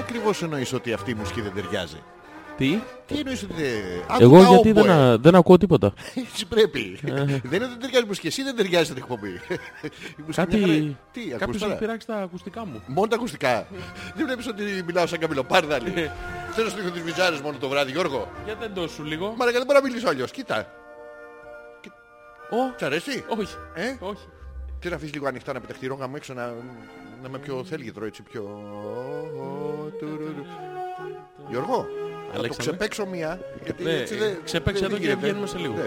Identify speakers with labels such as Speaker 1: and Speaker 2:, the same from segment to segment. Speaker 1: ακριβώ εννοείς ότι αυτή η μουσική δεν ταιριάζει.
Speaker 2: Τι?
Speaker 1: Τι εννοείς ότι. δεν-
Speaker 2: Εγώ
Speaker 1: Άκουγα
Speaker 2: γιατί
Speaker 1: όπου,
Speaker 2: δεν,
Speaker 1: ε.
Speaker 2: α- δεν ακούω τίποτα.
Speaker 1: Έτσι πρέπει. δεν είναι ότι δεν ταιριάζει η μουσική, εσύ δεν ταιριάζει στην εκπομπή. Η μουσική μια χαρά είναι.
Speaker 2: Κάτι...
Speaker 1: Τι, ακούς
Speaker 2: Κάποιος
Speaker 1: τώρα.
Speaker 2: έχει πειράξει τα ακουστικά μου.
Speaker 1: Μόνο τα ακουστικά. δεν βλέπεις ότι μιλάω σαν
Speaker 2: Ε.
Speaker 1: καμιλοπάρδαλη. Θέλω στον ήχο της Βυζάρης μόνο το βράδυ, Γιώργο.
Speaker 2: Για τεντώ σου λίγο.
Speaker 1: Μαρακα, δεν μπορώ να μιλήσω αλλιώς. Κοίτα.
Speaker 2: Ω,
Speaker 1: Σ' αρέσει.
Speaker 2: όχι.
Speaker 1: Ε,
Speaker 2: Όχι.
Speaker 1: τι να αφήσεις λίγο ανοιχτά να πεταχτεί ρόγα μου έξω να, να είμαι πιο θέλγητρο έτσι πιο... τουρουρου. Γιώργο, θα το
Speaker 2: Αλέξανδρε.
Speaker 1: ξεπέξω μία. Γιατί
Speaker 2: Ναι,
Speaker 1: έτσι δεν-
Speaker 2: ξεπέξε
Speaker 1: δεν
Speaker 2: το και
Speaker 1: γίνεται.
Speaker 2: βγαίνουμε σε λίγο.
Speaker 1: Ναι.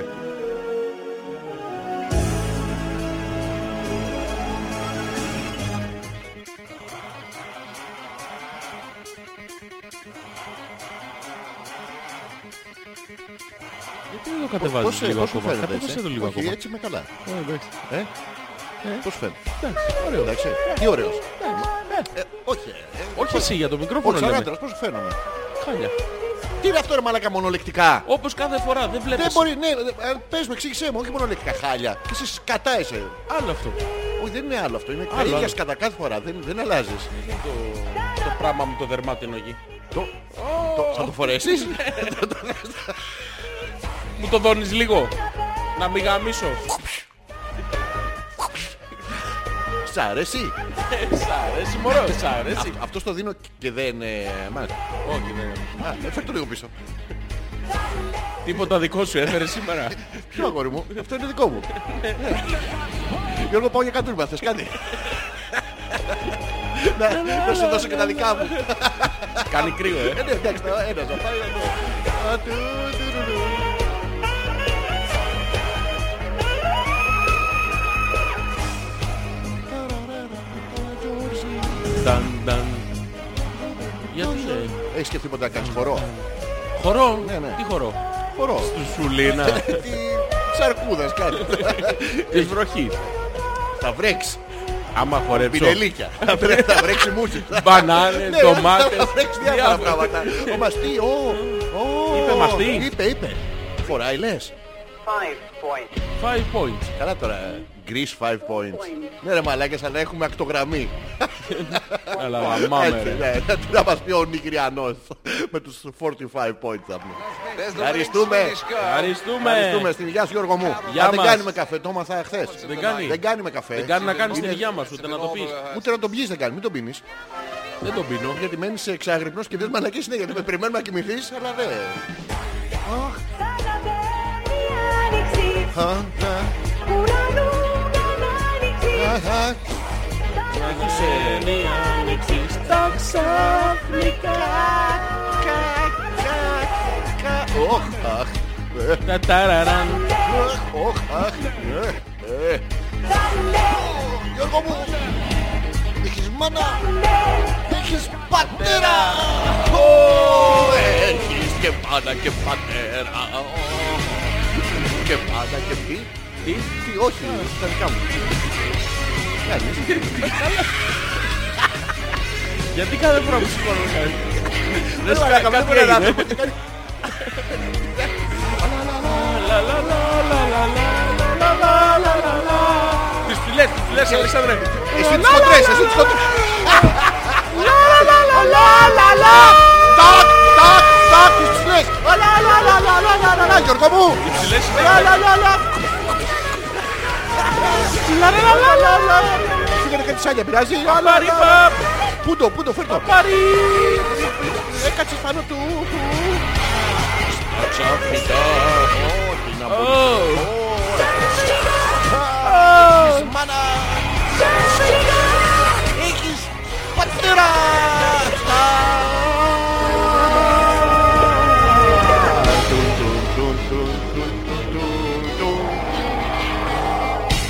Speaker 2: Γιατί δεν το
Speaker 1: Πώς
Speaker 2: κατεβάζεις λίγο
Speaker 1: πώς σου
Speaker 2: ακόμα.
Speaker 1: φαίνεται,
Speaker 2: Κατέβασε
Speaker 1: έτσι?
Speaker 2: το λίγο
Speaker 1: Όχι,
Speaker 2: ακόμα.
Speaker 1: έτσι με καλά.
Speaker 2: Ε, εντάξει.
Speaker 1: Ε, πώς φαίνεται.
Speaker 2: Εντάξει, ωραίος.
Speaker 1: Εντάξει, τι ωραίος.
Speaker 2: Ε,
Speaker 1: Ε, όχι. ε,
Speaker 2: Όχι εσύ για το μικρόφωνο
Speaker 1: Όχι, σαν
Speaker 2: λέμε.
Speaker 1: άντρας, πώς σου φαίνομαι.
Speaker 2: Χάλια.
Speaker 1: Τι είναι αυτό ρε μαλάκα μονολεκτικά.
Speaker 2: Όπως κάθε φορά δεν
Speaker 1: Δεν
Speaker 2: βλέπεις.
Speaker 1: μπορεί, ναι, ε, πες μου, εξήγησέ μου, όχι μονολεκτικά χάλια. Και εσύ σκατά είσαι.
Speaker 2: Άλλο αυτό.
Speaker 1: Όχι, δεν είναι άλλο αυτό, είναι τα
Speaker 2: Άλλο,
Speaker 1: ίδια
Speaker 2: άλλο.
Speaker 1: σκατά κάθε φορά, δεν, δεν αλλάζεις.
Speaker 2: Το, το πράγμα με το δερμάτινο εκεί.
Speaker 1: Το, το, θα το φορέσεις.
Speaker 2: Μου το δώνεις λίγο. Να μην γαμίσω.
Speaker 1: Σ' αρέσει.
Speaker 2: Ε, Σ' αρέσει μωρό, σ' αρέσει.
Speaker 1: Α, Αυτό το δίνω και δεν... Ε, μάλιστα.
Speaker 2: Όχι, δεν.
Speaker 1: Α, ε, φέρ' το λίγο πίσω.
Speaker 2: Τίποτα δικό σου έφερε σήμερα.
Speaker 1: Ποιο αγόρι μου, αυτό είναι δικό μου. Ναι. Γιώργο πάω για κατούρμα, θες κάτι. Να- Να σου δώσω και τα δικά μου.
Speaker 2: Κάνει κρύο, ε.
Speaker 1: Ε, ναι, εντάξει, τώρα ένας να πάει εδώ. Α, του, του, του, του.
Speaker 2: Νταν, νταν. Γιατί ε,
Speaker 1: Έχεις σκεφτεί ποτέ να κάνεις χορό.
Speaker 2: Χορό.
Speaker 1: Ναι, ναι.
Speaker 2: Τι χορό.
Speaker 1: Χορό.
Speaker 2: Του σουλίνα.
Speaker 1: Τη σαρκούδας κάτι.
Speaker 2: Της βροχής.
Speaker 1: Θα βρέξεις.
Speaker 2: Άμα χορέψω.
Speaker 1: Πινελίκια. Θα βρέ- θα βρέξεις μουσι.
Speaker 2: Μπανάνες,
Speaker 1: Ναι, Θα
Speaker 2: ντομάτες.
Speaker 1: βρέξεις διάφορα πράγματα. Ο μαστί, ο, ο.
Speaker 2: Είπε μαστί.
Speaker 1: Είπε, είπε. Φοράει λες.
Speaker 3: Five points.
Speaker 2: Five points.
Speaker 1: Καλά τώρα. Greece 5 points. Ναι ρε μαλάκες, αλλά έχουμε ακτογραμμή.
Speaker 2: Αλλά γαμάμε,
Speaker 1: Έτσι,
Speaker 2: ρε.
Speaker 1: ναι. Τι να μας πει ο Νιγηριανός με τους 45 points θα πούμε. Ευχαριστούμε. Ευχαριστούμε
Speaker 2: Ευχαριστούμε.
Speaker 1: στην υγεία σου Γιώργο μου.
Speaker 2: Γεια
Speaker 1: Αν δεν
Speaker 2: μας.
Speaker 1: κάνουμε καφέ, το έμαθα χθες.
Speaker 2: Δεν κάνει.
Speaker 1: Δεν κάνουμε καφέ.
Speaker 2: Δεν κάνει να κάνεις την
Speaker 1: Είναι- ε.
Speaker 2: υγειά μας, ούτε να το πεις.
Speaker 1: Ούτε να τον πιείς δεν κάνει, μην τον πίνεις.
Speaker 2: Δεν τον πίνω.
Speaker 1: Γιατί μένεις εξάγρυπνος και δεν μαλακές είναι γιατί με περιμένουμε να κοιμηθείς, αλλά δεν. Χα, χα, χα.
Speaker 2: Ξένη άνοιξη στα
Speaker 1: Οχ, αχ,
Speaker 2: τα ταραραν.
Speaker 1: αχ, οχ, αχ. ε, ε. Γιώργο μου, έχεις μάνα, έχεις πατέρα. Ω, ε, Έχεις και μάνα και πατέρα. Ω, Και μάνα και τι.
Speaker 2: Τι?
Speaker 1: Τι, όχι, τα δικά μου. Κάνεις.
Speaker 2: Γιατί κάθε φορά που σηκώνω να κάνεις. Δεν σου
Speaker 1: Μαλάκα,
Speaker 2: κάνει
Speaker 1: δεν μπορεί να
Speaker 2: κάτι,
Speaker 1: γράψω, κάνει-
Speaker 2: Λα, λα, λα, λα, λα, λα, λα, λα, λα, λα, λα. Τις φιλές, τις φιλές, Αλέξανδρε.
Speaker 1: Εσύ τις χοντρές, εσύ τις χοντρές. Τάκ, τάκ, τάκ, τις ψηλές. Λα, λα, λα, λα, λα, λα, λα, λα, λα, Γιώργο μου.
Speaker 2: Τις φιλές είναι-
Speaker 1: Λα, λα, λα, λα. Λα, λα, λα, λα, λα. Φύγανε κάτι σάλια, πειράζει. Λα, λα,
Speaker 2: Πάρει,
Speaker 1: λα.
Speaker 2: παπ,
Speaker 1: Πού το, πού το, φέρ' το.
Speaker 2: πάρει.
Speaker 1: Έκατσες πάνω του.
Speaker 2: Ω,
Speaker 1: Έχεις μάνα. Έχεις πατέρα.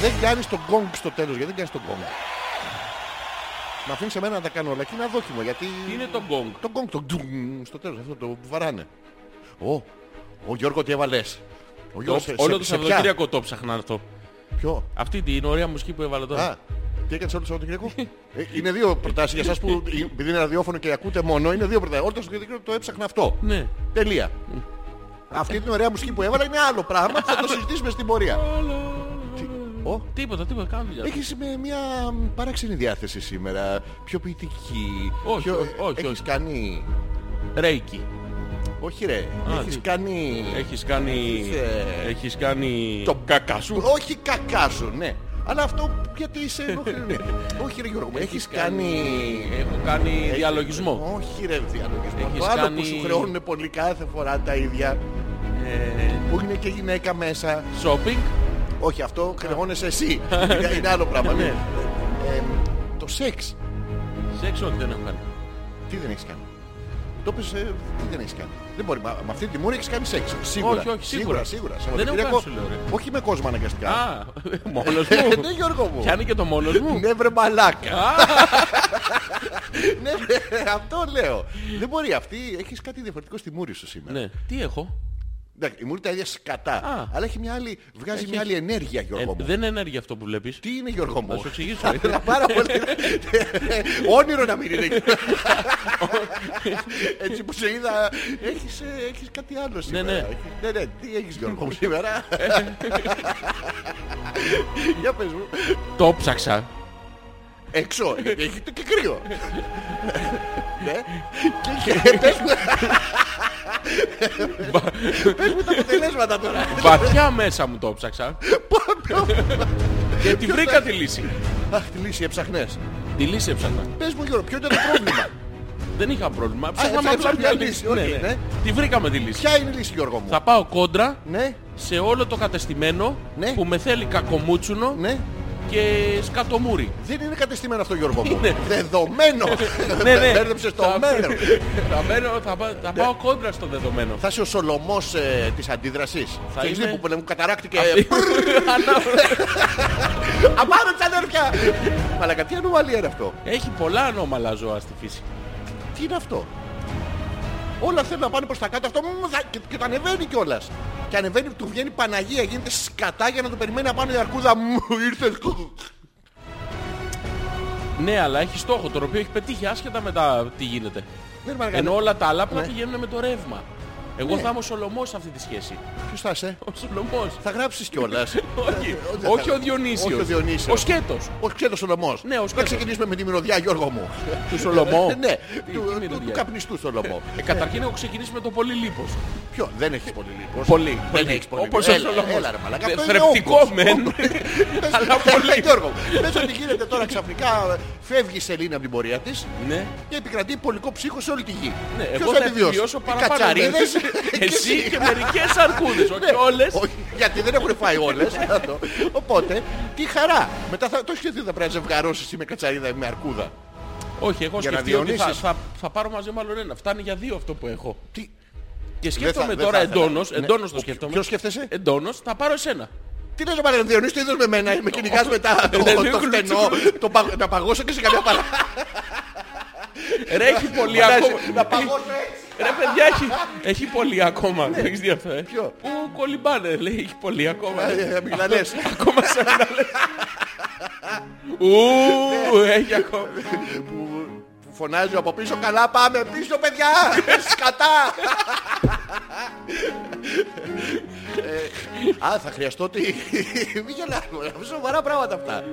Speaker 1: Δεν κάνεις τον γκόγκ στο τέλος, γιατί δεν κάνεις τον γκόγκ. Να αφήνεις εμένα να τα κάνω όλα και είναι αδόκιμο γιατί...
Speaker 2: Τι είναι το γκόγκ.
Speaker 1: Το γκόγκ, το ντουμ, στο τέλος αυτό το που βαράνε. Ω, ο Γιώργο τι έβαλες. Ο
Speaker 2: Το-
Speaker 1: Γιώργος σε-
Speaker 2: Όλο
Speaker 1: σε-
Speaker 2: το
Speaker 1: σε ποια?
Speaker 2: Σαββατοκύριακο το ψάχνα αυτό.
Speaker 1: Ποιο.
Speaker 2: Αυτή την ωραία μουσική που έβαλα τώρα.
Speaker 1: Α, τι έκανες όλο το Σαββατοκύριακο. Ε, είναι δύο προτάσεις για εσάς που επειδή είναι ραδιόφωνο και ακούτε μόνο, είναι δύο προτάσεις. Όλο το Σαββατοκύριακο το έψαχνα αυτό.
Speaker 2: Ναι.
Speaker 1: Τελεία. Αυτή την ωραία μουσική που έβαλα είναι άλλο πράγμα που θα το συζητήσουμε στην πορεία. Τι- Ο.
Speaker 2: Τίποτα, τίποτα, κάνω δουλειά.
Speaker 1: Έχεις με μια μ, παράξενη διάθεση σήμερα. Πιο ποιητική.
Speaker 2: Όχι,
Speaker 1: πιο...
Speaker 2: όχι, όχι,
Speaker 1: Έχεις
Speaker 2: όχι.
Speaker 1: κάνει...
Speaker 2: Ρέικι.
Speaker 1: Όχι ρε.
Speaker 2: Α,
Speaker 1: έχεις
Speaker 2: τι.
Speaker 1: κάνει...
Speaker 2: Έχεις κάνει...
Speaker 1: Έχεις, ε,
Speaker 2: Έχεις κάνει...
Speaker 1: Το
Speaker 2: κακασού.
Speaker 1: Όχι κακά σου, ναι. Αλλά αυτό γιατί σε ενοχλεί. όχι ρε Γιώργο, μου, έχεις κάνει...
Speaker 2: Έχω κάνει διαλογισμό.
Speaker 1: Όχι ρε διαλογισμό.
Speaker 2: Έχεις
Speaker 1: Το άλλο που
Speaker 2: κάνει-
Speaker 1: σου χρεώνουν πολύ κάθε φορά τα ίδια. Ε, Που είναι και γυναίκα μέσα.
Speaker 2: Shopping.
Speaker 1: Όχι, αυτό χρεώνεσαι εσύ. Είναι- Είναι άλλο πράγμα. ναι. Ε, ε, Το σεξ.
Speaker 2: Σεξ όχι δεν έχω κάνει.
Speaker 1: Τι δεν έχεις κάνει. Το πες, ε, τι δεν έχεις κάνει. Δεν μπορεί, μα- με αυτή τη μούρα έχεις κάνει σεξ. Σίγουρα.
Speaker 2: Όχι, όχι,
Speaker 1: σίγουρα.
Speaker 2: σίγουρα.
Speaker 1: σίγουρα.
Speaker 2: Δεν
Speaker 1: Σαββατοκύριακο,
Speaker 2: έχω κάνει, σου λέω, ρε.
Speaker 1: Όχι με κόσμο αναγκαστικά.
Speaker 2: Α, μόνος
Speaker 1: Ε, Ναι,
Speaker 2: μου.
Speaker 1: Γιώργο μου.
Speaker 2: Πιάνει και το μόνος μου.
Speaker 1: Ναι, βρε μαλάκα.
Speaker 2: Α,
Speaker 1: Ναι, βρε, αυτό λέω. Δεν μπορεί αυτή. Έχεις κάτι διαφορετικό στη μούρη σου σήμερα.
Speaker 2: Ναι, τι έχω.
Speaker 1: Εντάξει, η μούρη τα ίδια
Speaker 2: Α.
Speaker 1: σκατά. Αλλά έχει μια άλλη, βγάζει
Speaker 2: Έχει-
Speaker 1: μια άλλη ενέργεια,
Speaker 2: Ε,
Speaker 1: Γιώργο μου.
Speaker 2: Δεν είναι ενέργεια αυτό που βλέπεις.
Speaker 1: Τι είναι, Γιώργο
Speaker 2: Θα
Speaker 1: μου.
Speaker 2: σου εξηγήσω. Ε, ρε.
Speaker 1: Ήθελα πάρα πολύ. Ε, Όνειρο να μην είναι. Έτσι που σε είδα, έχεις, ε, έχεις κάτι άλλο σήμερα.
Speaker 2: ναι.
Speaker 1: Έχεις- ναι, ναι. Τι έχεις Γιώργο μου σήμερα. Για πες μου.
Speaker 2: Το ψάξα.
Speaker 1: Έξω, γιατί έχει και κρύο. ναι. Και- και πες μου- Πες μου τα αποτελέσματα τώρα.
Speaker 2: Βαθιά μέσα μου το ψάξα. Γιατί βρήκα τη λύση.
Speaker 1: Αχ, τη λύση έψαχνες.
Speaker 2: Τη λύση έψαχνα.
Speaker 1: Πες μου Γιώργο, ποιο ήταν το πρόβλημα.
Speaker 2: Δεν είχα πρόβλημα. Ψάχναμε
Speaker 1: έψαχνες
Speaker 2: απλά
Speaker 1: μια
Speaker 2: μια
Speaker 1: λύση,
Speaker 2: λύση.
Speaker 1: οκ,
Speaker 2: Ναι, ναι.
Speaker 1: ναι.
Speaker 2: Τη βρήκαμε τη λύση.
Speaker 1: Ποια είναι η λύση Γιώργο μου.
Speaker 2: Θα πάω κόντρα
Speaker 1: Ναι,
Speaker 2: σε όλο το κατεστημένο
Speaker 1: Ναι.
Speaker 2: που με θέλει κακομούτσουνο
Speaker 1: ναι.
Speaker 2: και σκατομούρι.
Speaker 1: Δεν είναι κατεστημένο αυτό Γιώργο μου.
Speaker 2: Είναι.
Speaker 1: Δεδομένο.
Speaker 2: Ναι, ναι.
Speaker 1: Μπέρδεψες το
Speaker 2: Θα-
Speaker 1: μέλλον.
Speaker 2: Θα, μπαίνω- θα, πά- θα πάω κόντρα στο δεδομένο.
Speaker 1: Θα είσαι ο Σολωμός ε, της αντίδρασης.
Speaker 2: Θα
Speaker 1: Ξέρεις
Speaker 2: είμαι.
Speaker 1: που πολεμού καταράκτηκε.
Speaker 2: Ε, Ανά-
Speaker 1: Απάνω τις αδέρφια. Μαλακα, τι ανομαλία είναι αυτό.
Speaker 2: Έχει πολλά ανώμαλα ζώα στη φύση.
Speaker 1: Τι είναι αυτό. Όλα θέλουν να πάνε προς τα κάτω. Αυτό μου θα- και, και το ανεβαίνει κιόλας. Και ανεβαίνει, του βγαίνει Παναγία, γίνεται σκατά για να το περιμένει να πάνε η αρκούδα. Μου ήρθε.
Speaker 2: Ναι, αλλά έχει στόχο τον οποίο έχει πετύχει άσχετα με τα τι γίνεται.
Speaker 1: Δεν μαλακα.
Speaker 2: Ενώ όλα τα άλλα απλά
Speaker 1: Ναι.
Speaker 2: πηγαίνουν με το ρεύμα. Εγώ
Speaker 1: Ναι.
Speaker 2: θα είμαι ο Σολωμός σε αυτή τη σχέση.
Speaker 1: Ποιος θα είσαι.
Speaker 2: Ο Σολωμός.
Speaker 1: Θα γράψεις κιόλας. Ε,
Speaker 2: Όχι,
Speaker 1: δεν θα- Ναι,
Speaker 2: όχι ο
Speaker 1: όχι ο
Speaker 2: Διονύσιος.
Speaker 1: Διονύσιος.
Speaker 2: Ο Σκέτος.
Speaker 1: Ο ξένος Σολωμός.
Speaker 2: Ναι, ο
Speaker 1: Να
Speaker 2: Σκέτος.
Speaker 1: ξεκινήσουμε με τη μυρωδιά Γιώργο μου.
Speaker 2: Του Σολωμό.
Speaker 1: ναι,
Speaker 2: Τι-
Speaker 1: του,
Speaker 2: τι
Speaker 1: του-
Speaker 2: μυρωδιά.
Speaker 1: του καπνιστού Σολωμό.
Speaker 2: Ε, καταρχήν έχω ξεκινήσει με το πολύ λίπος.
Speaker 1: Ποιο, δεν έχεις πολύ λίπος.
Speaker 2: Πολύ.
Speaker 1: Δεν έχεις πολύ
Speaker 2: Όπως ο
Speaker 1: λίπος. Έλα,
Speaker 2: Σολωμός.
Speaker 1: έλα, ρε μαλάκα,
Speaker 2: Ε,
Speaker 1: αυτό είναι
Speaker 2: Θρεπτικό
Speaker 1: όγκος.
Speaker 2: μεν.
Speaker 1: Πες-
Speaker 2: Αλλά πολύ.
Speaker 1: Γιώργο, μου, πες ότι γίνεται τώρα ξαφνικά, φεύγει η Σελήνη από την πορεία της
Speaker 2: Ναι.
Speaker 1: και επικρατεί πολικό ψύχος σε όλη τη γη.
Speaker 2: Ναι,
Speaker 1: Ποιος
Speaker 2: εγώ θα
Speaker 1: επιβιώσει?
Speaker 2: επιβιώσω
Speaker 1: Οι
Speaker 2: παραπάνω. ναι.
Speaker 1: κατσαρίδες και Ναι.
Speaker 2: Εσύ και μερικές αρκούδες, όχι όλες.
Speaker 1: Όχι, γιατί δεν έχουν φάει όλες. αυτό. Οπότε, τι χαρά. Μετά θα, το έχεις σκεφτεί θα πρέπει να ζευγαρώσεις ή με κατσαρίδα ή με αρκούδα.
Speaker 2: Όχι, εγώ
Speaker 1: Για να
Speaker 2: σκεφτεί ότι θα,
Speaker 1: διονύσεις.
Speaker 2: θα, θα πάρω μαζί μου άλλον ένα. Φτάνει για δύο αυτό που έχω.
Speaker 1: Τι,
Speaker 2: Και
Speaker 1: Δεν θα-
Speaker 2: σκέφτομαι
Speaker 1: δεν
Speaker 2: τώρα
Speaker 1: θα ήθελα.
Speaker 2: εντόνως,
Speaker 1: Ναι.
Speaker 2: εντόνως το
Speaker 1: Ο-
Speaker 2: σκέφτομαι.
Speaker 1: ποιος σκέφτεσαι?
Speaker 2: Εντόνως, θα πάρω εσένα.
Speaker 1: Τι λες Μαρία, Διονύση, το είδες με μένα, με κυνηγάς μετά το,
Speaker 2: Ναι,
Speaker 1: το
Speaker 2: ναι,
Speaker 1: στενό, το παγ- να παγώσω και σε καμιά παρά.
Speaker 2: Ρε, έχει πολύ
Speaker 1: Φαντάζεσαι,
Speaker 2: ακόμα.
Speaker 1: Να παγώσω έτσι.
Speaker 2: Ρε, παιδιά, έχει, έχει πολύ ακόμα. Δεν έχεις δει αυτό, ε.
Speaker 1: Ναι. Ποιο?
Speaker 2: Που κολυμπάνε, λέει, έχει πολύ ακόμα.
Speaker 1: Ε, ε, αμυγδαλές.
Speaker 2: Ακόμα σε ένα Ου, έχει ακόμα.
Speaker 1: Που που φωνάζει από πίσω, καλά πάμε πίσω παιδιά, σκατά. Ε, Α, θα χρειαστώ ότι... Μην γελάμε, σοβαρά πράγματα αυτά.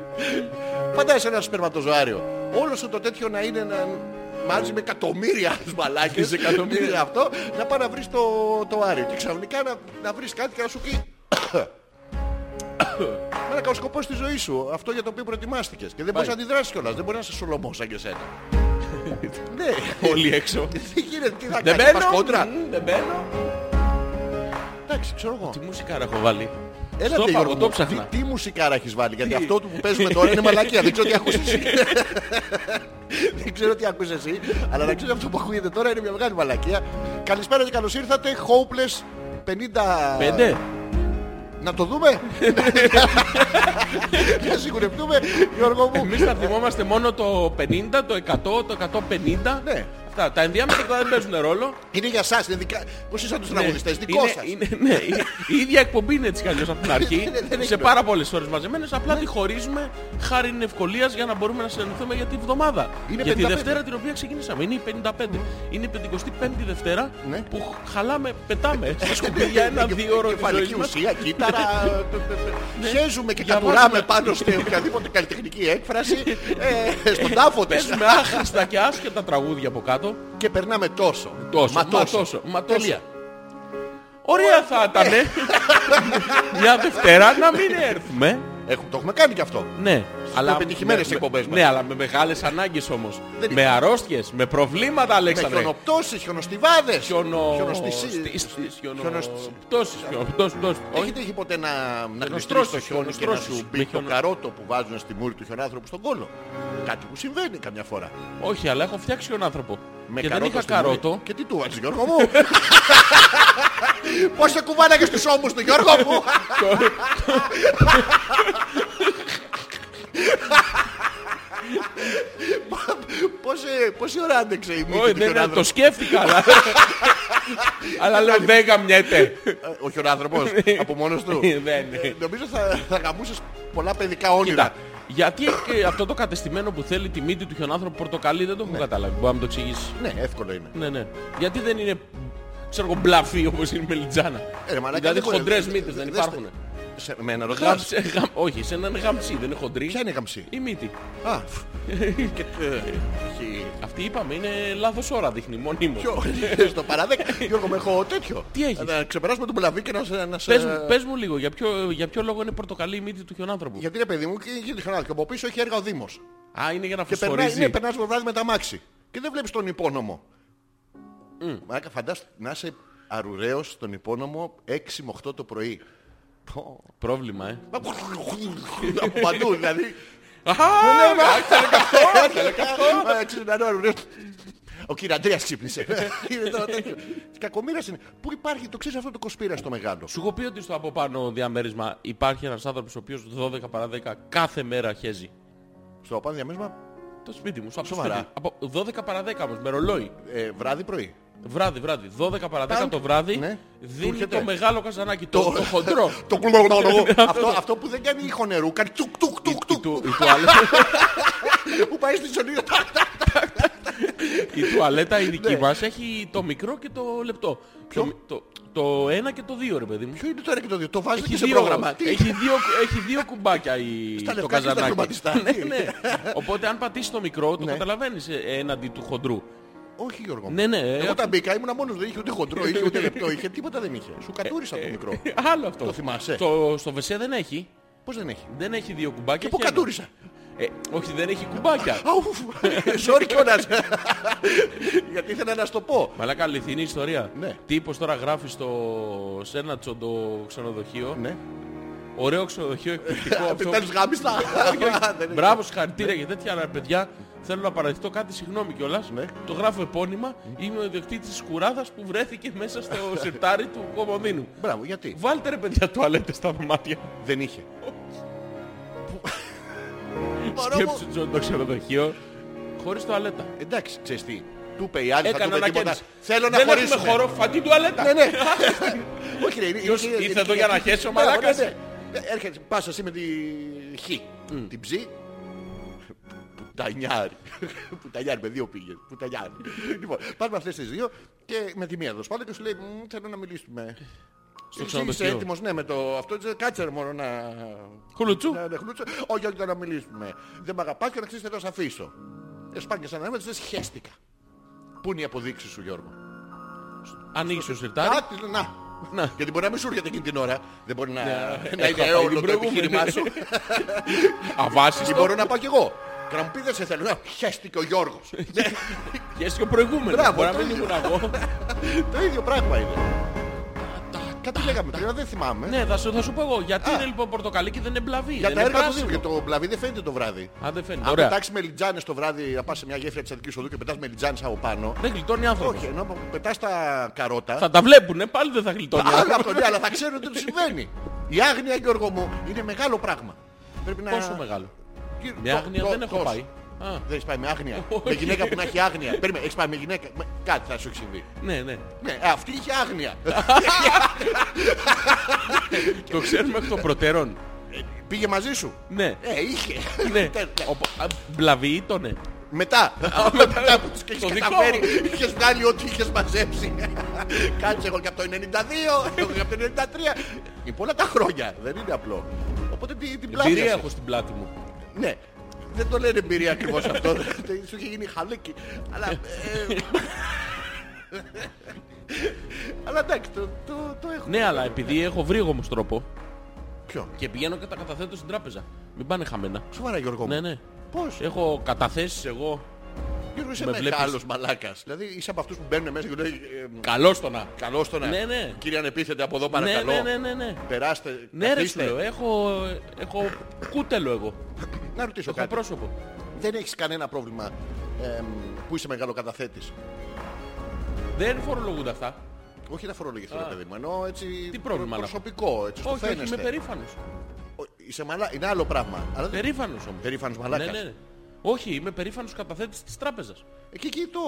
Speaker 1: Φαντάζεσαι ένα σπερματοζωάριο. Όλο σου το τέτοιο να είναι να... Μάζι με εκατομμύρια μαλάκες,
Speaker 2: Δισεκατομμύρια.
Speaker 1: είναι αυτό, να πάει να βρεις το, το άριο. Και ξαφνικά να, να βρεις κάτι και να σου πει Μαλάκα, ο σκοπός της ζωής σου, αυτό για το οποίο προετοιμάστηκες. Και δεν μπορείς να αντιδράσεις κιόλας. Δεν μπορείς να είσαι σολομός σαν και σένα. ναι.
Speaker 2: Πολύ έξω.
Speaker 1: Τι γίνεται, τι θα
Speaker 2: Δεν
Speaker 1: κάνεις, πας
Speaker 2: μπαίνω.
Speaker 1: κόντρα.
Speaker 2: μ, Δεν μπαίνω.
Speaker 1: Εντάξει, ξέρω εγώ.
Speaker 2: Τι μουσικάρα έχω βάλει.
Speaker 1: Έλα
Speaker 2: στο
Speaker 1: τι
Speaker 2: πάγο,
Speaker 1: Γιώργο,
Speaker 2: το
Speaker 1: μου, τι,
Speaker 2: ψάχνα.
Speaker 1: τι μουσικάρα έχεις βάλει, γιατί αυτό που παίζουμε τώρα είναι μαλακία. Δεν ξέρω τι ακούς εσύ. Δεν ξέρω τι ακούς εσύ, αλλά να ξέρεις αυτό που ακούγεται τώρα είναι μια μεγάλη μαλακία. Καλησπέρα και καλώς ήρθατε, Hopeless 50...
Speaker 2: Πέντε.
Speaker 1: Να το δούμε. Να σιγουρευτούμε, Γιώργο μου.
Speaker 2: Εμείς θα θυμόμαστε μόνο το 50, το 100, το 150.
Speaker 1: Ναι.
Speaker 2: Αυτά, τα ενδιάμετρα δεν παίζουν ρόλο.
Speaker 1: Είναι για εσά, είναι δικά. Πώς είσαστε του τραγουδιστέ,
Speaker 2: Ναι,
Speaker 1: δικό
Speaker 2: είναι-
Speaker 1: σας.
Speaker 2: είναι- ναι, είναι- Η ίδια εκπομπή είναι έτσι κι αλλιώς από την αρχή.
Speaker 1: Ναι, Δεν- δεν έχει Ναι.
Speaker 2: σε
Speaker 1: νόημα.
Speaker 2: πάρα πολλές ώρες μαζεμένες. Απλά τη χωρίζουμε χάρη ευκολίας για να μπορούμε να συνεννοηθούμε για τη βδομάδα.
Speaker 1: Είναι
Speaker 2: για τη
Speaker 1: 55.
Speaker 2: Δευτέρα την οποία ξεκινήσαμε. Είναι η 55. Είναι η 55η Δευτέρα
Speaker 1: Ναι.
Speaker 2: που χαλάμε, πετάμε στα σκουπίδια ένα-δύο ώρες της ζωής
Speaker 1: Κεφαλική
Speaker 2: μας. Ναι.
Speaker 1: ουσία, κύτταρα. Χέζουμε και
Speaker 2: Διαβάζουμε.
Speaker 1: κατουράμε πάνω σε οποιαδήποτε καλλιτεχνική έκφραση. ε, Στον τάφο της.
Speaker 2: Παίζουμε άχαστα και άσχετα τραγούδια από κάτω.
Speaker 1: Και περνάμε τόσο.
Speaker 2: Τόσο,
Speaker 1: Μα τόσο.
Speaker 2: μα τόσο.
Speaker 1: Τελεία.
Speaker 2: Ωραία θα ήταν ε. μια Δευτέρα να μην έρθουμε.
Speaker 1: Έχουμε- Το έχουμε κάνει κι αυτό.
Speaker 2: Ναι.
Speaker 1: πιο πετυχημένες
Speaker 2: με-
Speaker 1: εκπομπές μας.
Speaker 2: Ναι, αλλά με μεγάλες ανάγκες όμως.
Speaker 1: Δεν
Speaker 2: με αρρώστιες, με προβλήματα,
Speaker 1: Με
Speaker 2: Αλέξανδρε.
Speaker 1: χιονοπτώσεις, χιονοστιβάδες,
Speaker 2: Χιονο...
Speaker 1: χιονοστισί- χιονοστισί-
Speaker 2: Πτώσεις, πτώσεις, πτώσεις.
Speaker 1: Έχετε έχει ποτέ να, να
Speaker 2: Χιονοστρώσου,
Speaker 1: γλιστρώσει το χιόνι και να
Speaker 2: χιονοστρώσου,
Speaker 1: σου
Speaker 2: με
Speaker 1: μπει το
Speaker 2: χιονο-
Speaker 1: καρότο που βάζουν στη μούρη του χιονάνθρωπου στον κόλο. Κάτι που συμβαίνει καμιά φορά.
Speaker 2: Όχι, αλλά έχω φτιάξει τον άνθρωπο.
Speaker 1: Με
Speaker 2: και δεν είχα
Speaker 1: στη μούρη.
Speaker 2: καρότο.
Speaker 1: Και τι του βάζεις Γιώργο μου. Πώς σε κουβάλαγε στους ώμους του Γιώργο μου. Πόση- ε, Πόση ώρα άντεξε η μύτη
Speaker 2: Όχι,
Speaker 1: του
Speaker 2: δεν είναι, το
Speaker 1: χιονάνθρωπου.
Speaker 2: σκέφτηκα, αλλά... αλλά λέω δεν γαμιέται.
Speaker 1: Ε, Ο χιονάνθρωπος
Speaker 2: Ναι.
Speaker 1: από μόνος του.
Speaker 2: δεν είναι.
Speaker 1: Ε, Νομίζω θα, θα γαμούσες πολλά παιδικά όνειρα.
Speaker 2: Κοίτα, γιατί και αυτό το κατεστημένο που θέλει τη μύτη του χιονάνθρωπου πορτοκαλί δεν το έχω καταλάβει. Μπορεί να μου το εξηγήσεις.
Speaker 1: Ναι, εύκολο είναι.
Speaker 2: Ναι, ναι. Γιατί δεν είναι ξέρω εγώ μπλαφή όπως είναι η μελιτζάνα.
Speaker 1: Ε, ρε, μαλάκα,
Speaker 2: δηλαδή
Speaker 1: δεν μπορεί-
Speaker 2: χοντρές
Speaker 1: δε-
Speaker 2: μύτες δεν
Speaker 1: δε-
Speaker 2: υπάρχουν.
Speaker 1: Σε, με αναρωτάς.
Speaker 2: Γάμψε- γάμ- Όχι, σε έναν γαμψή δεν είναι χοντρή.
Speaker 1: Ποια είναι η γαμψή.
Speaker 2: Η μύτη.
Speaker 1: Α, φ. και, ε, έχει-
Speaker 2: Αυτή είπαμε είναι λάθος ώρα δείχνει μονίμως.
Speaker 1: Ποιο, Ε, στο παραδέκα. Γιώργο, με έχω τέτοιο.
Speaker 2: Τι έχεις?
Speaker 1: Να ξεπεράσουμε τον πλαβή και να σε... να σε-
Speaker 2: Πες, μου- πες μου λίγο, για ποιο, για ποιο λόγο είναι πορτοκαλί η μύτη του χιονάνθρωπου.
Speaker 1: Γιατί ρε παιδί μου, και γίνεται χιονάδι. Και από πίσω έχει έργα ο Δήμος.
Speaker 2: Α, είναι για να
Speaker 1: Και περνάει, ναι,
Speaker 2: φωσφορίζει.
Speaker 1: περνάς το βράδυ με τα μάξι. Και δεν βλέπεις τον υπόνομο. Μάκα, φαντάσου να είσαι αρουραίος στον υπόνομο 6 με 8 το πρωί. Πω.
Speaker 2: Πρόβλημα,
Speaker 1: Ναι,
Speaker 2: ε.
Speaker 1: Από παντού δηλαδή. ναι,
Speaker 2: Αχα,
Speaker 1: Ε, ξέρεις, να είναι ο αρουραίος. Ο κυριαντρέας ξύπνησε. Είναι τώρα τέτοιο. Κακομοίρας είναι. Πού υπάρχει, το ξέρεις αυτό το κοσπίρα στο μεγάλο.
Speaker 2: Σου έχω πει ότι στο από πάνω διαμέρισμα υπάρχει ένας άνθρωπος ο οποίος 12 παρά 10 κάθε μέρα χέζει.
Speaker 1: Στο πάνω διαμέσμα,
Speaker 2: Το σπίτι μου, στο από το
Speaker 1: Σοβαρά.
Speaker 2: σπίτι. Από 12 παρά 10 όμως, με ρολόι.
Speaker 1: ε, βράδυ πρωί.
Speaker 2: Βράδυ, βράδυ. 12 παρά 10 το βράδυ
Speaker 1: Ναι. Του
Speaker 2: δίνει
Speaker 1: έρχεται.
Speaker 2: το μεγάλο καζανάκι. Το, το χοντρό.
Speaker 1: Το κουλογνώγνω. Αυτό, αυτό που δεν κάνει ήχο νερού, κάνει τουκ τουκ τουκ
Speaker 2: Η,
Speaker 1: τουκ.
Speaker 2: του, η, τουαλέτα,
Speaker 1: Που πάει στη σωνία.
Speaker 2: η τουαλέτα η δική
Speaker 1: Ναι.
Speaker 2: μας έχει το μικρό και το λεπτό. Το, το, το ένα και το δύο ρε παιδί μου.
Speaker 1: Ποιο είναι το ένα και το δύο, το βάζει και
Speaker 2: Έχει
Speaker 1: σε
Speaker 2: δύο,
Speaker 1: πρόγραμμα. Τι?
Speaker 2: έχει, δύο, έχει δύο κουμπάκια η,
Speaker 1: Στα
Speaker 2: το
Speaker 1: λευκά και στα
Speaker 2: καζανάκι.
Speaker 1: χρωματιστά.
Speaker 2: ναι, ναι. Οπότε αν πατήσεις το μικρό το
Speaker 1: Ναι.
Speaker 2: καταλαβαίνεις ε, έναντι του χοντρού.
Speaker 1: Όχι Γιώργο. μου.
Speaker 2: Ναι, ναι.
Speaker 1: Εγώ
Speaker 2: ε,
Speaker 1: όταν μπήκα ήμουν μόνος, δεν είχε ούτε χοντρό, είχε ούτε λεπτό, είχε τίποτα δεν είχε. Σου κατούρισα το μικρό.
Speaker 2: Άλλο ε, αυτό. Ε,
Speaker 1: Το θυμάσαι.
Speaker 2: Στο, στο Βεσέ δεν έχει.
Speaker 1: Πώς δεν έχει.
Speaker 2: Δεν έχει δύο
Speaker 1: Και
Speaker 2: κουμπάκια.
Speaker 1: πού
Speaker 2: έχει ένα.
Speaker 1: κατούρισα.
Speaker 2: Ε, όχι, δεν έχει κουμπάκια.
Speaker 1: Αουφ, sorry κιόλας. Γιατί ήθελα να σου το πω.
Speaker 2: Μαλάκα αληθινή ιστορία.
Speaker 1: Ναι.
Speaker 2: Τύπος τώρα γράφει στο... σε ένα τσοντο ξενοδοχείο.
Speaker 1: Ναι.
Speaker 2: Ωραίο ξενοδοχείο, εκπληκτικό αυτό.
Speaker 1: Επιτέλους γάμιστα. Δεν έχει.
Speaker 2: Μπράβο, συγχαρητήρια για τέτοια αλλά παιδιά. Θέλω να παραδεχτώ κάτι, συγγνώμη κιόλας.
Speaker 1: Ναι.
Speaker 2: Το γράφω επώνυμα. Είμαι ο διοκτήτης της κουράδας που βρέθηκε μέσα στο σιρτάρι του Κομοδίνου.
Speaker 1: Μπράβο, γιατί.
Speaker 2: Βάλτε ρε παιδιά τουαλέτες στα δωμάτια.
Speaker 1: Δεν είχε. Πού- Μωρό μου,
Speaker 2: Σκέψου τσοντο ξενοδοχείο. Χωρίς τουαλέτα.
Speaker 1: Εντάξει, ξέρεις τι. Του είπε η άλλη, θα του
Speaker 2: Έκανα
Speaker 1: είπε τίποτα.
Speaker 2: ανακαίνιση.
Speaker 1: Θέλω να
Speaker 2: Δεν
Speaker 1: χωρίσουμε.
Speaker 2: έχουμε χώρο, φάτη τουαλέτα.
Speaker 1: Ναι, ναι. Όχι, ρε, είναι-
Speaker 2: Ποιος
Speaker 1: είναι-
Speaker 2: ήρθε
Speaker 1: είναι-
Speaker 2: εδώ για να χέσει ο
Speaker 1: Μπράβο,
Speaker 2: μαλάκας.
Speaker 1: ναι, ναι. Έρχεται, πας εσύ με τη χ. Την ψ. Πουτανιάρι. Πουτανιάρι, με δύο πήγε. Πουτανιάρι. Λοιπόν, πας με αυτές τις δύο και με τη μία εδώ σπάλα και σου λέει «Μ, θέλω να μιλήσουμε.
Speaker 2: Στο
Speaker 1: Εσύ Είσαι
Speaker 2: ξενοδοχείο.
Speaker 1: έτοιμος, ναι, με το αυτό. έτσι, Κάτσε ρε, μόνο να
Speaker 2: Χουλουτσού.
Speaker 1: να ανεχνούτσω. Όχι, όχι, να μιλήσουμε. Δεν με αγαπάς και να ξέρεις θέλω να σε αφήσω. Εσπάν και σαν να μην λες χέστηκα. Πού είναι η αποδείξη σου Γιώργο.
Speaker 2: Ανοίγεις το σιρτάρι.
Speaker 1: Κάτι λέω, να.
Speaker 2: Να. Ναι,
Speaker 1: Γιατί μπορεί να μην σου έρχεται εκείνη την ώρα. Δεν μπορεί να, να
Speaker 2: Έχω
Speaker 1: είναι
Speaker 2: πάει
Speaker 1: όλο
Speaker 2: την
Speaker 1: το
Speaker 2: προηγούμενη.
Speaker 1: επιχείρημά σου. και
Speaker 2: Αβάσιστο.
Speaker 1: μπορώ να πάω κι εγώ. Και να μου πει δεν σε θέλω. Να, χέστηκε ο Γιώργος.
Speaker 2: Και και ο προηγούμενος.
Speaker 1: Μπράβο,
Speaker 2: Μπορεί να
Speaker 1: το
Speaker 2: μην
Speaker 1: ίδιο.
Speaker 2: ήμουν εγώ.
Speaker 1: το ίδιο πράγμα είναι. Κάτι λέγαμε πριν, αλλά δεν θυμάμαι.
Speaker 2: Ναι, θα σου, θα σου πω εγώ. Γιατί είναι λοιπόν πορτοκαλί και δεν είναι μπλαβή.
Speaker 1: Για
Speaker 2: δεν
Speaker 1: τα
Speaker 2: είναι
Speaker 1: έργα του
Speaker 2: πράσινο.
Speaker 1: Δήμου. Για το πλαβί δεν φαίνεται το βράδυ.
Speaker 2: Α, δεν φαίνεται.
Speaker 1: Αν
Speaker 2: Ωραία.
Speaker 1: πετάξεις με λιτζάνε το βράδυ, να πας σε μια γέφυρα της Αδική Οδού και πετάς με λιτζάνε από πάνω.
Speaker 2: Δεν γλιτώνει άνθρωπο.
Speaker 1: Όχι, ενώ πετάς τα καρότα.
Speaker 2: Ναι, Θα τα βλέπουνε, πάλι δεν θα γλιτώνει
Speaker 1: Άλλο
Speaker 2: άνθρωπο.
Speaker 1: αυτό, ναι, αλλά θα ξέρουν ότι του συμβαίνει. Η άγνοια, Γιώργο μου, είναι μεγάλο πράγμα. Πρέπει να...
Speaker 2: Πόσο μεγάλο.
Speaker 1: Γύρω-
Speaker 2: Μια άγνοια δεν έχω
Speaker 1: τόσο.
Speaker 2: πάει. Α.
Speaker 1: Δεν έχει πάει με άγνοια.
Speaker 2: Όχι.
Speaker 1: Με γυναίκα που να έχει άγνοια. Περίμενε, έχεις πάει με γυναίκα. με- Κάτι θα σου έχει συμβεί.
Speaker 2: Ναι, ναι.
Speaker 1: Ναι, αυτή είχε άγνοια.
Speaker 2: Το ξέρουμε εκ των προτέρων.
Speaker 1: Ε, Πήγε μαζί σου.
Speaker 2: Ναι.
Speaker 1: Ε, είχε.
Speaker 2: Ναι.
Speaker 1: Τέλεια.
Speaker 2: Οπο- α, Μπλαβή ήτονε.
Speaker 1: Μετά, μετά που τους έχεις
Speaker 2: Το δικό
Speaker 1: καταφέρει,
Speaker 2: μου.
Speaker 1: είχες βγάλει ό,τι είχες μαζέψει. Κάτσε εγώ και από το 92, εγώ και από το 93. Είναι πολλά τα χρόνια, δεν είναι απλό. Οπότε τι, την πλάτη
Speaker 2: Εμπειρία
Speaker 1: σου.
Speaker 2: έχω στην πλάτη μου.
Speaker 1: Ναι, δεν το λένε εμπειρία ακριβώς αυτό. Σου είχε γίνει χαλέκι. Αλλά... ε, Αλλά εντάξει, το, το, το έχω.
Speaker 2: Ναι, αλλά επειδή έχω βρει εγώ όμως τρόπο
Speaker 1: Ποιο.
Speaker 2: και πηγαίνω και τα καταθέτω στην τράπεζα. Μην πάνε χαμένα.
Speaker 1: Σοβαρά Γιώργο μου.
Speaker 2: Ναι, ναι.
Speaker 1: Πώς.
Speaker 2: Έχω καταθέσεις εγώ.
Speaker 1: Γιώργο είσαι
Speaker 2: με
Speaker 1: ένας
Speaker 2: βλέπεις.
Speaker 1: καλός μαλάκας. Δηλαδή είσαι από αυτούς που μπαίνουν μέσα και λέει... ε,
Speaker 2: Καλώς το να.
Speaker 1: Καλώς το να...
Speaker 2: Ναι, ναι.
Speaker 1: Κύριε ανεπίθετε από εδώ
Speaker 2: Ναι,
Speaker 1: παρακαλώ.
Speaker 2: ναι, ναι, ναι, ναι.
Speaker 1: Περάστε,
Speaker 2: Ναι, ρε, σου
Speaker 1: καθίστε.
Speaker 2: λέω, έχω, έχω κούτελο εγώ.
Speaker 1: Να ρωτήσω
Speaker 2: Έχω
Speaker 1: κάτι.
Speaker 2: πρόσωπο.
Speaker 1: Δεν έχεις κανένα πρόβλημα εμ, που είσαι μεγάλο καταθέτης.
Speaker 2: Δεν φορολογούνται αυτά.
Speaker 1: Όχι να φορολογηθώ, ρε
Speaker 2: Α.
Speaker 1: παιδί μου. Ενώ έτσι
Speaker 2: Τι πρόβλημα να έχω.
Speaker 1: προσωπικό, έτσι στο
Speaker 2: Όχι, όχι,
Speaker 1: φαίνεστε.
Speaker 2: είμαι περήφανος.
Speaker 1: Ο- Είσαι μαλά... Είναι άλλο πράγμα. Αλλά δεν...
Speaker 2: Περήφανος όμως.
Speaker 1: Περήφανος
Speaker 2: Ναι,
Speaker 1: μαλάκας.
Speaker 2: ναι, ναι. Όχι, είμαι περήφανος καταθέτης της τράπεζας.
Speaker 1: Εκεί, εκεί το...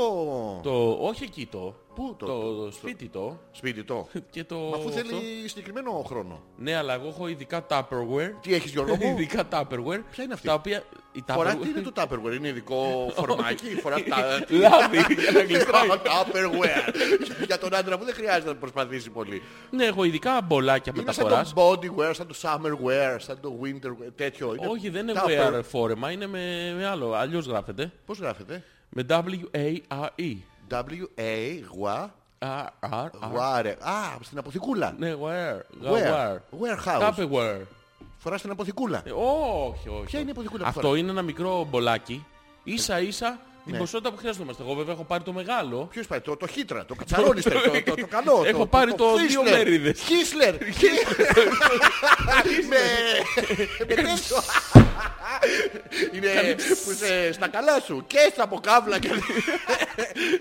Speaker 2: Το, όχι εκεί το,
Speaker 1: Πού το-
Speaker 2: το,
Speaker 1: το-
Speaker 2: το σπίτι το
Speaker 1: σπίτι το.
Speaker 2: και το...
Speaker 1: Μα αφού
Speaker 2: αυτό.
Speaker 1: θέλει συγκεκριμένο χρόνο.
Speaker 2: Ναι, αλλά εγώ έχω ειδικά Tupperware.
Speaker 1: Τι έχεις Γιώργο μου.
Speaker 2: Ειδικά Tupperware.
Speaker 1: Ποια είναι αυτή?
Speaker 2: Τα οποία... Η
Speaker 1: Φορά
Speaker 2: Tupperware-
Speaker 1: τι είναι το Tupperware, είναι ειδικό φορμάκι, φορά τα...
Speaker 2: Λάδι για να γλιστράει.
Speaker 1: Tupperware. Για τον άντρα που δεν χρειάζεται να προσπαθήσει πολύ.
Speaker 2: ναι, έχω ειδικά μπολάκια
Speaker 1: Είναι σαν το
Speaker 2: μεταφοράς.
Speaker 1: body wear, σαν το summer wear, σαν το winter wear, τέτοιο. Είναι
Speaker 2: Όχι, δεν είναι
Speaker 1: Tupper-
Speaker 2: wear φόρεμα, είναι με, με άλλο. Αλλιώς γράφεται.
Speaker 1: Πώς γράφεται.
Speaker 2: Με W-A-R-E.
Speaker 1: W-A, γουα,
Speaker 2: R-R-R.
Speaker 1: γουάρε. Α, στην αποθηκούλα.
Speaker 2: Ναι, wear.
Speaker 1: Where?
Speaker 2: Wear.
Speaker 1: Warehouse.
Speaker 2: Tupperware.
Speaker 1: Φοράς την αποθηκούλα.
Speaker 2: Ε, Όχι, όχι.
Speaker 1: Ποια είναι η αποθηκούλα που
Speaker 2: Αυτό
Speaker 1: φοράς?
Speaker 2: είναι ένα μικρό μπολάκι. Ίσα ίσα την
Speaker 1: Ναι.
Speaker 2: ποσότητα που χρειαζόμαστε. Εγώ βέβαια έχω πάρει το μεγάλο.
Speaker 1: Ποιος πάει, το, το χίτρα, το κατσαρόνιστε, το, το, το καλό.
Speaker 2: Έχω πάρει το δύο
Speaker 1: Χίσλερ.
Speaker 2: μέριδες.
Speaker 1: Χίσλερ. Με... με τέτοιο. Είναι που είσαι στα καλά σου. Και στα από κάβλα και...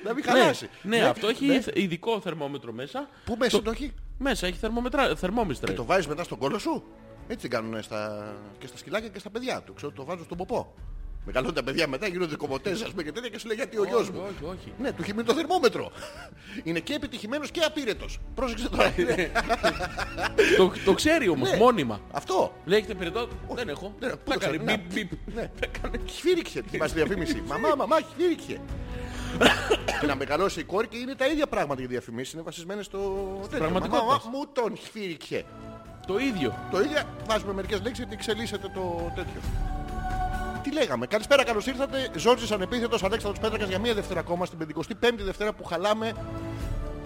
Speaker 1: Να μην
Speaker 2: Ναι,
Speaker 1: χαλάσει.
Speaker 2: ναι, αυτό έχει ειδικό θερμόμετρο μέσα.
Speaker 1: Πού μέσα το έχει.
Speaker 2: Μέσα έχει θερμόμετρα, θερμόμιστρα.
Speaker 1: Ε, Το βάζεις μετά στον κόλο σου. Έτσι κάνουν στα... και στα σκυλάκια και στα παιδιά του. Ξέρω, το βάζω στον ποπό. Μεγαλώνουν τα παιδιά μετά, γίνονται κομμωτές ας πούμε και τέτοια και σου λέει γιατί ο γιος μου.
Speaker 2: Όχι, όχι.
Speaker 1: Ναι, του έχει μείνει το θερμόμετρο. Είναι και επιτυχημένος και απείρετος. Πρόσεξε τώρα.
Speaker 2: Ναι. το, το ξέρει όμως,
Speaker 1: Ναι.
Speaker 2: μόνιμα.
Speaker 1: Αυτό.
Speaker 2: Λέει, έχετε πυρετό, δεν έχω.
Speaker 1: Ναι, πού
Speaker 2: Να
Speaker 1: το
Speaker 2: κάνει
Speaker 1: ξέρει, να.
Speaker 2: μπιπ, μπιπ.
Speaker 1: Ναι. Χφύριξε. Θυμάσαι τη διαφήμιση. Μαμά, μαμά, χφύριξε. Και να μεγαλώσει η κόρη και είναι τα ίδια πράγματα για διαφημίσεις. Είναι βασισμένες στο. τέτοιο.
Speaker 2: πραγματικότητα.
Speaker 1: Μαμά, μαμά, μου τον χφύριξε.
Speaker 2: Το ίδιο.
Speaker 1: Το ίδιο βάζουμε μερικές λέξεις γιατί εξελίσσεται το τέτοιο. Τι λέγαμε. Καλησπέρα, καλώς ήρθατε. Ζόρζης Ανεπίθετος Αλέξανδρος Πέτρακας για μία Δευτέρα ακόμα στην 55η Δευτέρα που χαλάμε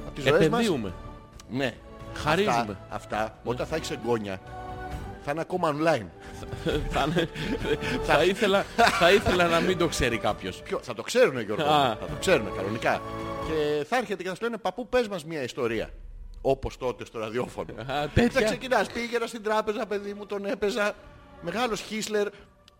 Speaker 1: από τις ζωές μας.
Speaker 2: Επενδύουμε.
Speaker 1: Ναι. Αυτά,
Speaker 2: Χαρίζουμε.
Speaker 1: αυτά όταν θα έχεις εγγόνια θα είναι ακόμα online.
Speaker 2: θα, είναι- θα ήθελα, θα ήθελα να μην το ξέρει κάποιος.
Speaker 1: Ποιο, θα το ξέρουν Γιώργο.
Speaker 2: Α.
Speaker 1: θα το ξέρουν κανονικά. Και θα έρχεται και θα σου λένε παππού πες μας μια ιστορία. Όπως τότε στο ραδιόφωνο.
Speaker 2: Α,
Speaker 1: Θα
Speaker 2: τέτοια.
Speaker 1: ξεκινάς. Πήγαινα στην τράπεζα παιδί μου, τον έπαιζα. Μεγάλος Χίσλερ.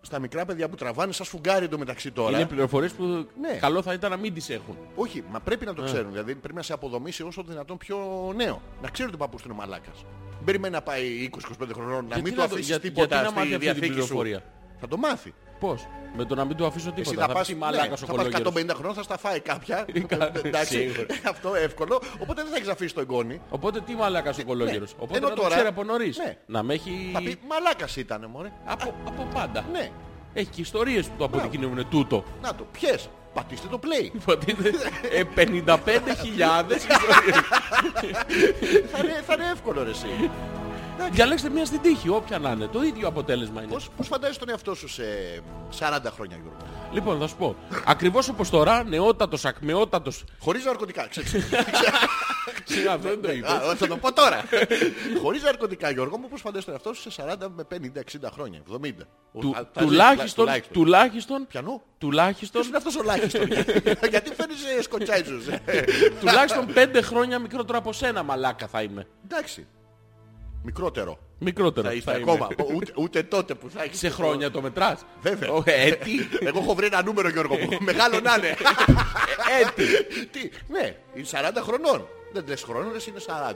Speaker 1: Στα μικρά παιδιά που τραβάνε σαν σφουγγάρι εντωμεταξύ τώρα.
Speaker 2: Είναι πληροφορίες που
Speaker 1: Ναι.
Speaker 2: καλό θα ήταν να μην τις έχουν.
Speaker 1: Όχι, μα πρέπει να το ξέρουν. Δηλαδή πρέπει να σε αποδομήσει όσο το δυνατόν πιο νέο. Να ξέρουν τον παππού του είναι μαλάκα. Δεν περιμένει να πάει 20-25 χρονών, να
Speaker 2: Γιατί
Speaker 1: μην
Speaker 2: να
Speaker 1: του
Speaker 2: το-
Speaker 1: αφήσεις
Speaker 2: για-
Speaker 1: τίποτα
Speaker 2: γιατί να μάθει
Speaker 1: στη
Speaker 2: αυτή την
Speaker 1: διαθήκη σου.
Speaker 2: πληροφορία.
Speaker 1: Θα το μάθει.
Speaker 2: Πώς. Με το να μην του αφήσω
Speaker 1: Εσύ
Speaker 2: τίποτα.
Speaker 1: θα,
Speaker 2: Θα,
Speaker 1: πας,
Speaker 2: πει μαλάκα
Speaker 1: ναι, θα πας
Speaker 2: ο
Speaker 1: 150 χρόνια, θα στα φάει κάποια.
Speaker 2: Ε, Κα-
Speaker 1: Εντάξει,
Speaker 2: Σίγουρα.
Speaker 1: αυτό εύκολο. Οπότε δεν θα έχεις αφήσει το εγγόνι.
Speaker 2: Οπότε τι μαλάκα ο κολόγερος. Οπότε
Speaker 1: Ναι, Ενώ
Speaker 2: να το
Speaker 1: τώρα-
Speaker 2: ξέρει από νωρίς.
Speaker 1: Ναι.
Speaker 2: Να με έχει...
Speaker 1: Θα πει μαλάκας ήταν, μωρέ.
Speaker 2: Από, από πάντα.
Speaker 1: Ναι,
Speaker 2: Έχει και ιστορίες που το αποδεικνύουν τούτο.
Speaker 1: να το. Ποιες. Πατήστε το play.
Speaker 2: Φαντείτε, ε, 55.000 ιστορίες.
Speaker 1: θα, είναι, θα είναι εύκολο ρε εσύ.
Speaker 2: Διαλέξτε μια στην τύχη, όποια να είναι. Το ίδιο αποτέλεσμα είναι.
Speaker 1: Πώς, πώς φαντάζεσαι τον εαυτό σου σε 40 χρόνια Γιώργο.
Speaker 2: Λοιπόν, θα σου πω. Ακριβώς όπως τώρα, νεότατος, ακμεότατος.
Speaker 1: Χωρίς ναρκωτικά. Ξέρεις.
Speaker 2: Σιγά, δεν το είπες.
Speaker 1: Ναι, Α, θα το πω τώρα. Χωρίς ναρκωτικά Γιώργο μου, πώς φαντάζεσαι τον εαυτό σου σε 40 με 50-60 χρόνια. 70.
Speaker 2: Του-
Speaker 1: Α, θα ζεις,
Speaker 2: Τουλάχιστον, τουλάχιστον,
Speaker 1: Πιανού.
Speaker 2: τουλάχιστον,
Speaker 1: Ποιος είναι αυτός ο Λάχιστον. Γιατί φέρνεις ε, σκοτσάιτζους. ε?
Speaker 2: τουλάχιστον πέντε χρόνια μικρότερο από σένα μαλάκα θα είμαι.
Speaker 1: Εντάξει. Μικρότερο.
Speaker 2: Μικρότερο
Speaker 1: Θα
Speaker 2: θα
Speaker 1: είστε
Speaker 2: είμαι.
Speaker 1: ακόμα. Ούτε, ούτε τότε που θα έχεις.
Speaker 2: Σε χρόνια το μετράς.
Speaker 1: Βέβαια.
Speaker 2: Ω, Έτη.
Speaker 1: Εγώ έχω βρει ένα νούμερο Γιώργο μου. Μεγάλο να είναι.
Speaker 2: Ε, Έτη.
Speaker 1: Τι. Ναι, είναι 40 χρονών. Δεν λες χρονών, εσύ είναι 40.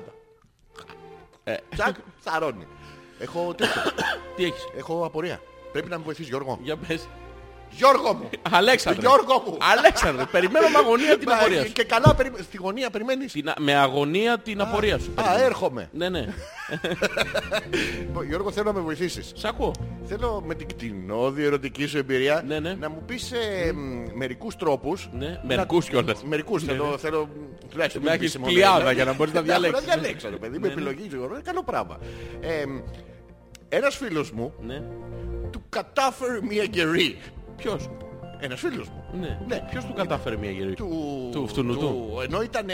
Speaker 2: Ε.
Speaker 1: Τσακ, θαρώνει. Έχω τέτοιο.
Speaker 2: Τι έχεις.
Speaker 1: Έχω απορία. Πρέπει να με βοηθήσει Γιώργο.
Speaker 2: Για πες.
Speaker 1: Γιώργο μου.
Speaker 2: Αλέξανδρε.
Speaker 1: Γιώργο μου.
Speaker 2: Αλέξανδρε, περιμένω με αγωνία την
Speaker 1: Μα, ε,
Speaker 2: απορία σου.
Speaker 1: Και καλά, περι- στη γωνία περιμένεις.
Speaker 2: Την α- Με αγωνία την απορία σου.
Speaker 1: Α, έρχομαι.
Speaker 2: Ναι, ναι.
Speaker 1: Λοιπόν, Γιώργο, θέλω να με βοηθήσεις.
Speaker 2: Σ' ακούω.
Speaker 1: Θέλω με την κτηνόδη ερωτική σου εμπειρία
Speaker 2: Ναι, ναι.
Speaker 1: να μου πεις ε, μ, μερικούς τρόπους.
Speaker 2: Ναι, μερικούς κιόλας.
Speaker 1: Μερικούς θέλω, θέλω μ, τουλάχιστον
Speaker 2: Να
Speaker 1: μην
Speaker 2: έχεις
Speaker 1: πεις μόνο
Speaker 2: πλειάδα
Speaker 1: ένα.
Speaker 2: για να μπορείς να
Speaker 1: Ναι, έχω
Speaker 2: διαλέξεις. Ναι,
Speaker 1: Να διαλέξω, ρε παιδί, με επιλογή, Γιώργο, είναι καλό πράγμα. Ε, μ, ένας φίλος μου
Speaker 2: Ναι.
Speaker 1: του κατάφερε μια γερή.
Speaker 2: Ποιος.
Speaker 1: Ένας φίλος μου.
Speaker 2: Ναι.
Speaker 1: Ναι.
Speaker 2: Ποιος του κατάφερε μια γερή.
Speaker 1: Του,
Speaker 2: Του φτουνού του.
Speaker 1: Ενώ ήταν... Ε,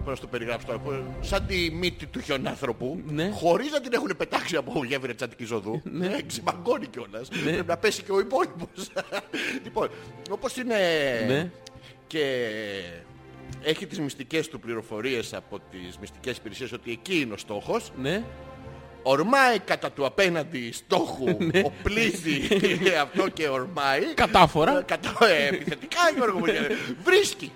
Speaker 1: Πώς να σου το περιγράψω τώρα, πώς- σαν τη μύτη του χιονάνθρωπου,
Speaker 2: Ναι.
Speaker 1: χωρίς να την έχουν πετάξει από γέφυρα της Αττικής Οδού, ναι. ξυμαγκώνει κιόλας.
Speaker 2: Ναι.
Speaker 1: Πρέπει να πέσει και ο υπόλοιπος. λοιπόν, όπως είναι
Speaker 2: Ναι.
Speaker 1: και έχει τις μυστικές του πληροφορίες από τις μυστικές υπηρεσίες ότι εκεί είναι ο στόχος,
Speaker 2: Ναι.
Speaker 1: ορμάει κατά του απέναντι στόχου,
Speaker 2: Ναι.
Speaker 1: οπλίζει αυτό και ορμάει.
Speaker 2: Κατάφορα.
Speaker 1: Κατά, ε, επιθετικά Γιώργο μου κύριε. Βρίσκει.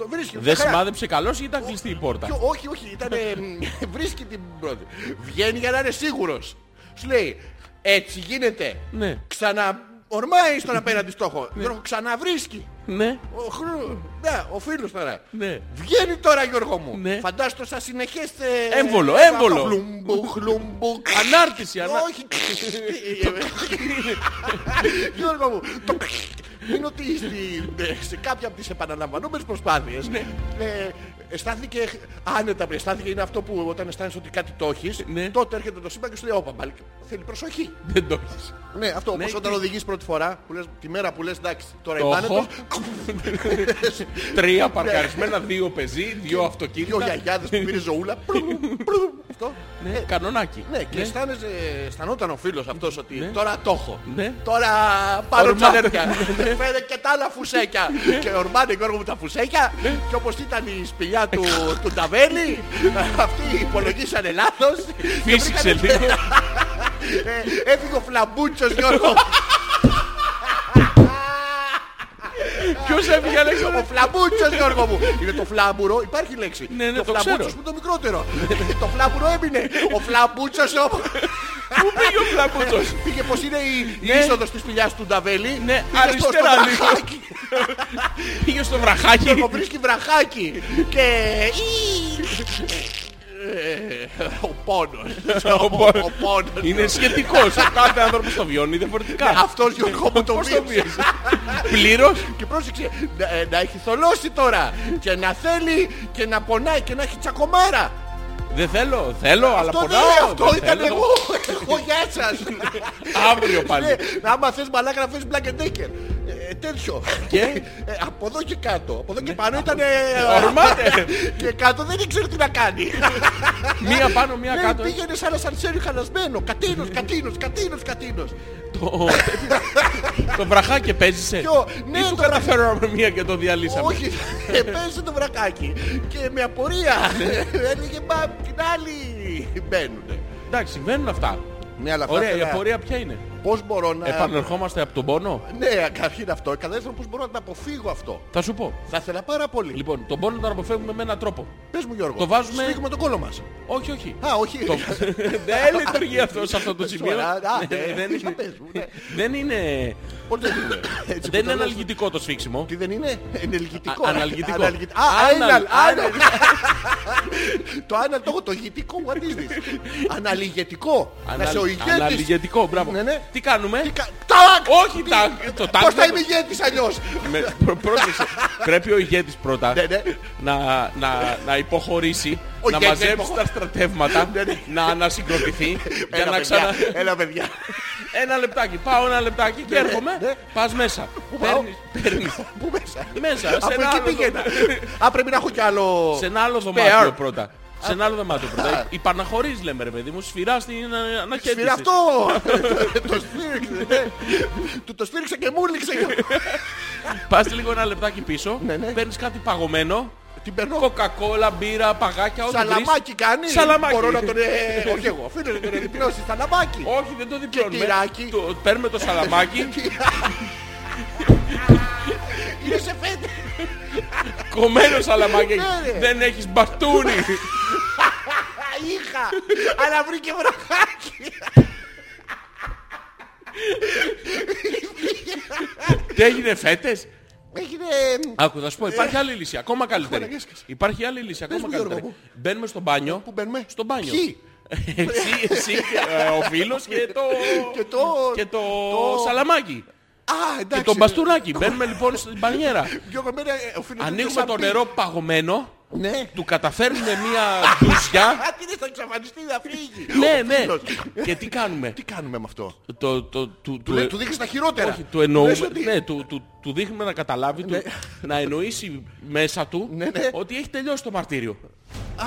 Speaker 1: Στο βρίσκει.
Speaker 2: Δεν
Speaker 1: χαρά.
Speaker 2: σημάδεψε καλώς ή ήταν κλειστή η
Speaker 1: Κι
Speaker 2: πόρτα.
Speaker 1: ό- όχι, όχι, ήταν. ε, μ, βρίσκει την πρώτη. Βγαίνει για να είναι σίγουρος. Σου λέει, έτσι γίνεται.
Speaker 2: Ναι.
Speaker 1: Ξανα ορμάει στον απέναντι στόχο. Γιώργο, ξαναβρίσκει.
Speaker 2: Ναι.
Speaker 1: Ο, χρου, ναι, ο φίλος τώρα.
Speaker 2: Ναι.
Speaker 1: Βγαίνει τώρα Γιώργο μου.
Speaker 2: Ναι.
Speaker 1: Φαντάστο σαν συνεχές... ε,
Speaker 2: Έμβολο,
Speaker 1: ε,
Speaker 2: έμβολο.
Speaker 1: Χλουμπουκ, χλουμπουκ.
Speaker 2: Ανάρτηση, ανά...
Speaker 1: Όχι. Γιώργο μου, το είναι ότι στη- σε κάποια από τις επαναλαμβανόμενες προσπάθειες ε, αισθάνθηκε άνετα, αισθάνθηκε είναι αυτό που όταν αισθάνεσαι ότι κάτι το έχεις,
Speaker 2: Ναι.
Speaker 1: τότε έρχεται το σύμπαν και σου λέει όπα μάλλον, θέλει προσοχή.
Speaker 2: Δεν το έχεις.
Speaker 1: Ναι, αυτό όπως
Speaker 2: Ναι,
Speaker 1: όταν
Speaker 2: και-
Speaker 1: οδηγείς πρώτη φορά, που λες, τη μέρα που λες εντάξει, τώρα
Speaker 2: Το
Speaker 1: είμαι
Speaker 2: έχω.
Speaker 1: άνετος,
Speaker 2: Τρία παρκαρισμένα, δύο πεζί, δύο
Speaker 1: Ε, δύο
Speaker 2: αυτοκίνητα.
Speaker 1: γιαγιάδες που πήρε ζωούλα, πρου, πρου, αυτό. Ε,
Speaker 2: Κανονάκι.
Speaker 1: Ναι, και αισθάνεσαι, αισθανόταν ο φίλος αυτός ότι τώρα το έχω.
Speaker 2: Ναι.
Speaker 1: Τώρα πάρω
Speaker 2: Ορμάνε. Ναι,
Speaker 1: τσάνερκια. Φέρε και τα άλλα φουσέκια. και ορμάνε Γιώργο μου τα φουσέκια.
Speaker 2: Ναι.
Speaker 1: και όπως ήταν η σπηλιά του, του Ταβέλη, αυτοί υπολογίσανε λάθος. και
Speaker 2: Φύσηξε
Speaker 1: βρήκανε-
Speaker 2: λίγο.
Speaker 1: Ε, Έφυγε ο φλαμπούτσος Γιώργο.
Speaker 2: Ποιος έφυγε
Speaker 1: ο
Speaker 2: Αλέξανδρε.
Speaker 1: φλαμπούτσος Γιώργο μου. Είναι το φλάμπουρο, υπάρχει λέξη.
Speaker 2: Ναι, ναι,
Speaker 1: το,
Speaker 2: το
Speaker 1: φλαμπούτσος
Speaker 2: ξέρω. Ναι,
Speaker 1: που είναι το μικρότερο. το φλάμπουρο έμεινε. Ο φλαμπούτσος όμως.
Speaker 2: Πού πήγε ο Φλακούτσος.
Speaker 1: Πήγε πως είναι η, η
Speaker 2: Ναι.
Speaker 1: είσοδος της σπηλιάς του Νταβέλη.
Speaker 2: Ναι,
Speaker 1: Πήγε στο- στο
Speaker 2: αριστερά λίγο.
Speaker 1: βραχάκι.
Speaker 2: Πήγε στο
Speaker 1: Το
Speaker 2: βραχάκι.
Speaker 1: βρίσκει βραχάκι. Και... Ε, Ο πόνος.
Speaker 2: Ο πόνος.
Speaker 1: Ο πόνος.
Speaker 2: Είναι σχετικός. Ο Κάθε άνθρωπος το βιώνει διαφορετικά.
Speaker 1: Αυτός Γιώργο μου το
Speaker 2: Πώς
Speaker 1: βίωσε.
Speaker 2: το βίωσε. Πλήρως.
Speaker 1: Και πρόσεξε, να, ε, να έχει θολώσει τώρα και να θέλει και να πονάει και να έχει τσακωμάρα.
Speaker 2: Δεν θέλω. Θέλω, αλλά
Speaker 1: Αυτό, δεν
Speaker 2: πονάω.
Speaker 1: είναι, αυτό
Speaker 2: Δεν
Speaker 1: ήταν
Speaker 2: θέλω.
Speaker 1: εγώ. Εγώ γεια σας.
Speaker 2: Αύριο
Speaker 1: Ναι,
Speaker 2: πάλι.
Speaker 1: άμα θες μαλάκα να φέρεις Black and Decker. Ε, τέτοιο.
Speaker 2: Και? Ναι.
Speaker 1: Ε, από εδώ και κάτω. Από εδώ και πάνω ήταν... ε,
Speaker 2: Ορμάτε.
Speaker 1: και κάτω δεν ήξερε τι να κάνει.
Speaker 2: Μία πάνω, μία
Speaker 1: Ναι,
Speaker 2: κάτω.
Speaker 1: πήγαινε σαν ένα σανσέρι χαλασμένο. Κατίνος, κατίνος, κατίνος, κατίνος.
Speaker 2: Το- Το βραχάκι παίζησε.
Speaker 1: Ποιο? Ναι,
Speaker 2: Ή του
Speaker 1: το
Speaker 2: καταφέραμε μία και το διαλύσαμε.
Speaker 1: Όχι, ε, παίζει το βρακάκι. Και με απορία ε, έλεγε μπα την άλλη μπαίνουνε.
Speaker 2: Εντάξει, συμβαίνουν αυτά.
Speaker 1: Ναι, αλλά αυτά Ε.
Speaker 2: Ωραία, η
Speaker 1: θέλω να-
Speaker 2: απορία ποια είναι.
Speaker 1: Πώς μπορώ να...
Speaker 2: Επανερχόμαστε από τον πόνο.
Speaker 1: Ναι, καταρχήν αυτό. Κατά δεύτερον, πώς μπορώ να τα αποφύγω αυτό.
Speaker 2: Θα σου πω.
Speaker 1: Θα ήθελα πάρα πολύ.
Speaker 2: Λοιπόν, τον πόνο τον αποφεύγουμε με έναν τρόπο.
Speaker 1: Πες μου Γιώργο,
Speaker 2: Το βάζουμε-
Speaker 1: σφίγγουμε τον κόλο μας.
Speaker 2: Όχι, όχι.
Speaker 1: Α, όχι.
Speaker 2: Το- Δεν λειτουργεί αυτό σε αυτό το σημείο.
Speaker 1: Σοβαρά, α,
Speaker 2: Ναι,
Speaker 1: ε,
Speaker 2: δεν
Speaker 1: να
Speaker 2: είναι-
Speaker 1: πες μου, ναι.
Speaker 2: Δεν είναι.
Speaker 1: Πώς δεν είναι. Έτσι που
Speaker 2: Δεν
Speaker 1: το
Speaker 2: είναι
Speaker 1: λες.
Speaker 2: αναλγητικό το σφίξιμο.
Speaker 1: Τι δεν είναι, ενελγητικό.
Speaker 2: Α, αναλγητικό.
Speaker 1: Αναλγητικό. Α,
Speaker 2: Αναλ-
Speaker 1: έναλ,
Speaker 2: άναλ.
Speaker 1: άναλ. Το άναλ το έχω το γητικό, what is this. Αναλυγετικό. Να
Speaker 2: Ανα-
Speaker 1: σε ο ηγέτης.
Speaker 2: Αναλγητικό, μπράβο.
Speaker 1: Ναι, ναι.
Speaker 2: Τι κάνουμε.
Speaker 1: Τι κα- Τάκ!
Speaker 2: Όχι, τα- το τάκ
Speaker 1: Πώς θα
Speaker 2: δεν-
Speaker 1: είμαι ηγέτης αλλιώς.
Speaker 2: Με- πρό- πρόσεξε. Πρέπει ο ηγέτης πρώτα
Speaker 1: Ναι, ναι.
Speaker 2: να- να- να υποχωρήσει,
Speaker 1: Ο
Speaker 2: να
Speaker 1: ηγέτης
Speaker 2: μαζέψει
Speaker 1: υποχωρεί.
Speaker 2: τα στρατεύματα,
Speaker 1: Ναι, ναι.
Speaker 2: να ανασυγκροτηθεί για
Speaker 1: Έλα,
Speaker 2: να
Speaker 1: παιδιά,
Speaker 2: ξανα...
Speaker 1: Έλα παιδιά.
Speaker 2: Ένα λεπτάκι, πάω ένα λεπτάκι και
Speaker 1: ναι.
Speaker 2: έρχομαι. Πας μέσα.
Speaker 1: πάω?
Speaker 2: Παίρνεις- Παίρνεις.
Speaker 1: Πού μέσα.
Speaker 2: Μέσα, σε
Speaker 1: Από
Speaker 2: ένα
Speaker 1: εκεί
Speaker 2: άλλο
Speaker 1: πήγαινα. Α, πρέπει να έχω κι άλλο...
Speaker 2: Σε ένα άλλο δωμάτιο πρώτα. Σε ένα άλλο δωμάτιο πρώτα. Η Παναχωρής λέμε ρε παιδί μου, σφυρά στην ανα- αναχέτηση.
Speaker 1: Σφυρί αυτό! Το σφύριξε. ναι. Του το σφύριξε και μου λήξε.
Speaker 2: Πας λίγο ένα λεπτάκι πίσω,
Speaker 1: Ναι, ναι.
Speaker 2: παίρνεις κάτι παγωμένο,
Speaker 1: Την περνώ.
Speaker 2: κοκακόλα, μπύρα, παγάκια, ό,τι βρεις.
Speaker 1: Σαλαμάκι κάνεις.
Speaker 2: Σαλαμάκι.
Speaker 1: Μπορώ να τον... ε, Όχι εγώ. Οφείλω να τον επιπλώσει. Σαλαμάκι.
Speaker 2: Όχι, δεν το διπλώνουμε.
Speaker 1: τυράκι.
Speaker 2: Το- Παίρνουμε το σαλαμάκι,
Speaker 1: Είναι σε φέτη.
Speaker 2: κομμένο σαλαμάκι.
Speaker 1: Ναι, ρε. Ναι.
Speaker 2: Δεν έχεις μπατούνι.
Speaker 1: Είχα. Αλλά βρήκε βραχάκι.
Speaker 2: Τι έγινε φέτες.
Speaker 1: Έγινε.
Speaker 2: Άκου, θα σου πω, υπάρχει
Speaker 1: Ε.
Speaker 2: άλλη λύση, ακόμα καλύτερη.
Speaker 1: Παναγία σκέψη.
Speaker 2: Υπάρχει άλλη λύση, ακόμα
Speaker 1: μου,
Speaker 2: καλύτερη.
Speaker 1: Γιώργο,
Speaker 2: Μπαίνουμε στο μπάνιο.
Speaker 1: Πού μπαίνουμε?
Speaker 2: Στο μπάνιο.
Speaker 1: Ποιοι?
Speaker 2: εσύ, εσύ, ε, ο φίλος και το...
Speaker 1: Και το.
Speaker 2: και το...
Speaker 1: το-
Speaker 2: σαλαμάκι.
Speaker 1: Α,
Speaker 2: Και
Speaker 1: εντάξει.
Speaker 2: το μπαστούνάκι. Μπαίνουμε λοιπόν στην μπανιέρα.
Speaker 1: Γιώργο, εμένα, ε, ο φίλος μου
Speaker 2: Ανοίγουμε
Speaker 1: σαν
Speaker 2: το
Speaker 1: πει.
Speaker 2: νερό παγωμένο.
Speaker 1: Ναι.
Speaker 2: Του καταφέρνουμε μία ντουζιά.
Speaker 1: Α, τι είναι, θα εξαφανιστεί, θα φύγει.
Speaker 2: Ναι, ναι.
Speaker 1: φίλος.
Speaker 2: Και τι κάνουμε.
Speaker 1: Τι κάνουμε με αυτό.
Speaker 2: Το, το, του,
Speaker 1: Του,
Speaker 2: του-
Speaker 1: λέ- του δείχνεις τα χειρότερα.
Speaker 2: όχι, του εννοούμε-
Speaker 1: Λες ότι-
Speaker 2: ναι, του, του, του δείχνουμε να καταλάβει, του- να εννοήσει μέσα του
Speaker 1: Ναι, ναι.
Speaker 2: ότι έχει τελειώσει το μαρτύριο.
Speaker 1: Α,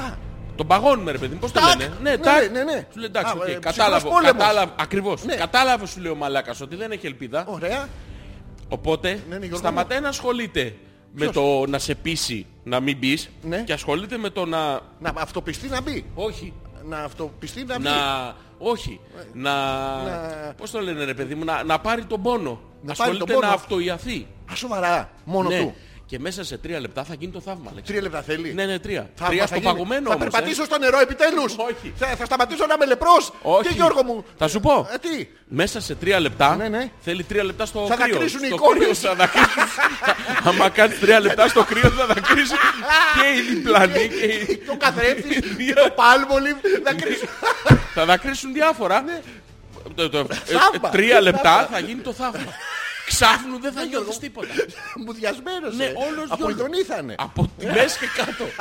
Speaker 2: Τον παγώνουμε, ρε παιδί μου, πώς το
Speaker 1: Τάκ!
Speaker 2: λένε.
Speaker 1: Ναι,
Speaker 2: τάκ.
Speaker 1: ναι, ναι.
Speaker 2: Σου λέει εντάξει,
Speaker 1: Α,
Speaker 2: οκ,
Speaker 1: ε, ψυχρός
Speaker 2: κατάλαβα.
Speaker 1: πόλεμος.
Speaker 2: κατάλαβα ακριβώς.
Speaker 1: Ναι.
Speaker 2: Κατάλαβα, σου λέει ο μαλάκας ότι δεν έχει ελπίδα.
Speaker 1: ωραία.
Speaker 2: Οπότε
Speaker 1: Ναι, ναι, Γιώργο
Speaker 2: σταματάει να ασχολείται με το να σε πείσει να μην μπει
Speaker 1: Ναι.
Speaker 2: και ασχολείται με το να.
Speaker 1: Να αυτοπιστεί να μπει.
Speaker 2: Όχι.
Speaker 1: Να αυτοπιστεί να μπει.
Speaker 2: Να. Όχι. Να. Πώς το λένε ρε παιδί μου, να, να πάρει τον πόνο.
Speaker 1: Να πάρει
Speaker 2: ασχολείται
Speaker 1: τον πόνο.
Speaker 2: να αυτοϊαθεί.
Speaker 1: Α, σοβαρά. Μόνο
Speaker 2: Ναι.
Speaker 1: του.
Speaker 2: Και μέσα σε τρία λεπτά θα γίνει το θαύμα. Αλέξη.
Speaker 1: Τρία λεπτά θέλει.
Speaker 2: Ναι, ναι, τρία.
Speaker 1: Θαύμα
Speaker 2: τρία
Speaker 1: θα
Speaker 2: στο
Speaker 1: γίνει.
Speaker 2: παγωμένο
Speaker 1: Θα
Speaker 2: όμως, ε.
Speaker 1: περπατήσω στο νερό επιτέλους.
Speaker 2: Όχι.
Speaker 1: Θα, θα σταματήσω να είμαι λεπρός.
Speaker 2: Όχι.
Speaker 1: Και Γιώργο μου.
Speaker 2: Θα σου πω.
Speaker 1: Ε, τι.
Speaker 2: Μέσα σε τρία λεπτά
Speaker 1: Ναι, ναι.
Speaker 2: θέλει τρία λεπτά στο
Speaker 1: Θα
Speaker 2: κρύο.
Speaker 1: δακρύσουν οι
Speaker 2: στο
Speaker 1: εικόνες.
Speaker 2: κρύο, θα δακρύσουν. Θα- Άμα κάνεις τρία λεπτά στο κρύο θα δακρύσουν και οι διπλανοί και οι...
Speaker 1: Το καθρέφτη, το πάλμολι, να κρίσω.
Speaker 2: Θα δακρύσουν διάφορα. Το- το- ε,
Speaker 1: Θαύμα.
Speaker 2: Τρία λεπτά Ναι. θα γίνει το θαύμα. Ξάφνου δεν θα νιώθεις τίποτα.
Speaker 1: Μουδιασμένος.
Speaker 2: Ναι,
Speaker 1: ε.
Speaker 2: όλος
Speaker 1: Από
Speaker 2: Γιώργο.
Speaker 1: ειδονή θα είναι.
Speaker 2: Από τη μέση και κάτω. Ναι.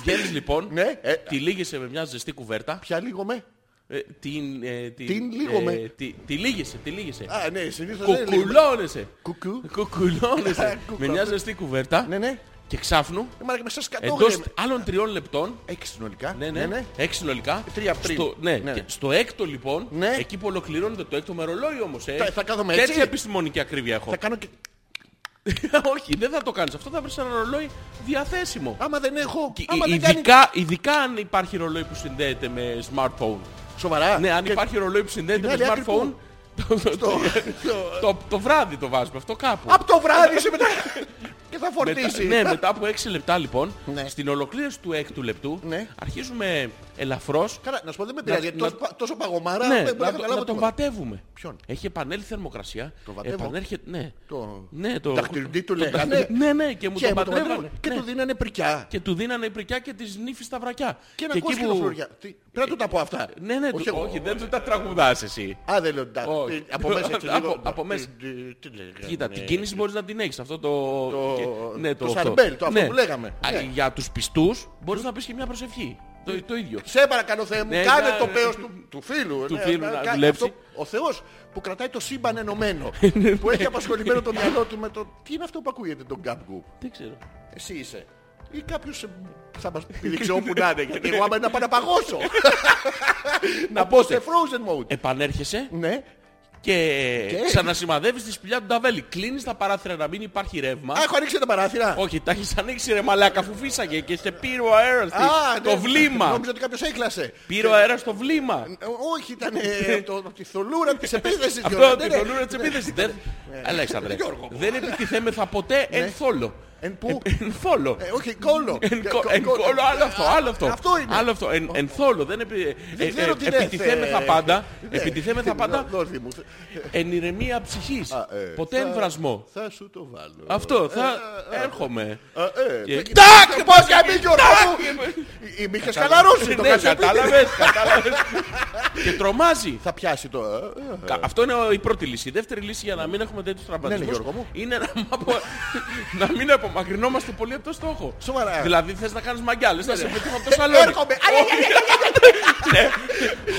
Speaker 2: Βγαίνεις λοιπόν,
Speaker 1: Ναι, ε.
Speaker 2: τη λύγεσαι με μια ζεστή κουβέρτα.
Speaker 1: Πια λίγο με.
Speaker 2: Ε, την, ε, την,
Speaker 1: Την λίγομαι.
Speaker 2: ε, τη, τη λίγεσαι, τη λίγεσαι.
Speaker 1: Α, ναι, συνήθως δεν είναι λίγο με.
Speaker 2: Κουκουλώνεσαι.
Speaker 1: Κουκού.
Speaker 2: Κουκουλώνεσαι.
Speaker 1: Κουκουλώνεσαι.
Speaker 2: με μια ζεστή κουβέρτα.
Speaker 1: Ναι, ναι.
Speaker 2: Και ξάφνου,
Speaker 1: Ε, Μαλάκα μέσα σκατόγρια.
Speaker 2: εντός άλλων τριών λεπτών,
Speaker 1: Έχεις Ε, συνολικά.
Speaker 2: ναι, ναι, έξι συνολικά.
Speaker 1: Τρία πριν.
Speaker 2: Στο, ναι,
Speaker 1: Ναι, ναι.
Speaker 2: και στο έκτο λοιπόν,
Speaker 1: Ναι.
Speaker 2: εκεί που ολοκληρώνεται το έκτο μερολόγιο όμως. Ε,
Speaker 1: Θα- θα κάθομαι
Speaker 2: Και
Speaker 1: έτσι.
Speaker 2: έτσι επιστημονική ακρίβεια έχω.
Speaker 1: Θα κάνω και...
Speaker 2: Όχι, δεν θα το κάνεις. Αυτό θα βρεις ένα ρολόι διαθέσιμο.
Speaker 1: Άμα δεν έχω...
Speaker 2: Και
Speaker 1: Άμα
Speaker 2: ει-
Speaker 1: δεν κάνει...
Speaker 2: ειδικά, ειδικά αν υπάρχει ρολόι που συνδέεται με smartphone.
Speaker 1: Σοβαρά.
Speaker 2: Ναι, αν
Speaker 1: Και-
Speaker 2: υπάρχει ρολόι που συνδέεται με
Speaker 1: άλλη άκρη
Speaker 2: smartphone,
Speaker 1: πού?
Speaker 2: το- το- το- το βράδυ το βάζουμε αυτό κάπου.
Speaker 1: Απ' το βράδυ σε μετά... Και θα
Speaker 2: Μετά-
Speaker 1: φορτίσει.
Speaker 2: ναι, μετά από 6 λεπτά λοιπόν,
Speaker 1: Ναι.
Speaker 2: στην ολοκλήρωση του έκτου λεπτού,
Speaker 1: Ναι.
Speaker 2: αρχίζουμε ελαφρώς
Speaker 1: Καλά, να σου πω δεν με πειράζει. γιατί
Speaker 2: να-
Speaker 1: τόσο πα- Τόσο παγωμάρα
Speaker 2: ναι,
Speaker 1: δεν μπορώ
Speaker 2: να,
Speaker 1: να
Speaker 2: το-
Speaker 1: καταλάβω
Speaker 2: να τον
Speaker 1: τίποτα.
Speaker 2: βατεύουμε.
Speaker 1: Ποιον?
Speaker 2: Έχει επανέλθει η θερμοκρασία.
Speaker 1: Το βατεύω?
Speaker 2: Επανέρχεται, ναι.
Speaker 1: Το-
Speaker 2: ναι, το...
Speaker 1: Δαχτυλιτή του
Speaker 2: το-
Speaker 1: λέγανε.
Speaker 2: Ναι, ναι, και μου
Speaker 1: Και
Speaker 2: τον
Speaker 1: μου το
Speaker 2: πατρεύανε.
Speaker 1: βατεύανε. Και
Speaker 2: ναι.
Speaker 1: του δίνανε πρικιά.
Speaker 2: και του δίνανε η πρικιά και τις νύφεις στα βρακιά.
Speaker 1: Και ένα
Speaker 2: εκεί
Speaker 1: κόσκινο φλουριά. Τι- Πρέπει να του τα πω αυτά.
Speaker 2: Ναι, ναι,
Speaker 1: Όχι
Speaker 2: του-
Speaker 1: εγώ.
Speaker 2: όχι, δεν του τα τραγουδάς εσύ.
Speaker 1: Α, δεν λέω τα.
Speaker 2: Όχι.
Speaker 1: τι- Από μέσα έτσι
Speaker 2: Από-
Speaker 1: λίγο.
Speaker 2: από μέσα.
Speaker 1: Τι- τι λέγανε.
Speaker 2: Κοίτα, την κίνηση μπορείς να την έχεις. Αυτό το...
Speaker 1: Ναι. Το-
Speaker 2: και- ναι,
Speaker 1: το
Speaker 2: αυτό.
Speaker 1: σαρμπέλ, το αυτό που λέγαμε.
Speaker 2: Α,
Speaker 1: Ναι.
Speaker 2: Για τους πιστούς μπορείς να πεις και μια προσευχή. Το, το ίδιο.
Speaker 1: Σε παρακαλώ Θεέ μου,
Speaker 2: Ναι,
Speaker 1: κάνε
Speaker 2: ναι,
Speaker 1: το
Speaker 2: ναι.
Speaker 1: πέος του, του φίλου.
Speaker 2: Του
Speaker 1: ναι,
Speaker 2: φίλου
Speaker 1: ναι,
Speaker 2: να
Speaker 1: κα-
Speaker 2: δουλέψει. Ναι,
Speaker 1: αυτό- Ο Θεός που κρατάει το σύμπαν ενωμένο. που έχει απασχολημένο το μυαλό του με το... Τι είναι αυτό που ακούγεται τον κάπου.
Speaker 2: Δεν ξέρω.
Speaker 1: Εσύ είσαι. Ή κάποιος ε, θα μας πηδήξει όπου να είναι. Γιατί εγώ άμα είναι να πάω να παγώσω. να μπω σε frozen mode.
Speaker 2: Επανέρχεσαι
Speaker 1: Ναι.
Speaker 2: και, ξανασημαδεύεις τη σπηλιά του Νταβέλη. Κλείνεις τα παράθυρα να μην υπάρχει ρεύμα.
Speaker 1: Α, έχω ανοίξει τα παράθυρα.
Speaker 2: Όχι, τα έχεις ανοίξει ρε μαλάκα, αφού φύσαγε και σε πήρε ο αέρας στη-
Speaker 1: Α,
Speaker 2: το
Speaker 1: ναι,
Speaker 2: βλήμα.
Speaker 1: Νόμιζα ότι κάποιος έκλασε.
Speaker 2: Πήρε ο αέρας στο βλήμα.
Speaker 1: Ε, Όχι, ήταν ε, από το- από τη θολούρα της επίθεσης.
Speaker 2: Αυτό
Speaker 1: Γιώργο.
Speaker 2: την
Speaker 1: Ναι, ναι.
Speaker 2: κολούρα της επίθεσης. Δεν- Αλέξανδρε,
Speaker 1: Γιώργο.
Speaker 2: δεν επιτιθέμεθα ποτέ εν θόλο.
Speaker 1: Εν πού?
Speaker 2: Εν θόλο.
Speaker 1: Ε, Όχι, κόλλο.
Speaker 2: Εν
Speaker 1: Κα-
Speaker 2: κο-
Speaker 1: κα-
Speaker 2: εν κόλο, άλλο αυτό, άλλο αυτό.
Speaker 1: Αυτό είναι.
Speaker 2: Άλλο αυτό. Εν, εν θόλο, δεν επι... ε,
Speaker 1: ξέρω
Speaker 2: ε,
Speaker 1: τι είναι,
Speaker 2: επιτιθέμεθα
Speaker 1: θε-
Speaker 2: πάντα.
Speaker 1: Ναι.
Speaker 2: Επιτιθέμεθα πάντα
Speaker 1: Δώστε μου.
Speaker 2: εν ηρεμία ψυχής.
Speaker 1: Α, ε,
Speaker 2: Ποτέ
Speaker 1: θα-
Speaker 2: εν βρασμό.
Speaker 1: Θα σου το βάλω. Ε,
Speaker 2: Αυτό, θα έρχομαι.
Speaker 1: Α, ε,
Speaker 2: Και-
Speaker 1: θα- Τάκ! Πώς για μη Γιώργο μου! Η- Η μη είχες χαλαρώσει το
Speaker 2: Ναι,
Speaker 1: κασέπι.
Speaker 2: κατάλαβες, κατάλαβες. Και τρομάζει.
Speaker 1: Θα πιάσει το... ε, ε.
Speaker 2: Κα- Αυτό είναι η πρώτη λύση. Η δεύτερη λύση για να μην έχουμε τέτοιους
Speaker 1: Ναι,
Speaker 2: τραυματισμούς
Speaker 1: ναι, Γιώργο μου.
Speaker 2: είναι να, μ' απο- να μην απομακρυνόμαστε πολύ από το στόχο.
Speaker 1: Σοβαρά. Ναι,
Speaker 2: Δηλαδή θες να κάνεις μαγκιάλες, να σε πετύχω από το σαλόνι.
Speaker 1: Έρχομαι. Α, ναι, ναι, ναι.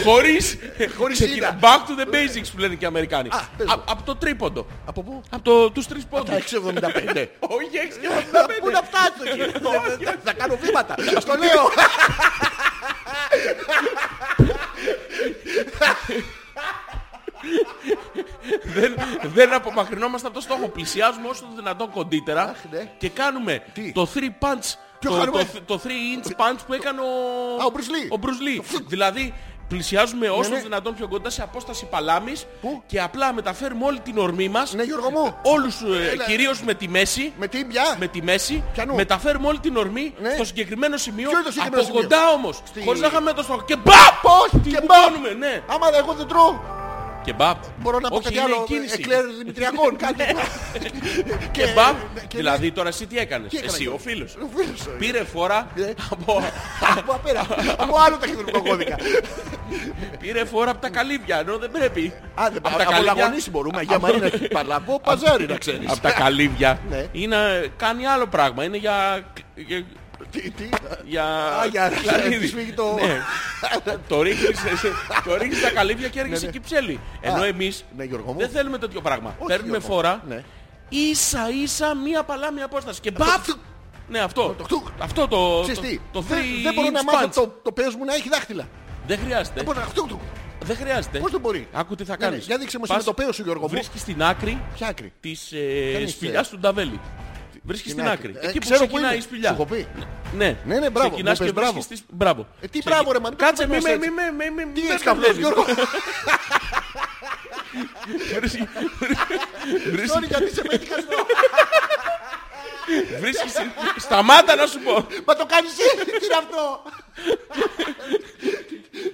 Speaker 2: Χωρίς...
Speaker 1: Ε, Χωρίς
Speaker 2: ξεκινά-
Speaker 1: είδα.
Speaker 2: Back to the basics που λένε και οι Αμερικάνοι.
Speaker 1: Α, πες μου.
Speaker 2: Α- Από το τρίποντο.
Speaker 1: Από πού?
Speaker 2: Από το, τους τρεις
Speaker 1: Τα
Speaker 2: πόντους.
Speaker 1: 675.
Speaker 2: Όχι, έχεις και
Speaker 1: Να- Πού να φτάσω κύριε. Θα- Θα κάνω βήματα. Στο λέω.
Speaker 2: δεν, δεν απομακρυνόμαστε από το στόχο. Πλησιάζουμε όσο το δυνατόν κοντύτερα
Speaker 1: Αχ, ναι.
Speaker 2: και κάνουμε
Speaker 1: Τι?
Speaker 2: το 3 punch.
Speaker 1: Ποιο
Speaker 2: το,
Speaker 1: κάνουμε?
Speaker 2: το, το 3 inch punch που έκανε ο,
Speaker 1: Α, ο Bruce Lee.
Speaker 2: Bruce Lee. δηλαδή πλησιάζουμε όσο
Speaker 1: ναι.
Speaker 2: δυνατόν πιο κοντά σε απόσταση παλάμης
Speaker 1: Πού?
Speaker 2: και απλά μεταφέρουμε όλη την ορμή μας.
Speaker 1: Ναι, Γιώργο μου.
Speaker 2: Όλους, ε,
Speaker 1: Έλα.
Speaker 2: κυρίως με τη μέση.
Speaker 1: Με τι πια.
Speaker 2: Με τη μέση.
Speaker 1: Πιανού?
Speaker 2: Μεταφέρουμε όλη την ορμή
Speaker 1: Ναι.
Speaker 2: στο συγκεκριμένο σημείο.
Speaker 1: Ποιο είναι το συγκεκριμένο
Speaker 2: από
Speaker 1: σημείο?
Speaker 2: κοντά όμως.
Speaker 1: Στη-
Speaker 2: Χωρίς να είχαμε το στόχο. Και μπαπ!
Speaker 1: Πώς
Speaker 2: Την
Speaker 1: και μπαμ.
Speaker 2: κάνουμε, ναι.
Speaker 1: Άμα εγώ δεν τρώω.
Speaker 2: Κεμπάπ.
Speaker 1: Μπορώ να πω
Speaker 2: Όχι,
Speaker 1: κάτι
Speaker 2: είναι
Speaker 1: άλλο.
Speaker 2: η κίνηση. Ναι.
Speaker 1: Εκλέρ Δημητριακών, κάτι. Και-
Speaker 2: Κεμπάπ.
Speaker 1: και-
Speaker 2: Δηλαδή τώρα εσύ τι έκανες.
Speaker 1: Τι έκανα
Speaker 2: Εσύ
Speaker 1: εγώ?
Speaker 2: ο φίλος.
Speaker 1: Ο φίλος, ε.
Speaker 2: Πήρε φορά
Speaker 1: Ε.
Speaker 2: από...
Speaker 1: Από απέρα. Από άλλο ταχυδρομικό κώδικα.
Speaker 2: Πήρε φορά από τα καλύβια, ενώ δεν πρέπει.
Speaker 1: Α, δεν
Speaker 2: Απ' τα
Speaker 1: πα- Από
Speaker 2: καλύβια-
Speaker 1: λαγονίση μπορούμε. Για Μαρίνα Παλαβό, παζάρι να ξέρεις.
Speaker 2: από τα καλύβια.
Speaker 1: Ναι.
Speaker 2: είναι, κάνει άλλο πράγμα. Είναι για... για-
Speaker 1: Τι, τι.
Speaker 2: Για...
Speaker 1: Α, για
Speaker 2: κλαρίδι.
Speaker 1: να σφίγγει το...
Speaker 2: Ναι. το ρίχνεις, το ρίχνεις στα καλύβια και έρχεσαι κυψέλη. Ενώ
Speaker 1: Ναι, Α,
Speaker 2: εμείς
Speaker 1: ναι, Γιώργο μου.
Speaker 2: δεν θέλουμε τέτοιο πράγμα.
Speaker 1: Όχι,
Speaker 2: Παίρνουμε
Speaker 1: Γιώργο.
Speaker 2: φορά
Speaker 1: Ναι.
Speaker 2: ίσα ίσα μία παλάμη απόσταση. Και μπαφ!
Speaker 1: χτουκ.
Speaker 2: Ναι, αυτό.
Speaker 1: Το χτουκ.
Speaker 2: Αυτό το...
Speaker 1: Ξέρεις τι,
Speaker 2: το- Ε. Το
Speaker 1: δεν-
Speaker 2: 3
Speaker 1: δεν μπορώ να
Speaker 2: inch
Speaker 1: μάθω
Speaker 2: punch.
Speaker 1: το, το πες μου να έχει δάχτυλα.
Speaker 2: Δεν χρειάζεται.
Speaker 1: Ε, Πώς να χτουκ, χτουκ.
Speaker 2: Δεν χρειάζεται.
Speaker 1: Πώς δεν μπορεί.
Speaker 2: Άκου τι θα
Speaker 1: Ναι, ναι,
Speaker 2: κάνεις.
Speaker 1: για δείξε μου εσύ
Speaker 2: Πας-
Speaker 1: με το πέος σου, Γιώργο μου.
Speaker 2: Βρίσκεις την άκρη
Speaker 1: Ποια άκρη.
Speaker 2: της ε,
Speaker 1: Κάνεις,
Speaker 2: σπηλιάς
Speaker 1: ε,
Speaker 2: του Νταβέλη. Βρίσκεις την άκρη.
Speaker 1: Ε,
Speaker 2: Εκεί που
Speaker 1: ξέρω που
Speaker 2: ξεκινάει
Speaker 1: είναι.
Speaker 2: η σπηλιά.
Speaker 1: Σου έχω πει.
Speaker 2: Ναι,
Speaker 1: Ναι, ναι, μπράβο.
Speaker 2: Ξεκινάς
Speaker 1: Μου
Speaker 2: και
Speaker 1: πες μπράβο.
Speaker 2: βρίσκεις τις... Μπράβο.
Speaker 1: Ε, τι μπράβο, ρε, μα μην το
Speaker 2: Κάτσε, μη
Speaker 1: θυμάσαι
Speaker 2: με, μη
Speaker 1: έτσι.
Speaker 2: με, μη με,
Speaker 1: Τι
Speaker 2: μη
Speaker 1: έχεις
Speaker 2: με
Speaker 1: καπνός,
Speaker 2: βλέπεις.
Speaker 1: Γιώργο.
Speaker 2: Βρίσκει-
Speaker 1: Sorry, γιατί σε πέτυχα στο...
Speaker 2: Βρίσκεις... Σταμάτα να σου πω.
Speaker 1: Μα το κάνεις εσύ, τι είναι αυτό.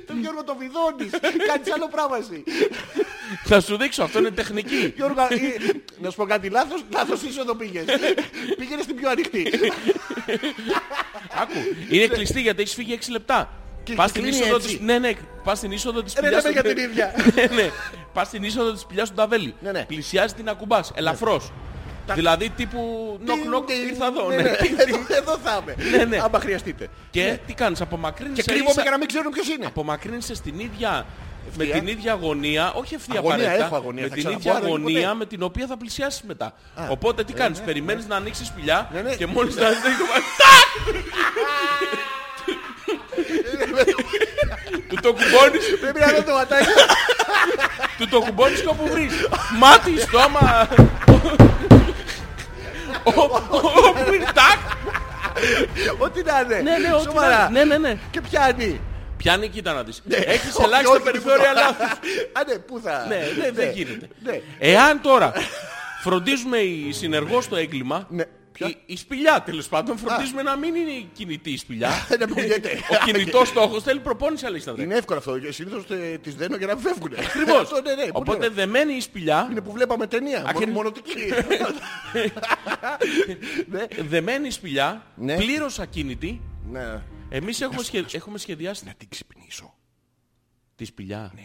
Speaker 1: Τον Γιώργο το βιδώνεις. Κάνεις άλλο πράγμα εσύ.
Speaker 2: Θα σου δείξω, αυτό είναι τεχνική.
Speaker 1: Γιώργο, ε, να σου πω κάτι λάθος, λάθος είσοδο πήγες. Πήγαινες στην πιο ανοιχτή.
Speaker 2: Άκου, είναι κλειστή γιατί έχεις φύγει 6 λεπτά.
Speaker 1: Και-
Speaker 2: Πας
Speaker 1: και
Speaker 2: στην
Speaker 1: κλείνει
Speaker 2: είσοδο
Speaker 1: έτσι.
Speaker 2: της... Ναι, ναι, πας στην είσοδο της
Speaker 1: Ρε,
Speaker 2: σπηλιάς
Speaker 1: λέμε
Speaker 2: του-
Speaker 1: για την ίδια.
Speaker 2: Ναι, ναι. Πας στην είσοδο της σπηλιάς του Νταβέλη.
Speaker 1: Ναι, ναι.
Speaker 2: Πλησιάζει την ακουμπάς, ελαφρώς. Δηλαδή τύπου νοκ νοκ
Speaker 1: Τι-
Speaker 2: ήρθα εδώ.
Speaker 1: ναι,
Speaker 2: ναι.
Speaker 1: ναι. Εδώ- Εδώ θα
Speaker 2: Ναι,
Speaker 1: είμαι.
Speaker 2: ναι.
Speaker 1: Άμα χρειαστείτε.
Speaker 2: Και τι κάνεις, απομακρύνεις.
Speaker 1: Και κρύβομαι για να μην ξέρουν ποιος είναι.
Speaker 2: απομακρύνεσαι στην ίδια, με
Speaker 1: Ευθεία.
Speaker 2: την ίδια αγωνία, όχι ευθεία
Speaker 1: Αγωνία,
Speaker 2: απαραίτητα,
Speaker 1: έχω αγωνία,
Speaker 2: με
Speaker 1: θα
Speaker 2: την
Speaker 1: ξαναπώ,
Speaker 2: ίδια
Speaker 1: άρα είναι
Speaker 2: αγωνία
Speaker 1: ποτέ.
Speaker 2: με την οποία θα πλησιάσεις μετά. Οπότε τι κάνεις, περιμένεις να ανοίξεις σπηλιά
Speaker 1: Ε, Ναι, ναι.
Speaker 2: και μόλις να ανοίξεις το κουμπάκι, τάκ! Του το κουμπώνεις,
Speaker 1: Πρέπει να είναι το ματάκι.
Speaker 2: του το κουμπώνεις και όπου βρεις. Μάτι, στόμα... Όπου- Όπου είναι τάκ!
Speaker 1: Ό,τι να είναι.
Speaker 2: Ναι, ναι, ό,τι
Speaker 1: Σοβαρά.
Speaker 2: να- ναι, ναι, ναι.
Speaker 1: Και πιάνει.
Speaker 2: Πιάνει, κοίτα να δεις. Έχεις
Speaker 1: Ναι. Όχι,
Speaker 2: ελάχιστα
Speaker 1: όχι,
Speaker 2: περιθώρια
Speaker 1: τίποτα.
Speaker 2: λάθους.
Speaker 1: Α, ναι, πού θα.
Speaker 2: Ναι, ναι, δεν γίνεται.
Speaker 1: Ναι.
Speaker 2: Εάν τώρα φροντίζουμε η συνεργός στο έγκλημα,
Speaker 1: Ναι. Ποια?
Speaker 2: η, η σπηλιά τέλος πάντων, φροντίζουμε να μην είναι η κινητή η σπηλιά.
Speaker 1: Να μην κουνιέται.
Speaker 2: Ο κινητός στόχος θέλει προπόνηση, Αλέξανδρε.
Speaker 1: Είναι εύκολο αυτό. Συνήθως ε, τις δένω για να μην φεύγουν.
Speaker 2: Ακριβώς.
Speaker 1: Αυτό, ναι, ναι, πολύ
Speaker 2: Οπότε
Speaker 1: ωραίο.
Speaker 2: δεμένη η σπηλιά,
Speaker 1: Είναι που βλέπαμε ταινία.
Speaker 2: Ακριβώς.
Speaker 1: Μόνο, μονοτική. ναι.
Speaker 2: δεμένη η σπηλιά,
Speaker 1: Ναι.
Speaker 2: πλήρως ακίνητη.
Speaker 1: ναι.
Speaker 2: Εμείς έχουμε, σχε- έχουμε σχεδιάσει
Speaker 1: Να την ξυπνήσω.
Speaker 2: τη σπηλιά.
Speaker 1: Ναι.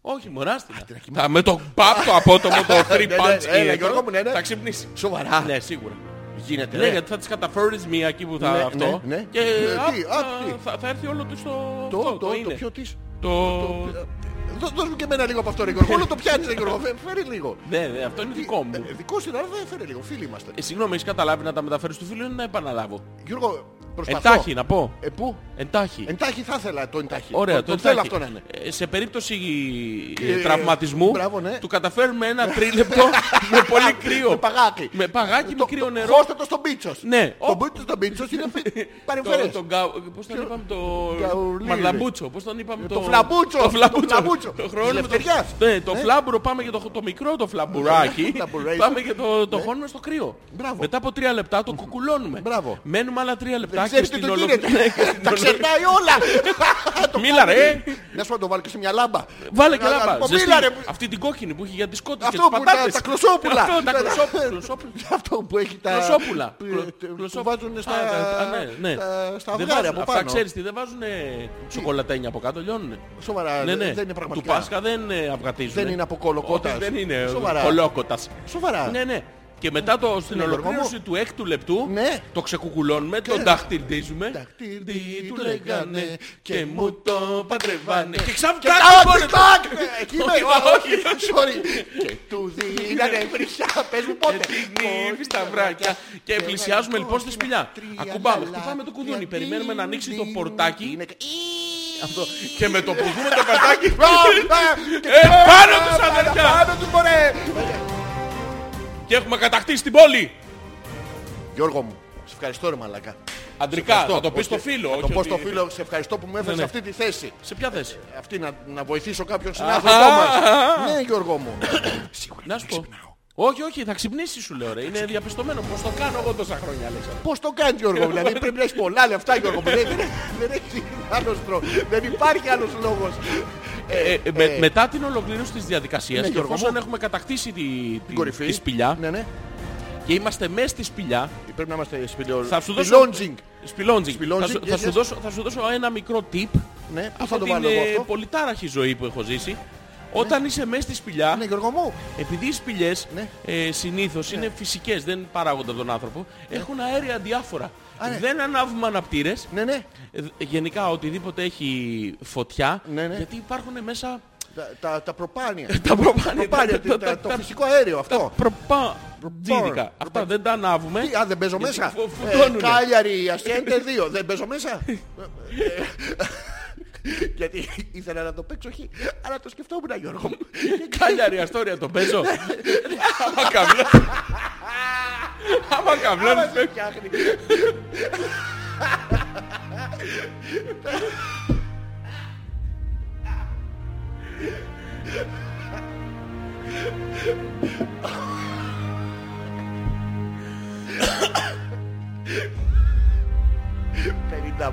Speaker 2: Όχι, μωράστηκα.
Speaker 1: την ακοιμάστε.
Speaker 2: Τα- Με το παπ το απότομο, το
Speaker 1: Ναι,
Speaker 2: three
Speaker 1: ναι,
Speaker 2: punch.
Speaker 1: έλα,
Speaker 2: και-
Speaker 1: Γιώργο μου, ναι, ναι.
Speaker 2: Θα ξυπνήσει.
Speaker 1: Σοβαρά.
Speaker 2: Ναι, σίγουρα.
Speaker 1: Γίνεται.
Speaker 2: Ναι,
Speaker 1: ρε.
Speaker 2: γιατί θα τις καταφέρεις μία εκεί που θα
Speaker 1: Ναι,
Speaker 2: αυτό
Speaker 1: ναι, ναι.
Speaker 2: και
Speaker 1: Ναι, τι,
Speaker 2: α,
Speaker 1: α, τι.
Speaker 2: θα, θα έρθει όλο του στο
Speaker 1: Το,
Speaker 2: αυτό,
Speaker 1: το, το,
Speaker 2: είναι.
Speaker 1: πιο της.
Speaker 2: Το-
Speaker 1: Δώ- Ε, Δώσ' μου και εμένα λίγο από αυτό, ρε Γιώργο. Όλο το πιάνεις, ρε Γιώργο. Φέ- Φέρει λίγο.
Speaker 2: Ναι, ναι, αυτό είναι δικό μου.
Speaker 1: Ε, Δικό στην άρθρα, φέρε λίγο. Φίλοι είμαστε.
Speaker 2: Ε, συγγνώμη, έχεις καταλάβει να τα μεταφέρεις του φίλου ή να επαναλάβω.
Speaker 1: Γιώργο, προσπαθώ.
Speaker 2: Εντάχει να πω.
Speaker 1: Ε, πού?
Speaker 2: Εντάχει.
Speaker 1: Εντάχει θα ήθελα το εντάχει.
Speaker 2: Ωραία,
Speaker 1: το,
Speaker 2: το,
Speaker 1: θέλω
Speaker 2: εντάχει.
Speaker 1: αυτό να είναι.
Speaker 2: Ε, σε περίπτωση ε,
Speaker 1: Και-
Speaker 2: τραυματισμού,
Speaker 1: μπράβο, ναι.
Speaker 2: του καταφέρουμε ένα τρίλεπτο με πολύ Ε, κρύο.
Speaker 1: Με παγάκι. Ε,
Speaker 2: Με παγάκι, με
Speaker 1: Το-
Speaker 2: κρύο
Speaker 1: το-
Speaker 2: νερό.
Speaker 1: Χώστε το στον πίτσος.
Speaker 2: Ναι.
Speaker 1: Το πίτσος στον πίτσος είναι πι-
Speaker 2: Το,
Speaker 1: παρεμφερές. Ε,
Speaker 2: τον γκαου- πώς τον είπαμε, το
Speaker 1: Γκαουλίδη.
Speaker 2: μαρλαμπούτσο, πώς τον είπαμε,
Speaker 1: Ε, Το φλαμπούτσο,
Speaker 2: το φλαμπούτσο,
Speaker 1: το φλαμπούτσο.
Speaker 2: το χρόνο με το,
Speaker 1: Λευτεριάς.
Speaker 2: ναι, το φλάμπουρο πάμε για το, το μικρό το φλαμπουράκι,
Speaker 1: Φλαμπουράκι. Ναι.
Speaker 2: πάμε για το, το χώνουμε στο κρύο.
Speaker 1: Μπράβο.
Speaker 2: Μετά από τρία λεπτά το κουκουλώνουμε.
Speaker 1: Μπράβο.
Speaker 2: Μένουμε άλλα τρία λεπτά
Speaker 1: Δεν ξέρεις
Speaker 2: στην
Speaker 1: τι του
Speaker 2: ολο-
Speaker 1: γίνεται.
Speaker 2: Ναι, και στην
Speaker 1: Τα
Speaker 2: ολο-
Speaker 1: ξερνάει όλα. Το
Speaker 2: Μίλα ρε,
Speaker 1: Να σου πω να το βάλω και σε μια λάμπα.
Speaker 2: βάλε και
Speaker 1: Να-
Speaker 2: λάμπα.
Speaker 1: να πω,
Speaker 2: Ζεστή.
Speaker 1: Μίλα ρε. που-
Speaker 2: Αυτή την κόκκινη που έχει για τις κότες και
Speaker 1: Αυτό
Speaker 2: τις
Speaker 1: που τα,
Speaker 2: πατάτες.
Speaker 1: τα κλωσόπουλα.
Speaker 2: Αυτό, τα κλωσόπουλα, κλωσόπουλα.
Speaker 1: Αυτό που έχει τα...
Speaker 2: Κλωσόπουλα.
Speaker 1: που-
Speaker 2: Κλω-
Speaker 1: που
Speaker 2: κλωσόπουλα.
Speaker 1: βάζουν στα,
Speaker 2: Α, τα- α, ναι, ναι.
Speaker 1: στα, στα
Speaker 2: Δεν
Speaker 1: αυγάρια
Speaker 2: βάζουν-
Speaker 1: από
Speaker 2: Αυτά
Speaker 1: πάνω.
Speaker 2: ξέρεις τι, δεν βάζουν ε, σοκολατένια από κάτω, λιώνουνε.
Speaker 1: Σοβαρά,
Speaker 2: Ναι, ναι.
Speaker 1: δεν είναι
Speaker 2: Του
Speaker 1: πραγματικά.
Speaker 2: Πάσχα δεν ε, αυγατίζουν.
Speaker 1: Δεν είναι από κολοκότας.
Speaker 2: Όχι, Δεν είναι
Speaker 1: Σοβαρά.
Speaker 2: κολόκοτας.
Speaker 1: Σοβαρά.
Speaker 2: Ναι, ναι. Και μετά το, στην
Speaker 1: Ναι, Γιώργο
Speaker 2: ολοκλήρωση του έκτου λεπτού
Speaker 1: Ναι.
Speaker 2: το ξεκουκουλώνουμε, το δαχτυλίζουμε.
Speaker 1: Δαχτυλί
Speaker 2: Τι
Speaker 1: του
Speaker 2: του λέγανε
Speaker 1: λέγανε
Speaker 2: και μου το παντρευάνε. ναι. Και
Speaker 1: Και
Speaker 2: ξαφνικά
Speaker 1: τάκ,
Speaker 2: κουμπώνεται.
Speaker 1: τάκ, ε, εκεί είμαι,
Speaker 2: Όχι,
Speaker 1: όχι, sorry. Και του δίνανε βρυσιά, πες μου πότε.
Speaker 2: Νύφη στα βράκια. Και πλησιάζουμε λοιπόν στη σπηλιά. Ακουμπάμε, χτυπάμε το κουδούνι. Περιμένουμε να ανοίξει το πορτάκι.
Speaker 1: Είναι-
Speaker 2: Αυτό. Και με το που δούμε το πατάκι.
Speaker 1: Α, α, και-
Speaker 2: Ε, πάνω τους,
Speaker 1: Α,
Speaker 2: αδερφιά.
Speaker 1: Πάνω τους, μωρέ.
Speaker 2: Και έχουμε κατακτήσει την πόλη.
Speaker 1: Γιώργο μου, σε ευχαριστώ ρε μαλακά.
Speaker 2: Αντρικά,
Speaker 1: Ευχαριστώ.
Speaker 2: θα το πεις στο
Speaker 1: Όχι,
Speaker 2: φίλο.
Speaker 1: Θα το
Speaker 2: όχι
Speaker 1: πω
Speaker 2: ότι-
Speaker 1: στο φίλο, Ε, σε ευχαριστώ που μου έφερες
Speaker 2: ναι.
Speaker 1: αυτή τη θέση.
Speaker 2: Σε ποια θέση.
Speaker 1: Αυτή να, να βοηθήσω κάποιον συνάδελφό μας. Ναι, Γιώργο μου. Σίγουρα
Speaker 2: Να
Speaker 1: δεν
Speaker 2: σου πω.
Speaker 1: ξυπνάω.
Speaker 2: Όχι, όχι, θα ξυπνήσει σου λέω ρε. Είναι διαπιστωμένο πως το κάνω εγώ τόσα χρόνια, Αλέξανδρο.
Speaker 1: Πώς το κάνεις Γιώργο, μου, δηλαδή πρέπει να έχεις πολλά λεφτά Γιώργο. μου. δεν, δεν, δεν έχει άλλος τρόπος. Δεν υπάρχει άλλος λόγος.
Speaker 2: Ε, ε, με- μετά την ολοκλήρωση της διαδικασίας
Speaker 1: Ναι,
Speaker 2: και
Speaker 1: Γιώργο
Speaker 2: εφόσον
Speaker 1: μου.
Speaker 2: έχουμε κατακτήσει τη, τη,
Speaker 1: Την κορυφή.
Speaker 2: τη σπηλιά
Speaker 1: Ναι, ναι.
Speaker 2: και είμαστε μέσα στη σπηλιά
Speaker 1: Πρέπει να είμαστε σπηλιο...
Speaker 2: θα σου δώσω...
Speaker 1: launching.
Speaker 2: Σπηλόντζινγκ.
Speaker 1: Σπηλόντζινγκ,
Speaker 2: Θα, σου-
Speaker 1: yes,
Speaker 2: θα, σου
Speaker 1: yes.
Speaker 2: δώσω, θα σου δώσω ένα μικρό tip
Speaker 1: Ναι, πού
Speaker 2: από
Speaker 1: θα το
Speaker 2: την
Speaker 1: βάλω
Speaker 2: ε,
Speaker 1: εγώ αυτό.
Speaker 2: πολυτάραχη ζωή που έχω ζήσει. Όταν είσαι μέσα στη σπηλιά,
Speaker 1: Ναι, Γιώργο μου.
Speaker 2: επειδή οι σπηλιές
Speaker 1: Ναι.
Speaker 2: ε, συνήθως είναι φυσικές, δεν παράγονται από τον άνθρωπο, έχουν αέρια διάφορα.
Speaker 1: Α, ναι.
Speaker 2: Δεν ανάβουμε αναπτήρες.
Speaker 1: Ναι, ναι.
Speaker 2: Ε, Γενικά οτιδήποτε έχει φωτιά,
Speaker 1: Ναι, ναι.
Speaker 2: γιατί υπάρχουν μέσα
Speaker 1: Τα, τα, τα προπάνια.
Speaker 2: τα προπάνια.
Speaker 1: προπάνια, τα-
Speaker 2: ναι,
Speaker 1: τα- το φυσικό αέριο αυτό.
Speaker 2: προπα...
Speaker 1: Προπα-
Speaker 2: Τζίδικα. Αυτά δεν τα ανάβουμε.
Speaker 1: Τι, Α, δεν παίζω
Speaker 2: Γιατί
Speaker 1: μέσα. Ε,
Speaker 2: φου- φουντώνουνε.
Speaker 1: Κάλιαρη, Αστιαντε 2. Δεν παίζω μέσα. Ε, ε, Γιατί ήθελα να το παίξω χι, αλλά το σκεφτόμουν Γιώργο μου.
Speaker 2: Κάλια ρε αστόρια το παίζω. Άμα καβλώ. Άμα καβλώ.
Speaker 1: Άμα σε φτιάχνει.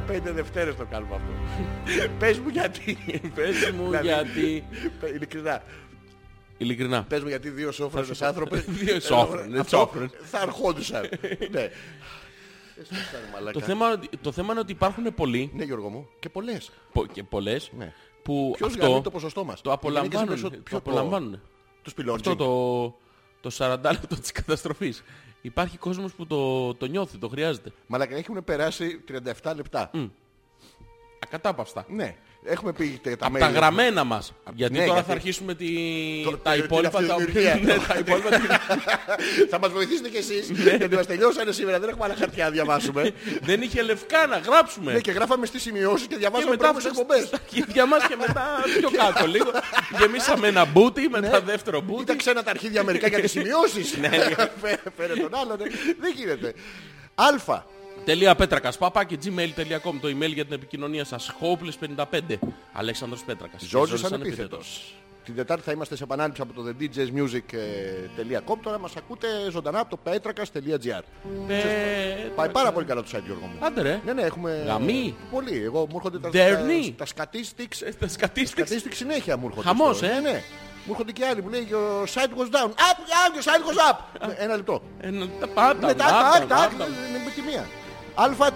Speaker 1: «55 Δευτέρες το κάνουμε αυτό. Πες μου γιατί.
Speaker 2: Πες μου
Speaker 1: Δηλαδή,
Speaker 2: γιατί.
Speaker 1: Ειλικρινά.
Speaker 2: Ειλικρινά.
Speaker 1: Πες μου γιατί δύο σόφρονες άνθρωπες.
Speaker 2: Δύο σόφρονες,
Speaker 1: Αυτό
Speaker 2: σόφρονες.
Speaker 1: Θα αρχόντουσαν. Ναι. Πες τι θα είναι, μαλάκα.
Speaker 2: Το θέμα, το θέμα είναι ότι υπάρχουν πολλοί
Speaker 1: Ναι, Γιώργο μου. Και πολλές.
Speaker 2: πο- και πολλές
Speaker 1: Ναι.
Speaker 2: που
Speaker 1: Ποιος
Speaker 2: αυτό
Speaker 1: γαμεί το ποσοστό μας.
Speaker 2: το απολαμβάνουν.
Speaker 1: Γενικά, σε
Speaker 2: το
Speaker 1: ποιο το-
Speaker 2: απολαμβάνουν.
Speaker 1: Τους πιλόντζι.
Speaker 2: Αυτό το, το 40 λεπτό της καταστροφής. Υπάρχει κόσμος που το, το νιώθει, το χρειάζεται.
Speaker 1: Μαλάκα, έχουν περάσει 37 λεπτά.
Speaker 2: Ακατάπαυστα.
Speaker 1: Ναι. Έχουμε πει τα
Speaker 2: Απ'
Speaker 1: mail.
Speaker 2: τα γραμμένα μας. Γιατί
Speaker 1: Ναι,
Speaker 2: τώρα
Speaker 1: γιατί-
Speaker 2: θα αρχίσουμε τη...
Speaker 1: Το-
Speaker 2: τα
Speaker 1: την
Speaker 2: υπόλοιπα τα οποία...
Speaker 1: αυτοδημιουργία.
Speaker 2: Ναι, τα υπόλοιπα την-
Speaker 1: Θα μας βοηθήσετε κι εσείς.
Speaker 2: Ναι,
Speaker 1: Γιατί μας τελειώσανε σήμερα. Δεν έχουμε άλλα χαρτιά να διαβάσουμε.
Speaker 2: Δεν είχε λευκά να γράψουμε.
Speaker 1: Ναι, και γράφαμε στις σημειώσεις και
Speaker 2: και
Speaker 1: διαβάσαμε
Speaker 2: μετά
Speaker 1: πρώτες
Speaker 2: στα
Speaker 1: εκπομπές.
Speaker 2: στα χέρια μας και μετά πιο κάτω λίγο. Γεμίσαμε ένα μπούτι,
Speaker 1: Ναι.
Speaker 2: μετά δεύτερο μπούτι.
Speaker 1: Ήταν ξένα τα αρχίδια μερικά για
Speaker 2: Ναι,
Speaker 1: τις σημειώσεις. Φέ- Φέρε τον άλλον. ναι. Δεν γίνεται. Αλφα.
Speaker 2: Τελεία πέτρακας, παπάκι gmail.com Το email για την επικοινωνία σας Hopeless55 Αλέξανδρος Πέτρακας
Speaker 1: Ζόρζης
Speaker 2: Ζόρζης
Speaker 1: ανεπίθετος. Την Τετάρτη θα είμαστε σε επανάληψη από το thedjsmusic.com. ε, Τώρα μας ακούτε ζωντανά από το paetrakas.gr.
Speaker 2: Πε-
Speaker 1: Πάει πάρα πολύ καλά το site Γιώργο μου.
Speaker 2: Ε, Άντε ρε
Speaker 1: Ναι, ναι, έχουμε...
Speaker 2: Γαμί.
Speaker 1: Πολύ. Εγώ μου έρχονται τα,
Speaker 2: Derny.
Speaker 1: τα, τα statistics.
Speaker 2: Ε, Τα σκατίστηκες
Speaker 1: Statistics συνέχεια μου έρχονται.
Speaker 2: Χαμός,
Speaker 1: στο-
Speaker 2: ε.
Speaker 1: Ναι, ναι. Μου έρχονται και άλλοι. Μου λέει your site was down. Up, up, your site was up. Ναι, Ένα λεπτό.
Speaker 2: Ε, Τα πάντα
Speaker 1: Μετά,
Speaker 2: λάμπα,
Speaker 1: τα τα
Speaker 2: λάμπα.
Speaker 1: με τη μία.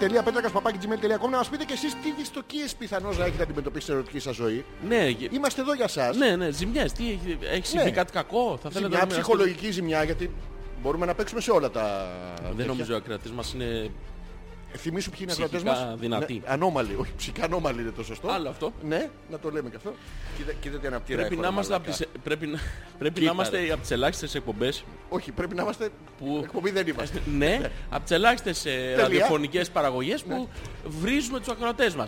Speaker 1: αλφα.πέτρακα.gmail.com να μας πείτε και εσείς τι δυστοκίες πιθανώς να έχετε αντιμετωπίσει στην ερωτική σας ζωή.
Speaker 2: Ναι, γε-
Speaker 1: Είμαστε εδώ για σας.
Speaker 2: ναι, ναι, ζημιές Τι έχει- έχει
Speaker 1: Ναι.
Speaker 2: συμβεί κάτι κακό Θα θέλετε
Speaker 1: Μια
Speaker 2: να μοιραστείτε.
Speaker 1: ψυχολογική ζημιά γιατί μπορούμε να παίξουμε σε όλα τα.
Speaker 2: Δεν νομίζω ο ακρατής μας είναι
Speaker 1: Θυμήσου ποιοι είναι οι
Speaker 2: Ψυχικά
Speaker 1: ακροατές μας.
Speaker 2: δυνατοί.
Speaker 1: Ναι, ανώμαλοι. Όχι, ψυχικά ανώμαλοι είναι το σωστό.
Speaker 2: άλλο αυτό
Speaker 1: Ναι, να το λέμε και αυτό. Κοίτα, κοίτα τι αναπτύρα
Speaker 2: Πρέπει
Speaker 1: έχω,
Speaker 2: να
Speaker 1: ρε
Speaker 2: είμαστε απ'
Speaker 1: μαλάκα.
Speaker 2: τις- πρέπει να- πρέπει να
Speaker 1: Κοίτα,
Speaker 2: είμαστε
Speaker 1: ρε.
Speaker 2: από τις ελάχιστες εκπομπές
Speaker 1: Όχι, πρέπει να είμαστε.
Speaker 2: Που-
Speaker 1: Εκπομπή δεν είμαστε.
Speaker 2: Ναι, από τι ελάχιστε ραδιοφωνικές παραγωγές που βρίζουμε τους ακροατές μας.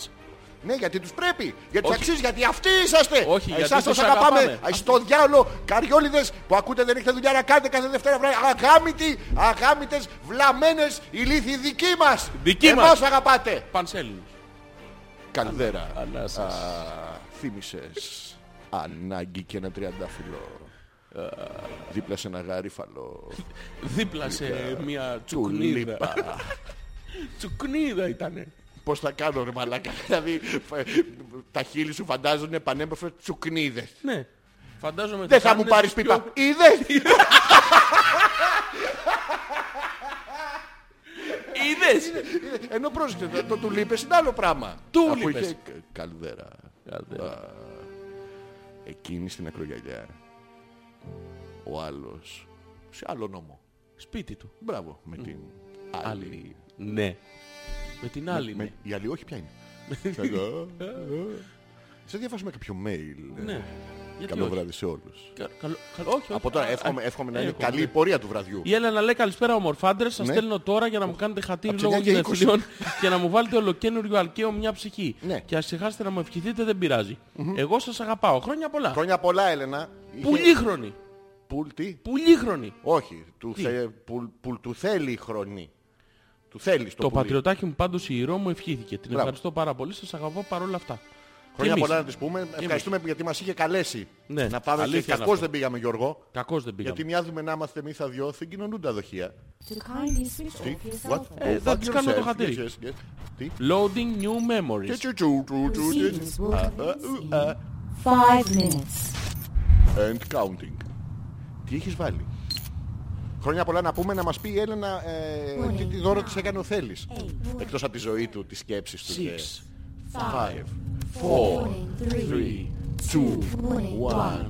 Speaker 1: ναι, γιατί τους πρέπει. Γιατί τους
Speaker 2: Όχι.
Speaker 1: αξίζει, γιατί αυτοί είσαστε.
Speaker 2: Όχι,
Speaker 1: Α,
Speaker 2: γιατί
Speaker 1: Εσάς
Speaker 2: τους
Speaker 1: σας αγαπάμε.
Speaker 2: αγαπάμε.
Speaker 1: Α, Στο διάολο, καριόλιδες που ακούτε δεν έχετε δουλειά να κάνετε κάθε Δευτέρα βράδυ. Αγάμητοι, αγάμητες, βλαμμένες, ηλίθιοι δικοί μας.
Speaker 2: Δικοί
Speaker 1: Εμάς
Speaker 2: μας.
Speaker 1: αγαπάτε.
Speaker 2: Πανσέλινο.
Speaker 1: Καλδέρα.
Speaker 2: Ανά σας.
Speaker 1: Α, θύμισες ανάγκη και ένα τριαντάφυλλο. Δίπλα σε ένα γαρίφαλο.
Speaker 2: Δίπλα σε μια τσουκνίδα.
Speaker 1: Τουλίπα.
Speaker 2: Τσουκνίδα ήταν.
Speaker 1: Πώς θα κάνω ρε μαλάκα. Δηλαδή φε- τα χείλη σου φαντάζονται πανέμορφες τσουκνίδες.
Speaker 2: Ναι. Φαντάζομαι.
Speaker 1: Δεν θα μου
Speaker 2: κάνουν
Speaker 1: πάρεις
Speaker 2: τις
Speaker 1: πίπα.
Speaker 2: πιο-
Speaker 1: Είδες.
Speaker 2: Είδες.
Speaker 1: Ενώ πρόσεξε το- το τουλίπες είναι άλλο πράγμα. Αφού
Speaker 2: Τούλιπες.
Speaker 1: είχε κα- Καλδέρα. Εκείνη στην ακρογιαλιά. Ο άλλος. Σε άλλο νόμο.
Speaker 2: Σπίτι του.
Speaker 1: Μπράβο με την άλλη.
Speaker 2: Άλλη. Ναι. Με την άλλη.
Speaker 1: Με-
Speaker 2: ναι.
Speaker 1: Η άλλη όχι ποια είναι. Σε διαβάσουμε κάποιο mail. ε,
Speaker 2: Ναι. Γιατί
Speaker 1: Καλό
Speaker 2: όχι.
Speaker 1: βράδυ σε όλους.
Speaker 2: Κα- καλό- καλό- όχι, όχι.
Speaker 1: Από τώρα
Speaker 2: Α,
Speaker 1: εύχομαι,
Speaker 2: α, ε,
Speaker 1: εύχομαι να είναι
Speaker 2: εύχομαι.
Speaker 1: καλή η πορεία του βραδιού.
Speaker 2: Η Έλενα λέει καλησπέρα ομορφάντρε, σας
Speaker 1: Ναι.
Speaker 2: στέλνω τώρα για να μου κάνετε χατήρι
Speaker 1: Απ' τις
Speaker 2: λόγω
Speaker 1: 9 και 20.
Speaker 2: γενεθλίων και να μου βάλετε ολοκένουργιο αλκαίο μια ψυχή.
Speaker 1: Ναι.
Speaker 2: Και ας ξεχάσετε να μου ευχηθείτε δεν πειράζει. Εγώ σας αγαπάω. Χρόνια πολλά.
Speaker 1: Χρόνια πολλά, Έλενα. Είχε-
Speaker 2: Πουλήχρονη.
Speaker 1: Πουλ τι.
Speaker 2: Πουλήχρονη.
Speaker 1: Όχι. Του, θε... πουλ, πουλ, του θέλει χρονή. Του θέλεις το,
Speaker 2: Το
Speaker 1: πουλί.
Speaker 2: πατριωτάκι μου πάντως η Ηρώ μου ευχήθηκε. Την
Speaker 1: Μπράβο.
Speaker 2: ευχαριστώ πάρα πολύ. Σας αγαπώ παρόλα αυτά.
Speaker 1: Χρόνια
Speaker 2: Και εμείς.
Speaker 1: πολλά να της πούμε. Ευχαριστούμε γιατί μας είχε καλέσει.
Speaker 2: Ναι,
Speaker 1: Να πάμε.
Speaker 2: αλήθεια
Speaker 1: Και
Speaker 2: είναι
Speaker 1: κακώς
Speaker 2: αυτό.
Speaker 1: δεν πήγαμε, Γιώργο.
Speaker 2: Κακώς δεν πήγαμε.
Speaker 1: Γιατί μοιάζουμε να είμαστε εμείς τα δυο, δεν κοινωνούν τα δοχεία. Oh,
Speaker 3: To kindly switch off your cell phone.
Speaker 2: Ε, θα της κάνουμε το χατήρι.
Speaker 1: Τι.
Speaker 2: Loading new memories.
Speaker 1: Και τσου τσου τσου τσου τσου.
Speaker 3: Receivers will commence in
Speaker 1: uh,
Speaker 3: Five minutes.
Speaker 1: ε, And counting. Τι έχεις βάλει. Χρόνια πολλά να πούμε να μας πει η Έλενα ε, τι, τι δώρο της έκανε ο Θέλης. Εκτός από τη ζωή του, τις σκέψεις του. και- Five, four, three, two, one.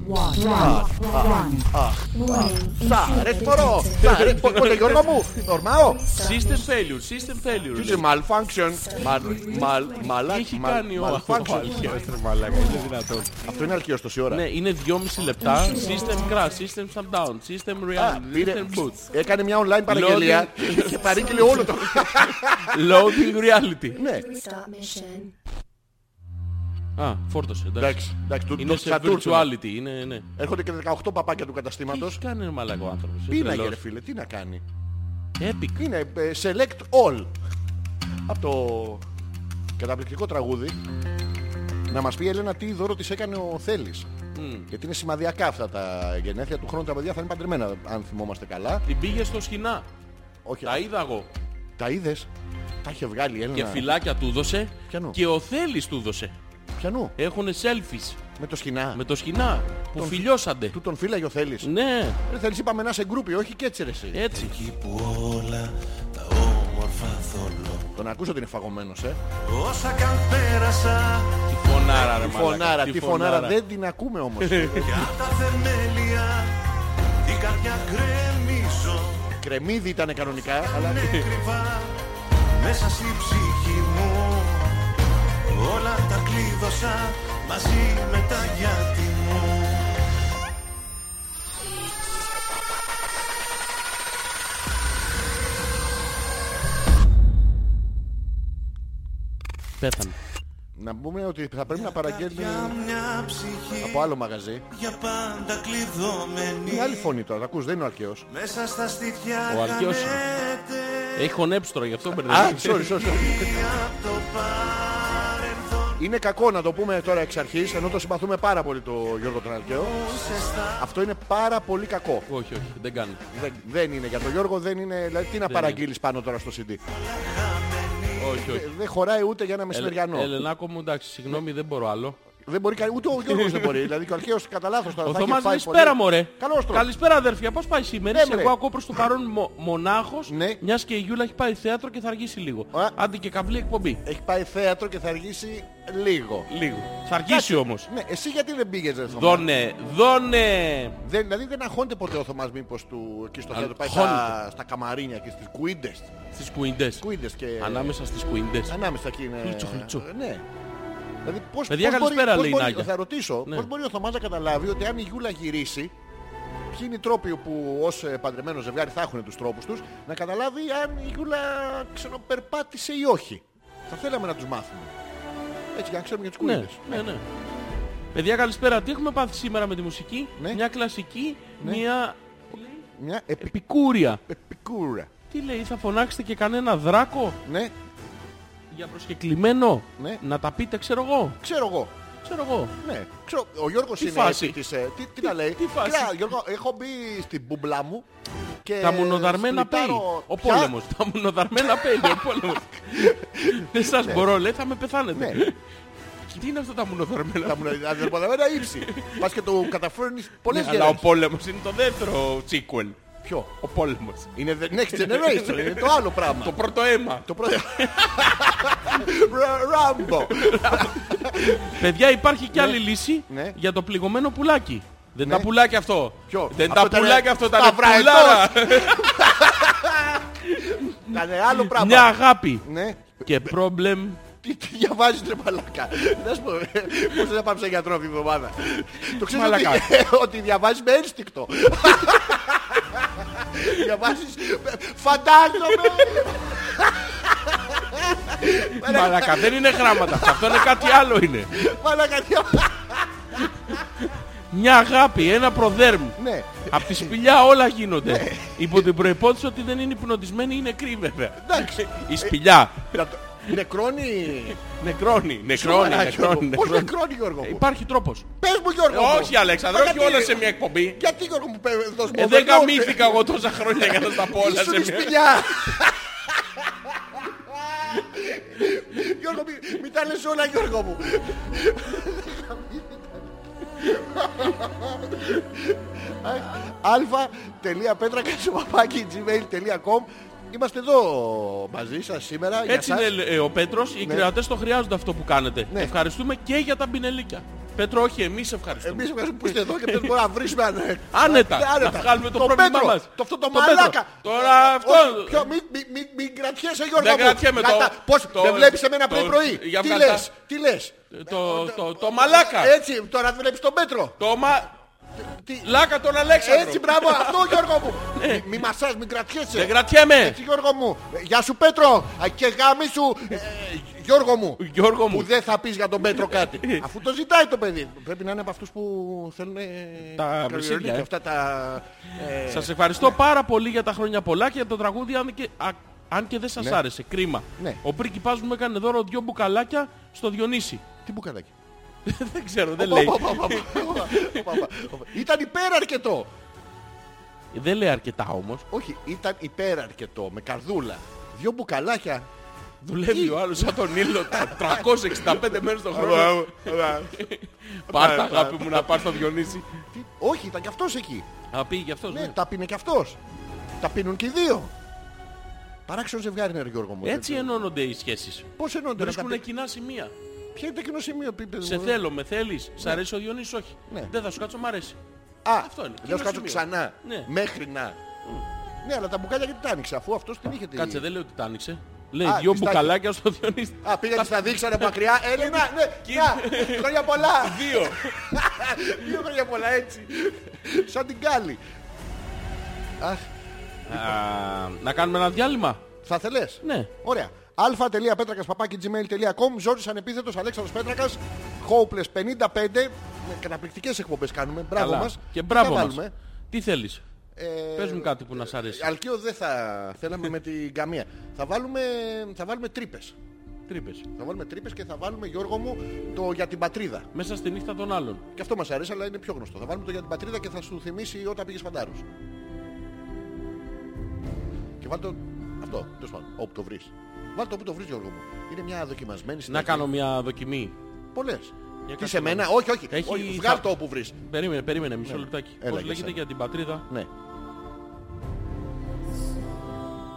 Speaker 1: Θα, ρε μωρό! Θα, ρε πο- πότε, Γιώργο μου! Νορμάω!
Speaker 2: System failure, system failure.
Speaker 1: It's a
Speaker 2: λέει.
Speaker 1: malfunction. Mal, mal, mal,
Speaker 2: Τι έχει
Speaker 1: mal-
Speaker 2: κάνει ο
Speaker 1: malfunction.
Speaker 2: Αλκιάς, ρε μαλάκα, είναι δυνατόν.
Speaker 1: Αυτό είναι αρχείο τόση ώρα.
Speaker 2: Ναι, είναι 2,5 λεπτά. System crash, system shutdown, system
Speaker 1: Α,
Speaker 2: reality,
Speaker 1: πήρε-
Speaker 2: system boot.
Speaker 1: Έκανε μια online παραγγελία και παρήγγειλε όλο το.
Speaker 2: Loading reality.
Speaker 1: Ναι,
Speaker 3: Stop mission.
Speaker 2: Α, φόρτωσε, εντάξει.
Speaker 1: εντάξει, εντάξει, του-
Speaker 2: Είναι
Speaker 1: τους
Speaker 2: σε
Speaker 1: κατούρσουν.
Speaker 2: virtuality, είναι, ναι.
Speaker 1: Έρχονται και 18 παπάκια του
Speaker 2: Τι
Speaker 1: καταστήματος.
Speaker 2: έχει κάνει ένα μαλακός άνθρωπος. είναι
Speaker 1: Πίναγε, ρε
Speaker 2: τρελός.
Speaker 1: φίλε, τι να κάνει.
Speaker 2: Epic.
Speaker 1: Είναι ε, Select All. Από το καταπληκτικό τραγούδι. Να μας πει η Ελένα τι δώρο της έκανε ο Θέλης. Γιατί είναι σημαδιακά αυτά τα γενέθλια του χρόνου. Τα παιδιά θα είναι παντρεμένα, αν θυμόμαστε καλά.
Speaker 2: Την πήγε στο σκηνά.
Speaker 1: Ναι. Όχι,
Speaker 2: Τα είδα εγώ.
Speaker 1: τα είδες. Τα είχε βγάλει η Έλενα.
Speaker 2: Και φυλάκια του δώσε.
Speaker 1: Ποιανού?
Speaker 2: Και ο Θέλης του δώσε.
Speaker 1: Πιανού,
Speaker 2: Έχουνε selfies
Speaker 1: με το σκηνά.
Speaker 2: με το σκηνά που φιλιώσαντε.
Speaker 1: Του τον φύλαγε ο Θέλης.
Speaker 2: Ναι, Ε.
Speaker 1: Ρε Θέλης είπαμε να είσαι γκρούπι, όχι και έτσι ρε εσύ.
Speaker 2: έτσι.
Speaker 4: Εκεί που όλα τα όμορφα θολώ
Speaker 1: Τον ακούσω ότι είναι φαγωμένος, ε.
Speaker 4: Όσα καν πέρασα
Speaker 2: Τη φωνάρα, ρε
Speaker 1: Τη
Speaker 2: μαλάκα.
Speaker 1: φωνάρα, τη φωνάρα. Δεν την ακούμε όμως.
Speaker 4: για τα θεμέλια Την καρδιά γκρεμίζω
Speaker 1: Κρεμμύδι ήταν κανονικά, αλλά... ναι.
Speaker 4: με κρυβά Μέσα στη ψυχή μου Όλα τα κλείδωσα μαζί με τα γιάτι μου
Speaker 2: Πέθανε.
Speaker 1: Να πούμε ότι θα πρέπει να παραγγέλνει
Speaker 4: Για μια ψυχή
Speaker 1: από άλλο μαγαζί.
Speaker 4: για πάντα κλειδωμένη
Speaker 1: Είναι άλλη φωνή τώρα, τα ακούς, δεν είναι ο αρχαίος.
Speaker 4: Μέσα στα στήθια
Speaker 2: Ο Αλκιός.
Speaker 4: χάνεται
Speaker 2: Έχει χωνέψει τώρα, γι' αυτό
Speaker 1: Α,
Speaker 2: μπερδεύει.
Speaker 1: sorry, sorry.
Speaker 4: απ' το παρελθόν
Speaker 1: Είναι κακό να το πούμε τώρα εξ αρχής, ενώ το συμπαθούμε πάρα πολύ το Γιώργο τον Αλκαίο. Αυτό είναι πάρα πολύ κακό.
Speaker 2: Όχι, όχι, δεν κάνει.
Speaker 1: Δεν, δεν είναι για τον Γιώργο, δεν είναι. Δηλαδή, τι να παραγγείλεις πάνω τώρα στο CD.
Speaker 2: Όχι, όχι.
Speaker 1: Ε, Δεν χωράει ούτε για ένα μεσημεριανό.
Speaker 2: Ε, Ελενάκο μου, εντάξει, συγγνώμη, δεν μπορώ άλλο.
Speaker 1: Δεν μπορεί κανεί, ούτε ο Γιώργος δεν μπορεί. Δηλαδή, και ο Αλκαίος κατά λάθος τώρα.
Speaker 2: Ο
Speaker 1: θα είχε
Speaker 2: Θωμάς
Speaker 1: φάει
Speaker 2: λέει
Speaker 1: πολύ.
Speaker 2: σπέρα μωρέ.
Speaker 1: Καλώς το.
Speaker 2: Καλησπέρα αδέρφια, πώς πάει σήμερα.
Speaker 1: Ναι,
Speaker 2: Είσαι
Speaker 1: μωρέ.
Speaker 2: εγώ ακούω προς το παρόν μο, μονάχος,
Speaker 1: Ναι.
Speaker 2: μιας και η Γιούλα έχει πάει θέατρο και θα αργήσει λίγο.
Speaker 1: Α.
Speaker 2: Άντε και καβλή εκπομπή.
Speaker 1: Έχει πάει θέατρο και θα αργήσει λίγο.
Speaker 2: Λίγο. Θα αργήσει όμως.
Speaker 1: Ναι, εσύ γιατί δεν πήγες, ρε, Θωμά?
Speaker 2: Δώνε, δώνε.
Speaker 1: Δεν, δηλαδή δεν αγχώνεται ποτέ ο Θωμάς μήπως του εκεί στο θέατρο πάει στα,
Speaker 2: Αγχώνεται.
Speaker 1: στα καμαρίνια και στις κουίντες.
Speaker 2: Στις κουιντές.
Speaker 1: Κουίντες και...
Speaker 2: Ανάμεσα στις κουιντές.
Speaker 1: Ανάμεσα εκεί είναι...
Speaker 2: Χλούτσο, χλούτσο.
Speaker 1: Ναι. Δηλαδή πώς,
Speaker 2: Παιδιά,
Speaker 1: πώς μπορεί,
Speaker 2: καλησπέρα,
Speaker 1: πώς
Speaker 2: λέει η
Speaker 1: μπορεί-
Speaker 2: Νάγια.
Speaker 1: θα ρωτήσω,
Speaker 2: Ναι.
Speaker 1: πώς μπορεί ο Θωμάς να καταλάβει ότι αν η Γιούλα γυρίσει, ποιοι είναι οι τρόποι που ως ε, παντρεμένο ζευγάρι θα έχουν τους τρόπους τους, να καταλάβει αν η Γιούλα ξενοπερπάτησε ή όχι. Θα θέλαμε να τους μάθουμε. Έτσι για να ξέρουμε για τις
Speaker 2: Ναι,
Speaker 1: κουίντες.
Speaker 2: ναι, ναι. Παιδιά καλησπέρα, τι έχουμε πάθει σήμερα με τη μουσική.
Speaker 1: Ναι.
Speaker 2: Μια κλασική, μια
Speaker 1: Μια επι-
Speaker 2: επικούρια.
Speaker 1: επικούρα.
Speaker 2: Τι λέει, θα φωνάξετε και κανένα δράκο
Speaker 1: Ναι,
Speaker 2: για προσκεκλημένο.
Speaker 1: Ναι.
Speaker 2: Να τα πείτε, ξέρω εγώ.
Speaker 1: ξέρω εγώ.
Speaker 2: Ξέρω εγώ.
Speaker 1: Ναι. Ξέρω, ο Γιώργος
Speaker 2: Τι
Speaker 1: είναι
Speaker 2: φάση?
Speaker 1: επί της, ε, τι, τι, να λέει.
Speaker 2: τι φάση?
Speaker 1: Κοίτα, Γιώργο, έχω μπει στην μπουμπλά μου και...
Speaker 2: Τα μονοδαρμένα πέι.
Speaker 1: σπλιτάρω-
Speaker 2: Ο
Speaker 1: Ποια?
Speaker 2: πόλεμος. Τα μονοδαρμένα πέι. Ο πόλεμος. Δεν σας μπορώ, λέει, θα με πεθάνετε.
Speaker 1: Ναι.
Speaker 2: Και Τι είναι αυτά τα μονοδαρμένα
Speaker 1: Τα
Speaker 2: πέι.
Speaker 1: μονοδαρμένα ύψη. Πας και το καταφέρνεις πολλές
Speaker 2: Ναι, Αλλά ο
Speaker 1: γερές.
Speaker 2: πόλεμος είναι το δεύτερο sequel.
Speaker 1: Ποιο?
Speaker 2: Ο πόλεμος.
Speaker 1: Είναι the next generation. είναι το άλλο πράγμα.
Speaker 2: Το πρώτο αίμα.
Speaker 1: το πρώτο... Ρα- Ράμπο.
Speaker 2: Παιδιά, υπάρχει κι άλλη λύση
Speaker 1: Ναι.
Speaker 2: για το πληγωμένο πουλάκι. Δεν
Speaker 1: Ναι.
Speaker 2: τα πουλάκι αυτό.
Speaker 1: Ποιο?
Speaker 2: Δεν
Speaker 1: Αυτό
Speaker 2: τα
Speaker 1: ήταν
Speaker 2: πουλάκι αυτό, τα
Speaker 1: σταυραετός.
Speaker 2: πουλάρα.
Speaker 1: Κάνε άλλο πράγμα.
Speaker 2: Μια αγάπη.
Speaker 1: Ναι.
Speaker 2: Και πρόβλεμ.
Speaker 1: Τι, τι διαβάζεις ρε μαλακά. Να σου πω, ε, πώς θα πάμε σε γιατρό αυτή την εβδομάδα. Το ξέρεις ότι,
Speaker 2: Μαλακά.
Speaker 1: ότι διαβάζεις με ένστικτο. διαβάζεις φαντάζομαι.
Speaker 2: Μαλακα, δεν είναι γράμματα. αυτά. Αυτό είναι κάτι άλλο είναι.
Speaker 1: Μαλακά δια-
Speaker 2: Μια αγάπη, ένα προδέρμ.
Speaker 1: Ναι.
Speaker 2: Απ' τη σπηλιά όλα γίνονται. Υπό την προϋπόθεση ότι δεν είναι υπνοτισμένη ή νεκρή βέβαια.
Speaker 1: Εντάξει.
Speaker 2: Η σπηλιά.
Speaker 1: Να το- Νεκρώνει.
Speaker 2: Νεκρώνει, νεκρώνει,
Speaker 1: Σοβαρά, Γιώργο.
Speaker 2: νεκρώνει.
Speaker 1: Πώς
Speaker 2: νεκρώνει.
Speaker 1: νεκρώνει Ε, Γιώργο μου.
Speaker 2: Υπάρχει τρόπος.
Speaker 1: Πες μου Γιώργο μου.
Speaker 2: Όχι Αλέξανδρο,
Speaker 1: Μα
Speaker 2: όχι
Speaker 1: γιατί-
Speaker 2: όλα σε μια εκπομπή.
Speaker 1: Γιατί Γιώργο μου δώσ' μου
Speaker 2: Ε, δεν ε. γαμήθηκα εγώ τόσα χρόνια για να στα πω όλα σε
Speaker 1: Ήσουν η
Speaker 2: μια...
Speaker 1: σπηλιά. Γιώργο, μην μη τα λες όλα, Γιώργο μου. αλφα.πέτρακα.gmail.com Είμαστε εδώ μαζί σας σήμερα. για
Speaker 2: Έτσι
Speaker 1: σας.
Speaker 2: είναι ε, ο Πέτρος, οι
Speaker 1: Ναι.
Speaker 2: κρεατές το χρειάζονται αυτό που κάνετε.
Speaker 1: Ναι.
Speaker 2: Ευχαριστούμε και για τα μπινελίκια. Πέτρο, όχι, εμείς ευχαριστούμε.
Speaker 1: Εμείς ευχαριστούμε που είστε εδώ και μπορούμε να βρίσκουμε αν-
Speaker 2: Άνετα,
Speaker 1: Ναι,
Speaker 2: να βγάλουμε το πρόβλημά
Speaker 1: Πέτρο,
Speaker 2: μας.
Speaker 1: Το αυτό το,
Speaker 2: Το
Speaker 1: μαλάκα.
Speaker 2: Πέτρο. Τώρα αυτό-
Speaker 1: Όχι, ποιο- μην, μην, μην, μην κρατιέσαι Γιώργο
Speaker 2: Δεν
Speaker 1: μου.
Speaker 2: κρατιέμαι, το-
Speaker 1: Γάτα, Πώς,
Speaker 2: το-
Speaker 1: δεν βλέπεις εμένα
Speaker 2: το-
Speaker 1: πριν πρωί.
Speaker 2: για
Speaker 1: Τι
Speaker 2: βγάλτα.
Speaker 1: λες, τι λες.
Speaker 2: Ε, Το, το, το μαλάκα.
Speaker 1: Έτσι, τώρα βλέπεις τον Πέτρο.
Speaker 2: Το μα...
Speaker 1: Τι-
Speaker 2: Λάκα τον Αλέξανδρο.
Speaker 1: Έτσι, μπράβο, αυτό Γιώργο μου. Μη- Μη μασάς, μην κρατιέσαι.
Speaker 2: Ε. Δεν κρατιέμαι.
Speaker 1: Έτσι Γιώργο μου. Ε, Γεια σου Πέτρο. Α, Και γάμι σου. Ε, Γιώργο μου.
Speaker 2: Γιώργο
Speaker 1: Που
Speaker 2: μου.
Speaker 1: δεν θα πεις για τον Πέτρο
Speaker 2: Ε.
Speaker 1: κάτι. Αφού το ζητάει το παιδί. Πρέπει να είναι από αυτούς που θέλουν... ε,
Speaker 2: Τα
Speaker 1: καλοκαιρινή
Speaker 2: μεσήλια,
Speaker 1: και
Speaker 2: ε.
Speaker 1: Αυτά τα... ε,
Speaker 2: Σας ευχαριστώ πάρα πολύ για τα χρόνια πολλά και για το τραγούδι αν και, α- αν και δεν σας άρεσε. Κρίμα.
Speaker 1: Ναι.
Speaker 2: Ο πρίγκιπάς μου έκανε δώρο δυο μπουκαλάκια στο Διονύση.
Speaker 1: Τι μπουκαλάκι.
Speaker 2: δεν ξέρω, δεν λέει.
Speaker 1: Οπα, οπα, οπα, οπα, οπα, οπα, οπα. Ήταν υπέρ αρκετό.
Speaker 2: δεν λέει αρκετά όμως.
Speaker 1: Όχι, ήταν υπέρ αρκετό, με καρδούλα. Δύο μπουκαλάκια.
Speaker 2: Δουλεύει
Speaker 1: Τι?
Speaker 2: ο άλλος σαν τον ήλιο τα 365 μέρες τον χρόνο. Πάρ' τα αγάπη μου να πάρ' στο Διονύση.
Speaker 1: Τι- Όχι, ήταν και αυτός εκεί.
Speaker 2: Α, πήγε αυτός.
Speaker 1: Ναι,
Speaker 2: ναι.
Speaker 1: τα πίνει και αυτός. Τα πίνουν και οι δύο. Παράξενο ζευγάρι είναι, ρε Γιώργο μου.
Speaker 2: Έτσι
Speaker 1: Ρε.
Speaker 2: ενώνονται οι σχέσεις.
Speaker 1: Πώς ενώνται να τα
Speaker 2: Βρίσκουν
Speaker 1: πει.
Speaker 2: κοινά σημεία.
Speaker 1: Ποιο είναι το κοινό σημείο, πείτε.
Speaker 2: Σε θέλω, με θέλεις, σ' αρέσει ο Διονύσης, όχι.
Speaker 1: Ναι.
Speaker 2: Δεν θα σου κάτσω, μ' αρέσει.
Speaker 1: Α,
Speaker 2: Αυτό είναι,
Speaker 1: Λέω
Speaker 2: κοινό
Speaker 1: κάτσω
Speaker 2: σημείο.
Speaker 1: ξανά.
Speaker 2: Ναι.
Speaker 1: Μέχρι να. Ναι, αλλά τα μπουκάλια γιατί τα άνοιξε, αφού αυτός την είχε την.
Speaker 2: Κάτσε, δεν λέω ότι τα άνοιξε. Λέει
Speaker 1: Α,
Speaker 2: δυο
Speaker 1: τις τα-
Speaker 2: μπουκαλάκια στο Διονύση.
Speaker 1: Α, πήγα και στα δείξανε μακριά. Έλενα, ναι, να, χρόνια πολλά.
Speaker 2: Δύο.
Speaker 1: Δύο χρόνια πολλά έτσι. Σαν την κάλλη. Αχ,
Speaker 2: Α, Να κάνουμε ένα διάλειμμα.
Speaker 1: θα θελές.
Speaker 2: Ναι.
Speaker 1: Ωραία. α.πέτρακας.gmail.com Ζόρις ανεπίθετος Αλέξανδρος Πέτρακας Hopeless Ναι, 55 Με Καταπληκτικές εκπομπές κάνουμε. Μπράβο
Speaker 2: Καλά.
Speaker 1: μας.
Speaker 2: Και
Speaker 1: Τι
Speaker 2: μπράβο
Speaker 1: θα
Speaker 2: μας.
Speaker 1: βάλουμε?
Speaker 2: Τι θέλεις.
Speaker 1: Ε,
Speaker 2: Πες μου κάτι που να σ' αρέσει.
Speaker 1: Αλκείο δεν θα θέλαμε με την καμία. Θα βάλουμε, θα βάλουμε τρύπες.
Speaker 2: Τρύπες.
Speaker 1: Θα βάλουμε τρύπες και θα βάλουμε Γιώργο μου το για την πατρίδα.
Speaker 2: Μέσα στη νύχτα των άλλων.
Speaker 1: Και αυτό μας αρέσει αλλά είναι πιο γνωστό. Θα βάλουμε το για την πατρίδα και θα σου θυμίσει όταν πήγες φαντάρους. Και βάλ' το αυτό, τέλος πάντων, όπου το βρεις. Βάλ' το όπου το βρεις Γιώργο μου. Είναι μια δοκιμασμένη
Speaker 2: Να
Speaker 1: συνταγή.
Speaker 2: κάνω μια δοκιμή.
Speaker 1: Πολλές.
Speaker 2: Για
Speaker 1: Τι
Speaker 2: κάτσε
Speaker 1: σε
Speaker 2: να
Speaker 1: μένα,
Speaker 2: δω.
Speaker 1: όχι, όχι.
Speaker 2: Έχει-
Speaker 1: όχι. Βγάλ'
Speaker 2: θα-
Speaker 1: το όπου βρεις.
Speaker 2: Περίμενε, περίμενε, μισό λεπτάκι.
Speaker 1: Ε, Έλα,
Speaker 2: Πώς
Speaker 1: για
Speaker 2: λέγεται
Speaker 1: σένα.
Speaker 2: για την πατρίδα.
Speaker 1: Ναι.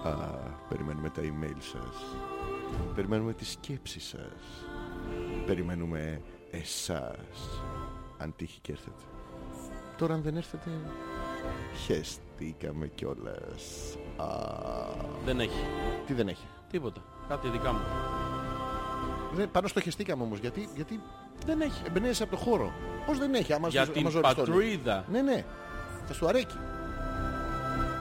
Speaker 1: Α, περιμένουμε τα email σας. Περιμένουμε τις σκέψεις σας. Περιμένουμε εσάς. Αν τύχει και έρθετε. Τώρα αν δεν έρθετε... Χαιστήκαμε κιόλας. Α,
Speaker 2: Δεν έχει.
Speaker 1: τι δεν έχει.
Speaker 2: Τίποτα. Κάτι δικά μου.
Speaker 1: Ρε, πάνω στο χεστήκαμε όμως, γιατί, γιατί
Speaker 2: Δεν έχει.
Speaker 1: εμπνέεσαι από το χώρο. Πώς δεν έχει, άμα
Speaker 2: Για
Speaker 1: ζω-
Speaker 2: την
Speaker 1: άμα ζοριστώνει.
Speaker 2: πατρίδα.
Speaker 1: Ναι, ναι. Θα σου αρέκει.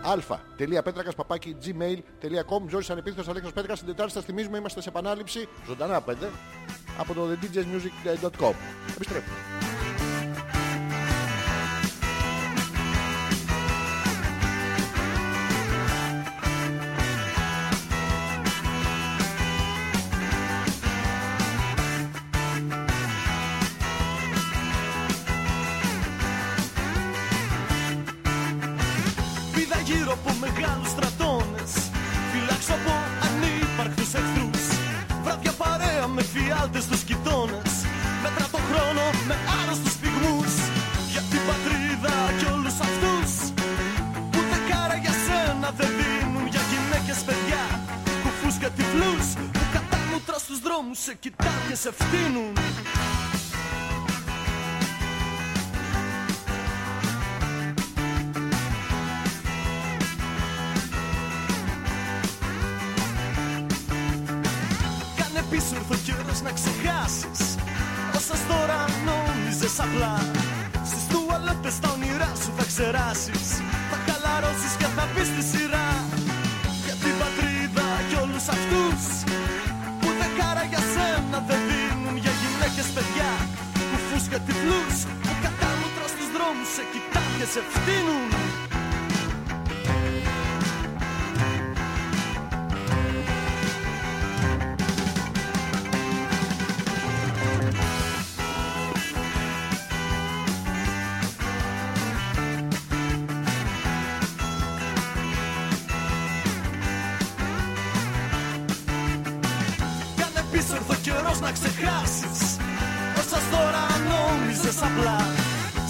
Speaker 1: αλφα.πέτρακα παπάκι gmail.com Ζόρι ανεπίθετο Αλέξανδρος Πέτρακα. Την Τετάρτη θα θυμίζουμε είμαστε σε επανάληψη ζωντανά πέντε από το thedjsmusic.com. Επιστρέφουμε.
Speaker 4: Πήδα γύρω από μεγάλους στρατώνες Φυλάξω από ανύπαρκτους εχθρούς Βράδια παρέα με φιάλτες στους κοιτώνες Μέτρα το χρόνο με άρρωστους στιγμούς Για την πατρίδα και όλους αυτούς Που δεκάρα για σένα δεν δίνουν Για γυναίκες, παιδιά, κουφούς και τυφλούς Που κατά μούτρα στους δρόμους σε κοιτάνε και σε φτύνουν Κάνε πίσω ήρθε ο καιρός να ξεχάσεις Όσα τώρα νόμιζες απλά Στις τουαλέτες τα όνειρά σου θα ξεράσεις Θα χαλαρώσεις και θα πεις τη σειρά Για την πατρίδα και όλους αυτούς Που δεν χαρά για σένα δεν δίνουν Για γυναίκες παιδιά Κουφούς και τυφλούς Που κατά μούτρα στους δρόμους σε κοιτάνε και σε φτύνουν Κάνε πίσω ήρθε ο καιρός να ξεχάσεις Όσα τώρα νόμιζες απλά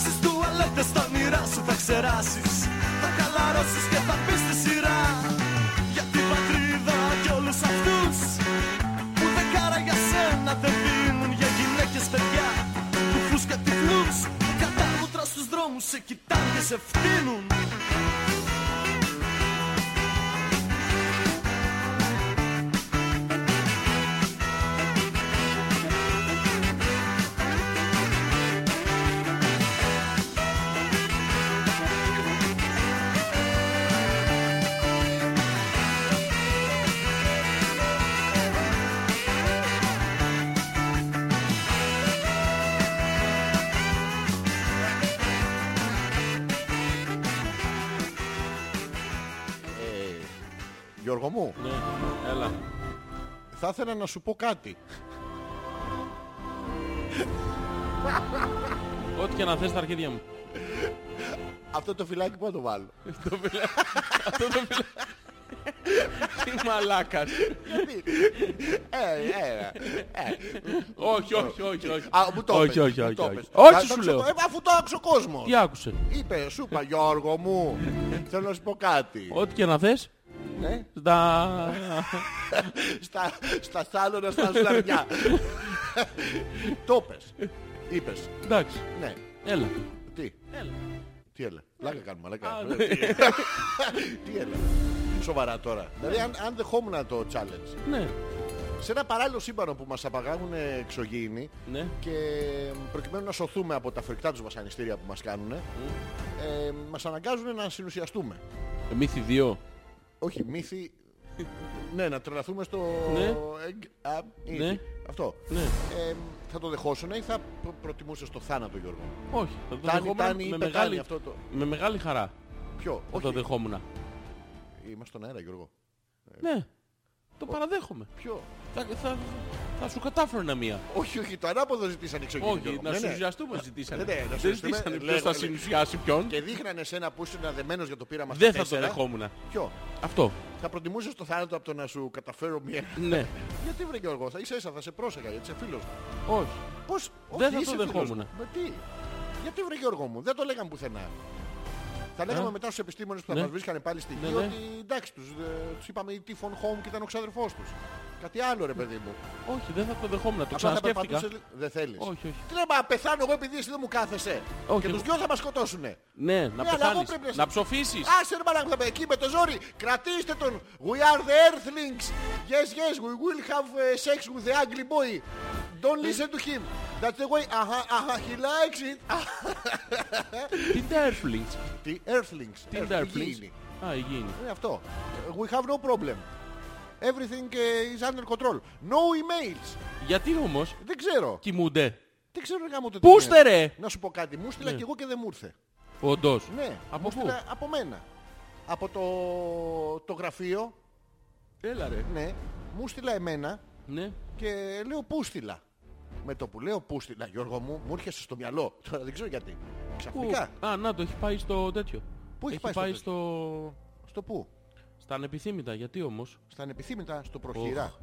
Speaker 4: Στις τουαλέτες τότε στα όνειρά σου θα ξεράσεις Θα χαλαρώσεις και θα πεις τη σειρά Για την πατρίδα και όλους αυτούς Που δεκάρα για σένα δεν δίνουν Για γυναίκες παιδιά που φούσκα τυφλούς Που κατά μούτρα στους δρόμους σε κοιτάνε και σε φτύνουν
Speaker 1: Γιώργο μου,
Speaker 2: Ναι, έλα.
Speaker 1: θα ήθελα να σου πω κάτι.
Speaker 2: Ό,τι και να θες στα αρχίδια μου.
Speaker 1: Αυτό το φυλάκι πού θα το βάλω.
Speaker 2: Αυτό το μιλάω. Τι μαλάκας.
Speaker 1: ε, ε, ε.
Speaker 2: Όχι, όχι, όχι, όχι.
Speaker 1: Α, μου το
Speaker 2: Όχι,
Speaker 1: είπες,
Speaker 2: όχι,
Speaker 1: μου
Speaker 2: όχι.
Speaker 1: το
Speaker 2: όχι.
Speaker 1: είπες. Θα-
Speaker 2: Όχι
Speaker 1: θα
Speaker 2: σου
Speaker 1: ξέρω-
Speaker 2: λέω.
Speaker 1: ε, Αφού το άκουσε ο κόσμος.
Speaker 2: Τι άκουσε.
Speaker 1: Είπε, σου είπα Γιώργο μου, θέλω να σου πω κάτι.
Speaker 2: Ό,τι και να θες.
Speaker 1: Ναι.
Speaker 2: Τα...
Speaker 1: Στα, στα σάλωνα, στα σλαβιά. το είπες. Είπες.
Speaker 2: Εντάξει.
Speaker 1: Ναι.
Speaker 2: Έλα.
Speaker 1: Τι.
Speaker 2: Έλα.
Speaker 1: Τι έλα. Λάκα κάνουμε, λάκα.
Speaker 2: Α,
Speaker 1: κάνουμε.
Speaker 2: ναι.
Speaker 1: Τι έλα. Σοβαρά τώρα. Δηλαδή, αν, αν δεχόμουν το challenge,
Speaker 2: Ναι.
Speaker 1: σε ένα παράλληλο σύμπανο που μας απαγάγουν εξωγήινοι
Speaker 2: Ναι.
Speaker 1: και προκειμένου να σωθούμε από τα φρικτά τους βασανιστήρια που μας κάνουν,
Speaker 2: Mm.
Speaker 1: ε, μας αναγκάζουν να συνουσιαστούμε.
Speaker 2: Μύθι 2.
Speaker 1: Όχι, μύθι. ναι, να τρελαθούμε στο.
Speaker 2: Ναι.
Speaker 1: εγ- α, ή-
Speaker 2: Ναι.
Speaker 1: Αυτό.
Speaker 2: Ναι.
Speaker 1: Ε, θα το δεχόσουν ή θα προ- προτιμούσες το θάνατο, Γιώργο.
Speaker 2: Όχι. Θα το
Speaker 1: Τάνι,
Speaker 2: δεχόμουν
Speaker 1: τάνι,
Speaker 2: με
Speaker 1: είπε τάνι,
Speaker 2: μεγάλη,
Speaker 1: αυτό το.
Speaker 2: με μεγάλη χαρά.
Speaker 1: Ποιο,
Speaker 2: Θα το
Speaker 1: όχι.
Speaker 2: δεχόμουν.
Speaker 1: Είμαστε στον αέρα, Γιώργο. Ε.
Speaker 2: Ναι. Το παραδέχομαι.
Speaker 1: Ποιο.
Speaker 2: Θα, θα, θα σου κατάφερνα μία.
Speaker 1: Όχι, όχι, το ανάποδο ζητήσαν οι εξωγήινοι,
Speaker 2: Όχι,
Speaker 1: Γιώργο.
Speaker 2: να
Speaker 1: Ναι, ναι.
Speaker 2: συνουσιαστούμε ζητήσανε.
Speaker 1: Ναι, ναι, να
Speaker 2: Δεν
Speaker 1: συνουσιαστούμε.
Speaker 2: ζητήσανε ποιος
Speaker 1: Λέγω,
Speaker 2: θα
Speaker 1: λέγω.
Speaker 2: συνουσιάσει ποιον.
Speaker 1: Και δείχνανε εσένα που ήσουν δεμένος για το πείραμα στα
Speaker 2: Δεν θα το
Speaker 1: τέσσερα.
Speaker 2: δεχόμουν.
Speaker 1: Ποιο.
Speaker 2: Αυτό.
Speaker 1: Θα προτιμούσες το θάνατο από το να σου καταφέρω μία.
Speaker 2: Ναι.
Speaker 1: Γιατί βρε Γιώργο, θα είσαι έσα, θα σε πρόσεχα, γιατί είσαι φίλος μου.
Speaker 2: Όχι.
Speaker 1: Πώς, όχι,
Speaker 2: Δεν θα το
Speaker 1: είσαι φίλος
Speaker 2: δεχόμουν.
Speaker 1: μου. Με τι, γιατί βρε Γιώργο μου, δεν το λέγαμε πουθενά. Θα λέγαμε μετά στους επιστήμονες που θα
Speaker 2: Ναι.
Speaker 1: μας βρίσκανε πάλι στη
Speaker 2: Ναι,
Speaker 1: γη
Speaker 2: ναι.
Speaker 1: ότι εντάξει τους, ε, τους είπαμε η Τύφων Χόμ και ήταν ο ξαδερφός τους. Κάτι άλλο ρε παιδί μου.
Speaker 2: Όχι, δεν θα το δεχόμουν. Το
Speaker 1: Απλά θα
Speaker 2: ξανασκέφτηκα.
Speaker 1: περπατούσες... λι- Δεν θέλεις.
Speaker 2: Όχι, όχι.
Speaker 1: Τι να μα πεθάνω εγώ επειδή εσύ δεν μου κάθεσαι.
Speaker 2: Όχι,
Speaker 1: και τους
Speaker 2: εγώ-
Speaker 1: δυο θα μας σκοτώσουνε.
Speaker 2: Ναι, να
Speaker 1: Ναι, αλλά εγώ
Speaker 2: πεθάνεις.
Speaker 1: πρέπει να σε-
Speaker 2: Να ψοφήσεις.
Speaker 1: Άσε ρε μαλάκα θα πει, εκεί με το ζόρι. Κρατήστε τον. We are the earthlings. Yes, yes, we will have uh, sex with the ugly boy. Don't
Speaker 2: Ε.
Speaker 1: listen to him. That's the way. Αχα, αχα, he likes it.
Speaker 2: Τι Derflings.
Speaker 1: Τι earthlings.
Speaker 2: Τι
Speaker 1: Earth, γη
Speaker 2: Derflings.
Speaker 1: είναι.
Speaker 2: Α, η γη είναι.
Speaker 1: Είναι αυτό. We have no problem. Everything uh, is under control. No emails.
Speaker 2: Γιατί όμως
Speaker 1: Δεν ξέρω.
Speaker 2: κοιμούνται.
Speaker 1: Δεν ξέρω ρε γάμο το
Speaker 2: Πού
Speaker 1: τι
Speaker 2: είστε,
Speaker 1: είναι.
Speaker 2: ρε? Ναι.
Speaker 1: Να σου πω κάτι. Μου στείλα κι εγώ και δεν μου ήρθε.
Speaker 2: Όντως.
Speaker 1: Ναι.
Speaker 2: Από
Speaker 1: Μου
Speaker 2: πού.
Speaker 1: στείλα Από μένα. Από το, το γραφείο.
Speaker 2: Έλα ρε.
Speaker 1: Ναι. Μου στείλα εμένα.
Speaker 2: Ναι.
Speaker 1: και λέω πούστιλα. Με το που λέω πούστιλα, Γιώργο μου, μου έρχεσαι στο μυαλό. Τώρα δεν ξέρω γιατί.
Speaker 2: Πού.
Speaker 1: Ξαφνικά.
Speaker 2: Α, να το έχει πάει στο τέτοιο.
Speaker 1: Πού έχει πάει
Speaker 2: πάει,
Speaker 1: στο τέτοιο?
Speaker 2: στο...
Speaker 1: Στο πού.
Speaker 2: Στα ανεπιθύμητα. Γιατί όμως.
Speaker 1: Στα ανεπιθύμητα, στο προχειρά.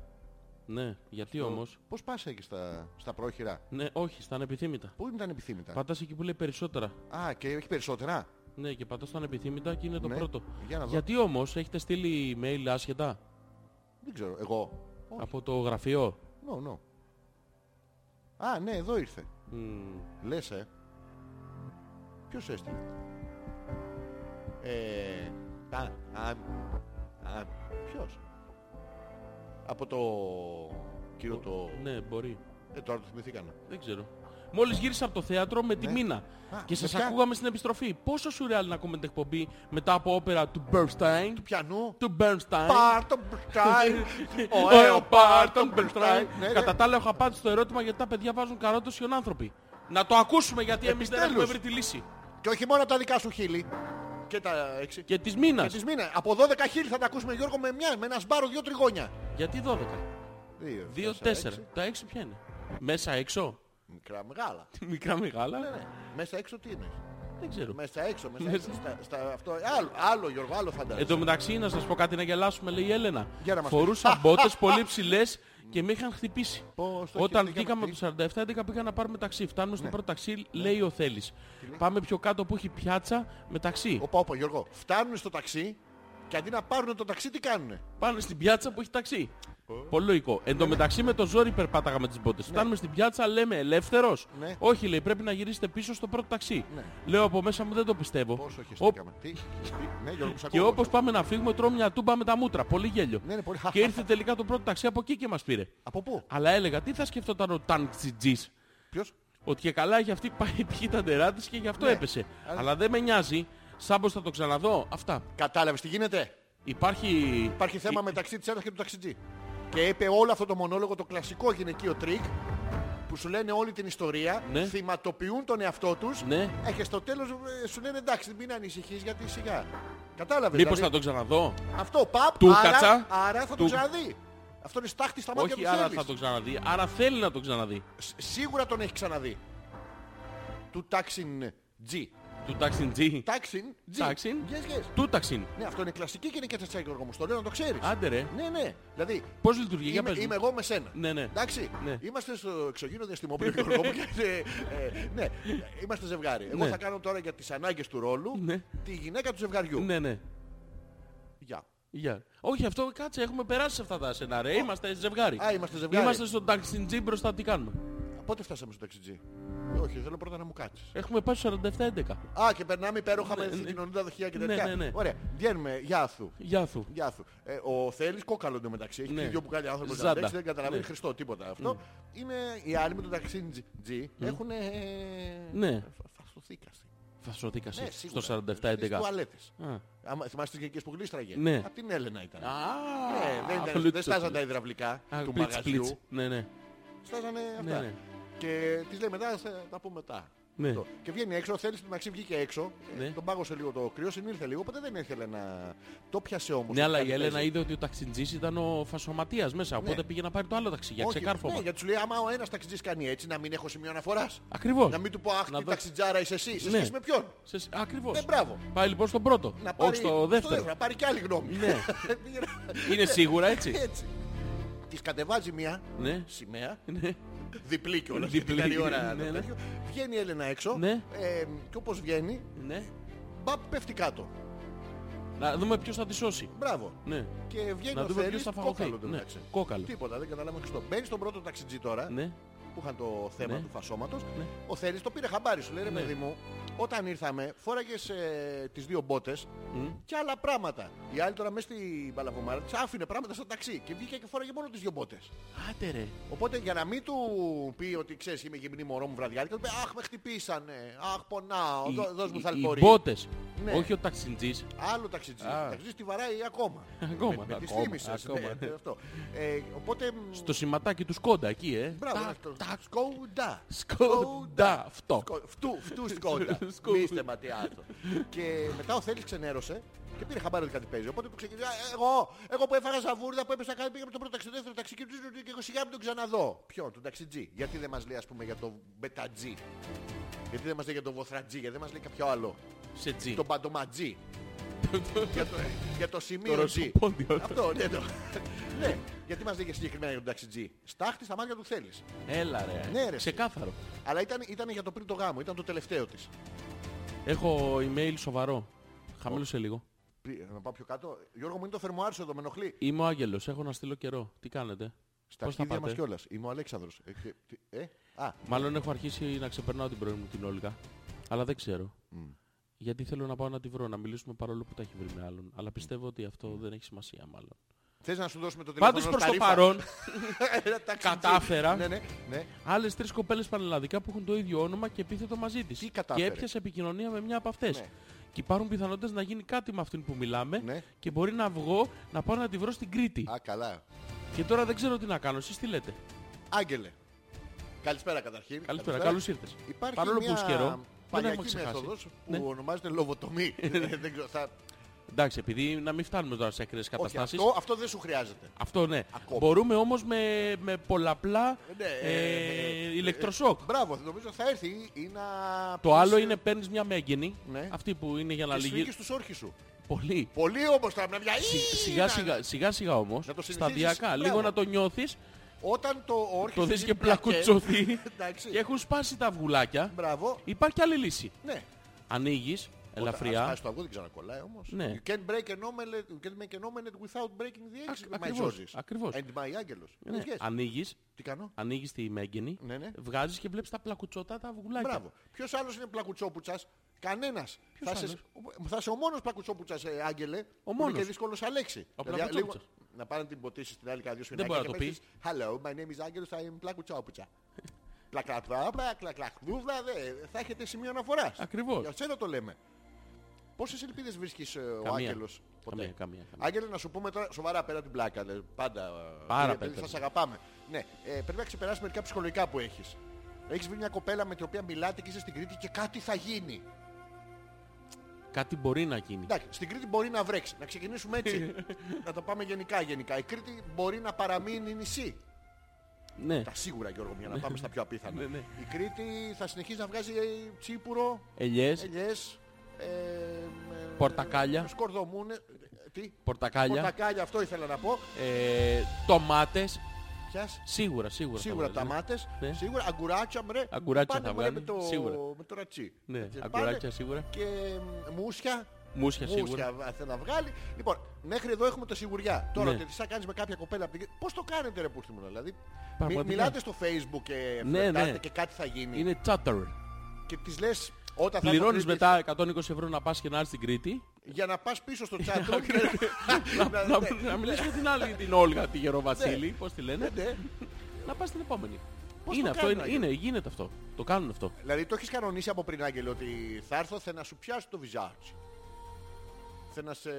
Speaker 2: Ναι, γιατί όμως.
Speaker 1: Πώς πας εκεί στα, στα πρόχειρα.
Speaker 2: Ναι, όχι, στα ανεπιθύμητα.
Speaker 1: Πού είναι τα ανεπιθύμητα.
Speaker 2: Πατάς εκεί που λέει περισσότερα.
Speaker 1: Α, και έχει περισσότερα.
Speaker 2: Ναι, και πατάς στα ανεπιθύμητα και είναι το
Speaker 1: Ναι.
Speaker 2: πρώτο.
Speaker 1: Για να δω.
Speaker 2: Γιατί όμως έχετε στείλει mail άσχετα
Speaker 1: Δεν ξέρω. Εγώ. Όχι.
Speaker 2: από το γραφείο.
Speaker 1: No, no. Α, ναι, εδώ ήρθε.
Speaker 2: Μμμ.
Speaker 1: Λες, ε. Ποιος έστειλε. Ε, α, α, α, ποιος. Από το κύριο το...
Speaker 2: Ναι, μπορεί.
Speaker 1: Ε, τώρα το θυμηθήκανα.
Speaker 2: Δεν ξέρω. Μόλις γύρισα από το θέατρο με τη Μίνα
Speaker 1: Ναι. Α,
Speaker 2: και σας
Speaker 1: παιδιά.
Speaker 2: ακούγαμε στην επιστροφή. Πόσο σουρεάλ να ακούμε την εκπομπή μετά από όπερα του Bernstein.
Speaker 1: Πιανού.
Speaker 2: Του Bernstein.
Speaker 1: Πάρτον Μπερτράιν. Ε,
Speaker 2: Ωραίο Πάρτον Bernstein. Κατά
Speaker 1: Κατά
Speaker 2: τα άλλα έχω απάντηση στο ερώτημα γιατί τα παιδιά βάζουν καρότες οι άνθρωποι. Να το ακούσουμε γιατί εμείς δεν
Speaker 1: Ε, Επιτέλους.
Speaker 2: έχουμε βρει τη λύση.
Speaker 1: Και όχι μόνο τα δικά σου χείλη. Και τα έξι. Και
Speaker 2: Και της Μίνας.
Speaker 1: τις μήνα. Από 12 χείλη θα τα ακούσουμε Γιώργο με μια, με ένα σπάρο δύο τριγώνια.
Speaker 2: Γιατί 12.
Speaker 1: Δύο,
Speaker 2: 2-4.
Speaker 1: έξι.
Speaker 2: Τα 6 ποια είναι. Μέσα έξω.
Speaker 1: Μικρά μεγάλα.
Speaker 2: Μικρά μεγάλα.
Speaker 1: Ναι. Μέσα έξω τι είναι.
Speaker 2: Δεν ξέρω.
Speaker 1: Μέσα έξω, μέσα
Speaker 2: Μέσα. Ε-
Speaker 1: έξω. Στα, στα, αυτό, ε, άλλο, άλλο Γιώργο, άλλο
Speaker 2: Εν τω
Speaker 1: φαντάζομαι.
Speaker 2: μεταξύ να σας πω κάτι να γελάσουμε λέει η Έλενα.
Speaker 1: Για να μας
Speaker 2: Φορούσα μπότες πολύ ψηλές και με είχαν χτυπήσει.
Speaker 1: Πώς το
Speaker 2: Όταν
Speaker 1: χτυπήκαμε,
Speaker 2: βγήκαμε
Speaker 1: τι?
Speaker 2: από το 47, 11 πήγα να πάρουμε ταξί. Φτάνουμε
Speaker 1: Ναι.
Speaker 2: στο πρώτο ταξί, λέει ο Θέλης. Πάμε πιο κάτω που έχει πιάτσα με ταξί.
Speaker 1: Οπα, οπα, Γιώργο, φτάνουν στο ταξί και αντί να πάρουν το ταξί, τι κάνουνε.
Speaker 2: Πάνε στην πιάτσα που έχει ταξί. Πολύ λογικό. Εν τω μεταξύ με το ζόρι περπάταγαμε τις μπότες. Φτάνουμε στην πιάτσα, λέμε ελεύθερος.
Speaker 1: Ναι.
Speaker 2: Όχι, λέει, πρέπει να γυρίσετε πίσω στο πρώτο ταξί.
Speaker 1: Ναι.
Speaker 2: Λέω από μέσα μου δεν το πιστεύω.
Speaker 1: Πόσο
Speaker 2: Ο-
Speaker 1: χεστήκαμε. Τι, τι- ναι, Γιώργο, σ'
Speaker 2: Και
Speaker 1: ακούω.
Speaker 2: όπως πάμε να φύγουμε, τρώμε μια τούμπα με τα μούτρα. Πολύ γέλιο.
Speaker 1: Ναι, ναι, πολύ.
Speaker 2: Και ήρθε τελικά το πρώτο ταξί από εκεί και μας πήρε.
Speaker 1: Από πού,
Speaker 2: Αλλά έλεγα, τι θα σκεφτόταν ο Τανκτζιτζής.
Speaker 1: ποιος,
Speaker 2: Ότι και καλά έχει αυτή πάει πήγε τα νερά της και γι'
Speaker 1: Ναι.
Speaker 2: αυτό έπεσε.
Speaker 1: Αλλά-
Speaker 2: Αλλά δεν με νοιάζει. Σάμπος θα το ξαναδώ. Αυτά.
Speaker 1: κατάλαβες τι γίνεται.
Speaker 2: Υπάρχει...
Speaker 1: Υπάρχει θέμα μεταξύ της ένας και του ταξιτζή. Και είπε όλο αυτό το μονόλογο, το κλασικό γυναικείο τρίκ, που σου λένε όλη την ιστορία,
Speaker 2: Ναι.
Speaker 1: θυματοποιούν τον εαυτό τους
Speaker 2: Ναι.
Speaker 1: ε, και στο τέλος ε, σου λένε εντάξει μην ανησυχείς γιατί σιγά. Κατάλαβες.
Speaker 2: Μήπως θα
Speaker 1: δηλαδή.
Speaker 2: το ξαναδώ.
Speaker 1: Αυτό, παπ,
Speaker 2: Του
Speaker 1: άρα,
Speaker 2: κάτσα.
Speaker 1: άρα θα το
Speaker 2: Του-
Speaker 1: ξαναδεί. Αυτό είναι στάχτη στα μάτια
Speaker 2: Όχι,
Speaker 1: που
Speaker 2: άρα
Speaker 1: θέλεις.
Speaker 2: θα το ξαναδεί. Άρα θέλει να το ξαναδεί.
Speaker 1: Σ- Σίγουρα τον έχει ξαναδεί. Του τάξιν G.
Speaker 2: Του Τάξιν G.
Speaker 1: Τάξιν G.
Speaker 2: Τάξιν.
Speaker 1: Yes, yes.
Speaker 2: Του Τάξιν.
Speaker 1: Ναι, αυτό είναι κλασική και είναι και τεστιά Γιώργο μου. Στο λέω να το ξέρεις.
Speaker 2: Άντε ρε.
Speaker 1: Ναι, ναι. Δηλαδή,
Speaker 2: Πώς λειτουργεί, για
Speaker 1: είμαι,
Speaker 2: πες μου.
Speaker 1: είμαι εγώ με σένα.
Speaker 2: Ναι, ναι.
Speaker 1: Εντάξει,
Speaker 2: Ναι.
Speaker 1: είμαστε στο εξωγήινο διαστημόπλαιο Γιώργο μου και, ε, ε, ναι, είμαστε ζευγάρι. Εγώ
Speaker 2: Ναι.
Speaker 1: θα κάνω τώρα για τις ανάγκες του ρόλου
Speaker 2: Ναι.
Speaker 1: τη γυναίκα του ζευγαριού.
Speaker 2: Ναι, ναι.
Speaker 1: Γεια.
Speaker 2: Γεια. Όχι, αυτό κάτσε, έχουμε περάσει σε αυτά τα σενάρια. Είμαστε ζευγάρι.
Speaker 1: Α, είμαστε ζευγάρι.
Speaker 2: Είμαστε στον Τάξιν G μπροστά, τι κάνουμε.
Speaker 1: Πότε φτάσαμε στο ταξιτζί. Όχι, θέλω πρώτα να μου κάτσεις.
Speaker 2: Έχουμε πάει στο 47-11.
Speaker 1: Α, και περνάμε υπέροχα με
Speaker 2: ναι.
Speaker 1: συγκοινωνούντα δοχεία και
Speaker 2: Ναι,
Speaker 1: τέτοια.
Speaker 2: ναι, ναι.
Speaker 1: Ωραία, βγαίνουμε. Γεια σου.
Speaker 2: Γεια σου.
Speaker 1: Γεια σου. Ε, ο Θέλει κόκαλο εντωμεταξύ. Έχει
Speaker 2: Ναι.
Speaker 1: ναι. δύο μπουκάλια άνθρωπος
Speaker 2: Ζάντα.
Speaker 1: να αντέξει, δεν καταλαβαίνει
Speaker 2: Ναι.
Speaker 1: χριστό τίποτα αυτό. Είναι οι άλλοι με το ταξί G έχουν. Ε,
Speaker 2: Ναι.
Speaker 1: φαστοθήκαση.
Speaker 2: Θα σωθήκα
Speaker 1: Ναι, σίγουρα.
Speaker 2: στο
Speaker 1: Στις
Speaker 2: 47-11.
Speaker 1: τουαλέτες.
Speaker 2: Α.
Speaker 1: Άμα θυμάσαι τις γυναίκες που γλίστραγε.
Speaker 2: Ναι.
Speaker 1: Απ' την Έλενα ήταν.
Speaker 2: Α,
Speaker 1: Ναι, δεν, ήταν-
Speaker 2: πλούτς,
Speaker 1: δεν στάζαν τα
Speaker 2: πλούτς.
Speaker 1: υδραυλικά
Speaker 2: Α,
Speaker 1: του
Speaker 2: πλίτς, πλίτς.
Speaker 1: μαγαζιού.
Speaker 2: Ναι, ναι.
Speaker 1: Στάζανε αυτά.
Speaker 2: Ναι, ναι.
Speaker 1: Και της λέει μετά, θα τα πούμε μετά.
Speaker 2: Ναι.
Speaker 1: Αυτό. Και βγαίνει έξω, θέλεις να βγήκε έξω.
Speaker 2: Ναι.
Speaker 1: Τον πάγωσε λίγο το κρύο, συνήλθε λίγο, οπότε δεν ήθελε να. Το πιάσε όμως.
Speaker 2: Ναι, αλλά
Speaker 1: Κάτι
Speaker 2: η Έλενα
Speaker 1: παίζει. Ναι.
Speaker 2: είδε ότι ο ταξιτζής ήταν ο φασοματίας μέσα, οπότε πήγε να πάρει το άλλο ταξί για
Speaker 1: Όχι,
Speaker 2: ξεκάρφωμα.
Speaker 1: Ναι, γιατί σου λέει άμα ο ένας ταξιτζής κάνει έτσι να μην έχω σημείο αναφοράς.
Speaker 2: Ακριβώς.
Speaker 1: Να μην του πω αχ
Speaker 2: Να
Speaker 1: τι
Speaker 2: δω-
Speaker 1: ταξιτζάρα είσαι εσύ. Σε
Speaker 2: Ναι.
Speaker 1: σχέση με ποιον.
Speaker 2: Σε- Ακριβώς.
Speaker 1: Ναι, μπράβο.
Speaker 2: Πάει λοιπόν στον πρώτο.
Speaker 1: Να πάρει
Speaker 2: Όχι στο δεύτερο.
Speaker 1: Να πάρει και άλλη γνώμη.
Speaker 2: Ναι. Είναι σίγουρα έτσι.
Speaker 1: έτσι. Της κατεβάζει μια
Speaker 2: Ναι.
Speaker 1: σημαία.
Speaker 2: Ναι.
Speaker 1: Διπλή κιόλας.
Speaker 2: Διπλή.
Speaker 1: Διπλή. Καλή ώρα.
Speaker 2: Ναι,
Speaker 1: το
Speaker 2: ναι.
Speaker 1: τέτοιο. Βγαίνει η Έλενα έξω.
Speaker 2: Ναι.
Speaker 1: ε, Και όπως βγαίνει,
Speaker 2: Ναι.
Speaker 1: μπαπ πέφτει κάτω.
Speaker 2: Να δούμε ποιος θα τη σώσει.
Speaker 1: Μπράβο.
Speaker 2: Ναι.
Speaker 1: Και βγαίνει
Speaker 2: Να
Speaker 1: ο
Speaker 2: δούμε
Speaker 1: Θέλης,
Speaker 2: ποιος θα φαγωθεί.
Speaker 1: κόκαλο το
Speaker 2: Ναι,
Speaker 1: μεταξύ.
Speaker 2: κόκαλο.
Speaker 1: Τίποτα, δεν καταλάβαμε χριστό. Μπαίνει στον πρώτο ταξιτζή τώρα,
Speaker 2: Ναι.
Speaker 1: που είχαν το θέμα
Speaker 2: Ναι.
Speaker 1: του φασώματος.
Speaker 2: Ναι.
Speaker 1: Ο Θέλης το πήρε χαμπάρι, σου λέει ρε
Speaker 2: Ναι.
Speaker 1: παιδί μου, όταν ήρθαμε φόραγες ε, τις δύο μπότες
Speaker 2: Μμ.
Speaker 1: και άλλα πράγματα. Οι άλλοι τώρα μέσα στην παλαβομάρα της άφηνε πράγματα στα ταξί και βγήκε και φόραγε μόνο τις δύο μπότες.
Speaker 2: Άντε ρε.
Speaker 1: Οπότε για να μην του πει ότι ξέρεις είμαι γυμνή μωρό μου βραδιάρικα, του πει αχ με χτυπήσανε, αχ πονάω,
Speaker 2: Οι-
Speaker 1: δώ- δώσ' μου
Speaker 2: οι-
Speaker 1: θαλπορή.
Speaker 2: Οι μπότες.
Speaker 1: Ναι.
Speaker 2: Όχι ο ταξιτζής.
Speaker 1: Άλλο ταξιτζής.
Speaker 2: Α.
Speaker 1: Ταξιτζής τη βαράει ακόμα.
Speaker 2: Ακόμα,
Speaker 1: Με, με τις
Speaker 2: ακόμα,
Speaker 1: θύμισες,
Speaker 2: ακόμα.
Speaker 1: ναι, αυτό. Ε, οπότε... μ,
Speaker 2: Στο σηματάκι του σκόντα εκεί, ε.
Speaker 1: Μπράβο,
Speaker 2: Τα-
Speaker 1: αυτό.
Speaker 2: τα-
Speaker 1: Σκόντα.
Speaker 2: Σκόντα. Αυτό.
Speaker 1: Σκο- Φτού, φτού σκόντα.
Speaker 2: Σκόντα.
Speaker 1: Μη στεματιάστο. και μετά ο Θέλης ξενέρωσε και πήρε χαμπάρι ότι κάτι παίζει. Οπότε που ξεκινάει, εγώ, εγώ που έφαγα ζαβούρδα που έπεσα κάτι, πήγαμε το πρώτο ταξί, το δεύτερο ταξί και τους- και εγώ σιγά μην τον ξαναδώ. Ποιον, τον ταξιτζή. Γιατί δεν μας λέει ας πούμε για το μπετατζή. Γιατί δεν μας λέει για το βοθρατζή, γιατί δεν μας λέει κάποιο άλλο.
Speaker 2: Σε τζι.
Speaker 1: Το παντοματζή. για, το, για το
Speaker 2: Το
Speaker 1: σημείο G.
Speaker 2: ρωσοπόντιο.
Speaker 1: Αυτό, ναι, το. ναι. Γιατί μας λέγε συγκεκριμένα για τον ταξιτζή. Στάχτη στα μάτια του θέλεις.
Speaker 2: Έλα ρε.
Speaker 1: Ναι, ρε.
Speaker 2: Ξεκάθαρο.
Speaker 1: Αλλά ήταν, ήταν για το πριν το γάμο, ήταν το τελευταίο της.
Speaker 2: Έχω email σοβαρό. Χαμήλωσε λίγο.
Speaker 1: Πι- Να πάω πιο κάτω. Γιώργο μου είναι το θερμοάρσιο εδώ, με ενοχλεί.
Speaker 2: Είμαι ο Άγγελος, έχω να στείλω καιρό. Τι κάνετε.
Speaker 1: Στα
Speaker 2: Πώς θα
Speaker 1: αρχίδια
Speaker 2: πάτε.
Speaker 1: μας κιόλας. Είμαι ο Αλέξανδρος. Ε, και- τι- ε, α,
Speaker 2: Μάλλον έχω αρχίσει να ξεπερνάω την πρωί μου την όλικα. Αλλά δεν ξέρω. Γιατί θέλω να πάω να τη βρω, να μιλήσουμε παρόλο που τα έχει βρει με άλλον. Αλλά πιστεύω ότι αυτό δεν έχει σημασία μάλλον.
Speaker 1: θες να σου δώσουμε το τηλέφωνο
Speaker 2: Πάντως
Speaker 1: ενός
Speaker 2: προς το
Speaker 1: ταρίφα?
Speaker 2: παρόν,
Speaker 1: Ένα ταξιτζή.
Speaker 2: Κατάφερα.
Speaker 1: Ναι, ναι, ναι.
Speaker 2: άλλες τρεις κοπέλες πανελλαδικά που έχουν το ίδιο όνομα και επίθετο μαζί της.
Speaker 1: Τι
Speaker 2: Και
Speaker 1: κατάφερε?
Speaker 2: έπιασε επικοινωνία με μια από αυτές.
Speaker 1: Ναι.
Speaker 2: Και υπάρχουν πιθανότητες να γίνει κάτι με αυτήν που μιλάμε
Speaker 1: Ναι.
Speaker 2: και μπορεί να βγω να πάω να τη βρω στην Κρήτη.
Speaker 1: Α, καλά.
Speaker 2: Και τώρα δεν ξέρω τι να κάνω. Εσείς τι λέτε.
Speaker 1: Άγγελε. Καλησπέρα καταρχήν.
Speaker 2: Καλησπέρα, καλώς ήρθες.
Speaker 1: Ε, Υπάρχει
Speaker 2: Παρόλο που
Speaker 1: μια
Speaker 2: έχει καιρό, δεν έχουμε
Speaker 1: παλιακή
Speaker 2: ξεχάσει.
Speaker 1: μέθοδος που
Speaker 2: Ναι. Ε,
Speaker 1: ονομάζεται λοβοτομή. δεν ξέρω, θα...
Speaker 2: Εντάξει, επειδή να μην φτάνουμε τώρα σε ακραίε
Speaker 1: Όχι,
Speaker 2: καταστάσεις.
Speaker 1: αυτό, αυτό δεν σου χρειάζεται.
Speaker 2: Αυτό ναι.
Speaker 1: Ακόμα.
Speaker 2: Μπορούμε όμως με, με πολλαπλά
Speaker 1: Ναι,
Speaker 2: ε,
Speaker 1: ε, ε,
Speaker 2: ηλεκτροσόκ.
Speaker 1: Μπράβο, νομίζω θα έρθει ή- ή να... ε,
Speaker 2: Το άλλο είναι παίρνεις μια μέγενη,
Speaker 1: Ναι.
Speaker 2: αυτή που είναι για να
Speaker 1: να
Speaker 2: λυγεί
Speaker 1: στους όρχους σου.
Speaker 2: πολύ.
Speaker 1: Πολύ όμως θα να μια...
Speaker 2: Σι- Σιγά σιγά, σιγά, σιγά όμως,
Speaker 1: Να το συνηθίσεις.
Speaker 2: σταδιακά,
Speaker 1: Μπράβο.
Speaker 2: λίγο να το νιώθεις
Speaker 1: Όταν το όρχιστρο.
Speaker 2: Το δεις και
Speaker 1: γίνει πλακέ,
Speaker 2: πλακουτσωθεί
Speaker 1: Εντάξει.
Speaker 2: και έχουν σπάσει τα αυγουλάκια.
Speaker 1: Μπράβο.
Speaker 2: Υπάρχει άλλη λύση.
Speaker 1: Ναι.
Speaker 2: Ανοίγεις
Speaker 1: Όταν
Speaker 2: ελαφριά.
Speaker 1: σπάσει το αυγό δεν ξανακολλάει όμως.
Speaker 2: Ναι.
Speaker 1: You can break an omelet, you can make an omelet without breaking the eggs.
Speaker 2: Ακ-
Speaker 1: my
Speaker 2: ακριβώς,
Speaker 1: Zozis.
Speaker 2: ακριβώς.
Speaker 1: And my άγγελος.
Speaker 2: Ναι.
Speaker 1: Yes.
Speaker 2: Ανοίγεις,
Speaker 1: Τι κάνω.
Speaker 2: ανοίγεις τη μέγενη,
Speaker 1: Ναι, ναι.
Speaker 2: βγάζεις και βλέπεις τα πλακουτσότα τα αυγουλάκια.
Speaker 1: Μπράβο. Ποιος άλλος είναι πλακουτσόπουτσας. Κανένας.
Speaker 2: Ποιος
Speaker 1: Θα, σε, θα είσαι ο μόνος πλακουτσόπουτσας, ε, Άγγελε. που είναι
Speaker 2: μόνος.
Speaker 1: Και δύσκολος Αλέξη.
Speaker 2: Ο
Speaker 1: Δηλαδή,
Speaker 2: πλακουτσόπουτσας.
Speaker 1: λίγο- να πάνε την ποτίσει στην άλλη καρδιά σου.
Speaker 2: Δεν
Speaker 1: φινάκια
Speaker 2: μπορεί να
Speaker 1: και
Speaker 2: το
Speaker 1: πες, Hello, my name is Άγγελος, I am πλακουτσόπουτσα. Πλακλαπλάπλα, κλακλακδούβλα, δε. Θα έχετε σημείο αναφοράς.
Speaker 2: Ακριβώς.
Speaker 1: Για σένα το λέμε. Πόσες ελπίδες βρίσκεις ε, ο
Speaker 2: Καμία.
Speaker 1: Άγγελος. ποτέ?
Speaker 2: Καμία, καμία, καμία.
Speaker 1: Άγγελε, να σου πούμε τώρα σοβαρά πέρα από την πλάκα. δε, Πάντα. ε,
Speaker 2: Πάρα
Speaker 1: επειδή
Speaker 2: πέρα.
Speaker 1: Θα σε αγαπάμε. Ναι, ε, πρέπει να ξεπεράσει μερικά ψυχολογικά που έχεις. Έχεις βρει μια κοπέλα με την οποία μιλάτε και είσαι στην Κρήτη και κάτι θα γίνει.
Speaker 2: Κάτι μπορεί να γίνει.
Speaker 1: Εντάξει, στην Κρήτη μπορεί να βρέξει. Να ξεκινήσουμε έτσι. να τα πάμε γενικά γενικά. Η Κρήτη μπορεί να παραμείνει νησί.
Speaker 2: Ναι.
Speaker 1: Τα σίγουρα Γιώργο, για να πάμε στα πιο απίθανα.
Speaker 2: Ναι, ναι.
Speaker 1: Η Κρήτη θα συνεχίσει να βγάζει ε, τσίπουρο,
Speaker 2: Ελιές,
Speaker 1: ελιές, ε, ε,
Speaker 2: Πορτακάλια.
Speaker 1: Σκορδομούνε. ε, Τι.
Speaker 2: πορτακάλια,
Speaker 1: Πορτακάλια, αυτό ήθελα να πω.
Speaker 2: ε, ντομάτε.
Speaker 1: Ποιας?
Speaker 2: Σίγουρα, σίγουρα.
Speaker 1: Σίγουρα
Speaker 2: θα βγάλει.
Speaker 1: ταμάτες,
Speaker 2: Ναι.
Speaker 1: σίγουρα αγκουράτσια μπρε.
Speaker 2: Αγκουράτσια
Speaker 1: Πάνε,
Speaker 2: θα
Speaker 1: μπρε,
Speaker 2: βγάλει,
Speaker 1: με το,
Speaker 2: σίγουρα.
Speaker 1: Με το ρατσί.
Speaker 2: Ναι,
Speaker 1: Έτσι,
Speaker 2: αγκουράτσια
Speaker 1: πάνε
Speaker 2: σίγουρα.
Speaker 1: Και μ, μουσια.
Speaker 2: Μούσια
Speaker 1: Μουσια
Speaker 2: σίγουρα.
Speaker 1: βα- θέλει να βγάλει. Λοιπόν, μέχρι εδώ έχουμε το σιγουριά. Τώρα,
Speaker 2: Ναι.
Speaker 1: ότι θα κάνεις με κάποια κοπέλα. απ' την- Πώς το κάνετε ρε πούστη μου, δηλαδή. Μι,
Speaker 2: Πραγματικά.
Speaker 1: μιλάτε στο facebook και
Speaker 2: Ναι,
Speaker 1: φλερτάτε
Speaker 2: ναι.
Speaker 1: και κάτι θα γίνει.
Speaker 2: Είναι chatter.
Speaker 1: Και τις λες όταν θα
Speaker 2: Πληρώνεις
Speaker 1: αποκρίνεις-
Speaker 2: μετά 120 ευρώ να πας και να έρθεις στην Κρήτη.
Speaker 1: Για να πας πίσω στο chat room και- να-
Speaker 2: να
Speaker 1: ναι,
Speaker 2: να μιλήσει με την άλλη, την Όλγα, τη Γεροβασίλη,
Speaker 1: Ναι.
Speaker 2: πώς τη λένε.
Speaker 1: ναι.
Speaker 2: Να πας στην επόμενη.
Speaker 1: Πώς
Speaker 2: είναι
Speaker 1: το
Speaker 2: αυτό,
Speaker 1: κάνουν,
Speaker 2: είναι,
Speaker 1: Άγγελε?
Speaker 2: είναι, γίνεται αυτό. Το κάνουν αυτό.
Speaker 1: Δηλαδή το έχεις κανονίσει από πριν Άγγελε ότι θα έρθω θέλω να σου πιάσω το βυζάρι. Θέλω να σε,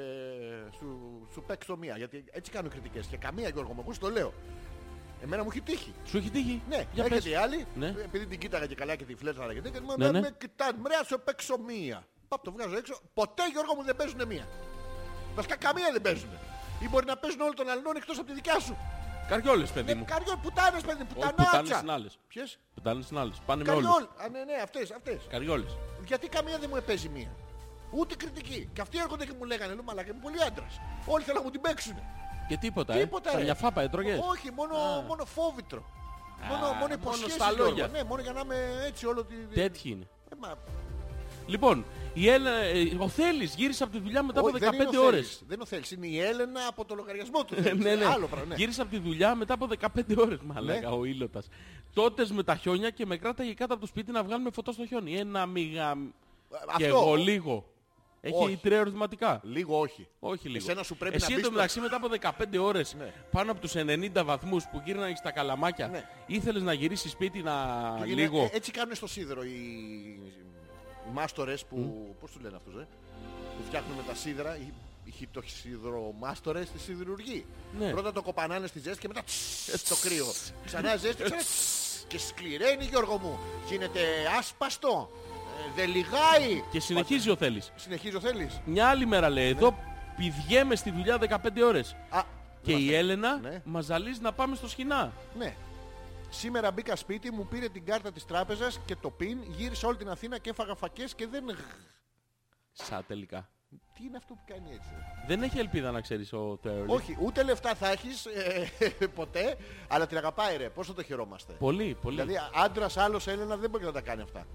Speaker 1: σου, σου παίξω μία. Γιατί έτσι κάνουν οι κριτικές. Και καμία Γιώργο μου ακούς το λέω. Εμένα μου έχει τύχει.
Speaker 2: Σου έχει τύχει.
Speaker 1: Ναι,
Speaker 2: για
Speaker 1: έρχεται
Speaker 2: πες.
Speaker 1: η άλλη,
Speaker 2: Ναι.
Speaker 1: επειδή την κοίταγα και καλά και την φλέρταρα και τέτοια,
Speaker 2: Ναι,
Speaker 1: με,
Speaker 2: ναι.
Speaker 1: με κοιτάνε, μρέα σου παίξω μία. Παπ, το βγάζω έξω, ποτέ Γιώργο μου δεν παίζουν μία. Βασικά καμία δεν παίζουν. Ή μπορεί να παίζουν όλων των αλλών εκτός από τη δικιά σου.
Speaker 2: Καριόλες, παιδί
Speaker 1: Ναι,
Speaker 2: μου.
Speaker 1: καριόλ, πουτάνες παιδί,
Speaker 2: Όχι, πουτάνε
Speaker 1: πουτανάτσα.
Speaker 2: είναι άλλες.
Speaker 1: Ποιες,
Speaker 2: Πουτάνες είναι άλλες. Πάνε με όλου.
Speaker 1: καριόλ, α, ναι, ναι, αυτές, αυτές.
Speaker 2: Καριόλες.
Speaker 1: Γιατί καμία δεν μου επέζει μία. Ούτε κριτική. Και αυτοί έρχονται και μου λέγανε, λέω μαλάκα, είμαι πολύ άντρας. Όλοι θέλουν να μου την παίξουν.
Speaker 2: Και τίποτα. ε.
Speaker 1: Τίποτα.
Speaker 2: Τα
Speaker 1: ρε.
Speaker 2: λιαφάπα, έτρωγε.
Speaker 1: Όχι, μόνο, μόνο φόβητρο. μόνο, μόνο υποσχέσεις.
Speaker 2: στα
Speaker 1: Γιώργο.
Speaker 2: λόγια.
Speaker 1: Ναι, μόνο για να είμαι έτσι όλο τη...
Speaker 2: Τέτοιοι είναι.
Speaker 1: Ε, μα,
Speaker 2: Λοιπόν, η Έλενα, ε, ο Θέλει γύρισε από τη δουλειά μετά από
Speaker 1: όχι, δεν είναι
Speaker 2: 15
Speaker 1: ο
Speaker 2: ώρε.
Speaker 1: Θέλης. Δεν είναι ο Θέλης, είναι η Έλενα από το λογαριασμό του.
Speaker 2: ναι,
Speaker 1: Θέλης.
Speaker 2: ναι.
Speaker 1: Άλλο πράγμα, ναι.
Speaker 2: Γύρισε από τη δουλειά μετά από 15 ώρε, μαλάκα, ο ήλωτας. Τότες με τα χιόνια και με κράταγε κάτω από το σπίτι να βγάλουμε φωτό στο χιόνι. Ένα μιγα.
Speaker 1: αυτό.
Speaker 2: Και εγώ λίγο. Έχει
Speaker 1: Όχι.
Speaker 2: τρία ερωτηματικά.
Speaker 1: Λίγο όχι.
Speaker 2: Όχι λίγο.
Speaker 1: Εσένα σου πρέπει
Speaker 2: Εσύ
Speaker 1: να
Speaker 2: εν
Speaker 1: μπεις
Speaker 2: τω
Speaker 1: στο-
Speaker 2: μεταξύ μετά από 15 ώρες
Speaker 1: Ναι.
Speaker 2: πάνω από τους 90 βαθμούς που γύρναγες στα καλαμάκια
Speaker 1: Ναι.
Speaker 2: ήθελες να γυρίσεις σπίτι να
Speaker 1: Είναι-
Speaker 2: λίγο...
Speaker 1: ε, έτσι κάνουν στο σίδερο οι, οι μάστορες που... Πώς τους λένε αυτούς, ε? Που φτιάχνουν με τα σίδερα, οι, οι χιτοχυσιδρομάστορες στη σιδηρουργή.
Speaker 2: Ναι.
Speaker 1: Πρώτα το κοπανάνε στη ζέστη και μετά τσ, στο κρύο. Ξανά ζέστη ξανά τσ, και σκληραίνει Γιώργο μου. Γίνεται άσπαστο. Ε, δεν λιγάει.
Speaker 2: Και
Speaker 1: ε,
Speaker 2: συνεχίζει ο Θέλης.
Speaker 1: Συνεχίζω θέλεις.
Speaker 2: Μια άλλη μέρα λέει,
Speaker 1: Ναι.
Speaker 2: εδώ πηγαίνουμε στη δουλειά 15 ώρες.
Speaker 1: Α,
Speaker 2: Και η Έλενα
Speaker 1: Ναι.
Speaker 2: μας ζαλίζει να πάμε στο σχοινά.
Speaker 1: Ναι. Σήμερα μπήκα σπίτι, μου πήρε την κάρτα της τράπεζας και το πιν, γύρισα όλη την Αθήνα και έφαγα φακές και δεν...
Speaker 2: Σαν τελικά.
Speaker 1: Τι είναι αυτό που κάνει έτσι. ρε?
Speaker 2: Δεν έχει ελπίδα να ξέρεις ο Θέλης.
Speaker 1: Όχι, ούτε λεφτά θα έχεις ε, ποτέ, αλλά την αγαπάει ρε, πόσο το χαιρόμαστε.
Speaker 2: Πολύ, πολύ.
Speaker 1: Δηλαδή άντρας άλλος Έλενα δεν μπορεί να τα κάνει αυτά.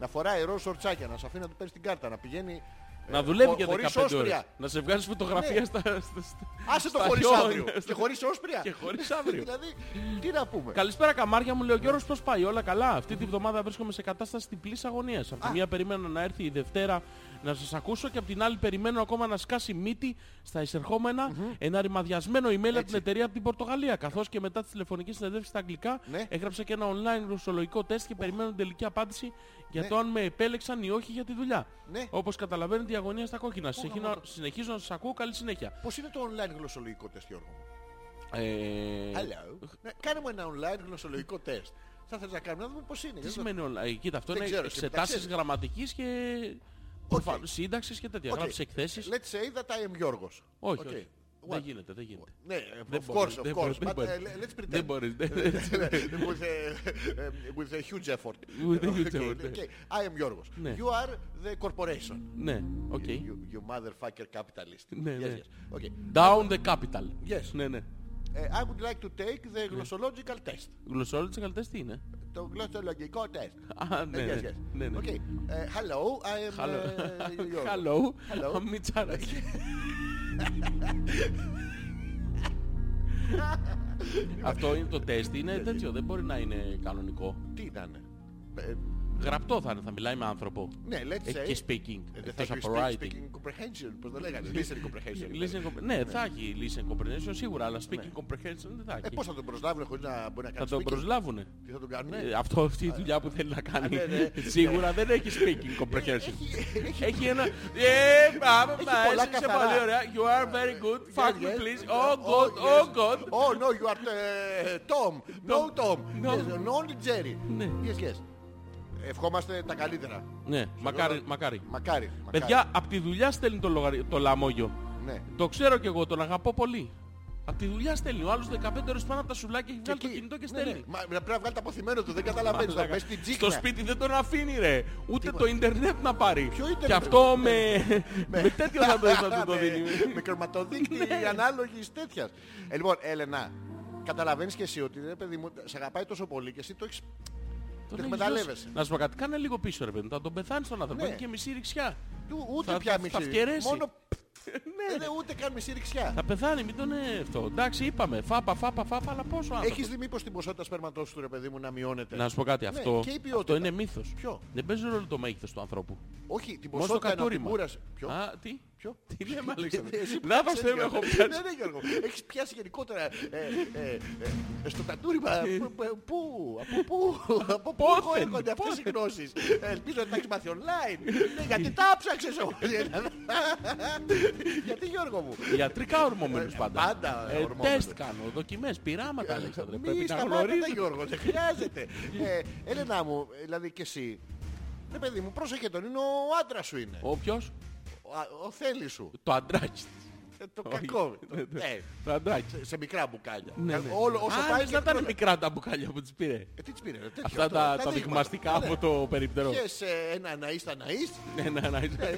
Speaker 1: Να φοράει ροζ σορτσάκια, να σε αφήνει να του παίρνεις την κάρτα, να πηγαίνει... ε,
Speaker 2: να δουλεύει
Speaker 1: χω-
Speaker 2: για 15
Speaker 1: χωρίς
Speaker 2: ώρες.
Speaker 1: όστρια.
Speaker 2: Να σε βγάζει φωτογραφία
Speaker 1: Ναι.
Speaker 2: στα, στα, στα-
Speaker 1: Άσε το
Speaker 2: στα
Speaker 1: χωρίς
Speaker 2: χιόνια,
Speaker 1: αύριο.
Speaker 2: στα-
Speaker 1: Και χωρίς όσπρια.
Speaker 2: Και χωρίς αύριο.
Speaker 1: δηλαδή, τι να πούμε.
Speaker 2: Καλησπέρα καμάρια μου, λέει ο Γιώργος πώς πάει, όλα καλά. Αυτή τη βδομάδα βρίσκομαι σε κατάσταση διπλής αγωνίας. Από τη μία περιμένω να έρθει η Δευτέρα να σας ακούσω και από την άλλη περιμένω ακόμα να σκάσει μύτη στα εισερχόμενα ένα ρημαδιασμένο email από την εταιρεία από την Πορτογαλία. Καθώς και μετά τις τηλεφωνικές συνεδεύσεις στα αγγλικά
Speaker 1: Ναι.
Speaker 2: έγραψα και ένα online ρωσολογικό τεστ και περιμένω την τελική απάντηση για το αν με επέλεξαν ή όχι για τη δουλειά.
Speaker 1: Ναι.
Speaker 2: Όπως καταλαβαίνετε η αγωνία στα κόκκινα. Συνεχίζω, συνεχίζω να σας ακούω, καλή συνέχεια.
Speaker 1: Πώς είναι το online γλωσσολογικό τεστ, Γιώργο μου.
Speaker 2: Ε,
Speaker 1: Hello. Ναι, κάνε μου ένα online γλωσσολογικό τεστ. Θα θέλεις να κάνουμε να δούμε πώς είναι.
Speaker 2: Τι
Speaker 1: Για να-
Speaker 2: σημαίνει όλα. ε, Κοίτα, αυτό
Speaker 1: Δεν
Speaker 2: είναι
Speaker 1: ξέρω, εσύ που τα
Speaker 2: εξετάσεις
Speaker 1: ξέρεις.
Speaker 2: γραμματικής και okay. σύνταξης και τέτοια.
Speaker 1: Okay.
Speaker 2: Γράφεις εκθέσεις.
Speaker 1: Let's say that I am Γιώργος.
Speaker 2: Όχι,
Speaker 1: Okay.
Speaker 2: όχι.
Speaker 1: Ναι. What?
Speaker 2: Δεν γίνεται, δεν γίνεται.
Speaker 1: Ναι,
Speaker 2: Δεν
Speaker 1: of
Speaker 2: μπορείς,
Speaker 1: course, of
Speaker 2: δεν
Speaker 1: course.
Speaker 2: μπορείς, δεν
Speaker 1: But
Speaker 2: μπορείς.
Speaker 1: uh, let's pretend.
Speaker 2: Δεν μπορείς. δεν-
Speaker 1: with, a, with a huge effort.
Speaker 2: With a huge
Speaker 1: Okay,
Speaker 2: effort, ναι.
Speaker 1: okay. I am Γιώργος.
Speaker 2: Ναι.
Speaker 1: You are the corporation.
Speaker 2: Ναι, οκ.
Speaker 1: You, you motherfucker capitalist.
Speaker 2: Ναι,
Speaker 1: yes,
Speaker 2: ναι.
Speaker 1: yes. Okay.
Speaker 2: Down the capital.
Speaker 1: Yes.
Speaker 2: Ναι, ναι.
Speaker 1: Ε, I would like to take the glossological test.
Speaker 2: Γλωσσόλτσα τι είναι.
Speaker 1: Το γλωσσολογικό τεστ.
Speaker 2: Α, ναι,
Speaker 1: Ε, Yes,
Speaker 2: ναι.
Speaker 1: yes.
Speaker 2: Ναι, ναι.
Speaker 1: Okay. Ε, hello, I am...
Speaker 2: Hello.
Speaker 1: ε, Γιώργος.
Speaker 2: Hello.
Speaker 1: Hello.
Speaker 2: I'm Mitsaras. Αυτό είναι το τεστ, είναι τέτοιο, δεν μπορεί να είναι κανονικό.
Speaker 1: Τι ήταν. Ε,
Speaker 2: Γραπτό θα είναι, θα μιλάει με άνθρωπο.
Speaker 1: ναι, let's
Speaker 2: Ε,
Speaker 1: say...
Speaker 2: και speaking,
Speaker 1: Ε, δεν θα
Speaker 2: εκτός
Speaker 1: πει
Speaker 2: από
Speaker 1: speak-
Speaker 2: writing.
Speaker 1: speaking comprehension, πώς το λέγανε. Listening comprehension.
Speaker 2: Listening compre- Ναι, θα έχει listening comprehension σίγουρα, αλλά speaking comprehension δεν θα
Speaker 1: Ε,
Speaker 2: έχει.
Speaker 1: πώς θα τον προσλάβουν χωρίς να μπορεί να
Speaker 2: Θα
Speaker 1: κάνει
Speaker 2: τον
Speaker 1: speaking?
Speaker 2: προσλάβουνε.
Speaker 1: Τι θα τον κάνουν.
Speaker 2: Ε, Αυτό αυτή η δουλειά που θέλει να κάνει
Speaker 1: ναι, ναι. Ε,
Speaker 2: σίγουρα δεν έχει speaking comprehension.
Speaker 1: έχει-
Speaker 2: Έχει ένα... Ε, πάμε,
Speaker 1: πολλά
Speaker 2: είσαι
Speaker 1: καθαρά.
Speaker 2: πολύ ωραία. You are very good. Fuck
Speaker 1: yes.
Speaker 2: me please. Oh God, oh God.
Speaker 1: Oh no, you are uh, Tom. No Tom.
Speaker 2: No.
Speaker 1: Yes, no only Jerry.
Speaker 2: Ναι.
Speaker 1: Yes, yes. Ευχόμαστε τα καλύτερα.
Speaker 2: Ναι, μακάρι,
Speaker 1: Γιώργο.
Speaker 2: μακάρι.
Speaker 1: Μακάρι. μακάρι.
Speaker 2: Παιδιά, από τη δουλειά στέλνει το, λογαρι... το λαμόγιο.
Speaker 1: Ναι.
Speaker 2: Το ξέρω κι εγώ, τον αγαπώ πολύ. Από τη δουλειά στέλνει. Ο άλλος 15 ώρες πάνω από τα σουβλάκια έχει βγάλει το
Speaker 1: εκεί.
Speaker 2: κινητό και
Speaker 1: Ναι, ναι.
Speaker 2: στέλνει.
Speaker 1: Μα πρέπει να βγάλει τα αποθυμένο του, δεν καταλαβαίνεις. Θα
Speaker 2: Μαλάκα.
Speaker 1: πες την τσίκνα.
Speaker 2: Στο σπίτι δεν τον αφήνει ρε. Ούτε το ίντερνετ να πάρει.
Speaker 1: Ποιο ίντερνετ,
Speaker 2: Και
Speaker 1: ρε?
Speaker 2: αυτό με, με τέτοιο θα το, θα του το
Speaker 1: Με-
Speaker 2: δίνει.
Speaker 1: Με κρεματοδίκτη ανάλογης τέτοιας. Ε, λοιπόν, Έλενα, καταλαβαίνεις και εσύ ότι ρε παιδί μου, σε αγαπάει τόσο πολύ και εσύ το έχεις...
Speaker 2: Τον
Speaker 1: Το
Speaker 2: έχει
Speaker 1: εκμεταλλεύεσαι.
Speaker 2: δώσει. Να σου πω κάτι, κάνε λίγο πίσω ρε παιδί μου. Θα τον πεθάνει τον άνθρωπο.
Speaker 1: Ναι.
Speaker 2: Έχει και μισή ρηξιά.
Speaker 1: του- Ούτε
Speaker 2: Θα-
Speaker 1: πια
Speaker 2: θα-
Speaker 1: μισή.
Speaker 2: θα φκαιρέσει.
Speaker 1: Μόνο
Speaker 2: ναι.
Speaker 1: ε, ούτε καν μισή ρηξιά.
Speaker 2: Θα πεθάνει, μην τον ε, αυτό. Εντάξει, είπαμε. Φάπα, φάπα, φάπα, αλλά πόσο άνθρωπο.
Speaker 1: Έχεις δει μήπως την ποσότητα σπέρματός του ρε παιδί μου να μειώνεται.
Speaker 2: Να σου πω κάτι,
Speaker 1: Ναι,
Speaker 2: αυτό,
Speaker 1: και η ποιότητα.
Speaker 2: αυτό είναι μύθος.
Speaker 1: Ποιο?
Speaker 2: Δεν παίζει ρόλο το μέγεθος του ανθρώπου.
Speaker 1: Όχι, την
Speaker 2: Μόνο το
Speaker 1: ποσότητα να την
Speaker 2: κατούριμα.
Speaker 1: κούρασε. Ποιο?
Speaker 2: Α, τι.
Speaker 1: Ποιο?
Speaker 2: Τι λέμε, Αλέξανδρε.
Speaker 1: Εσύ που
Speaker 2: Λάθος
Speaker 1: ξέρεις,
Speaker 2: θέμα έχω
Speaker 1: Γιώργο.
Speaker 2: πιάσει.
Speaker 1: Ναι, ναι, Γιώργο. Έχεις πιάσει γενικότερα ε, ε, ε, στο τατούριμα. Πού, πού, πού, από πού, από πού
Speaker 2: Πόθεν,
Speaker 1: έρχονται αυτές οι
Speaker 2: πόθεν.
Speaker 1: γνώσεις. Ελπίζω να τα έχεις μάθει online. Ναι, γιατί τα ψάξες όλοι. Γιατί Γιώργο μου.
Speaker 2: Ιατρικά ορμόμενους
Speaker 1: Ε,
Speaker 2: πάντα.
Speaker 1: πάντα
Speaker 2: Ε,
Speaker 1: ορμόμενους. Ε,
Speaker 2: τεστ κάνω, δοκιμές, πειράματα, Αλέξανδρε.
Speaker 1: Μη
Speaker 2: Πρέπει να
Speaker 1: σταμάτητα
Speaker 2: γνωρίζεις.
Speaker 1: Γιώργο, δεν χρειάζεται. Ε, Έλενα μου, ε, δηλαδή και εσύ. Ναι παιδί μου, πρόσεχε τον, είναι ο άντρας σου είναι.
Speaker 2: Ο ποιος?
Speaker 1: Ο, α- ο θέλης σου.
Speaker 2: Το αντράκι.
Speaker 1: Ε, Το
Speaker 2: Όχι.
Speaker 1: κακό.
Speaker 2: Ναι, ναι.
Speaker 1: Ε,
Speaker 2: Το αντράκι.
Speaker 1: σε μικρά μπουκάλια. Ε,
Speaker 2: Ναι, ναι.
Speaker 1: Όλο, όσο
Speaker 2: Α,
Speaker 1: πάει
Speaker 2: λες
Speaker 1: και
Speaker 2: να ήταν
Speaker 1: εκτός-
Speaker 2: μικρά τα μπουκάλια που τις πήρε.
Speaker 1: Ε, τι της πήρε, ρε, τέτοιο,
Speaker 2: Αυτά
Speaker 1: αυτό,
Speaker 2: τα, τα
Speaker 1: δείγματα.
Speaker 2: δειγμαστικά
Speaker 1: Ναι.
Speaker 2: από το περιπτερό.
Speaker 1: Πιες, ε, ένα να είσαι, να είσαι.
Speaker 2: Ναι, ναι, ναι.
Speaker 1: Ε.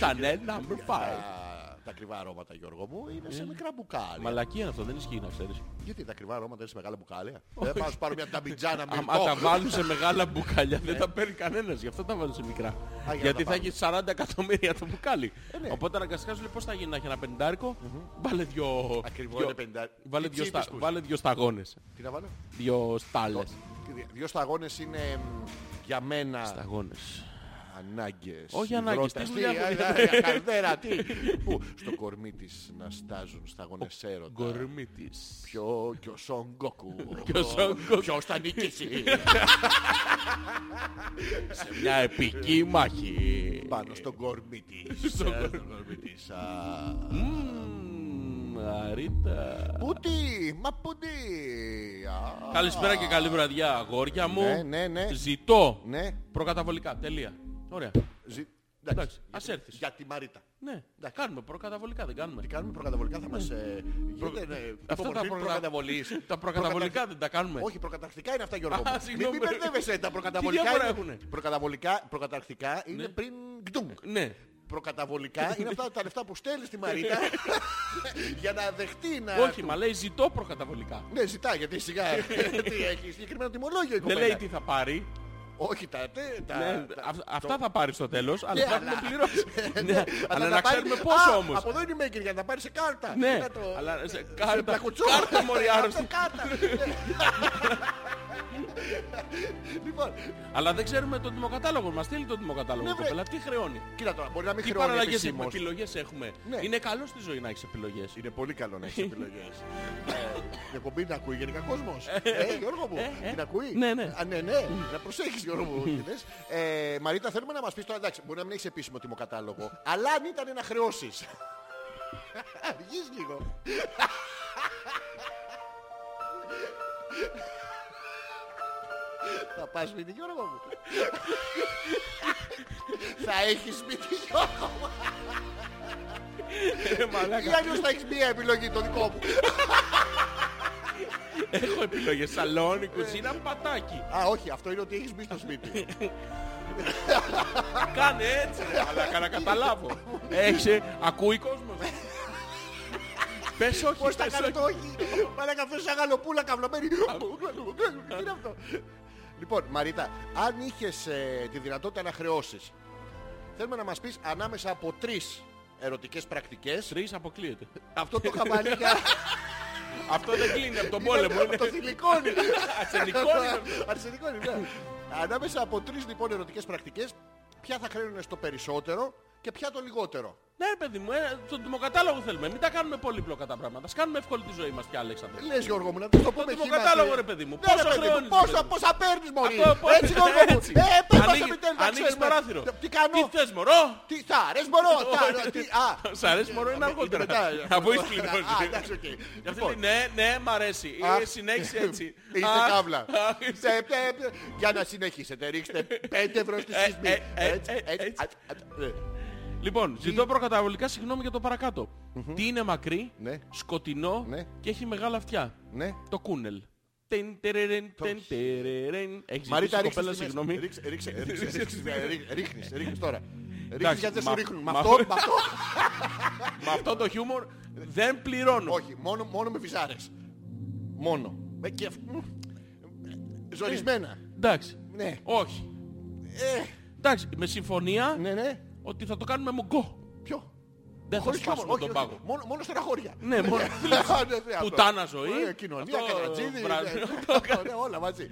Speaker 2: Chanel number 5.
Speaker 1: Τα- Τα ακριβά αρώματα, Γιώργο μου, είναι
Speaker 2: Ε.
Speaker 1: σε μικρά μπουκάλια.
Speaker 2: Μαλακία είναι αυτό, δεν ισχύει να ξέρεις.
Speaker 1: Γιατί τα ακριβά αρώματα είναι σε μεγάλα μπουκάλια. Δεν πάω να σου πάρω μια ταμπιτζάνα με
Speaker 2: Αν τα βάλουν σε μεγάλα μπουκάλια δεν τα παίρνει κανένας, γι' αυτό τα βάλουν σε μικρά.
Speaker 1: να
Speaker 2: Γιατί
Speaker 1: τα
Speaker 2: θα έχει 40 εκατομμύρια το μπουκάλι.
Speaker 1: ναι.
Speaker 2: Οπότε αναγκαστικά σου λέει πώς θα γίνει να έχει ένα πεντάρικο. Βάλε δυο...
Speaker 1: Ακριβό
Speaker 2: δυο-
Speaker 1: είναι πεντάρι-
Speaker 2: Βάλε
Speaker 1: Τι
Speaker 2: δυο,
Speaker 1: τσίπες
Speaker 2: στα...
Speaker 1: που
Speaker 2: βάλε δυο σταγόνες.
Speaker 1: Τι να βάλω.
Speaker 2: Δυο στάλες.
Speaker 1: Δύο σταγόνες είναι μ, για μένα
Speaker 2: Σταγόνες.
Speaker 1: ανάγκες.
Speaker 2: Όχι ανάγκες,
Speaker 1: Υδρότας.
Speaker 2: τι δουλειά
Speaker 1: α,
Speaker 2: έχουν.
Speaker 1: α, α, Καρδέρα, τι. Που στο κορμί της να στάζουν σταγόνες έρωτα.
Speaker 2: Κορμί της.
Speaker 1: Ποιο και ο Σον Γκόκου.
Speaker 2: Και ο Son Goku.
Speaker 1: Ποιος θα νικήσει.
Speaker 2: Μια επική μάχη.
Speaker 1: Πάνω στον κορμί της.
Speaker 2: Στον
Speaker 1: Ε, Στον κορμί της. Α,
Speaker 2: Μμμ, Αρίτα.
Speaker 1: Πού τι, μα πού τι. Α,
Speaker 2: Καλησπέρα και καλή βραδιά αγόρια μου.
Speaker 1: Ναι, ναι, ναι.
Speaker 2: Ζητώ.
Speaker 1: Ναι,
Speaker 2: Προκαταβολικά. Τελεία. Ωραία.
Speaker 1: ζη-
Speaker 2: Εντάξει,
Speaker 1: εντάξει.
Speaker 2: ας έρθεις.
Speaker 1: Για τη Μαρίτα.
Speaker 2: Ναι.
Speaker 1: Εντάξει.
Speaker 2: Κάνουμε προκαταβολικά, δεν κάνουμε.
Speaker 1: Τι κάνουμε προκαταβολικά θα μας... ε, γίνεται, ναι,
Speaker 2: Αυτά τα
Speaker 1: υπομορφή
Speaker 2: προκα-
Speaker 1: προκαταβολής.
Speaker 2: Τα προκαταβολικά δεν τα κάνουμε.
Speaker 1: Όχι, προκαταρκτικά είναι αυτά, Γιώργο.
Speaker 2: Α,
Speaker 1: μου. Μην
Speaker 2: συγγνώμη.
Speaker 1: μην μπερδεύεσαι. Τα προκαταβολικά.
Speaker 2: Τι διάφορα
Speaker 1: είναι-
Speaker 2: έχουνε?
Speaker 1: Προκαταβολικά, προκαταρκτικά είναι
Speaker 2: Ναι.
Speaker 1: πριν γκντουνγκ.
Speaker 2: Ναι.
Speaker 1: Προκαταβολικά είναι αυτά τα λεφτά που στέλνεις στη Μαρίτα για να δεχτεί να.
Speaker 2: Όχι, μα λέει ζητώ προκαταβολικά.
Speaker 1: Ναι, ζητά γιατί σιγά. τι έχει, συγκεκριμένο τιμολόγιο η
Speaker 2: Δεν
Speaker 1: κοπέλα.
Speaker 2: λέει τι θα πάρει.
Speaker 1: Όχι, τα. τε- τα-
Speaker 2: Ναι,
Speaker 1: τα-
Speaker 2: αυ-
Speaker 1: το-
Speaker 2: Αυτά θα πάρεις στο τέλος, αλλά
Speaker 1: Ναι,
Speaker 2: θα έχουμε
Speaker 1: αλλά-
Speaker 2: πληρώσεις. Ναι,
Speaker 1: Αλλά
Speaker 2: Αλλά
Speaker 1: τα
Speaker 2: να
Speaker 1: πάρει-
Speaker 2: ξέρουμε
Speaker 1: Α,
Speaker 2: πόσο όμως.
Speaker 1: Από εδώ είναι η Μέγκερ για να πάρεις σε κάρτα.
Speaker 2: Ναι,
Speaker 1: Να το-
Speaker 2: αλλά σε
Speaker 1: σε
Speaker 2: κάρτα.
Speaker 1: πλακουτσό.
Speaker 2: Κάρτα μωρή άρρωστη.
Speaker 1: Κάρτα. Ναι. Λοιπόν,
Speaker 2: Αλλά δεν ξέρουμε τον τιμοκατάλογο. Μας στείλει τον
Speaker 1: Ναι,
Speaker 2: τιμοκατάλογο
Speaker 1: βρε.
Speaker 2: κοπέλα. Τι χρεώνει.
Speaker 1: κοίτα τώρα, μπορεί να μην
Speaker 2: Τι
Speaker 1: χρεώνει
Speaker 2: παραλλαγές έχουμε,
Speaker 1: επισήμως.
Speaker 2: επιλογές έχουμε.
Speaker 1: Ναι.
Speaker 2: Είναι καλό στη ζωή να έχεις επιλογές.
Speaker 1: Είναι πολύ καλό να έχεις επιλογέ. Η εκπομπή την ακούει γενικά κόσμος. Ε, Γιώργο μου,
Speaker 2: ε, ε.
Speaker 1: την ακούει.
Speaker 2: Ναι, ναι.
Speaker 1: Α, ναι, ναι. Να προσέχεις, Γιώργο μου. τι λες. Ε, Μαρίτα, θέλουμε να μας πεις τώρα, εντάξει, μπορεί να μην έχεις επίσημο τιμοκατάλογο, αλλά αν ήταν να χρεώσεις. Αργείς λίγο. Θα πας σπίτι Γιώργο μου. Θα έχεις σπίτι Γιώργο μου.
Speaker 2: Ε, μαλάκα,
Speaker 1: Ή αλλιώς θα έχεις μία επιλογή το δικό μου.
Speaker 2: Έχω επιλογές σαλόνι, κουζίνα, πατάκι.
Speaker 1: Α, όχι, αυτό είναι ότι έχεις μπει στο σπίτι.
Speaker 2: Κάνε έτσι, αλλά να καταλάβω. Έχεις, ακούει κόσμος. Πες όχι,
Speaker 1: Πώς τα
Speaker 2: πες
Speaker 1: κάνω
Speaker 2: όχι.
Speaker 1: το όχι. Μαλάκα αυτός σαν γαλοπούλα καυλωμένη. Τι είναι αυτό. Λοιπόν, Μαρίτα, αν είχες ε, τη δυνατότητα να χρεώσεις, θέλουμε να μας πεις ανάμεσα από τρεις ερωτικές πρακτικές.
Speaker 2: Τρεις αποκλείεται.
Speaker 1: Αυτό το είχα βάλει για...
Speaker 2: Αυτό δεν κλείνει από τον πόλεμο. ναι.
Speaker 1: Το θηλυκόνι.
Speaker 2: Αρσενικό είναι.
Speaker 1: Αρσενικό είναι, ναι. Ανάμεσα από τρεις λοιπόν ερωτικές πρακτικές, ποια θα χρέουν στο περισσότερο και ποια το λιγότερο.
Speaker 2: Ναι, παιδί μου, ε, τον δημοκατάλογο θέλουμε. Μην τα κάνουμε πολύπλοκα τα πράγματα. Ας κάνουμε εύκολη τη ζωή μας πια, Αλέξανδρο.
Speaker 1: Λες Γιώργο μου, να το πούμε
Speaker 2: τύπο
Speaker 1: χειμάστε.
Speaker 2: κατάλογο, ρε παιδί μου.
Speaker 1: Ναι, ρε
Speaker 2: Πόσα
Speaker 1: παιδί μου,
Speaker 2: χρεώνεις,
Speaker 1: πόσα-
Speaker 2: ρε παιδί μου.
Speaker 1: Πόσα παίρνεις μωρή.
Speaker 2: Αυτό, πώς-
Speaker 1: Έτσι Γιώργο μου.
Speaker 2: έτσι.
Speaker 1: Ε, πες μας
Speaker 2: Ανοίγει-
Speaker 1: επιτέλους να
Speaker 2: ανοίγεις
Speaker 1: ξέρουμε.
Speaker 2: παράθυρο.
Speaker 1: Τι κάνω.
Speaker 2: Τι θες, μωρό.
Speaker 1: Τι θα, ρε μωρό. θα, τι- Α,
Speaker 2: Σ' αρέσει, μωρό, είναι αργότερα.
Speaker 1: μετά. ε,
Speaker 2: Αφού είσαι ε. σκληρός.
Speaker 1: Α, εντάξει, οκ.
Speaker 2: Γι' αυτό
Speaker 1: Λοιπόν.
Speaker 2: λέει, ναι, ναι, μ' αρέσει.
Speaker 1: Α.
Speaker 2: Ε, Συνέχισε έτσι.
Speaker 1: Είστε
Speaker 2: Α,
Speaker 1: καύλα.
Speaker 2: α,
Speaker 1: Σε- ε, ε, Για να συνεχίσετε, ρίξτε 5 ευρώ στη
Speaker 2: Ε, ε,
Speaker 1: σεισμή.
Speaker 2: ε,
Speaker 1: Έτσι,
Speaker 2: ε,
Speaker 1: έτσι,
Speaker 2: έτσι.
Speaker 1: α, α, ε.
Speaker 2: Λοιπόν, ζητώ προκαταβολικά συγγνώμη για το παρακάτω. Τι είναι μακρύ,
Speaker 1: Ναι.
Speaker 2: σκοτεινό
Speaker 1: Ναι.
Speaker 2: και έχει μεγάλα αυτιά.
Speaker 1: Ναι.
Speaker 2: Το κούνελ. Τεν, τερερεν,
Speaker 1: Το-
Speaker 2: τεν, τερερεν. Έχεις
Speaker 1: Μαρίτα, ρίξτε
Speaker 2: ζητήσει κοπέλα
Speaker 1: στη μέση.
Speaker 2: συγγνώμη.
Speaker 1: Ρίξε, ρίξε, ρίξε, ρίξε, ρίξε, ρίχνεις, ρίχνεις τώρα. Ρίχνεις
Speaker 2: Εντάξει,
Speaker 1: γιατί δεν
Speaker 2: μα-
Speaker 1: σου ρίχνουν. Με
Speaker 2: μα-
Speaker 1: αυτό, με αυτό.
Speaker 2: Με αυτό το χιούμορ δεν πληρώνω.
Speaker 1: Όχι, μόνο, μόνο με βυζάρες. Μόνο. Ε, και αυ- μ. Ζορισμένα.
Speaker 2: Εντάξει.
Speaker 1: Ναι.
Speaker 2: Όχι.
Speaker 1: Ε,
Speaker 2: Εντάξει, με συμφωνία
Speaker 1: ναι, ναι.
Speaker 2: ότι θα το κάνουμε μογκό.
Speaker 1: Ποιο.
Speaker 2: Δεν θα
Speaker 1: Χωρίς χιούμορ,
Speaker 2: σπάσουμε
Speaker 1: όχι,
Speaker 2: τον
Speaker 1: όχι.
Speaker 2: πάγο.
Speaker 1: Μόνο, μόνο στεναχώρια.
Speaker 2: Ναι, μόνο.
Speaker 1: Ναι, ναι, αυτό.
Speaker 2: Πουτάνα ζωή.
Speaker 1: Ε, Κοινωνία,
Speaker 2: Αυτό,
Speaker 1: καλατζίδι.
Speaker 2: μπράβο.
Speaker 1: ναι, αυτό, ναι, Όλα μαζί.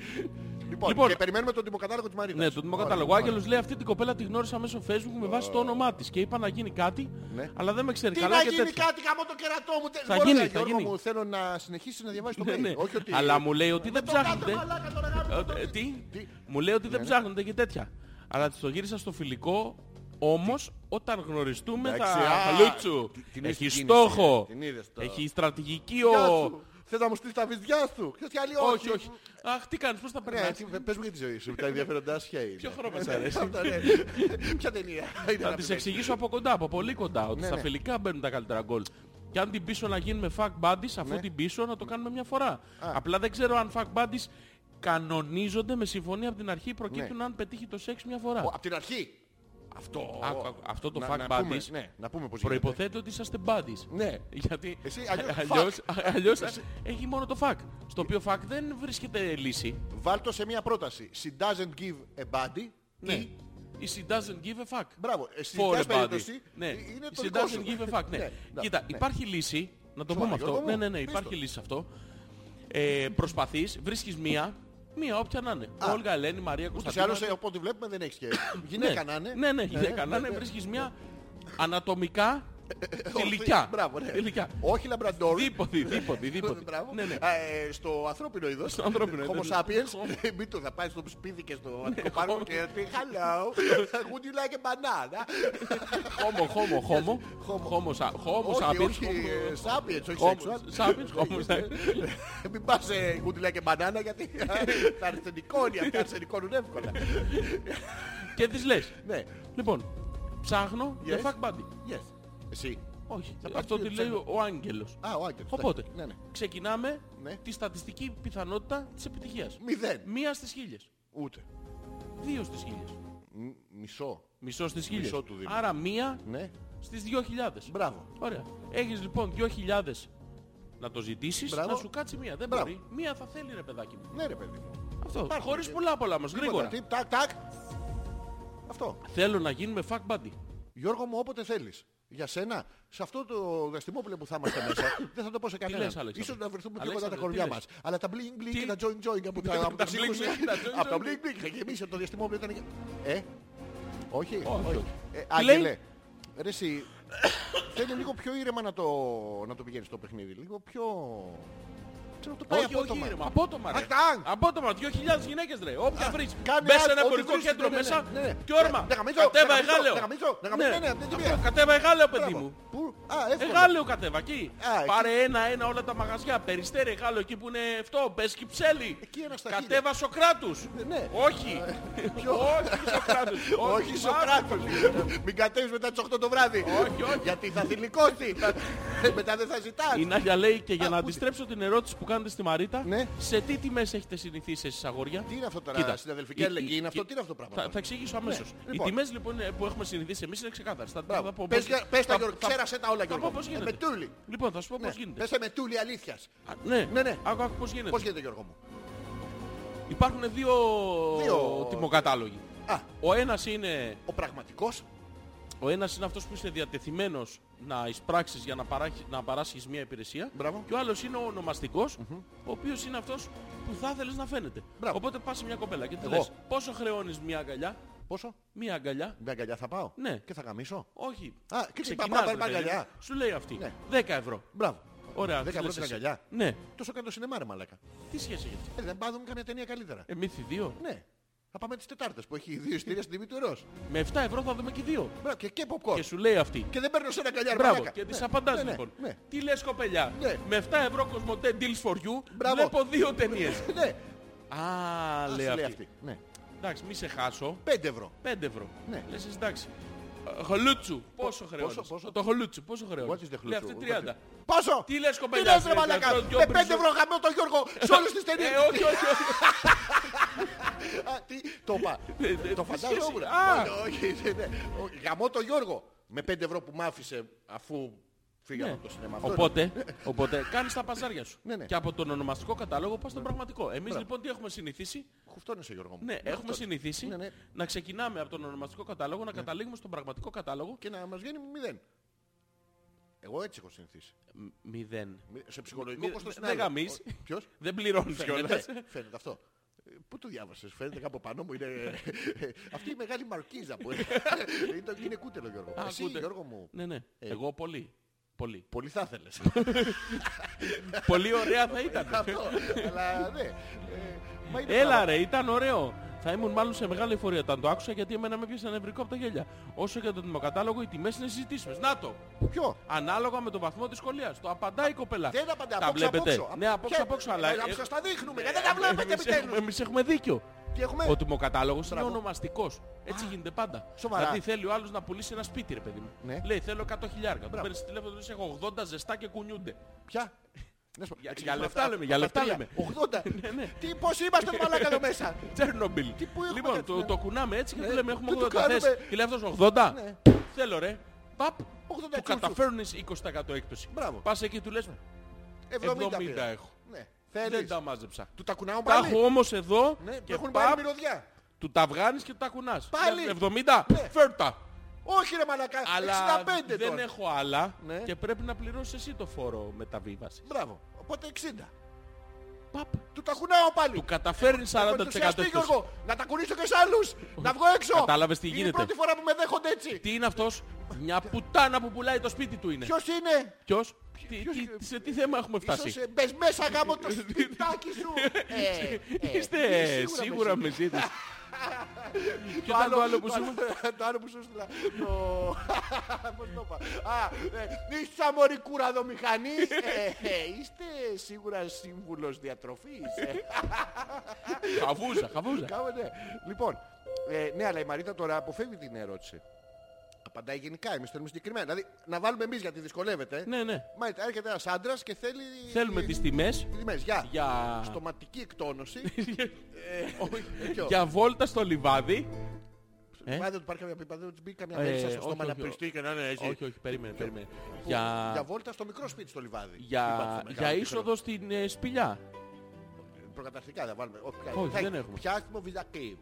Speaker 1: Λοιπόν,
Speaker 2: Λοιπόν.
Speaker 1: και περιμένουμε τον δημοκατάλογο της Μαρίτας.
Speaker 2: Ναι, το δημοκατάλογο. Ο
Speaker 1: Ωραία, λοιπόν. Ε.
Speaker 2: Άγγελος λέει αυτή την κοπέλα τη γνώρισα μέσω facebook με βάση το όνομά της και είπα να γίνει κάτι,
Speaker 1: Ναι.
Speaker 2: αλλά δεν με ξέρει
Speaker 1: Τι
Speaker 2: καλά
Speaker 1: να
Speaker 2: και
Speaker 1: γίνει
Speaker 2: τέτοια.
Speaker 1: κάτι γάμο το κερατό μου. τε-
Speaker 2: Θα
Speaker 1: Μπορώ,
Speaker 2: γίνει,
Speaker 1: ρε,
Speaker 2: θα
Speaker 1: Γιώργο
Speaker 2: γίνει.
Speaker 1: μου, θέλω να συνεχίσει να διαβάσει το
Speaker 2: Ναι, ναι.
Speaker 1: mail. Όχι ότι...
Speaker 2: Αλλά μου λέει ότι δεν
Speaker 1: Το κάτω,
Speaker 2: ψάχνετε.
Speaker 1: μαλάκα, το ρεγάμι, το
Speaker 2: Ε,
Speaker 1: κάτω.
Speaker 2: ε, Τι?
Speaker 1: Τι. Ναι.
Speaker 2: Μου λέει ότι δεν ψάχνονται και τέτοια. Αλλά της το γύρισα στο φιλικό, όμως όταν γνωριστούμε θα...
Speaker 1: Εντάξει, α,
Speaker 2: Χαλούτσου,
Speaker 1: την- την
Speaker 2: έχει
Speaker 1: είδες την
Speaker 2: στόχο,
Speaker 1: κίνηση, την είδες το-
Speaker 2: έχει στρατηγική
Speaker 1: Γεια
Speaker 2: ο...
Speaker 1: σου. Θες να μου στείλεις τα βυζιά σου. Ξέρεις τι άλλοι
Speaker 2: Όχι, όχι. Αχ, τι κάνεις, πώς θα
Speaker 1: Ναι,
Speaker 2: περνάς.
Speaker 1: τι- πες μου για τη ζωή σου, τα ενδιαφέροντά σου ποια είναι.
Speaker 2: Ναι. Ποιο χρώμα σ' αρέσει?
Speaker 1: Αυτά, ναι. Ποια ταινία. είναι
Speaker 2: Θα
Speaker 1: αγαπημένη.
Speaker 2: τη εξηγήσω από κοντά, από πολύ κοντά, ότι
Speaker 1: Ναι,
Speaker 2: στα
Speaker 1: ναι.
Speaker 2: φιλικά μπαίνουν τα καλύτερα γκολ. Και αν την πίσω να γίνουμε fuck buddies, αφού
Speaker 1: Ναι.
Speaker 2: την πίσω να το κάνουμε μια φορά. Απλά δεν ξέρω αν fuck buddies κανονίζονται με συμφωνία από την αρχή προκύπτουν
Speaker 1: Ναι.
Speaker 2: αν πετύχει το σεξ μια φορά.
Speaker 1: Ο, Απ' την αρχή. Αυτό.
Speaker 2: Άκου, άκου, αυτό το
Speaker 1: Να-
Speaker 2: fuck
Speaker 1: να πούμε,
Speaker 2: buddies
Speaker 1: Ναι, να πούμε πως γίνεται.
Speaker 2: προϋποθέτει ότι είσαστε buddies.
Speaker 1: Ναι.
Speaker 2: Γιατί
Speaker 1: Εσύ αλλιώς fuck.
Speaker 2: αλλιώς, αλλιώς έχει μόνο το fuck. Στο οποίο fuck δεν βρίσκεται λύση.
Speaker 1: Βάλτο σε μια πρόταση. She doesn't give a body.
Speaker 2: Ναι.
Speaker 1: Ή,
Speaker 2: Η she doesn't give a fuck.
Speaker 1: Μπράβο. Ε, Στην
Speaker 2: For
Speaker 1: κάθε
Speaker 2: a body.
Speaker 1: περίπτωση ε,
Speaker 2: Ναι.
Speaker 1: είναι
Speaker 2: Η
Speaker 1: το
Speaker 2: she
Speaker 1: δικό σου.
Speaker 2: doesn't give a fuck. Ναι.
Speaker 1: ναι,
Speaker 2: Κοίτα,
Speaker 1: ναι.
Speaker 2: υπάρχει λύση. Να το
Speaker 1: Σοβαρά,
Speaker 2: πούμε αυτό.
Speaker 1: Γιώργο μου.
Speaker 2: Ναι, ναι, ναι.
Speaker 1: Πες
Speaker 2: Υπάρχει
Speaker 1: το.
Speaker 2: λύση σε αυτό. Ε, προσπαθείς, βρίσκεις μία. Μία, όποια να είναι. Όλγα, Ελένη, Μαρία,
Speaker 1: Ούτως ή άλλως
Speaker 2: Κωνσταντίνα.
Speaker 1: ε, από ό,τι βλέπουμε δεν έχεις και γυναίκα να είναι.
Speaker 2: Ναι, ναι, γυναίκα να είναι.
Speaker 1: ναι.
Speaker 2: Βρίσκεις μία ανατομικά
Speaker 1: Ορθή.
Speaker 2: θηλυκιά.
Speaker 1: Μπράβο, ναι.
Speaker 2: Θηλυκιά.
Speaker 1: Όχι λαμπραντόρ.
Speaker 2: Δίποτη, δίποτη, δίποτη.
Speaker 1: Μπράβο.
Speaker 2: Ναι, ναι.
Speaker 1: Α, ε, Στο ανθρώπινο είδος.
Speaker 2: Στο ανθρώπινο
Speaker 1: Homo
Speaker 2: είδος.
Speaker 1: sapiens. Ε, Μην το θα πάει στο σπίτι και στο αττικό πάρκο και να πει Hello, would you like a banana.
Speaker 2: Χόμο, χόμο, χόμο.
Speaker 1: Χόμο.
Speaker 2: Χόμο, σα- χόμο,
Speaker 1: Όχι,
Speaker 2: sapiens,
Speaker 1: όχι, ε,
Speaker 2: χόμο-
Speaker 1: sapiens, όχι
Speaker 2: χόμο,
Speaker 1: sexual. ναι.
Speaker 2: sapiens, χόμο, sapiens.
Speaker 1: Μην πας ε, γουτιλά και μπανάνα γιατί θα αρσενικόνει, αυτά αρσενικόνουν εύκολα.
Speaker 2: Και της λες.
Speaker 1: ναι,
Speaker 2: Λοιπόν, ψάχνω για
Speaker 1: Yes.
Speaker 2: fuck buddy.
Speaker 1: yes. Εσύ.
Speaker 2: Όχι.
Speaker 1: Θα πάρεις
Speaker 2: Αυτό
Speaker 1: δύο
Speaker 2: τη λέει
Speaker 1: ψάχνω.
Speaker 2: ο Άγγελος.
Speaker 1: Α, ο Άγγελος.
Speaker 2: Οπότε,
Speaker 1: εντάξει, Ναι, ναι.
Speaker 2: ξεκινάμε
Speaker 1: Ναι.
Speaker 2: τη στατιστική πιθανότητα της επιτυχίας.
Speaker 1: Μηδέν.
Speaker 2: Μία στις χίλιες.
Speaker 1: Ούτε.
Speaker 2: Δύο στις χίλιες.
Speaker 1: Μ- Μισό.
Speaker 2: Μισό στις χίλιες.
Speaker 1: Μισό του δίνω.
Speaker 2: Άρα μία
Speaker 1: Ναι.
Speaker 2: στις δύο χιλιάδες.
Speaker 1: Μπράβο.
Speaker 2: Ωραία. Έχεις λοιπόν δύο χιλιάδες να το ζητήσεις,
Speaker 1: Μπράβο.
Speaker 2: να σου κάτσει μία. Δεν
Speaker 1: Μπράβο.
Speaker 2: μπορεί. Μία θα θέλει ρε παιδάκι μου.
Speaker 1: Ναι ρε παιδί μου.
Speaker 2: Αυτό.
Speaker 1: Υπάρχουν
Speaker 2: Χωρίς
Speaker 1: και-
Speaker 2: πολλά πολλά όμως.
Speaker 1: Τίποτα,
Speaker 2: Γρήγορα.
Speaker 1: τι- Τακ, τακ. Αυτό.
Speaker 2: Θέλω να γίνουμε fuck buddy.
Speaker 1: Γιώργο μου, όποτε θέλεις. Για σένα, σε αυτό το δραστημόπουλο που θα είμαστε μέσα, δεν θα το πω σε
Speaker 2: λες,
Speaker 1: κανέναν.
Speaker 2: Αλέξανδρε?
Speaker 1: Ίσως να βρεθούμε πιο κοντά
Speaker 2: Αλέξανδρε,
Speaker 1: τα
Speaker 2: τι
Speaker 1: χωριά
Speaker 2: λες?
Speaker 1: μας. Αλλά τα bling bling
Speaker 2: Τι?
Speaker 1: και τα join join από τα από
Speaker 2: Τα
Speaker 1: τα
Speaker 2: bling
Speaker 1: σήκουσα.
Speaker 2: bling, τα join
Speaker 1: Από τα
Speaker 2: join.
Speaker 1: bling bling. Θα γεμίσει το διαστημόπλαιο ήταν... γε- Ε, όχι.
Speaker 2: Όχι.
Speaker 1: Ε,
Speaker 2: Τι λέει?
Speaker 1: Άγγελε, ρε εσύ, θέλει λίγο πιο ήρεμα να το, να το πηγαίνεις το παιχνίδι. Λίγο πιο... Ξέρω, το πάει
Speaker 2: Όχι, όχι,
Speaker 1: απότομα.
Speaker 2: ήρεμα. Απότομα, ρε.
Speaker 1: Αχ, τα-
Speaker 2: Απότομα, 2.000 γυναίκες, ρε. Όποια βρεις.
Speaker 1: κάνε
Speaker 2: Μπες σε
Speaker 1: άκου,
Speaker 2: ένα
Speaker 1: ό,τι
Speaker 2: εμπορικό
Speaker 1: βρεις,
Speaker 2: κέντρο
Speaker 1: ναι, ναι,
Speaker 2: μέσα
Speaker 1: ναι, ναι.
Speaker 2: και όρμα.
Speaker 1: Ναι, γαμίζω,
Speaker 2: Κατέβα
Speaker 1: ναι, γαμίζω,
Speaker 2: εγάλεο.
Speaker 1: ναι, γαμίζω, ναι, γαμίζω, ναι, ναι, ναι, ναι, ναι.
Speaker 2: Αυτό, Κατέβα εγάλεο, παιδί
Speaker 1: Μπράβο.
Speaker 2: μου.
Speaker 1: Πού? Α, εύκολο.
Speaker 2: Εγάλεο κατέβα εκεί.
Speaker 1: Α, εκεί.
Speaker 2: Πάρε ένα-ένα όλα τα μαγαζιά. Περιστέρι, εγάλεο εκεί που είναι αυτό. Μπες κυψέλη.
Speaker 1: Εκεί ένας στα
Speaker 2: Κατέβα Σοκράτους.
Speaker 1: ναι.
Speaker 2: Όχι. Όχι Σοκράτους.
Speaker 1: Όχι, Σοκράτος. Μην κατέβεις μετά τις 8 το βράδυ.
Speaker 2: Όχι, όχι.
Speaker 1: Γιατί θα θηλυκώσει. Μετά δεν θα ζητάς.
Speaker 2: Η Νάγια λέει και για να αντιστρέψω την ερώτηση που κάνετε στη Μαρίτα,
Speaker 1: Ναι.
Speaker 2: σε τι τιμές έχετε συνηθίσει εσείς αγόρια.
Speaker 1: Τι είναι αυτό τώρα,
Speaker 2: Κοίτα,
Speaker 1: συναδελφική
Speaker 2: η-
Speaker 1: αλληλεγγύη, είναι
Speaker 2: η-
Speaker 1: αυτό, τι είναι αυτό το πράγμα
Speaker 2: Θα,
Speaker 1: τώρα?
Speaker 2: θα εξηγήσω αμέσω.
Speaker 1: Ναι,
Speaker 2: Οι
Speaker 1: λοιπόν.
Speaker 2: τιμές λοιπόν ε, που έχουμε συνηθίσει εμείς είναι ξεκάθαρες. Θα,
Speaker 1: Μπράβο.
Speaker 2: θα πω
Speaker 1: Πες
Speaker 2: πώς-
Speaker 1: για- πες τα,
Speaker 2: θα-
Speaker 1: Γιώργο,
Speaker 2: θα-
Speaker 1: ξέρασε τα όλα,
Speaker 2: Θα
Speaker 1: Γιώργο.
Speaker 2: πω πώ
Speaker 1: Ε,
Speaker 2: γίνεται.
Speaker 1: με τούλη.
Speaker 2: Λοιπόν, θα σου πω πώς γίνεται.
Speaker 1: Πέσε με τούλη αλήθειας.
Speaker 2: Α, Ναι,
Speaker 1: Ναι, ναι.
Speaker 2: Άκου, άκου πώς γίνεται.
Speaker 1: Πώς γίνεται Γιώργο μου.
Speaker 2: Υπάρχουν δύο,
Speaker 1: Δύο-
Speaker 2: τιμοκατάλογοι.
Speaker 1: Α,
Speaker 2: Ο ένας είναι,
Speaker 1: ο πραγματικός.
Speaker 2: ο ένας είναι αυτός που είσαι διατεθειμένος να εισπράξεις για να, παράχει, να παράσχεις μια υπηρεσία.
Speaker 1: Μπράβο.
Speaker 2: Και ο άλλος είναι ο ονομαστικος ο οποίος είναι αυτός που θα ήθελες να φαίνεται.
Speaker 1: Μπράβο.
Speaker 2: Οπότε πας σε μια κοπέλα και της
Speaker 1: Εγώ.
Speaker 2: λες πόσο χρεώνεις μια αγκαλιά.
Speaker 1: Πόσο.
Speaker 2: Μια αγκαλιά.
Speaker 1: Με αγκαλιά θα πάω.
Speaker 2: Ναι.
Speaker 1: Και θα γαμίσω.
Speaker 2: Όχι.
Speaker 1: Α, και
Speaker 2: Ξεκινάς,
Speaker 1: πάμε,
Speaker 2: ρε
Speaker 1: πάμε,
Speaker 2: παιδί μου.
Speaker 1: αγκαλιά.
Speaker 2: Σου λέει αυτή.
Speaker 1: Ναι.
Speaker 2: 10 ευρώ.
Speaker 1: Μπράβο.
Speaker 2: Ωραία.
Speaker 1: Δέκα
Speaker 2: της
Speaker 1: ευρώ
Speaker 2: λες
Speaker 1: την
Speaker 2: εσύ.
Speaker 1: αγκαλιά.
Speaker 2: Ναι.
Speaker 1: Τόσο κάνει το σινεμά, ρε μαλάκα.
Speaker 2: Τι σχέση έχει
Speaker 1: Ε,
Speaker 2: αυτή.
Speaker 1: δεν πάμε να δούμε καμία ταινία καλύτερα.
Speaker 2: Ε, μύθι δύο.
Speaker 1: Ναι. Θα πάμε τις Τετάρτες που έχει δύο εισιτήρια στην τιμή του ροζ.
Speaker 2: Με 7 ευρώ θα δούμε και δύο.
Speaker 1: Μπράβο, Και, και
Speaker 2: Και
Speaker 1: popcorn.
Speaker 2: σου λέει αυτή.
Speaker 1: Και δεν παίρνω σε ένα αγκαλιά, ρε
Speaker 2: Μπράβο,
Speaker 1: μαλάκα.
Speaker 2: και της
Speaker 1: Ναι.
Speaker 2: απαντάς
Speaker 1: Ναι, ναι,
Speaker 2: λοιπόν.
Speaker 1: ναι.
Speaker 2: Τι λες κοπελιά,
Speaker 1: Ναι.
Speaker 2: με 7 ευρώ κοσμοτέ deals for you,
Speaker 1: Μπράβο.
Speaker 2: βλέπω δύο ταινίες.
Speaker 1: Ναι.
Speaker 2: Α,
Speaker 1: Ας
Speaker 2: λέει
Speaker 1: σου
Speaker 2: αυτή.
Speaker 1: λέει αυτή. Ναι.
Speaker 2: Εντάξει, μη σε χάσω,
Speaker 1: 5 ευρώ.
Speaker 2: 5 ευρώ.
Speaker 1: Ναι.
Speaker 2: Λες εσύ, εντάξει. Ε, Χολούτσου, πόσο χρεώνεις.
Speaker 1: πόσο, πόσο?
Speaker 2: Το χολούτσου, πόσο
Speaker 1: What
Speaker 2: χρεώνεις.
Speaker 1: is the
Speaker 2: Λέει
Speaker 1: χλούτσο,
Speaker 2: αυτή
Speaker 1: what
Speaker 2: 30.
Speaker 1: is- Πόσο!
Speaker 2: Τι λες, κοπέλα,
Speaker 1: Τι λες ρε
Speaker 2: ρε,
Speaker 1: μαλάκα!
Speaker 2: το- το
Speaker 1: Με 5
Speaker 2: μπριζο-
Speaker 1: ευρώ γαμώ τον Γιώργο σε όλες τις ταινίες!
Speaker 2: Ε, όχι, όχι, όχι.
Speaker 1: Α, τι, Το πα.
Speaker 2: ε,
Speaker 1: Το
Speaker 2: τι
Speaker 1: φαντάζομαι.
Speaker 2: σχέση. Α.
Speaker 1: Όχι, όχι, ναι, ναι. Ο- Γαμώ τον Γιώργο με 5 ευρώ που μ' άφησε αφού φύγαμε
Speaker 2: Ναι.
Speaker 1: από το σινεμά. Αυτό είναι.
Speaker 2: Οπότε, οπότε κάνεις τα παζάρια σου.
Speaker 1: Ναι, ναι.
Speaker 2: Και από τον ονομαστικό κατάλογο πας στον πραγματικό. Εμείς λοιπόν τι έχουμε συνηθίσει,
Speaker 1: Χουφτώνεσαι Γιώργο μου.
Speaker 2: ναι, έχουμε
Speaker 1: Χουφτώνεσαι.
Speaker 2: συνηθίσει
Speaker 1: Ναι, ναι.
Speaker 2: να ξεκινάμε από τον ονομαστικό κατάλογο, να καταλήγουμε στον πραγματικό κατάλογο.
Speaker 1: Και να μας βγαίνει μηδέν. Εγώ έτσι έχω συνηθίσει.
Speaker 2: Μ- Μηδέν.
Speaker 1: Μη- Σε ψυχολογικό
Speaker 2: Μη-
Speaker 1: κόστος
Speaker 2: δε-
Speaker 1: είναι
Speaker 2: δεν
Speaker 1: άλλο.
Speaker 2: γαμείς.
Speaker 1: Ο- Ποιος?
Speaker 2: Δεν πληρώνεις
Speaker 1: Φαίνεται,
Speaker 2: κιόλας.
Speaker 1: φαίνεται αυτό. Ε, Πού το διάβασες, φαίνεται κάπου πάνω μου. Είναι... Αυτή η μεγάλη μαρκίζα που είναι. Είναι το- Είναι κούτελο Γιώργο.
Speaker 2: Α,
Speaker 1: Εσύ
Speaker 2: κούτε.
Speaker 1: Γιώργο μου,
Speaker 2: Ναι, ναι.
Speaker 1: Ε.
Speaker 2: Εγώ πολύ. Πολύ.
Speaker 1: πολύ θα ήθελες.
Speaker 2: πολύ ωραία θα ήταν.
Speaker 1: Αυτό. Αλλά ναι. Ε, μα είναι
Speaker 2: Έλα
Speaker 1: πράγμα.
Speaker 2: ρε, ήταν ωραίο. Θα ήμουν μάλλον σε μεγάλη εφορία όταν το άκουσα γιατί εμένα με πιάσε νευρικό από τα γέλια. Όσο για τον τιμοκατάλογο, οι τιμές είναι συζητήσιμες. Να το!
Speaker 1: Ποιο.
Speaker 2: Ανάλογα με τον βαθμό δυσκολίας. Το απαντάει η κοπέλα.
Speaker 1: Δεν απαντά.
Speaker 2: Τα
Speaker 1: απόξω,
Speaker 2: βλέπετε.
Speaker 1: Απόξω.
Speaker 2: Ναι, απόξω,
Speaker 1: Και-
Speaker 2: απόξω. Αλλά...
Speaker 1: Ε, σας τα δείχνουμε. Δεν τα βλέπετε
Speaker 2: Εμείς έχουμε-
Speaker 1: επιτέλους.
Speaker 2: εμείς έχουμε δίκιο.
Speaker 1: Τι έχουμε.
Speaker 2: Ο τιμοκατάλογο είναι
Speaker 1: Μπράβο.
Speaker 2: ονομαστικός. Έτσι γίνεται πάντα.
Speaker 1: Σοβαρά.
Speaker 2: Δηλαδή θέλει ο άλλος να πουλήσει ένα σπίτι, ρε παιδί μου.
Speaker 1: Ναι.
Speaker 2: Λέει θέλω 100 χιλιάρικα. Του
Speaker 1: Μπράβο.
Speaker 2: παίρνεις τηλέφωνο, του έχω 80 ζεστά και κουνιούνται.
Speaker 1: Ποια. Να σου πω,
Speaker 2: Για-
Speaker 1: εξηγήσουμε
Speaker 2: για λεφτά
Speaker 1: αυτά.
Speaker 2: λέμε, για
Speaker 1: Τα
Speaker 2: λεφτά
Speaker 1: τρία,
Speaker 2: λέμε.
Speaker 1: 80.
Speaker 2: Ναι, ναι.
Speaker 1: Τι, πώς είμαστε ρε μαλάκα εδώ μέσα.
Speaker 2: Τσέρνομπιλ.
Speaker 1: Τι που έχουμε
Speaker 2: Λοιπόν,
Speaker 1: τέτοιο,
Speaker 2: το,
Speaker 1: ναι.
Speaker 2: το κουνάμε έτσι και του
Speaker 1: Ναι.
Speaker 2: λέμε έχουμε
Speaker 1: Δεν το
Speaker 2: 80 θες.
Speaker 1: κάνουμε.
Speaker 2: Και λέει αυτός 80.
Speaker 1: Ναι.
Speaker 2: Θέλω ρε. Παπ.
Speaker 1: 80
Speaker 2: Του
Speaker 1: τσούτσου.
Speaker 2: καταφέρνει 20% έκπτωση.
Speaker 1: Μπράβο.
Speaker 2: Πας εκεί του λες 70
Speaker 1: πήρα.
Speaker 2: έχω.
Speaker 1: Ναι.
Speaker 2: Δεν
Speaker 1: Θέλεις.
Speaker 2: τα μάζεψα.
Speaker 1: Του τα κουνάω
Speaker 2: Τα
Speaker 1: πάλι.
Speaker 2: έχω όμως εδώ
Speaker 1: Ναι, του
Speaker 2: και
Speaker 1: έχουν
Speaker 2: παπ,
Speaker 1: πάρει μυρωδιά.
Speaker 2: του τα βγάνεις και του τα κουνάς.
Speaker 1: Πάλι.
Speaker 2: 70,
Speaker 1: Ναι.
Speaker 2: φέρτα.
Speaker 1: Όχι ρε μαλακά,
Speaker 2: Αλλά
Speaker 1: 65
Speaker 2: δεν
Speaker 1: τώρα.
Speaker 2: έχω άλλα
Speaker 1: Ναι.
Speaker 2: και πρέπει να πληρώσεις εσύ το φόρο μεταβίβασης.
Speaker 1: Μπράβο. Οπότε 60.
Speaker 2: Παπ.
Speaker 1: Του τα κουνάω πάλι.
Speaker 2: Του καταφέρνει 40%
Speaker 1: Ενθουσιαστεί,
Speaker 2: έκπτωση.
Speaker 1: Γιώργο, να τα κουνήσω και σε άλλους. να βγω έξω.
Speaker 2: Κατάλαβες τι
Speaker 1: Είναι η
Speaker 2: γίνεται.
Speaker 1: πρώτη φορά που με δέχονται έτσι.
Speaker 2: Τι είναι αυτός, μια πουτάνα που πουλάει το σπίτι του είναι.
Speaker 1: Ποιος είναι.
Speaker 2: Ποιος, τι- τι- σε τι θέμα έχουμε φτάσει.
Speaker 1: Ίσως ε, μπες μέσα γάμο το σπιτάκι σου. Ε, ε,
Speaker 2: Είστε σίγουρα
Speaker 1: με
Speaker 2: με ζήτηση. Και
Speaker 1: Το
Speaker 2: ήταν το άλλο που σου είπα.
Speaker 1: Το άλλο που σου έστειλα. Το... Πώς το είπα. Α, ε, Είσαι αμόρι κουραδομηχανής. Ε, ε, Είστε σίγουρα σύμβουλος διατροφής. Ε,
Speaker 2: Χαβούζα, χαβούζα.
Speaker 1: Κάμε, ναι. Λοιπόν, ε, ναι, αλλά η Μαρίτα τώρα αποφεύγει την ερώτηση. Απαντάει γενικά, εμείς θέλουμε συγκεκριμένα. Δηλαδή, να βάλουμε εμείς γιατί δυσκολεύεται.
Speaker 2: Ναι, ναι.
Speaker 1: Μάλιστα, έρχεται ένας άντρας και θέλει...
Speaker 2: Θέλουμε τις τιμές
Speaker 1: τις τιμές. Για.
Speaker 2: για...
Speaker 1: Στοματική εκτόνωση. Ε, ποιο?
Speaker 2: για βόλτα στο λιβάδι. Ε?
Speaker 1: Μα δεν του πάρει καμία πίπα, δεν του μπει καμία
Speaker 2: Ε,
Speaker 1: μέλισσα στο
Speaker 2: όχι,
Speaker 1: στόμα
Speaker 2: όχι,
Speaker 1: να
Speaker 2: όχι.
Speaker 1: πιστεί και να είναι έτσι.
Speaker 2: Όχι, όχι, περίμενε, περίμενε.
Speaker 1: Που-
Speaker 2: Για,
Speaker 1: βόλτα στο μικρό σπίτι στο λιβάδι. Υπάρχει
Speaker 2: για,
Speaker 1: το μεγάλο
Speaker 2: για
Speaker 1: μικρό.
Speaker 2: είσοδο στην ε, σπηλιά.
Speaker 1: Προκαταρκτικά θα βάλουμε. Όχι,
Speaker 2: Όχι, δεν έχουμε.
Speaker 1: Πιάσιμο βυζακί.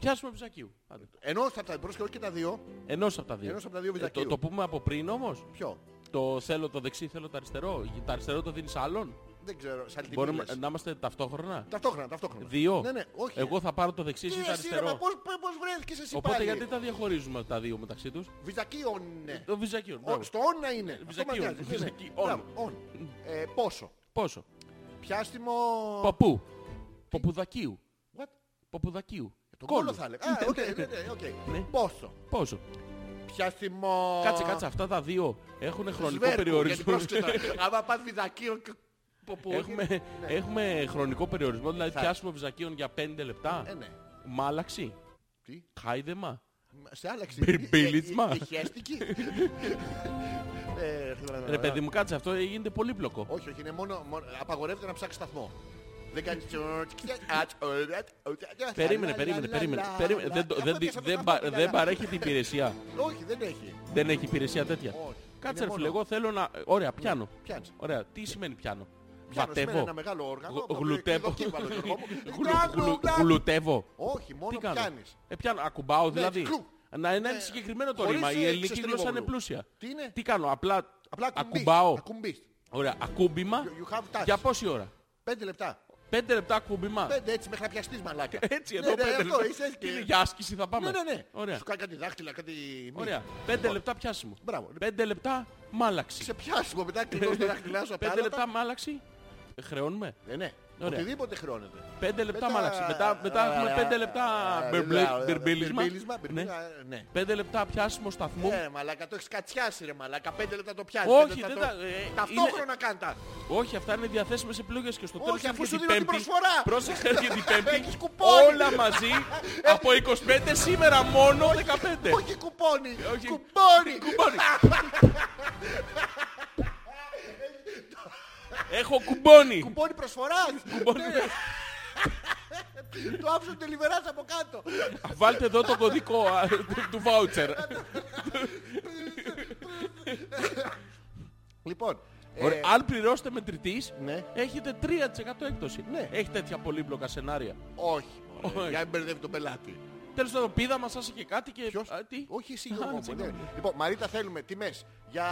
Speaker 2: Πιάσουμε ψακίου. Άντε.
Speaker 1: Ενώ θα τα μπρος και όχι και τα δύο.
Speaker 2: Ενός από τα δύο.
Speaker 1: Ενός από τα δύο
Speaker 2: Ε, το,
Speaker 1: βυζακίου.
Speaker 2: το πούμε από πριν όμως.
Speaker 1: Ποιο.
Speaker 2: Το θέλω το δεξί, θέλω το αριστερό. Το αριστερό το δίνεις άλλον.
Speaker 1: Δεν ξέρω. Σαν την
Speaker 2: Μπορούμε να είμαστε ταυτόχρονα.
Speaker 1: Ταυτόχρονα, ταυτόχρονα.
Speaker 2: Δύο.
Speaker 1: Ναι, ναι, όχι.
Speaker 2: Εγώ θα πάρω το δεξί,
Speaker 1: Τι
Speaker 2: εσύ το
Speaker 1: εσύ, ρε,
Speaker 2: αριστερό.
Speaker 1: μα πώς, πώς βρέθηκες εσύ
Speaker 2: Οπότε
Speaker 1: πάλι.
Speaker 2: γιατί τα διαχωρίζουμε τα δύο μεταξύ τους.
Speaker 1: Βυζακίον. ναι.
Speaker 2: Το βυζακιόν.
Speaker 1: Ο-
Speaker 2: μπράβο.
Speaker 1: Στο on να είναι. Αυτό
Speaker 2: Βυζακίον,
Speaker 1: μας νοιάζει. Ναι, ναι.
Speaker 2: βυζακίον.
Speaker 1: Μπράβο, on. Ε, Πόσο.
Speaker 2: Πόσο.
Speaker 1: Πιάστημο...
Speaker 2: Παππού. Ποπουδακίου.
Speaker 1: What?
Speaker 2: Ποπουδακίου.
Speaker 1: Ε, Το
Speaker 2: Κόλλου.
Speaker 1: κόλλο θα έλεγα. Α, οκ, ναι, ναι,
Speaker 2: Ναι.
Speaker 1: οκ. Πόσο.
Speaker 2: Πόσο.
Speaker 1: Πιάστημο...
Speaker 2: Κάτσε, κάτσε. Αυτά τα δύο έχουν χρονικό
Speaker 1: Σβέρκου, γιατί
Speaker 2: περιορισμό.
Speaker 1: πρόσεξε τώρα, Άμα πας βυζακίον και ποπούγι,
Speaker 2: Έχουμε,
Speaker 1: ναι.
Speaker 2: έχουμε χρονικό περιορισμό, δηλαδή
Speaker 1: Θα-
Speaker 2: πιάσουμε βυζακίον για 5 λεπτά.
Speaker 1: Ε, ναι.
Speaker 2: Μάλαξη.
Speaker 1: Τι,
Speaker 2: Χάιδεμα.
Speaker 1: σε άλλαξε.
Speaker 2: Μπιρμπίλισμα.
Speaker 1: Ηχιάστηκε. Ε,
Speaker 2: Ρε παιδί μου, κάτσε, αυτό γίνεται πολύπλοκο.
Speaker 1: Όχι, όχι, είναι μόνο. μόνο- Απαγορεύεται να ψάξει σταθμό. Δεν κάνει.
Speaker 2: Περίμενε, περίμενε, περίμενε. περίμενε. Δεν το- δεν- δεν πα- Δεν παρέχει την υπηρεσία.
Speaker 1: Όχι, δεν έχει.
Speaker 2: Δεν έχει υπηρεσία τέτοια.
Speaker 1: Όχι.
Speaker 2: Κάτσε,
Speaker 1: Είναι μόνο.
Speaker 2: ρε φίλε,
Speaker 1: Ναι,
Speaker 2: εγώ θέλω να. Ωραία, πιάνω.
Speaker 1: Πιάνεις.
Speaker 2: Ωραία, τι σημαίνει πιάνω.
Speaker 1: Πιάνω, σημαίνει
Speaker 2: Βατεύω.
Speaker 1: Ένα μεγάλο όργανο.
Speaker 2: Γλου-
Speaker 1: το οποίο
Speaker 2: Γλουτεύω.
Speaker 1: εκεί βάλω, Γιώργο μου.
Speaker 2: Γλου-
Speaker 1: Μπλάκου,
Speaker 2: γλου-
Speaker 1: μπλάκου.
Speaker 2: Γλουτεύω.
Speaker 1: Όχι, μόνο
Speaker 2: Τι κάνω.
Speaker 1: πιάνεις. Ναι,
Speaker 2: Ε, πιάνω. Ακουμπάω δηλαδή.
Speaker 1: κλου.
Speaker 2: Να είναι
Speaker 1: Ναι,
Speaker 2: συγκεκριμένο το
Speaker 1: χωρίς,
Speaker 2: ρήμα.
Speaker 1: ε,
Speaker 2: Η ελληνική
Speaker 1: ξεστρίβω
Speaker 2: γλώσσα
Speaker 1: γλου.
Speaker 2: είναι πλούσια.
Speaker 1: Τι είναι?
Speaker 2: Τι κάνω, απλά,
Speaker 1: Απλά ακουμπείς,
Speaker 2: ακουμπάω.
Speaker 1: ακουμπείς.
Speaker 2: Ωραία, ακούμπημα.
Speaker 1: You- you have touch.
Speaker 2: Για πόση ώρα.
Speaker 1: Πέντε λεπτά.
Speaker 2: Πέντε λεπτά ακούμπημα.
Speaker 1: Πέντε έτσι μέχρι να πιαστείς μαλάκα.
Speaker 2: Έτσι,
Speaker 1: Ναι,
Speaker 2: εδώ
Speaker 1: ναι,
Speaker 2: πέντε
Speaker 1: αυτό,
Speaker 2: λεπτά.
Speaker 1: είσαι έτσι
Speaker 2: Τι
Speaker 1: και-
Speaker 2: είναι, για άσκηση θα πάμε.
Speaker 1: Ναι, ναι, ναι.
Speaker 2: Ωραία.
Speaker 1: Σου κάνει κάτι δάχτυλα, κάτι... μη.
Speaker 2: Ωραία. Πέντε λεπτά πιάσιμο.
Speaker 1: Μπράβο.
Speaker 2: Πέντε λεπτά μάλαξη.
Speaker 1: Σε πιάσιμο μετά κλειδώς το δάχτυλά σου απ' τα
Speaker 2: Πέντε
Speaker 1: άλλα
Speaker 2: λεπτά μάλαξη. Ε, Χρεώνουμε.
Speaker 1: Ναι, ναι.
Speaker 2: Ωραία.
Speaker 1: Οτιδήποτε χρώνεται.
Speaker 2: Πέντε λεπτά
Speaker 1: Μετά-
Speaker 2: μάλαξη. Μετά, μετά έχουμε πέντε λεπτά
Speaker 1: Ε,
Speaker 2: μπερμπλε-
Speaker 1: ε,
Speaker 2: μπερμπέλισμα.
Speaker 1: μπερμπέλισμα,
Speaker 2: Ναι.
Speaker 1: μπερμπέλισμα, Ναι.
Speaker 2: Πέντε λεπτά πιάσιμο σταθμού.
Speaker 1: Ε, μαλάκα, το έχεις κατσιάσει ρε μαλάκα. Πέντε λεπτά το πιάσεις.
Speaker 2: Όχι,
Speaker 1: πέντε λεπτά
Speaker 2: δεν
Speaker 1: το-
Speaker 2: τα- ε,
Speaker 1: Ταυτόχρονα κάντα.
Speaker 2: Όχι, αυτά είναι διαθέσιμες επιλογές και στο τέλο
Speaker 1: Όχι, αφού σου δίνω την προσφορά.
Speaker 2: Πρόσεχε, έρχεται η Πέμπτη.
Speaker 1: Έχεις κουπόνι.
Speaker 2: Όλα μαζί από 25 σήμερα μόνο 15.
Speaker 1: Όχι κουπόνι.
Speaker 2: Ε. Όχι.
Speaker 1: Κουπόνι.
Speaker 2: Κουμπόνι. Έχω κουμπόνι.
Speaker 1: Κουπόνι προσφοράς.
Speaker 2: Κουμπόνι.
Speaker 1: Ε. Το άψο τελειβεράς από κάτω.
Speaker 2: Βάλτε εδώ το κωδικό α, του- του
Speaker 1: Ε.
Speaker 2: voucher.
Speaker 1: Λοιπόν. ε,
Speaker 2: Ωραία, Αν πληρώσετε μετρητής,
Speaker 1: Ναι.
Speaker 2: έχετε 3% έκπτωση.
Speaker 1: Ναι.
Speaker 2: Έχει τέτοια πολύπλοκα σενάρια.
Speaker 1: Όχι. μωρέ,
Speaker 2: Όχι.
Speaker 1: Για να μην μπερδεύει τον πελάτη.
Speaker 2: Τέλος πάντων, πίδα μας άσε και κάτι και.
Speaker 1: Ποιος?
Speaker 2: Ε, Α, τι?
Speaker 1: Όχι εσύ
Speaker 2: Α,
Speaker 1: Γιώργο μου.
Speaker 2: συγγνώμη.
Speaker 1: ναι. Λοιπόν, Μαρίτα θέλουμε τιμές για...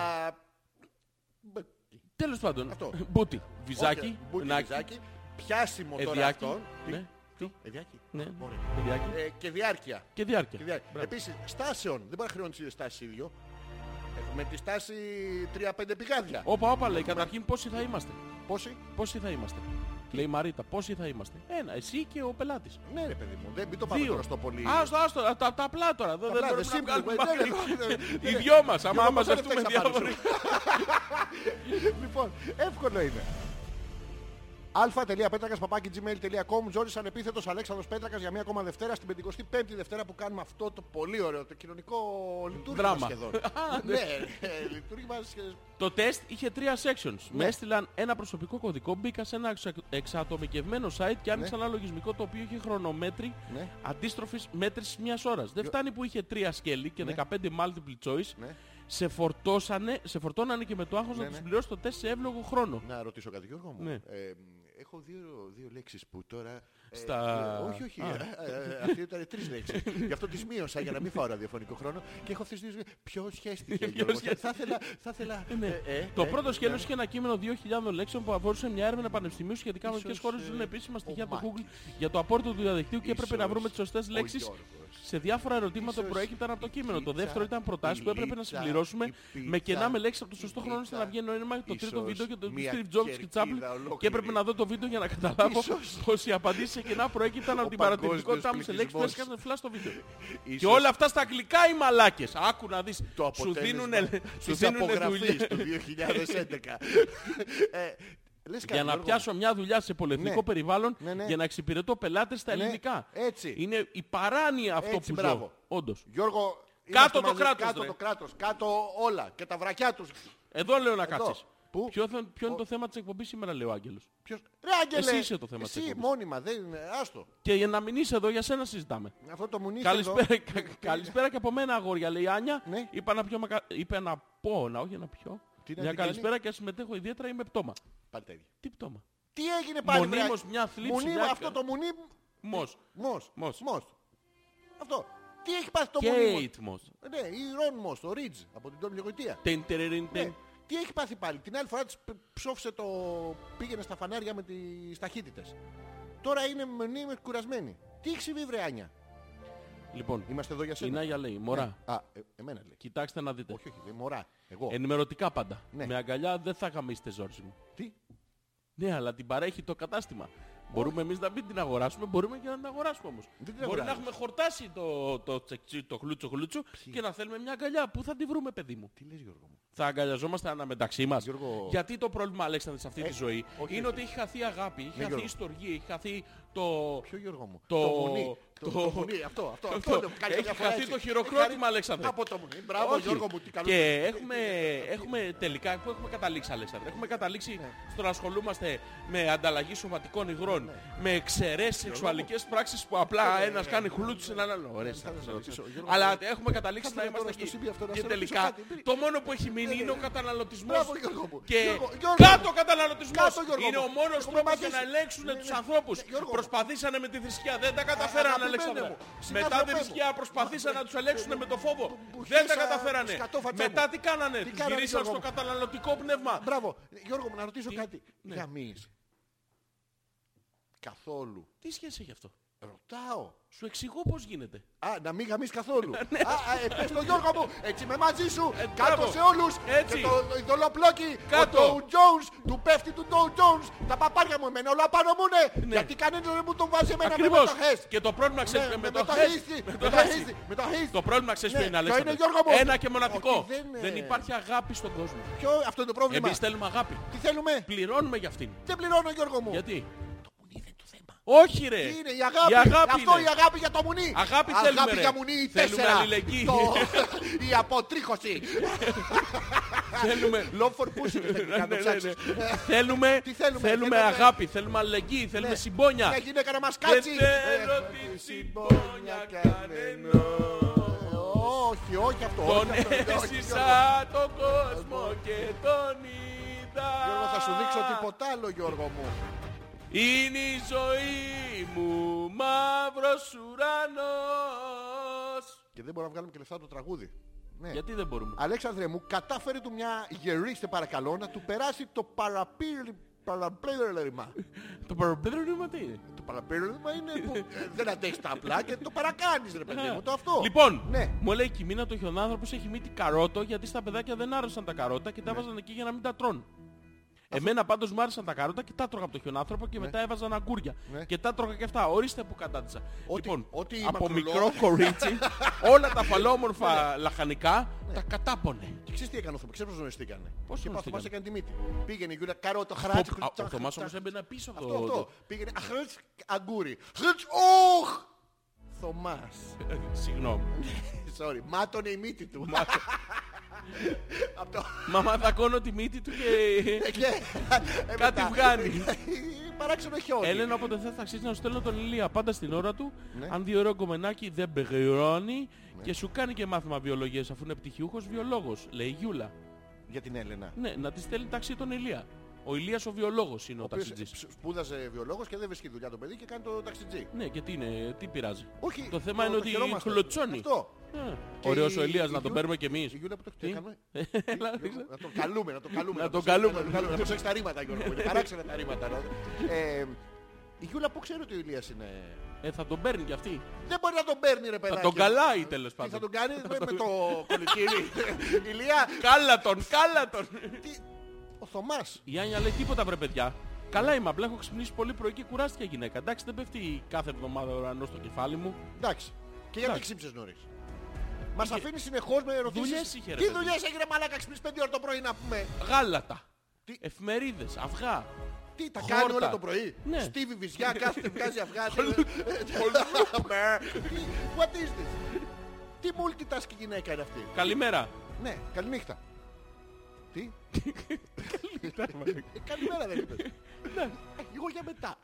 Speaker 2: Τέλος πάντων.
Speaker 1: Αυτό.
Speaker 2: Μπούτι. Βυζάκι.
Speaker 1: Οκ, μπούτι,
Speaker 2: νάκι,
Speaker 1: βυζάκι, Πιάσιμο τώρα
Speaker 2: Εδιάκι.
Speaker 1: αυτό.
Speaker 2: Ναι. Τι?
Speaker 1: Εδιάκι.
Speaker 2: Ναι.
Speaker 1: Ωραία.
Speaker 2: Παιδιάκι.
Speaker 1: Ε, και διάρκεια.
Speaker 2: Και διάρκεια.
Speaker 1: Και διά-
Speaker 2: Μπράβο.
Speaker 1: Επίσης, στάσεων. Δεν μπορεί να χρειώνεις δύο στάσεις ίδιο. Έχουμε τη στάση 3-5 πηγάδια.
Speaker 2: Όπα, όπα λέει, καταρχήν πόσοι θα είμαστε.
Speaker 1: Πόσοι?
Speaker 2: Πόσοι θα είμαστε. Λέει η Μαρίτα, πόσοι θα είμαστε. Ένα, εσύ και ο πελάτης.
Speaker 1: Ναι ρε παιδί μου, δεν μην το πάμε
Speaker 2: Δύο.
Speaker 1: τώρα στο πολύ.
Speaker 2: Άστο, άστο, τα, τα απλά τώρα. Δεν
Speaker 1: απλά, the
Speaker 2: μπορούμε να
Speaker 1: simple
Speaker 2: βγάλουμε
Speaker 1: way. Ναι,
Speaker 2: μάκρη.
Speaker 1: ναι, ναι, ναι.
Speaker 2: Οι δυο μας, άμα
Speaker 1: Γιώργο,
Speaker 2: άμα
Speaker 1: πόσο
Speaker 2: ζευτούμε
Speaker 1: λεφτά έχεις απάνω
Speaker 2: διάφοροι.
Speaker 1: Λοιπόν, εύκολο είναι. α.πέτρακα.gmail.com Ζόρις ανεπίθετος Αλέξανδρος Πέτρακας για μία ακόμα Δευτέρα στην 55η Δευτέρα που κάνουμε αυτό το πολύ ωραίο το κοινωνικό λειτουργήμα
Speaker 2: Δράμα.
Speaker 1: σχεδόν.
Speaker 2: Α,
Speaker 1: ναι, ε, λειτουργήμα σχεδόν.
Speaker 2: Το τεστ είχε τρία
Speaker 1: Ναι.
Speaker 2: sections. Με έστειλαν ένα προσωπικό κωδικό, μπήκα σε ένα εξα- εξατομικευμένο site και άνοιξα ένα λογισμικό το οποίο είχε χρονομέτρη
Speaker 1: Ναι.
Speaker 2: αντίστροφης μέτρησης μιας ώρας. Δεν φτάνει που είχε τρία σκέλη και 15 multiple choice.
Speaker 1: Ναι.
Speaker 2: Σε, φορτώσανε, σε φορτώνανε και με το άγχος να τους
Speaker 1: ναι.
Speaker 2: πληρώσει το τεστ σε εύλογο χρόνο.
Speaker 1: Να ρωτήσω κάτι Γιώργο μου.
Speaker 2: Ναι.
Speaker 1: Ε, έχω δύο, δύο λέξεις που τώρα... ε,
Speaker 2: Στα-
Speaker 1: ε, όχι, όχι.
Speaker 2: Α.
Speaker 1: ε, ε, ε, αυτή ήταν τρεις λέξεις. Γι' αυτό τις μείωσα για να μην φάω ραδιοφωνικό χρόνο. Και έχω αυτές τις δύο... Ποιο σχέστηκε. Γιώργο μου.
Speaker 2: σχέστηκε.
Speaker 1: Θα ήθελα... Θα ήθελα...
Speaker 2: Ναι.
Speaker 1: ε, ε,
Speaker 2: το
Speaker 1: ε,
Speaker 2: πρώτο σκέλος
Speaker 1: ναι.
Speaker 2: είχε ένα κείμενο 2.000 λέξεων που αφορούσε μια έρευνα πανεπιστημίου σχετικά με
Speaker 1: Ίσως,
Speaker 2: ποιες χώρες
Speaker 1: ε,
Speaker 2: δίνουν επίσημα στοιχεία
Speaker 1: ο
Speaker 2: από το Google
Speaker 1: Μάκης.
Speaker 2: για το απόρριτο του διαδικτύου και έπρεπε να
Speaker 1: Ίσως
Speaker 2: βρούμε τις σωστές
Speaker 1: ο
Speaker 2: λέξεις
Speaker 1: Γιώργος.
Speaker 2: σε διάφορα ερωτήματα που
Speaker 1: Ίσως
Speaker 2: προέκυπταν από το
Speaker 1: η
Speaker 2: κείμενο. Το
Speaker 1: πίτσα,
Speaker 2: δεύτερο ήταν προτάσεις
Speaker 1: η
Speaker 2: που έπρεπε να
Speaker 1: λίτσα,
Speaker 2: συμπληρώσουμε
Speaker 1: η
Speaker 2: με κενά
Speaker 1: πίτσα,
Speaker 2: με λέξεις από το
Speaker 1: η
Speaker 2: σωστό χρόνο ώστε να
Speaker 1: πίτσα.
Speaker 2: βγει νόημα. Το τρίτο
Speaker 1: Ίσως
Speaker 2: βίντεο και το
Speaker 1: μια
Speaker 2: Steve Jobs και
Speaker 1: κερκίδα
Speaker 2: Chaplin και
Speaker 1: ολόκληρη.
Speaker 2: έπρεπε να δω το βίντεο για να καταλάβω
Speaker 1: Ίσως.
Speaker 2: πως οι απαντήσεις σε κενά προέκυπταν από την
Speaker 1: παγκόσμιος
Speaker 2: παρατηρητικότητά μου σε λέξεις που
Speaker 1: πληθυσμός.
Speaker 2: έσκαζαν φλά στο βίντεο. Και
Speaker 1: Ίσως
Speaker 2: όλα αυτά στα αγγλικά οι μαλάκες. Άκου να δεις.
Speaker 1: το
Speaker 2: Σου
Speaker 1: αποτέλεσμα
Speaker 2: δίνουνε, σου
Speaker 1: της
Speaker 2: δίνουνε
Speaker 1: απογραφής
Speaker 2: δουλειά.
Speaker 1: του 2011. ε, λες κάτι,
Speaker 2: Για να
Speaker 1: Γιώργο.
Speaker 2: πιάσω μια δουλειά σε πολεμικό
Speaker 1: Ναι.
Speaker 2: περιβάλλον
Speaker 1: Ναι, ναι.
Speaker 2: για να εξυπηρετώ πελάτες στα
Speaker 1: Ναι,
Speaker 2: ελληνικά.
Speaker 1: έτσι.
Speaker 2: Είναι η παράνοια αυτό
Speaker 1: Έτσι,
Speaker 2: που ζω.
Speaker 1: μπράβο.
Speaker 2: Όντως.
Speaker 1: Γιώργο, είμαστε
Speaker 2: Κάτω το
Speaker 1: μαζί-
Speaker 2: κράτος,
Speaker 1: Κάτω
Speaker 2: ρε.
Speaker 1: το κράτος, κάτω όλα και τα βρακιά τους.
Speaker 2: Εδώ λέω να
Speaker 1: Εδώ.
Speaker 2: κάτσεις.
Speaker 1: Πού?
Speaker 2: Ποιο, θα- ποιο είναι το θέμα της εκπομπής σήμερα, λέει ο Άγγελος.
Speaker 1: Ποιος... Ρε Άγγελε,
Speaker 2: Εσύ είσαι το θέμα της
Speaker 1: εσύ
Speaker 2: εκπομπής.
Speaker 1: μόνιμα, δεν είναι, άστο.
Speaker 2: Και για να μην είσαι εδώ, για σένα συζητάμε.
Speaker 1: Αυτό το μουνί
Speaker 2: Καλησπέρα, κα- καλησπέρα και από μένα, αγόρια, λέει η Άνια.
Speaker 1: Ναι.
Speaker 2: Είπα, να πιω μακα- είπε να πω, να όχι να πιω.
Speaker 1: Τι να
Speaker 2: μια
Speaker 1: την κάνεις?
Speaker 2: καλησπέρα και συμμετέχω ιδιαίτερα είμαι πτώμα.
Speaker 1: Πάλι τα ίδια.
Speaker 2: Τι πτώμα.
Speaker 1: Τι έγινε πάλι, βρε,
Speaker 2: Μονίμως μια θλίψη,
Speaker 1: Μουνί,
Speaker 2: μια-
Speaker 1: αυτό το μουνί,
Speaker 2: Μος.
Speaker 1: μος,
Speaker 2: Μος.
Speaker 1: μος. Αυτό. Τι έχει πάθει το μουνί μος.
Speaker 2: Κέιτ μος.
Speaker 1: Ναι, ή Ρον μος, το Ρίτζ, από την τόλμη Γοητεία.
Speaker 2: Τεν, τερερεν, τεν.
Speaker 1: Ναι. Τι έχει πάθει πάλι. Την άλλη φορά της π- ψόφισε το... πήγαινε στα φανάρια με τις ταχύτητες. Τώρα είναι μνήμη κουρασμένη. Τι έχει συμβεί βρε Άνια.
Speaker 2: Λοιπόν,
Speaker 1: Είμαστε εδώ για
Speaker 2: η
Speaker 1: σένα.
Speaker 2: Νάγια λέει, μωρά, Ναι.
Speaker 1: Α, ε, εμένα λέει.
Speaker 2: κοιτάξτε να δείτε.
Speaker 1: Όχι, όχι, δεν μωρά. Εγώ.
Speaker 2: Ε, Ενημερωτικά πάντα.
Speaker 1: Ναι.
Speaker 2: Με αγκαλιά δεν θα γαμίσετε ζόρι μου.
Speaker 1: Τι.
Speaker 2: Ναι, αλλά την παρέχει το κατάστημα. Μπορούμε εμείς να μην την αγοράσουμε, μπορούμε και να την αγοράσουμε όμως.
Speaker 1: Δεν την
Speaker 2: Μπορεί να
Speaker 1: αγοράζεις.
Speaker 2: έχουμε χορτάσει το, το, τσεκτσί, το χλούτσο χλούτσο και να θέλουμε μια αγκαλιά. Πού θα τη βρούμε, παιδί μου.
Speaker 1: Τι λες Γιώργο μου.
Speaker 2: Θα αγκαλιαζόμαστε αναμεταξύ μας.
Speaker 1: Γιώργο- Ε,
Speaker 2: Γιατί το πρόβλημα, Αλέξανδρε, σε αυτή τη ζωή
Speaker 1: όχι,
Speaker 2: είναι
Speaker 1: όχι. Ναι,
Speaker 2: ότι έχει χαθεί αγάπη, έχει χαθεί
Speaker 1: Γιώργο.
Speaker 2: ιστορία, έχει χαθεί το...
Speaker 1: Ποιο Γιώργο μου.
Speaker 2: Το-
Speaker 1: Το Μουνί. Το,
Speaker 2: το-
Speaker 1: το Μουνί. Αυτό, αυτό. αυτό,
Speaker 2: Αυτό.
Speaker 1: είναι που κάνει
Speaker 2: Έχει
Speaker 1: μια φορά
Speaker 2: χαθεί
Speaker 1: έτσι.
Speaker 2: το χειροκρότημα,
Speaker 1: Έχει-
Speaker 2: Αλέξανδρε.
Speaker 1: Από το Μουνί. Μπράβο,
Speaker 2: Όχι.
Speaker 1: Γιώργο μου. Τι καλό.
Speaker 2: Και έχουμε, έχουμε τελικά, πού έχουμε καταλήξει Αλέξανδρε, έχουμε καταλήξει
Speaker 1: Ναι.
Speaker 2: στο να ασχολούμαστε με ανταλλαγή σωματικών υγρών,
Speaker 1: Ναι.
Speaker 2: με εξαιρές σεξουαλικές πράξεις που απλά ένας κάνει χλούτ στην άλλον. Ωραία,
Speaker 1: ναι, θα σας ρωτήσω, Γιώργο,
Speaker 2: Αλλά έχουμε καταλήξει να
Speaker 1: ήθελα τώρα
Speaker 2: είμαστε
Speaker 1: στο
Speaker 2: εκεί.
Speaker 1: CB αυτό να
Speaker 2: Και
Speaker 1: σε ρωτήσω
Speaker 2: τελικά
Speaker 1: κάτι. Πριν-
Speaker 2: το μόνο που έχει μείνει είναι ο καταναλωτισμός.
Speaker 1: Μπράβο, Γιώργο μου.
Speaker 2: Και
Speaker 1: Γιώργο, Γιώργο
Speaker 2: κάτω ο
Speaker 1: μου.
Speaker 2: καταναλωτισμός.
Speaker 1: Κάτω, Γιώργο
Speaker 2: Είναι ο
Speaker 1: μου.
Speaker 2: μόνος
Speaker 1: Έχουμε
Speaker 2: τρόπος για να
Speaker 1: μαζίσει.
Speaker 2: ελέγξουν
Speaker 1: Ναι, ναι.
Speaker 2: τους ανθρώπους.
Speaker 1: Ναι, Γιώργο μου. Ε,
Speaker 2: Προσπαθήσανε με τη θρησκεία, δεν τα καταφέρανε
Speaker 1: αγαπημένε
Speaker 2: Αλέξανδρε.
Speaker 1: μου,
Speaker 2: Μετά τη
Speaker 1: συνάδελφέ μου.
Speaker 2: θρησκεία προσπαθήσαν να τους ελέγξουν με το φόβο.
Speaker 1: που
Speaker 2: Δεν τα
Speaker 1: χύρισα
Speaker 2: καταφέρανε.
Speaker 1: σκατόφατσα
Speaker 2: Μετά
Speaker 1: μου.
Speaker 2: τι κάνανε.
Speaker 1: Τι
Speaker 2: Τους
Speaker 1: κάνανε,
Speaker 2: γυρίσαν
Speaker 1: Γιώργο
Speaker 2: στο
Speaker 1: μου.
Speaker 2: καταναλωτικό πνεύμα.
Speaker 1: Μπράβο. Γιώργο μου, να ρωτήσω
Speaker 2: Τι-
Speaker 1: κάτι.
Speaker 2: ναι.
Speaker 1: Γαμείς. Καθόλου.
Speaker 2: Τι σχέση έχει αυτό.
Speaker 1: Ρωτάω.
Speaker 2: Σου εξηγώ πώς γίνεται.
Speaker 1: Α, να μην γαμείς καθόλου. Α, α, ε, πες το Γιώργο μου, έτσι με μαζί σου,
Speaker 2: Ναι. Ε, μπράβο.
Speaker 1: κάτω σε όλους.
Speaker 2: Έτσι.
Speaker 1: Και το το δολοπλόκι,
Speaker 2: Κάτω.
Speaker 1: ο Dow Jones, του πέφτει του Dow Jones. Τα παπάρια μου εμένα, όλα πάνω μου είναι.
Speaker 2: Ναι.
Speaker 1: Γιατί κανένας δεν μου τον βάζει εμένα με
Speaker 2: Ακριβώς.
Speaker 1: μετοχές.
Speaker 2: Και το πρόβλημα
Speaker 1: Ναι,
Speaker 2: ξέρεις με
Speaker 1: με
Speaker 2: το
Speaker 1: μεταχείς,
Speaker 2: χέστη.
Speaker 1: με
Speaker 2: Με το
Speaker 1: μεταχείς,
Speaker 2: χέστη.
Speaker 1: μεταχείς.
Speaker 2: Το πρόβλημα ξέρεις ποιο
Speaker 1: Ναι,
Speaker 2: είναι
Speaker 1: ποιο
Speaker 2: Αλέξανδρε.
Speaker 1: είναι, Γιώργο μου?
Speaker 2: Ένα και μοναδικό.
Speaker 1: Ότι δεν είναι.
Speaker 2: Δεν υπάρχει αγάπη στον κόσμο.
Speaker 1: Ποιο, αυτό είναι το πρόβλημα.
Speaker 2: Εμείς θέλουμε αγάπη.
Speaker 1: Τι θέλουμε.
Speaker 2: Πληρώνουμε για αυτήν.
Speaker 1: Δεν πληρώνω Γιώργο μου.
Speaker 2: Γιατί.
Speaker 1: Το μουνί δεν είναι το θέμα.
Speaker 2: Όχι ρε.
Speaker 1: Τι είναι η αγάπη.
Speaker 2: Η αγάπη
Speaker 1: αυτό
Speaker 2: είναι.
Speaker 1: η αγάπη για το μουνί.
Speaker 2: Αγάπη
Speaker 1: αγάπη
Speaker 2: θέλουμε, ρε.
Speaker 1: για μουνί η
Speaker 2: Θέλουμε
Speaker 1: τέσσερα.
Speaker 2: αλληλεγγύη.
Speaker 1: Το- η αποτρίχωση.
Speaker 2: Θέλουμε.
Speaker 1: Love for pussy και
Speaker 2: Ναι,
Speaker 1: τεχνικά
Speaker 2: ναι,
Speaker 1: το
Speaker 2: ναι.
Speaker 1: ψάξεις.
Speaker 2: Θέλουμε,
Speaker 1: Τι θέλουμε,
Speaker 2: θέλουμε
Speaker 1: θέλουμε-
Speaker 2: αγάπη, θέλουμε αλληλεγγύη, θέλουμε συμπόνια.
Speaker 1: Μια γυναίκα να μας
Speaker 2: Δεν
Speaker 1: κάτσει.
Speaker 2: θέλω
Speaker 1: Ε,
Speaker 2: τη συμπόνια κανένα.
Speaker 1: Όχι, όχι αυτό.
Speaker 2: Τον
Speaker 1: όχι αυτό, όχι, Γιώργο.
Speaker 2: έζησα τον κόσμο και τον είδα.
Speaker 1: Γιώργο θα σου δείξω τίποτα άλλο Γιώργο μου.
Speaker 2: Είναι η ζωή μου μαύρος ουρανός.
Speaker 1: Και δεν μπορούμε να βγάλουμε και λεφτά από το τραγούδι. Ναι.
Speaker 2: Γιατί δεν μπορούμε.
Speaker 1: Αλέξανδρε μου, κατάφερε του μια γερή, σε παρακαλώ, να του περάσει το παραπύρι... Παραπύρλημα.
Speaker 2: Το παραπέδρονιμα τι είναι.
Speaker 1: Το παραπύρλημα είναι που ε, δεν αντέχεις τα απλά και το παρακάνεις ρε παιδί μου, το αυτό.
Speaker 2: Ναι. Λοιπόν,
Speaker 1: Ναι.
Speaker 2: μου λέει η μήνα το χιονάνθρωπος έχει μύτη καρότο γιατί στα παιδάκια δεν άρεσαν τα καρότα
Speaker 1: Ναι.
Speaker 2: και τα έβαζαν εκεί για να μην τα τρώνε. Εμένα πάντως μου άρεσαν τα καρότα και τα τρώγα από το χιονάνθρωπο και μετά έβαζαν αγκούρια.
Speaker 1: Ναι.
Speaker 2: Και τα τρώγα και αυτά. Ορίστε που κατάντησα.
Speaker 1: Ό,τι-
Speaker 2: λοιπόν,
Speaker 1: ό,τι
Speaker 2: από
Speaker 1: μακρουλό- Ναι.
Speaker 2: μικρό κορίτσι όλα τα παλαιόμορφα λαχανικά τα κατάπονε.
Speaker 1: Και ξέρεις τι έκανε ο Θωμάς, ξέρεις πώς γνωριστήκανε.
Speaker 2: Πώς
Speaker 1: Και είπα, ο Θωμάς έκανε
Speaker 2: γνωριστήκανε?
Speaker 1: τη μύτη. Πήγαινε η Γιούλα, καρότο, χράτσι,
Speaker 2: Ο- Ο Θωμάς όμως έμπαινε πίσω από
Speaker 1: Αυτό,
Speaker 2: το-
Speaker 1: αυτό.
Speaker 2: το...
Speaker 1: Πήγαινε, αχράτς, αγκούρι. Χράτς, οχ! Θωμάς.
Speaker 2: Ε, Συγγνώμη.
Speaker 1: Sorry, μάτωνε η μύτη του. Αυτό.
Speaker 2: Μαμά δακώνω τη μύτη του και...
Speaker 1: Και- ε,
Speaker 2: Κάτι
Speaker 1: μετά.
Speaker 2: βγάνει.
Speaker 1: Παράξενο χιόνι.
Speaker 2: Έλενα όποτε θες θα αξίζει να σου στέλνω τον Ηλία πάντα στην ώρα του.
Speaker 1: Ναι.
Speaker 2: Αν δει ωραίο κομμενάκι δεν πεγρώνει και σου κάνει και μάθημα βιολογίας αφού είναι πτυχιούχος βιολόγος. Λέει η Γιούλα.
Speaker 1: Για την Έλενα.
Speaker 2: Ναι, να της στέλνει ταξί τον Ηλία. Ο Ηλίας ο βιολόγος είναι ο,
Speaker 1: οποίος ε,
Speaker 2: ταξιτζής.
Speaker 1: σ- Σπούδασε βιολόγος και δεν βρίσκει δουλειά το παιδί και κάνει το ταξιτζή.
Speaker 2: Ναι, και τι είναι, τι πειράζει.
Speaker 1: Όχι,
Speaker 2: το θέμα είναι ότι
Speaker 1: χαιρόμαστε.
Speaker 2: χλωτσώνει.
Speaker 1: Αυτό.
Speaker 2: Ναι.
Speaker 1: Και
Speaker 2: Ωραίος
Speaker 1: η-
Speaker 2: ο Ηλίας,
Speaker 1: η
Speaker 2: να τον
Speaker 1: Γιούλα-
Speaker 2: παίρνουμε κι
Speaker 1: Η
Speaker 2: εμείς.
Speaker 1: Γιούλα που το
Speaker 2: Τι?
Speaker 1: έκανε.
Speaker 2: Έλα, ρίξε.
Speaker 1: Να τον καλούμε, να τον καλούμε.
Speaker 2: Να τον
Speaker 1: προσέξει-
Speaker 2: καλούμε.
Speaker 1: να τον Να προσέξει τα ρήματα, Γιώργο. μου, Είναι παράξενα τα ρήματα. ναι. Ε, Η Γιούλα που ξέρει ότι ο Ηλίας είναι...
Speaker 2: Ε, θα τον παίρνει κι αυτή.
Speaker 1: Δεν μπορεί να τον παίρνει ρε παιδάκι.
Speaker 2: τον καλάει, τέλος πάντων.
Speaker 1: Τι θα τον κάνει με με το κολυκύρι. Ηλία,
Speaker 2: Κάλα τον, κάλα τον.
Speaker 1: τι... Ο Θωμάς.
Speaker 2: Η Άνια λέει τίποτα βρε παιδιά. Καλά είμαι, απλά έχω ξυπνήσει πολύ πρωί και κουράστηκα η γυναίκα. Εντάξει, δεν πέφτει κάθε εβδομάδα ο ουρανός στο κεφάλι μου.
Speaker 1: Εντάξει. Και γιατί
Speaker 2: Εντάξει.
Speaker 1: ξύψες νωρίς. Μας αφήνει συνεχώς με ερωτήσεις.
Speaker 2: Δουλειές είχε, ρε
Speaker 1: Τι
Speaker 2: παιδί.
Speaker 1: δουλειές έγινε μαλάκα ξυπνήσεις 5 ώρα το πρωί να πούμε.
Speaker 2: Γάλατα.
Speaker 1: Τι-
Speaker 2: Εφημερίδες, αυγά.
Speaker 1: Τι τα
Speaker 2: Χόρτα.
Speaker 1: κάνει όλα το πρωί.
Speaker 2: Ναι.
Speaker 1: Στίβη βυζιά, κάθεται, βγάζει αυγά. What is this? Τι multitasking γυναίκα είναι αυτή.
Speaker 2: Καλημέρα.
Speaker 1: Ναι, καληνύχτα. Τι? Ε, Καλημέρα δεν είπες.
Speaker 2: Ναι.
Speaker 1: Ε, Εγώ για μετά.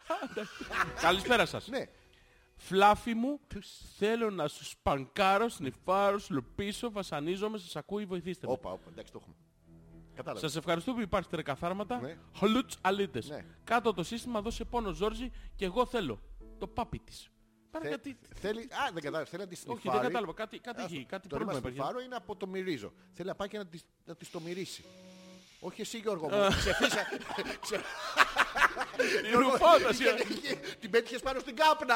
Speaker 2: Καλησπέρα σας.
Speaker 1: Ναι.
Speaker 2: Φλάφι μου, θέλω να σου σπανκάρω, σνιφάρω, σλουπίσω, βασανίζομαι, σας ακούει, βοηθήστε με.
Speaker 1: Όπα, όπα, εντάξει το έχουμε. Κατάλαβα.
Speaker 2: Σας ευχαριστώ που υπάρχετε ρε καθάρματα.
Speaker 1: Ναι.
Speaker 2: Χλουτς αλίτες.
Speaker 1: Ναι.
Speaker 2: Κάτω το σύστημα, δώσε πόνο Ζόρζι και εγώ θέλω το πάπι της. Πάρα
Speaker 1: Θε-
Speaker 2: κάτι...
Speaker 1: Θέλει, α, δεν κατάλαβα, θέλει να τη
Speaker 2: Όχι,
Speaker 1: σνιφάρει.
Speaker 2: δεν κατάλαβα. Κάτι, κάτι,
Speaker 1: Άστο,
Speaker 2: έχει, κάτι
Speaker 1: το ρήμα
Speaker 2: πρόβλημα υπάρχει.
Speaker 1: σνιφάρω είναι από το μυρίζω. Θέλει να πάει και να της, να της το μυρίσει. Όχι εσύ Γιώργο μου, ξεφύσα. ξε-
Speaker 2: Η
Speaker 1: Γιώργο,
Speaker 2: ρουφόταση,
Speaker 1: Λοιπόν, είχε- είχε- Την πέτυχες πάνω στην κάπνα.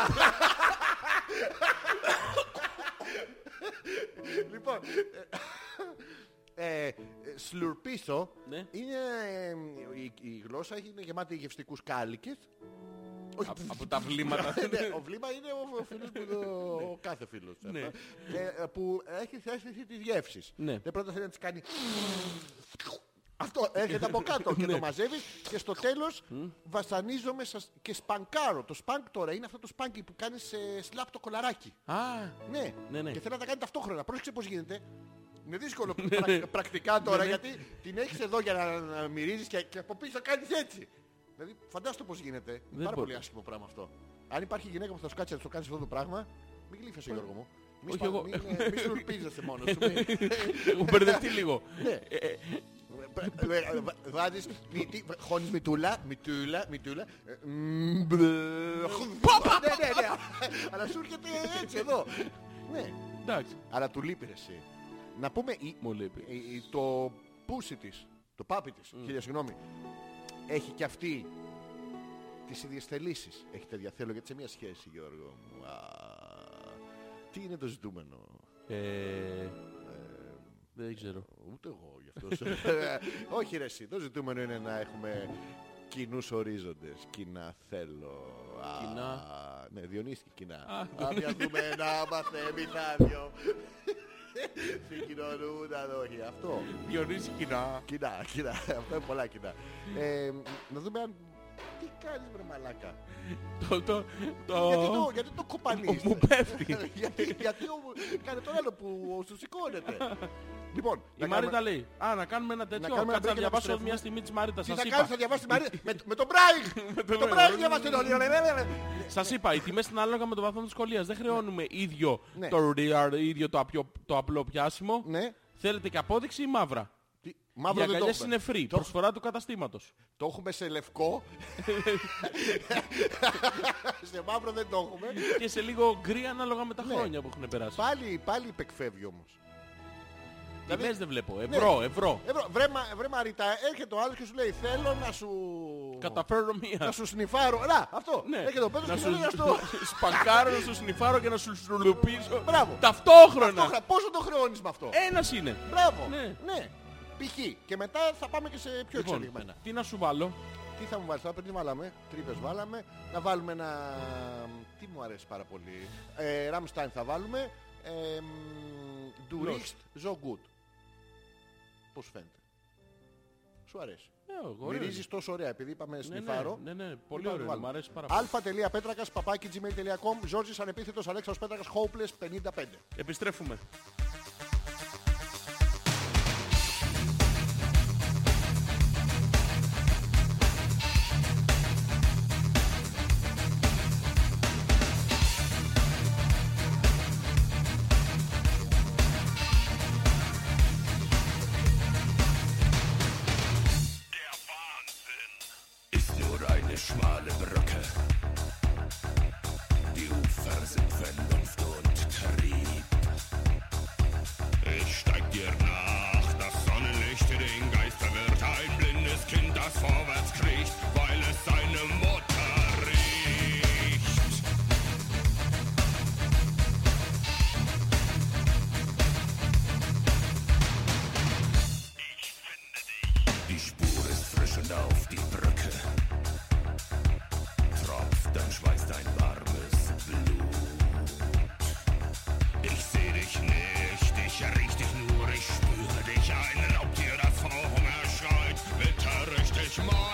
Speaker 1: Λοιπόν, ε, ε, σλουρπίσω
Speaker 2: Ναι.
Speaker 1: είναι, ε, η, η γλώσσα είναι γεμάτη γευστικούς κάλικες. Όχι,
Speaker 2: από τα βλήματα.
Speaker 1: ναι, ο βλήμα είναι ο, ο φίλος που το- ο κάθε φίλος.
Speaker 2: Ναι.
Speaker 1: Ε, ε, που έχει αίσθηση της γεύσης.
Speaker 2: Ναι.
Speaker 1: Δεν πρώτα θέλει να της κάνει... Αυτό έρχεται από κάτω
Speaker 2: Ναι.
Speaker 1: και το μαζεύεις και στο τέλος βασανίζομαι σας και σπανκάρω. Το σπανκ τώρα είναι αυτό το σπανκι που κάνεις ε, σλαπ το κολαράκι.
Speaker 2: Α,
Speaker 1: Ναι.
Speaker 2: Ναι, ναι.
Speaker 1: και θέλω να τα κάνεις ταυτόχρονα. Πρόσεξε πώς γίνεται. Είναι δύσκολο
Speaker 2: ναι.
Speaker 1: πρακ- πρακτικά τώρα γιατί την έχεις εδώ για να, να μυρίζεις και, και από πίσω κάνεις έτσι. Δηλαδή φαντάστο πώς γίνεται. Είναι πάρα
Speaker 2: μπορώ.
Speaker 1: πολύ άσχημο πράγμα αυτό. Αν υπάρχει γυναίκα που θα σου κάτσει να σου κάνεις αυτό το πράγμα, μην γλύφεσαι Γιώργο μου. Μην,
Speaker 2: Όχι,
Speaker 1: σπα...
Speaker 2: εγώ.
Speaker 1: μην, ε, μην σου ελπίζεσαι μόνος σου.
Speaker 2: έχω μπερδευτεί λίγο.
Speaker 1: Ναι. Ε, ε, βα- Βάζεις μύτη, βα- χώνεις μητούλα, μητούλα, μιτούλα. ε, μ, μπλε, χου- Ναι, ναι, ναι. Αλλά σου έρχεται έτσι εδώ. Ναι.
Speaker 2: Εντάξει.
Speaker 1: Αλλά του λείπει ρε εσύ. Να πούμε η,
Speaker 2: Μου λείπει. Mm.
Speaker 1: η- η- το πούσι της, το πάπι της, χίλια συγγνώμη, έχει και αυτή τις ίδιες θελήσεις. Έχει τα διαθέλω γιατί σε μια σχέση Γιώργο μου. Α, τι είναι το ζητούμενο.
Speaker 2: Ε, δεν ξέρω.
Speaker 1: Ούτε εγώ γι' αυτό. σε- Όχι ρε εσύ, το ζητούμενο είναι να έχουμε κοινούς ορίζοντες. Κοινά θέλω. Α,
Speaker 2: Κοινά.
Speaker 1: Ναι, διονύστηκε κοινά.
Speaker 2: Α.
Speaker 1: Α, μια δούμε ένα μαθαίνει δάδιο. Συγκοινωνούν αδόχοι. Αυτό.
Speaker 2: Διονύση κοινά.
Speaker 1: Κοινά, κοινά. Αυτό είναι πολλά κοινά. Ε, να δούμε αν... Τι κάνεις βρε μαλάκα.
Speaker 2: Το, το,
Speaker 1: Γιατί
Speaker 2: το...
Speaker 1: το, γιατί το κοπανείς.
Speaker 2: Μου πέφτει.
Speaker 1: γιατί, γιατί ο- κάνε τον άλλο που σου σηκώνεται. λοιπόν,
Speaker 2: Η
Speaker 1: να
Speaker 2: Μάριτα
Speaker 1: κάνουμε-
Speaker 2: λέει, α, να κάνουμε ένα τέτοιο,
Speaker 1: κάνουμε ένα
Speaker 2: κάτσε να
Speaker 1: break και να
Speaker 2: διαβάσω
Speaker 1: επιστρέφουμε.
Speaker 2: μια στιγμή της Μάριτας,
Speaker 1: Τι
Speaker 2: σας
Speaker 1: θα κάνεις, θα
Speaker 2: είπα.
Speaker 1: διαβάσεις τη Μαρία. με, με τον Μπράιγ. με τον Μπράιγ διαβάστε όλοι. Ναι, ναι, ναι.
Speaker 2: Σας είπα, οι τιμές είναι ανάλογα με το βαθμό της δυσκολίας. Δεν χρεώνουμε ίδιο
Speaker 1: Ναι.
Speaker 2: το real, ίδιο το, απιο- το απλό πιάσιμο.
Speaker 1: Ναι.
Speaker 2: Θέλετε και απόδειξη ή μαύρα.
Speaker 1: Τι-
Speaker 2: Οι
Speaker 1: Μαύρο δεν το
Speaker 2: αγκαλιές
Speaker 1: έχουμε.
Speaker 2: είναι free, προσφορά του καταστήματος.
Speaker 1: Το έχουμε σε λευκό. σε μαύρο δεν το έχουμε.
Speaker 2: και σε λίγο γκρι ανάλογα με τα
Speaker 1: Ναι.
Speaker 2: χρόνια που έχουν περάσει.
Speaker 1: Πάλι, πάλι υπεκφεύγει όμως. Ναι.
Speaker 2: Τιμές δεν βλέπω, ευρώ, ευρώ.
Speaker 1: Ε, βρω- βρε, Μα- βρε Μαρίτα, έρχεται ο άλλος και σου λέει θέλω να σου...
Speaker 2: Καταφέρω
Speaker 1: Να
Speaker 2: μία.
Speaker 1: σου σνιφάρω. Να, αυτό.
Speaker 2: Ναι.
Speaker 1: Έρχεται ο πέτρος
Speaker 2: να
Speaker 1: και σου
Speaker 2: σου
Speaker 1: λέει να στο...
Speaker 2: σπακάρω, να σου σνιφάρω και να σου σουλουπίσω.
Speaker 1: Μπράβο.
Speaker 2: Ταυτόχρονα.
Speaker 1: Ταυτόχρονα, Πόσο το χρεώνεις με αυτό.
Speaker 2: Ένας είναι.
Speaker 1: Μπράβο.
Speaker 2: Ε, ναι. Λοιπόν,
Speaker 1: Ναι. Π.χ. Και μετά θα πάμε και σε πιο εξελιγμένα.
Speaker 2: τι να σου βάλω.
Speaker 1: Τι θα μου βάλεις τώρα, πριν τι βάλαμε, τρύπες βάλαμε, να βάλουμε ένα... Τι μου αρέσει πάρα πολύ. Ε, Rammstein θα βάλουμε. Ε, μ, Du
Speaker 2: Lost.
Speaker 1: riechst so gut. Πώς φαίνεται. Σου αρέσει.
Speaker 2: Ε, εγώ, ωραίο
Speaker 1: Μυρίζεις τόσο ωραία, επειδή είπαμε
Speaker 2: είναι. ναι, ναι,
Speaker 1: σνιφάρο.
Speaker 2: ναι, ναι, πολύ
Speaker 1: Λοιπόν,
Speaker 2: ωραίο.
Speaker 1: βάλουμε.
Speaker 2: Μου αρέσει πάρα πολύ.
Speaker 1: αλφα.πέτρακας, παπάκι, gmail.com, Ζόρζης ανεπίθετος, Αλέξανδρος Πέτρακας, Hopeless 55.
Speaker 2: Επιστρέφουμε.
Speaker 5: ist nur eine schmale Brücke. Die Ufer sind Vernunft und Trieb. Ich steig dir nach, das Sonnenlicht den Geist verwirrt. Ein blindes Kind, das vorwärts kriecht, weil es seine Mutter riecht. Die Spur ist frischend auf die Brücke. Tropft, dann schweißt ein warmes Blut. Ich seh dich nicht, ich riech dich nur, ich spüre dich. Ein Raubtier, das vor Hunger schreit, bitte riech dich mal.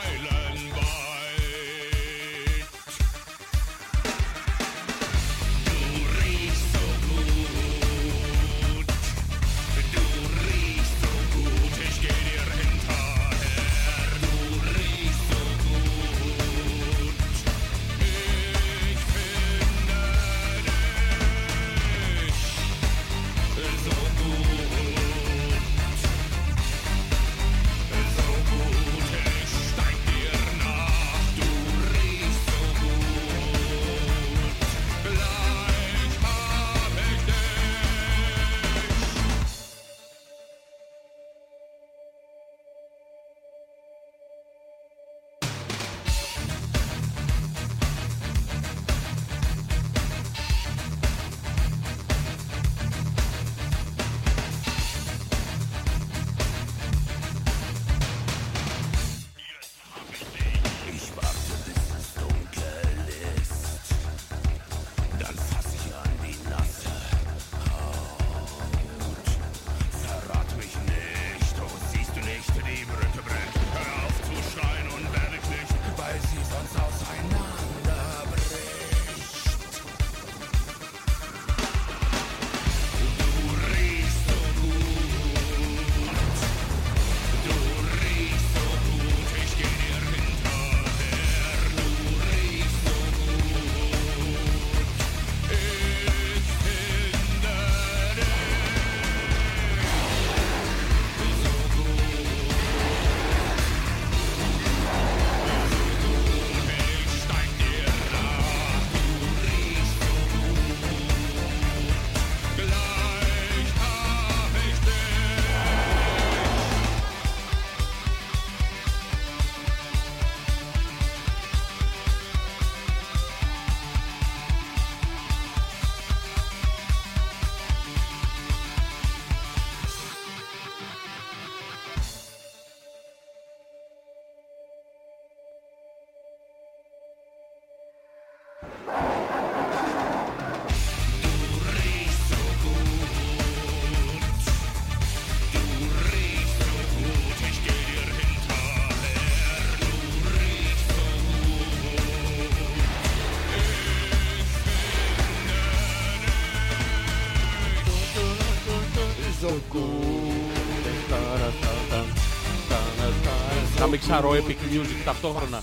Speaker 2: να μιξάρω epic music ταυτόχρονα.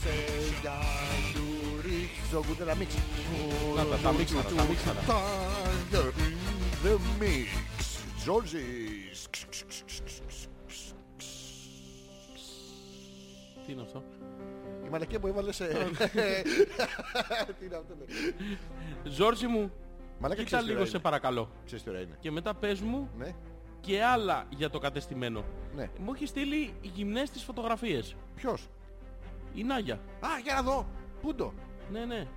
Speaker 1: να μίξω.
Speaker 2: Να τα- τα μίξαρα, τα μίξαρα.
Speaker 1: The Mix. George's.
Speaker 2: Τι είναι αυτό.
Speaker 1: Η μαλακία που έβαλες... ε, Τι είναι αυτό, λέει.
Speaker 2: Ζόρζι μου,
Speaker 1: Μαλάκα
Speaker 2: κοίτα
Speaker 1: ξέρεις τι
Speaker 2: λίγο
Speaker 1: ώρα
Speaker 2: σε
Speaker 1: είναι.
Speaker 2: παρακαλώ.
Speaker 1: Ξέρεις τι ώρα είναι.
Speaker 2: Και μετά πες μου
Speaker 1: Ναι.
Speaker 2: και άλλα για το κατεστημένο.
Speaker 1: Ναι.
Speaker 2: Μου έχει στείλει γυμνές τις φωτογραφίες.
Speaker 1: Ποιος.
Speaker 2: Η Νάγια.
Speaker 1: Α, για να δω. Πού το.
Speaker 2: Ναι, ναι.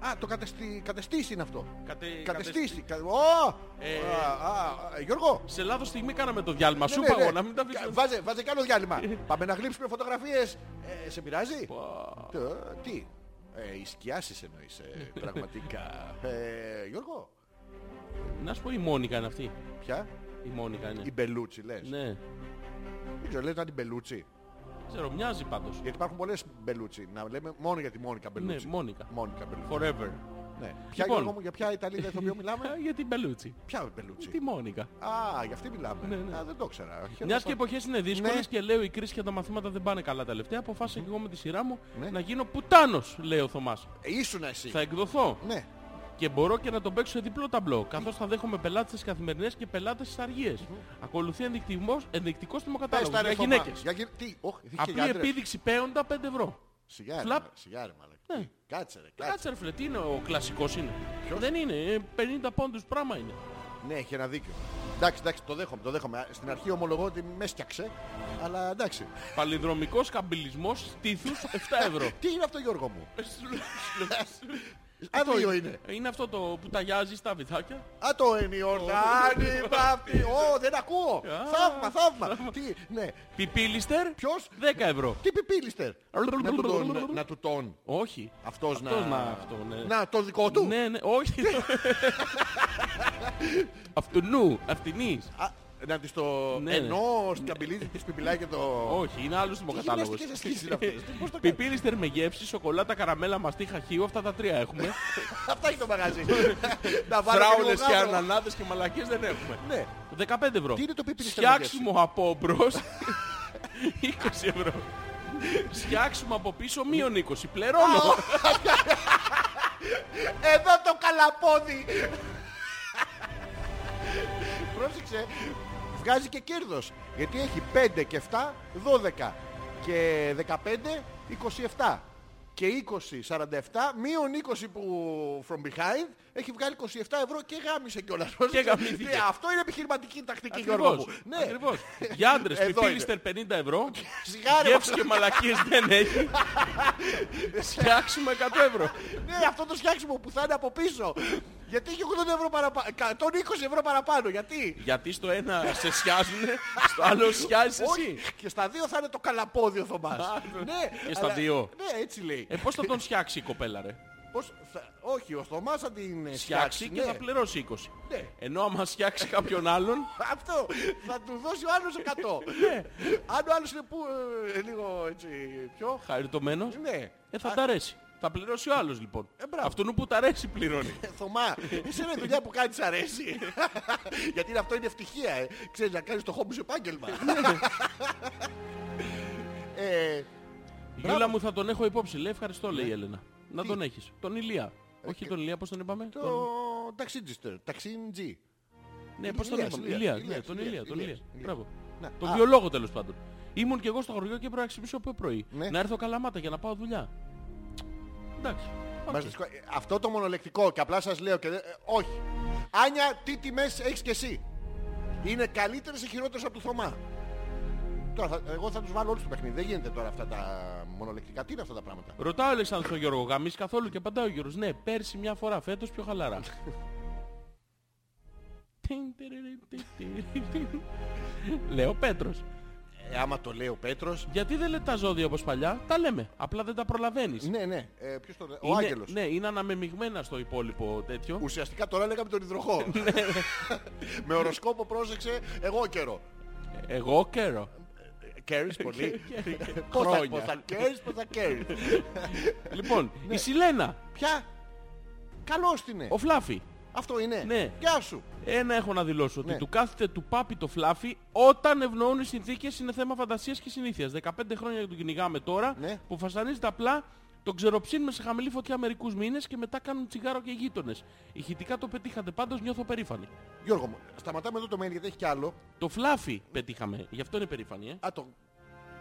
Speaker 1: Α, το κατεστη... κατεστής είναι αυτό.
Speaker 2: Κατε...
Speaker 1: Κατεστήσει.
Speaker 2: κατεστη-
Speaker 1: Κα... Ω!
Speaker 2: Ε,
Speaker 1: Α, α, α, Γιώργο.
Speaker 2: Σε λάθος στιγμή κάναμε το διάλειμμα. Σου
Speaker 1: Ναι,
Speaker 2: είπα
Speaker 1: ναι,
Speaker 2: εγώ
Speaker 1: ναι.
Speaker 2: να μην τα Ε.
Speaker 1: Κα-
Speaker 2: πεις.
Speaker 1: Βάζε, βάζε κι άλλο διάλειμμα. Πάμε να γλύψουμε φωτογραφίες. Ε, σε πειράζει. Το- Τι. Ε, οι σκιάσεις εννοείς. ε, Πραγματικά. Ε, Γιώργο.
Speaker 2: Να σου πω η Μόνικα είναι αυτή.
Speaker 1: Ποια.
Speaker 2: Η Μόνικα
Speaker 1: Η
Speaker 2: είναι.
Speaker 1: Μπελούτσι λες.
Speaker 2: Ναι.
Speaker 1: Δεν ξέρω, λες να την Μπελούτσι.
Speaker 2: Ξέρω, μοιάζει πάντως.
Speaker 1: Γιατί υπάρχουν πολλές Μπελούτσι. Να λέμε μόνο για τη Μόνικα Μπελούτσι.
Speaker 2: Ναι, Μόνικα.
Speaker 1: Μόνικα Μπελούτσι.
Speaker 2: Forever.
Speaker 1: Ναι. Ποια,
Speaker 2: Λοιπόν.
Speaker 1: Γιώργο μου, για ποια Ιταλίδα ηθοποιό
Speaker 2: Ε,
Speaker 1: μιλάμε.
Speaker 2: Για την Μπελούτσι.
Speaker 1: Ποια Μπελούτσι.
Speaker 2: Τη Μόνικα.
Speaker 1: Α, για αυτή μιλάμε.
Speaker 2: Ναι, ναι.
Speaker 1: Α, δεν το ξέρα.
Speaker 2: Μια και οι εποχές είναι δύσκολε
Speaker 1: Ναι.
Speaker 2: και λέω η κρίση και τα μαθήματα δεν πάνε καλά τελευταία, αποφάσισα και εγώ με τη σειρά μου
Speaker 1: Ναι.
Speaker 2: να γίνω πουτάνος, λέει ο Θωμάς.
Speaker 1: Ήσουν εσύ.
Speaker 2: Θα εκδοθώ
Speaker 1: Ναι.
Speaker 2: και μπορώ και να τον παίξω σε διπλό ταμπλό, καθώς θα δέχομαι πελάτες στι καθημερινές και πελάτες στι αργίε. Ακολουθεί ενδεικτικός- ενδεικτικό
Speaker 1: Πες τα
Speaker 2: τιμοκατάλογο
Speaker 1: ρε
Speaker 2: για
Speaker 1: Θωμά.
Speaker 2: γυναίκες.
Speaker 1: Για γυ- Τι, όχι, είχε
Speaker 2: Απλή
Speaker 1: για άντρες.
Speaker 2: επίδειξη παίοντα 5 ευρώ.
Speaker 1: Σιγάρι,
Speaker 2: Φλαπ.
Speaker 1: μαλα- σιγάρι μαλακα.
Speaker 2: Ναι.
Speaker 1: Τι, Κάτσε ρε, κάτσε.
Speaker 2: Κάτσε ρε φίλε, τι είναι ο κλασικός είναι. Δεν είναι, ε, 50 πόντους πράγμα είναι.
Speaker 1: Ναι, έχει ένα δίκιο. Εντάξει, εντάξει, το δέχομαι, το δέχομαι. Στην αρχή ομολογώ ότι με σκιαξε, αλλά εντάξει.
Speaker 2: Παλιδρομικός καμπυλισμός στήθους 7 ευρώ.
Speaker 1: Τι είναι αυτό Γιώργο μου.
Speaker 2: Αυτό
Speaker 1: Άδειο είναι.
Speaker 2: Είναι αυτό το που ταγιάζει στα βυθάκια.
Speaker 1: Α, το ενιορτάνει, παπτη. Ω, δεν ακούω.
Speaker 2: Α,
Speaker 1: Θαύμα, θαύμα. Τι, ναι.
Speaker 2: Πιπίλιστερ.
Speaker 1: Ποιος?
Speaker 2: 10 ευρώ.
Speaker 1: Τι πιπίλιστερ. Να του τον- να- Να του τον.
Speaker 2: Όχι.
Speaker 1: Αυτός να...
Speaker 2: Αυτός να- αυτό, ναι.
Speaker 1: Να, το δικό του.
Speaker 2: Ναι, ναι, όχι. Αυτουνού, αυτινής.
Speaker 1: Α, να της το...
Speaker 2: Ναι, ναι.
Speaker 1: Ενώ σκαμπιλίζει, της πιπιλάει και το...
Speaker 2: Όχι, είναι άλλος
Speaker 1: Τι
Speaker 2: δημοκατάλογος.
Speaker 1: γυμναστικές ασκήσεις είναι αυτές. Τι- πώς το κάνεις.
Speaker 2: Πιπίλιστερ με γεύση, σοκολάτα, καραμέλα, μαστίχα, χείου, αυτά τα τρία έχουμε.
Speaker 1: Αυτά έχει το μαγαζί. Να βάλω και
Speaker 2: Φράουλες
Speaker 1: λίγο
Speaker 2: και
Speaker 1: γάβρο.
Speaker 2: ανανάδες και μαλακίες δεν έχουμε.
Speaker 1: Ναι.
Speaker 2: 15 ευρώ.
Speaker 1: Τι είναι το πιπίλιστερ με γεύση?
Speaker 2: Φτιάξιμο από μπρος 20 ευρώ. Φτιάξιμο από πίσω μείον 20. Πληρώνω.
Speaker 1: Εδώ το καλαπόδι. Πρόσεξε. Βγάζει και κέρδος. Γιατί έχει 5 και 7, 12. Και 15, 27. Και 20, 47. Μείον 20 που from behind. Έχει βγάλει 27 ευρώ και γάμισε κιόλας. Πρόσεξε.
Speaker 2: γαμήθηκε.
Speaker 1: Ναι, Αυτό είναι επιχειρηματική τακτική Γιώργο μου. Ναι.
Speaker 2: Ακριβώς. Ακριβώς. Για άντρες,
Speaker 1: Εδώ
Speaker 2: πιπίλιστερ 50 ευρώ.
Speaker 1: Σιγάρε,
Speaker 2: Γεύση και μαλακίες δεν έχει. Φτιάξουμε 100 ευρώ.
Speaker 1: Ναι, αυτό το φτιάξιμο που θα είναι από πίσω. Γιατί έχει 80 ευρώ παραπάνω. 120 ευρώ παραπάνω. Γιατί.
Speaker 2: Γιατί στο ένα σε σιάζουν, στο άλλο σιάζεις εσύ.
Speaker 1: Όχι. Και στα δύο θα είναι το καλαπόδι ο Θωμάς. ναι,
Speaker 2: Και στα
Speaker 1: αλλά-
Speaker 2: δύο.
Speaker 1: Ναι, έτσι λέει.
Speaker 2: Ε, πώς θα τον φτιάξει η κοπέλα, ρε.
Speaker 1: Πώς θα- Όχι, ο Θωμάς θα την ε,
Speaker 2: Φτιάξει
Speaker 1: φτιάξει.
Speaker 2: και
Speaker 1: ναι.
Speaker 2: θα πληρώσει 20.
Speaker 1: Ναι.
Speaker 2: Ενώ άμα φτιάξει κάποιον άλλον,
Speaker 1: Αυτό. Θα του δώσει ο άλλος 100.
Speaker 2: Ναι.
Speaker 1: Αν ο άλλος είναι που, ε, λίγο έτσι πιο.
Speaker 2: χαριτωμένος,
Speaker 1: Ναι.
Speaker 2: ε, θα τα αρέσει. Θα πληρώσει ο άλλος λοιπόν.
Speaker 1: Ε, μπράβο.
Speaker 2: Αυτόν που τα αρέσει πληρώνει.
Speaker 1: Ε, Θωμά, είσαι η δουλειά που κάνεις αρέσει. Γιατί είναι- αυτό είναι ευτυχία. Ε. Ξέρεις να κάνεις το χόμπι σου επάγγελμα.
Speaker 2: Ναι.
Speaker 1: ε,
Speaker 2: Γιούλα μου θα τον έχω υπόψη. Λέει ευχαριστώ,
Speaker 1: Ναι.
Speaker 2: λέει η Έλενα. Να τον έχεις. Τον Ηλία. Όχι
Speaker 1: και-
Speaker 2: τον Ηλία, πώς τον είπαμε.
Speaker 1: Ε, το
Speaker 2: Τον-
Speaker 1: ταξίτζι. Ταξίτζι.
Speaker 2: Ναι, πώς τον
Speaker 1: Ηλίας,
Speaker 2: είπαμε.
Speaker 1: Ηλίας,
Speaker 2: Ηλίας,
Speaker 1: Ηλίας,
Speaker 2: ναι, τον
Speaker 1: Ηλίας,
Speaker 2: Ηλίας, τον
Speaker 1: Ηλίας,
Speaker 2: Ηλίας.
Speaker 1: Ηλίας.
Speaker 2: Μπράβο.
Speaker 1: Να,
Speaker 2: Τον
Speaker 1: α.
Speaker 2: βιολόγο τέλος πάντων. Ήμουν και εγώ στο χωριό και πρέπει να ξυπνήσω από πρωί.
Speaker 1: Ναι.
Speaker 2: Να έρθω καλαμάτα για να πάω δουλειά. Εντάξει. οκ.
Speaker 1: Μας δυσκο- ε, Αυτό το μονολεκτικό και απλά σας λέω και δεν- ε, όχι. Άνια, τι τιμές έχεις και εσύ. Είναι καλύτερες ή χειρότερες από του Θωμά. Τώρα, θα- εγώ θα τους βάλω όλους στο παιχνίδι. Δεν γίνεται τώρα αυτά τα μονολεκτικά. Τι είναι αυτά τα πράγματα.
Speaker 2: Ρωτάω ο Αλεξάνδρος τον Γιώργο, γαμείς καθόλου και παντά ο Γιώργος. Ναι, πέρσι μια φορά, φέτος πιο χαλαρά. Τιν, τιριρι, τιν, τιρι, τιν. Λέω Πέτρος.
Speaker 1: Ε, άμα το λέει ο Πέτρος.
Speaker 2: Γιατί δεν λέτε τα ζώδια όπως παλιά, τα λέμε. Απλά δεν τα προλαβαίνεις.
Speaker 1: Ναι, ναι. Ε, ποιος το λέει. Ο
Speaker 2: Είναι-
Speaker 1: Άγγελος.
Speaker 2: Ναι, είναι αναμεμειγμένα στο υπόλοιπο τέτοιο.
Speaker 1: Ουσιαστικά τώρα λέγαμε τον υδροχό.
Speaker 2: Ναι,
Speaker 1: με οροσκόπο πρόσεξε εγώ καιρό.
Speaker 2: Εγώ καιρό.
Speaker 1: Κέρι πολύ. Πώς θα-
Speaker 2: Χρόνια.
Speaker 1: Πώς θα κέρεις, πώς θα κέρεις. Ναι.
Speaker 2: Λοιπόν, η Σιλένα,
Speaker 1: Ποια. Καλός την είναι.
Speaker 2: ο Φλάφη.
Speaker 1: Αυτό είναι.
Speaker 2: Ναι.
Speaker 1: Γεια σου.
Speaker 2: Ένα έχω να δηλώσω. Ότι
Speaker 1: Ναι.
Speaker 2: του κάθεται του πάπι το φλάφι όταν ευνοούν οι συνθήκες είναι θέμα φαντασίας και συνήθειας. 15 χρόνια που τον κυνηγάμε τώρα
Speaker 1: Ναι.
Speaker 2: που φασανίζεται απλά τον ξεροψύνουμε σε χαμηλή φωτιά μερικούς μήνες και μετά κάνουν τσιγάρο και γείτονες. Ηχητικά το πετύχατε πάντως νιώθω περήφανη.
Speaker 1: Γιώργο μου, σταματάμε εδώ το mail γιατί έχει κι άλλο.
Speaker 2: Το φλάφι πετύχαμε. Γι' αυτό είναι περήφανη. Ε.
Speaker 1: Α, το,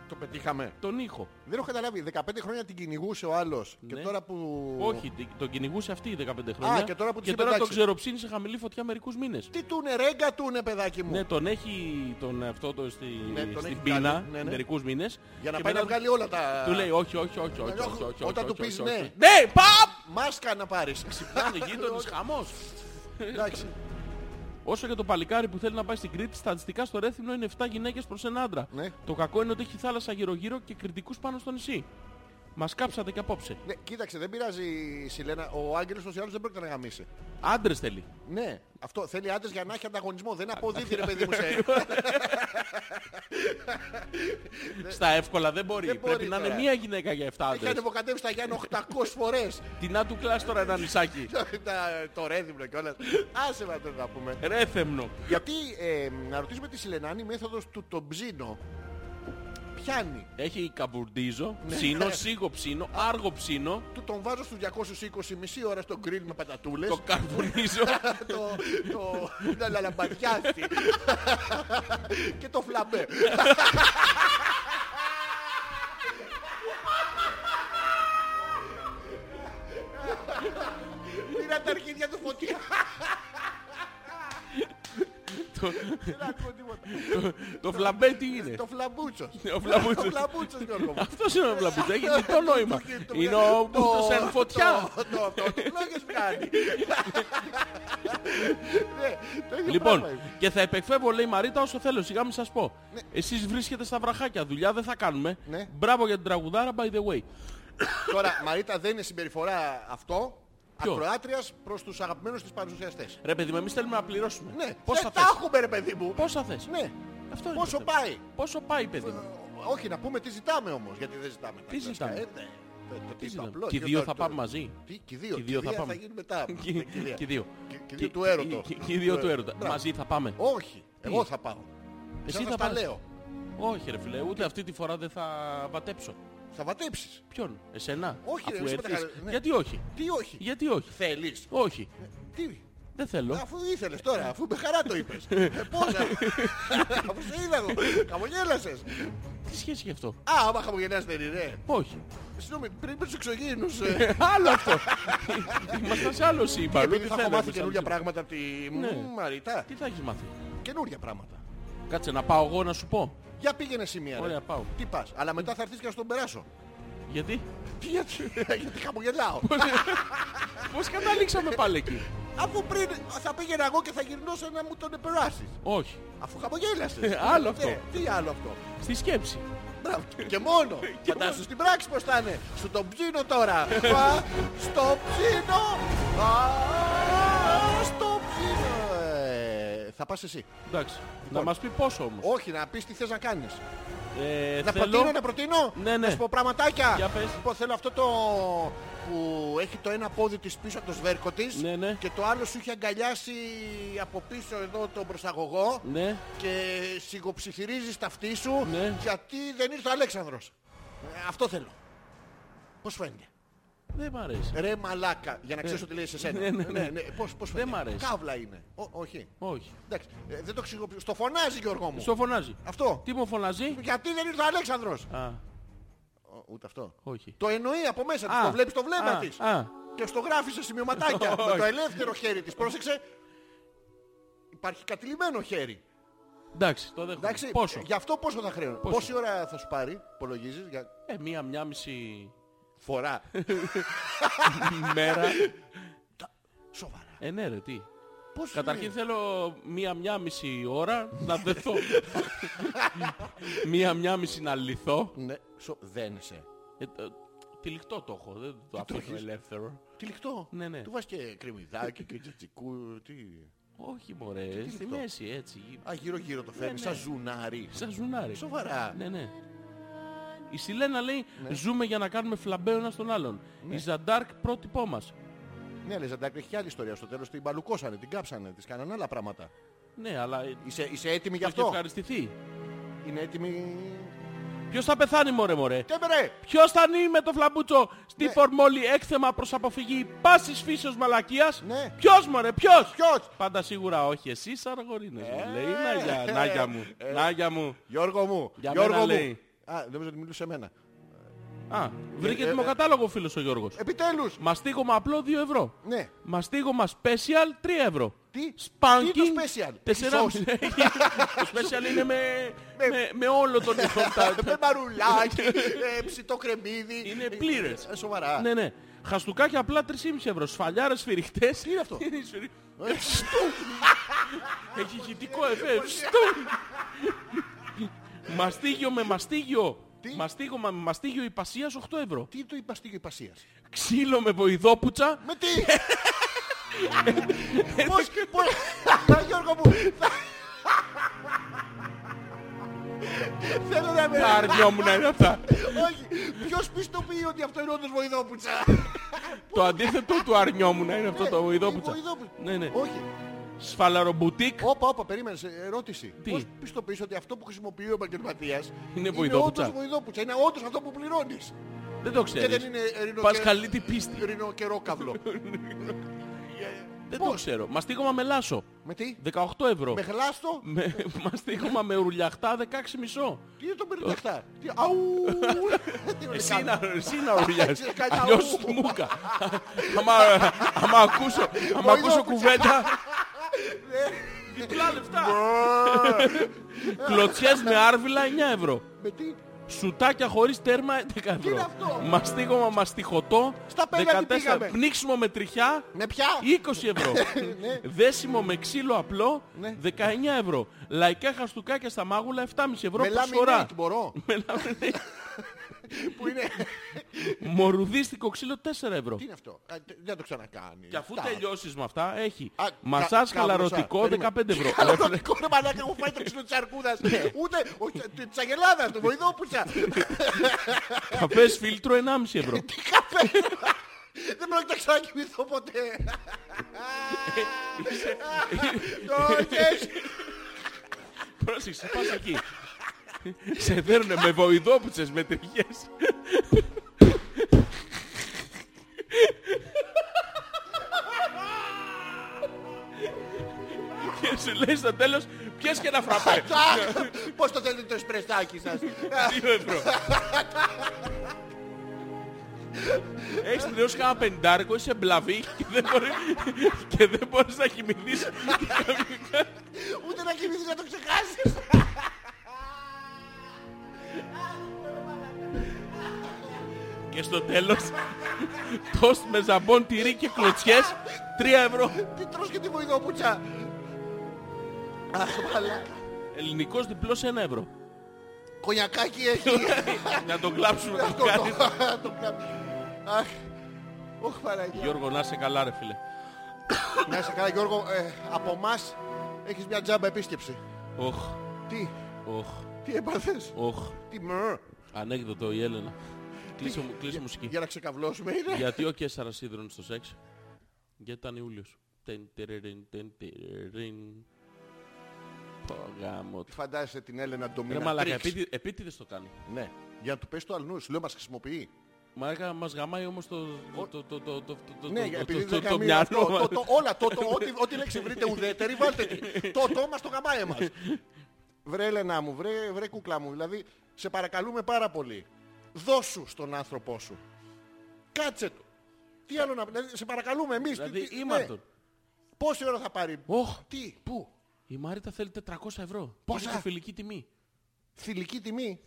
Speaker 1: το πετύχαμε.
Speaker 2: Τον ήχο.
Speaker 1: Δεν έχω καταλάβει. 15 χρόνια την κυνηγούσε ο άλλος. Και
Speaker 2: Ναι.
Speaker 1: τώρα που.
Speaker 2: Όχι, τι- τον κυνηγούσε αυτή οι 15 χρόνια.
Speaker 1: και τώρα που τους είπε,
Speaker 2: τώρα τον
Speaker 1: εντάξει.
Speaker 2: ξεροψύνει σε χαμηλή φωτιά μερικούς μήνες.
Speaker 1: Τι τούνε, ρέγκα τούνε, παιδάκι μου.
Speaker 2: Ναι, τον έχει τον αυτό το στη,
Speaker 1: Ναι, τον έχει
Speaker 2: στην
Speaker 1: βγάλει.
Speaker 2: πείνα
Speaker 1: Ναι, ναι.
Speaker 2: μερικούς μήνες.
Speaker 1: Για να
Speaker 2: Και
Speaker 1: πάει να
Speaker 2: μετά
Speaker 1: βγάλει όλα τα.
Speaker 2: Του λέει όχι, όχι, όχι, όχι, όχι, όχι,
Speaker 1: Όταν
Speaker 2: όχι,
Speaker 1: του
Speaker 2: όχι,
Speaker 1: πεις
Speaker 2: όχι,
Speaker 1: ναι.
Speaker 2: όχι. Ναι, παπ!
Speaker 1: Μάσκα να πάρεις.
Speaker 2: Κάνει γείτονες χαμός.
Speaker 1: Εντάξει.
Speaker 2: Όσο για το παλικάρι που θέλει να πάει στην Κρήτη, στατιστικά στο Ρέθυμνο είναι 7 γυναίκες προς ένα άντρα.
Speaker 1: Ναι.
Speaker 2: Το κακό είναι ότι έχει θάλασσα γύρω-γύρω και κριτικούς πάνω στο νησί. Μας κάψατε και απόψε.
Speaker 1: Ναι, κοίταξε, δεν πειράζει Σιλένα. Ο Άγγελος ο άλλω δεν πρόκειται να γαμίσει.
Speaker 2: Άντρες θέλει.
Speaker 1: Ναι, αυτό θέλει άντρες για να έχει ανταγωνισμό. Δεν αποδίδει, ρε παιδί μου. σε-
Speaker 2: Στα εύκολα δεν μπορεί.
Speaker 1: Ναι. Δεν
Speaker 2: Πρέπει
Speaker 1: μπορεί
Speaker 2: να είναι
Speaker 1: τώρα.
Speaker 2: μία γυναίκα για 7
Speaker 1: Έχει
Speaker 2: άντρες.
Speaker 1: ανεβοκατεύσει τα Γιάννη 800 φορέ.
Speaker 2: Τι να του κλάσει τώρα ένα νησάκι.
Speaker 1: το ρέδιμπλο κιόλας. Άσε να το να πούμε.
Speaker 2: Ρέθεμνο.
Speaker 1: Γιατί ε, να ρωτήσουμε τη Σιλένα αν η μέθοδος του το ψήνω πιάνει.
Speaker 2: Έχει καμπουρντίζο,
Speaker 1: Ναι.
Speaker 2: ψήνο, σίγο ψήνο, άργο ψήνο,
Speaker 1: Του τον βάζω στους 220 μισή ώρα στον grill με πατατούλες.
Speaker 2: το καρβουνίζω.
Speaker 1: το, το, τα λαλαμπαδιάστη. και το φλαμπέ. Πήρα τα αρχίδια του φωτιά.
Speaker 2: Το-
Speaker 1: Δεν ακούω τίποτα.
Speaker 2: Το φλαμπέ τι είναι.
Speaker 1: Το φλαμπούτσος.
Speaker 2: Ο φλαμπούτσος.
Speaker 1: Το φλαμπούτσος, Γιώργο μου.
Speaker 2: Αυτός είναι ο Βλαμπούτσα, έχει διπλό νόημα. Είναι ο Μπούτος εν φωτιά.
Speaker 1: Το το- το- το πλάγιος κάνει. Ναι, το ίδιο
Speaker 2: Λοιπόν,
Speaker 1: πράγμα είναι.
Speaker 2: και θα επεκφεύγω, λέει η Μαρίτα, όσο θέλω, σιγά μην σας πω. Εσείς βρίσκετε στα βραχάκια, δουλειά δεν θα κάνουμε.
Speaker 1: Ναι.
Speaker 2: Μπράβο για την τραγουδάρα, by the way.
Speaker 1: Τώρα, Μαρίτα, δεν είναι συμπεριφορά αυτό.
Speaker 2: Ποιος?
Speaker 1: Ακροάτριας προς τους αγαπημένους της παρουσιαστές.
Speaker 2: Ρε παιδί μου, εμείς θέλουμε να πληρώσουμε.
Speaker 1: Ναι,
Speaker 2: Πώς θα
Speaker 1: δεν τα
Speaker 2: θες.
Speaker 1: έχουμε ρε παιδί μου.
Speaker 2: Πώς θα θες.
Speaker 1: Ναι.
Speaker 2: Αυτό είναι
Speaker 1: Πόσο
Speaker 2: το θέμα.
Speaker 1: πάει.
Speaker 2: Πόσο πάει, παιδί μου.
Speaker 1: Όχι, να πούμε τι ζητάμε όμως, γιατί δεν ζητάμε. τα
Speaker 2: Τι
Speaker 1: κλασικά,
Speaker 2: ζητάμε?
Speaker 1: ε, ναι. Το- το- το- το
Speaker 2: ζητάμε?
Speaker 1: απλό,
Speaker 2: Και οι
Speaker 1: το-
Speaker 2: δύο
Speaker 1: το-
Speaker 2: θα
Speaker 1: το-
Speaker 2: πάμε μαζί.
Speaker 1: Τι, και οι δύο.
Speaker 2: Και οι
Speaker 1: Και
Speaker 2: δύο
Speaker 1: οι
Speaker 2: θα
Speaker 1: δύο θα
Speaker 2: πάμε.
Speaker 1: γίνει μετά.
Speaker 2: Και-
Speaker 1: Ναι,
Speaker 2: Και δύο.
Speaker 1: Και- και δύο του έρωτο. Ε,
Speaker 2: και- Και δύο του έρωτα.
Speaker 1: Μπράβο.
Speaker 2: Μαζί θα πάμε.
Speaker 1: Όχι, εγώ θα πάω.
Speaker 2: Εσύ
Speaker 1: Σαν να
Speaker 2: θα
Speaker 1: τα
Speaker 2: πας.
Speaker 1: λέω.
Speaker 2: Όχι, ρε φίλε, ούτε αυτή τη φορά δεν θα βατέψω.
Speaker 1: Θα βατέψεις.
Speaker 2: Ποιον, εσένα,
Speaker 1: Όχι, ρε,
Speaker 2: αφού
Speaker 1: εσύ
Speaker 2: έρθεις.
Speaker 1: μετακαλέ- ναι.
Speaker 2: Γιατί όχι.
Speaker 1: Τι όχι.
Speaker 2: Γιατί όχι.
Speaker 1: Θέλεις.
Speaker 2: Όχι.
Speaker 1: Τι.
Speaker 2: Δεν θέλω.
Speaker 1: Αφού ήθελες τώρα, αφού με χαρά το είπες. Ε, Πώς να- Αφού σε είδα εγώ. Χαμογέλασες.
Speaker 2: Τι σχέση έχει αυτό.
Speaker 1: Α, άμα χαμογελάς δεν είναι.
Speaker 2: Όχι.
Speaker 1: Συγγνώμη, πριν είπες εξωγήινους. ε,
Speaker 2: άλλο αυτό. Ήμασταν σε άλλο σύμπαν.
Speaker 1: Επειδή
Speaker 2: Ούτε
Speaker 1: θα έχω
Speaker 2: θέλαμε
Speaker 1: μάθει
Speaker 2: σε
Speaker 1: καινούργια
Speaker 2: άλλο σύμπαν.
Speaker 1: πράγματα από τη
Speaker 2: Ναι.
Speaker 1: μ, Μαρίτα.
Speaker 2: Τι θα έχεις μάθει.
Speaker 1: Καινούργια πράγματα.
Speaker 2: Κάτσε να πάω εγώ να σου πω.
Speaker 1: Για πήγαινε σήμερα.
Speaker 2: Ωραία, πάω.
Speaker 1: Τι πας. Αλλά μετά θα έρθεις και να στον περάσω.
Speaker 2: Γιατί.
Speaker 1: Τι γιατί. Γιατί χαμογελάω.
Speaker 2: Πώς καταλήξαμε πάλι εκεί.
Speaker 1: Αφού πριν θα πήγαινα εγώ και θα γυρνούσα να μου τον περάσεις.
Speaker 2: Όχι.
Speaker 1: Αφού χαμογέλασες.
Speaker 2: Ε, Άλλο
Speaker 1: Ναι,
Speaker 2: αυτό.
Speaker 1: Τι άλλο αυτό.
Speaker 2: Στη σκέψη.
Speaker 1: Μπράβο. Και μόνο. Φαντάσου στην πράξη πως θα είναι. Σου τον ψήνω τώρα. Α, Στο ψήνω. Α, Στο ψήνω. Ε, Θα πας εσύ.
Speaker 2: Εντάξει. Να μας πει πόσο όμως.
Speaker 1: Όχι, να πεις τι θες να κάνεις.
Speaker 2: Ε,
Speaker 1: Να προτείνω, να προτείνω.
Speaker 2: Ναι, ναι.
Speaker 1: Να σου πω πραγματάκια.
Speaker 2: Για πες.
Speaker 1: Λοιπόν, θέλω αυτό το που έχει το ένα πόδι της πίσω από το σβέρκο της
Speaker 2: Ναι, ναι.
Speaker 1: και το άλλο σου έχει αγκαλιάσει από πίσω εδώ τον προσαγωγό
Speaker 2: Ναι.
Speaker 1: και σιγοψιθυρίζεις τα αυτή σου
Speaker 2: Ναι.
Speaker 1: γιατί δεν ήρθε ο Αλέξανδρος. Ε, αυτό θέλω. Πώς φαίνεται.
Speaker 2: Δεν μ' αρέσει.
Speaker 1: Ρε μαλάκα, για να ξέρεις ότι λέει σε σένα.
Speaker 2: Ναι, ναι, ναι.
Speaker 1: Πώς, πώς
Speaker 2: Δεν
Speaker 1: φαίνεται.
Speaker 2: μ' αρέσει.
Speaker 1: Καύλα είναι. Ό, όχι.
Speaker 2: Όχι.
Speaker 1: Εντάξει. Ε, δεν το ξυγοψι... Στο φωνάζει Γιώργο μου.
Speaker 2: Στο φωνάζει.
Speaker 1: Αυτό.
Speaker 2: Τι μου φωνάζει.
Speaker 1: Γιατί δεν ήρθε ο Αλέξανδρος.
Speaker 2: Α,
Speaker 1: Ο, ούτε αυτό.
Speaker 2: όχι.
Speaker 1: Το εννοεί από μέσα της,
Speaker 2: Α,
Speaker 1: το βλέπεις το βλέμμα
Speaker 2: α,
Speaker 1: της.
Speaker 2: α.
Speaker 1: Και στο γράφεις σε σημειωματάκια με το ελεύθερο χέρι της. Πρόσεξε. Υπάρχει κατηλημένο χέρι.
Speaker 2: Εντάξει, το δέχομαι.
Speaker 1: Εντάξει,
Speaker 2: Πόσο.
Speaker 1: Γι' αυτό πόσο θα χρέω.
Speaker 2: Πόσο.
Speaker 1: Πόση ώρα θα σου πάρει, υπολογίζεις, για
Speaker 2: Ε, μία, μία μισή
Speaker 1: φορά.
Speaker 2: μέρα.
Speaker 1: Σοβαρά.
Speaker 2: Ε, ναι, ρε, τι.
Speaker 1: Πώς
Speaker 2: Καταρχήν
Speaker 1: είναι?
Speaker 2: θέλω μία μία μισή ώρα να δεθώ. μία μία μισή να λυθώ.
Speaker 1: Ναι, σο... δένεσαι.
Speaker 2: Ε, ε, τυλιχτό το έχω, δεν το αφήνω
Speaker 1: έχεις?
Speaker 2: ελεύθερο.
Speaker 1: Τυλιχτό.
Speaker 2: Ναι, ναι.
Speaker 1: Του βάζεις και κρεμμυδάκι και τσιτσικού. Τι...
Speaker 2: Όχι μωρέ,
Speaker 1: τυλιχτό?
Speaker 2: στη μέση έτσι.
Speaker 1: Α, γύρω-γύρω το φέρνεις,
Speaker 2: ναι.
Speaker 1: σαν ζουνάρι.
Speaker 2: Σαν ζουνάρι.
Speaker 1: Σοβαρά.
Speaker 2: Ναι, ναι. Η
Speaker 1: Ναι.
Speaker 2: Σιλένα λέει ζούμε για να κάνουμε φλαμπέ ο ένας τον άλλον. Η Ζαντάρκ πρότυπό μας.
Speaker 1: Ναι, Λεζαντάκ έχει και άλλη ιστορία. Στο τέλος την μπαλουκώσανε, την κάψανε, της κάνανε άλλα πράγματα.
Speaker 2: Ναι, αλλά ε,
Speaker 1: Είσαι, είσαι έτοιμη γι'
Speaker 2: έχει
Speaker 1: αυτό.
Speaker 2: ευχαριστηθεί.
Speaker 1: Είναι έτοιμη.
Speaker 2: Ποιος θα πεθάνει, μωρέ, μωρέ.
Speaker 1: Τέμπερε!
Speaker 2: Ποιος θα νύει με το φλαμπούτσο στη
Speaker 1: Ναι.
Speaker 2: φορμόλη έκθεμα προς αποφυγή πάσης φύσεως μαλακίας.
Speaker 1: Ναι.
Speaker 2: Ποιος, μωρέ, ποιος.
Speaker 1: Ποιος?
Speaker 2: Πάντα σίγουρα όχι. Εσύ αργορίνες, μου λέει.
Speaker 1: Ε, ε,
Speaker 2: Νάγια, Νάγια μου. Νάγια μου.
Speaker 1: Γιώργο μου!
Speaker 2: Για
Speaker 1: Γιώργο
Speaker 2: μένα
Speaker 1: μου!
Speaker 2: λέει.
Speaker 1: Α, νομίζω ότι μιλούσε εμένα.
Speaker 2: Α, βρήκε
Speaker 1: ε, ε.
Speaker 2: τιμοκατάλογο ο φίλος ο Γιώργος.
Speaker 1: Επιτέλους!
Speaker 2: Μαστίγωμα απλό 2 ευρώ.
Speaker 1: Ναι.
Speaker 2: Μαστίγωμα special 3 ευρώ.
Speaker 1: Τι?
Speaker 2: Spanking
Speaker 1: Τι είναι το special?
Speaker 2: 4,5. το special είναι με, με, με όλο τον ύφο. τα- τα-
Speaker 1: Ε, Με μαρουλάκι, ε, ψητό κρεμμύδι.
Speaker 2: Είναι πλήρες.
Speaker 1: Ε, Σοβαρά.
Speaker 2: ναι, ναι. Χαστούκάκια απλά 3,5 ευρώ. Σφαλιάρες σφυριχτές. Τι είναι αυτό.
Speaker 1: Ε,
Speaker 2: Έχει ηχητικό εφέ. Στου. Μαστίγιο με μαστίγιο.
Speaker 1: Τι?
Speaker 2: Μαστίγωμα με μαστίγιο υπασίας 8 ευρώ.
Speaker 1: Τι το είπα στην υπασίας.
Speaker 2: Ξύλο με βοηδόπουτσα.
Speaker 1: Με τι! Πώς, πώς, Α, Γιώργο μου, θα- Θέλω να με...
Speaker 2: Τα αρνιόμουν είναι αυτά.
Speaker 1: Όχι, ποιος πιστοποιεί ότι αυτό είναι όντως βοηδόπουτσα.
Speaker 2: Το αντίθετο του αρνιόμουν είναι αυτό το βοηδόπουτσα.
Speaker 1: Η Ναι, βοηδόπουτσα.
Speaker 2: Ναι, ναι.
Speaker 1: Όχι.
Speaker 2: Σφαλαρομπουτίκ.
Speaker 1: Όπα, όπα, περίμενες, ερώτηση.
Speaker 2: Τι?
Speaker 1: Πώς πιστοποιείς ότι αυτό που χρησιμοποιεί ο επαγγελματίας
Speaker 2: Είναι βοηδόπουτσα.
Speaker 1: όντως βοηδόπουτσα. Είναι όντως αυτό που πληρώνεις.
Speaker 2: Δεν το
Speaker 1: Και δεν
Speaker 2: ξέρεις.
Speaker 1: είναι ρινοκε-
Speaker 2: Ε, Πας καλή την πίστη.
Speaker 1: ρινοκερόκαυλο.
Speaker 2: Δεν το ξέρω. Μαστίγωμα με λάσο.
Speaker 1: Με τι,
Speaker 2: 18 ευρώ.
Speaker 1: με χλάστο,
Speaker 2: Με, μαστίγωμα με ουρουλιαχτά 16,5.
Speaker 1: τι είναι το μπερδευτά. Τι, αου. Τι ωραία
Speaker 2: Εσύ
Speaker 1: κάνω.
Speaker 2: να, εσύ να ουρλιάς.
Speaker 1: Ξέρεις, κάνει
Speaker 2: Αλλιώς
Speaker 1: αού.
Speaker 2: σμούκα. άμα, άμα ακούσω, άμα ακούσω κουβέντα...
Speaker 1: Ε,
Speaker 2: Διπλά λεφτά. Κλωτσιές με άρβιλα 9 ευρώ.
Speaker 1: Με τι,
Speaker 2: Σουτάκια χωρίς τέρμα 11
Speaker 1: Τι είναι
Speaker 2: ευρώ.
Speaker 1: αυτό?
Speaker 2: Μαστίγωμα μαστιχωτό.
Speaker 1: Στα πέλαγη
Speaker 2: 14.
Speaker 1: πήγαμε. Ναι.
Speaker 2: Πνίξιμο με τριχιά.
Speaker 1: με πια.
Speaker 2: 20 ευρώ. Δέσιμο με ξύλο απλό
Speaker 1: Ναι.
Speaker 2: 19 ευρώ. Λαϊκά χαστούκάκια στα μάγουλα 7,5 ευρώ
Speaker 1: Με
Speaker 2: προσφορά.
Speaker 1: λαμινέιτ μπορώ.
Speaker 2: Με λαμινέιτ.
Speaker 1: Που είναι.
Speaker 2: Μορουδίστικο ξύλο 4 ευρώ.
Speaker 1: Τι είναι αυτό. Α, τε- Δεν το ξανακάνεις.
Speaker 2: Και αφού
Speaker 1: Αυτά.
Speaker 2: τελειώσεις με αυτά έχει
Speaker 1: Α,
Speaker 2: μασάζ
Speaker 1: κα- καμπροσά.
Speaker 2: χαλαρωτικό 15
Speaker 1: Περίμενε.
Speaker 2: ευρώ.
Speaker 1: Χαλαρωτικό ρε μαλάκα μου φάει το ξύλο της αρκούδας.
Speaker 2: Ναι.
Speaker 1: Ούτε ο- της αγελάδας, του βοηδόπουσα.
Speaker 2: Καφές φίλτρο 1,5 ευρώ.
Speaker 1: Τι καφές. Δεν πρόκειται να ξανακοιμηθώ ποτέ. Το έχεις.
Speaker 2: Πρόσεξε, πας εκεί. Σε δέρνουνε με βοηδόπουτσες, με τριχιές. και σου λέει στο τέλος, πιες και ένα φραπέ.
Speaker 1: Τα- Πώς το θέλετε το εσπρεσάκι σας.
Speaker 2: Δύο ευρώ. Έχεις τελειώσει κάνα πεντάρικο, είσαι μπλαβή και δεν, μπορεί, και δεν μπορείς να κοιμηθείς.
Speaker 1: Ούτε να κοιμηθείς να το ξεχάσεις.
Speaker 2: και στο τέλος, τόστ με ζαμπόν, τυρί και κλωτσιές, τρία ευρώ.
Speaker 1: Τι τρως και τη βοηδόπουτσα. Αχ, μαλάκα.
Speaker 2: Ελληνικός διπλός ένα ευρώ.
Speaker 1: Κονιακάκι έχει.
Speaker 2: να τον κλάψουμε να
Speaker 1: Αυτό το.
Speaker 2: το κάνεις.
Speaker 1: το πιάνω. Αχ. Ωχ, Παναγία.
Speaker 2: Γιώργο, να είσαι καλά ρε φίλε.
Speaker 1: Να είσαι καλά, Γιώργο. Ε, από εμάς έχεις μια τζάμπα επίσκεψη.
Speaker 2: Οχ,
Speaker 1: Τι,
Speaker 2: οχ,
Speaker 1: τι έπαθες.
Speaker 2: οχ.
Speaker 1: Τι μερ.
Speaker 2: Ανέκδοτο η Έλενα. Κλείσε μου- Κλείσε μουσική.
Speaker 1: Για να ξεκαβλώσουμε είναι.
Speaker 2: Γιατί ο Κέσσαρας σίδρωνε στο σεξ. Γιατί ήταν Ιούλιος. Τεν τερερίν, τεν τερερίν. Πω γάμο. του.
Speaker 1: Φαντάζεσαι την Έλενα
Speaker 2: Ρε
Speaker 1: Ντομίνα.
Speaker 2: μαλάκα,
Speaker 1: Τρίξ.
Speaker 2: επίτη- επίτηδες το κάνει.
Speaker 1: Ναι. Για να του πες το αλλού. Σου λέω μας χρησιμοποιεί.
Speaker 2: Μαλάκα, μας γαμάει όμως το... το- το- το- το- το- το- το-
Speaker 1: Ναι,
Speaker 2: το-
Speaker 1: επειδή
Speaker 2: το-
Speaker 1: δεν
Speaker 2: το
Speaker 1: κάνει
Speaker 2: μυαλό
Speaker 1: αυτό,
Speaker 2: μας.
Speaker 1: το- το- Όλα, το- το- ό,τι- ό,τι λέξη βρείτε ουδέτερη, βάλτε τη. Το το μας το γαμάει εμάς. Βρε Έλενα μου, βρε, βρε κούκλα μου, δηλαδή σε παρακαλούμε πάρα πολύ. Δώσου στον άνθρωπό σου. Κάτσε του. Τι άλλο να πει, δηλαδή, σε παρακαλούμε εμείς. τι-
Speaker 2: Δηλαδή,
Speaker 1: τι- ναι.
Speaker 2: ήμαρτον.
Speaker 1: Πόση ώρα θα πάρει.
Speaker 2: Οχ,
Speaker 1: Τι, πού,
Speaker 2: η Μαρίτα θέλει 400 ευρώ.
Speaker 1: Πόσα?
Speaker 2: Είναι και φιλική τιμή.
Speaker 1: θηλυκή τιμή.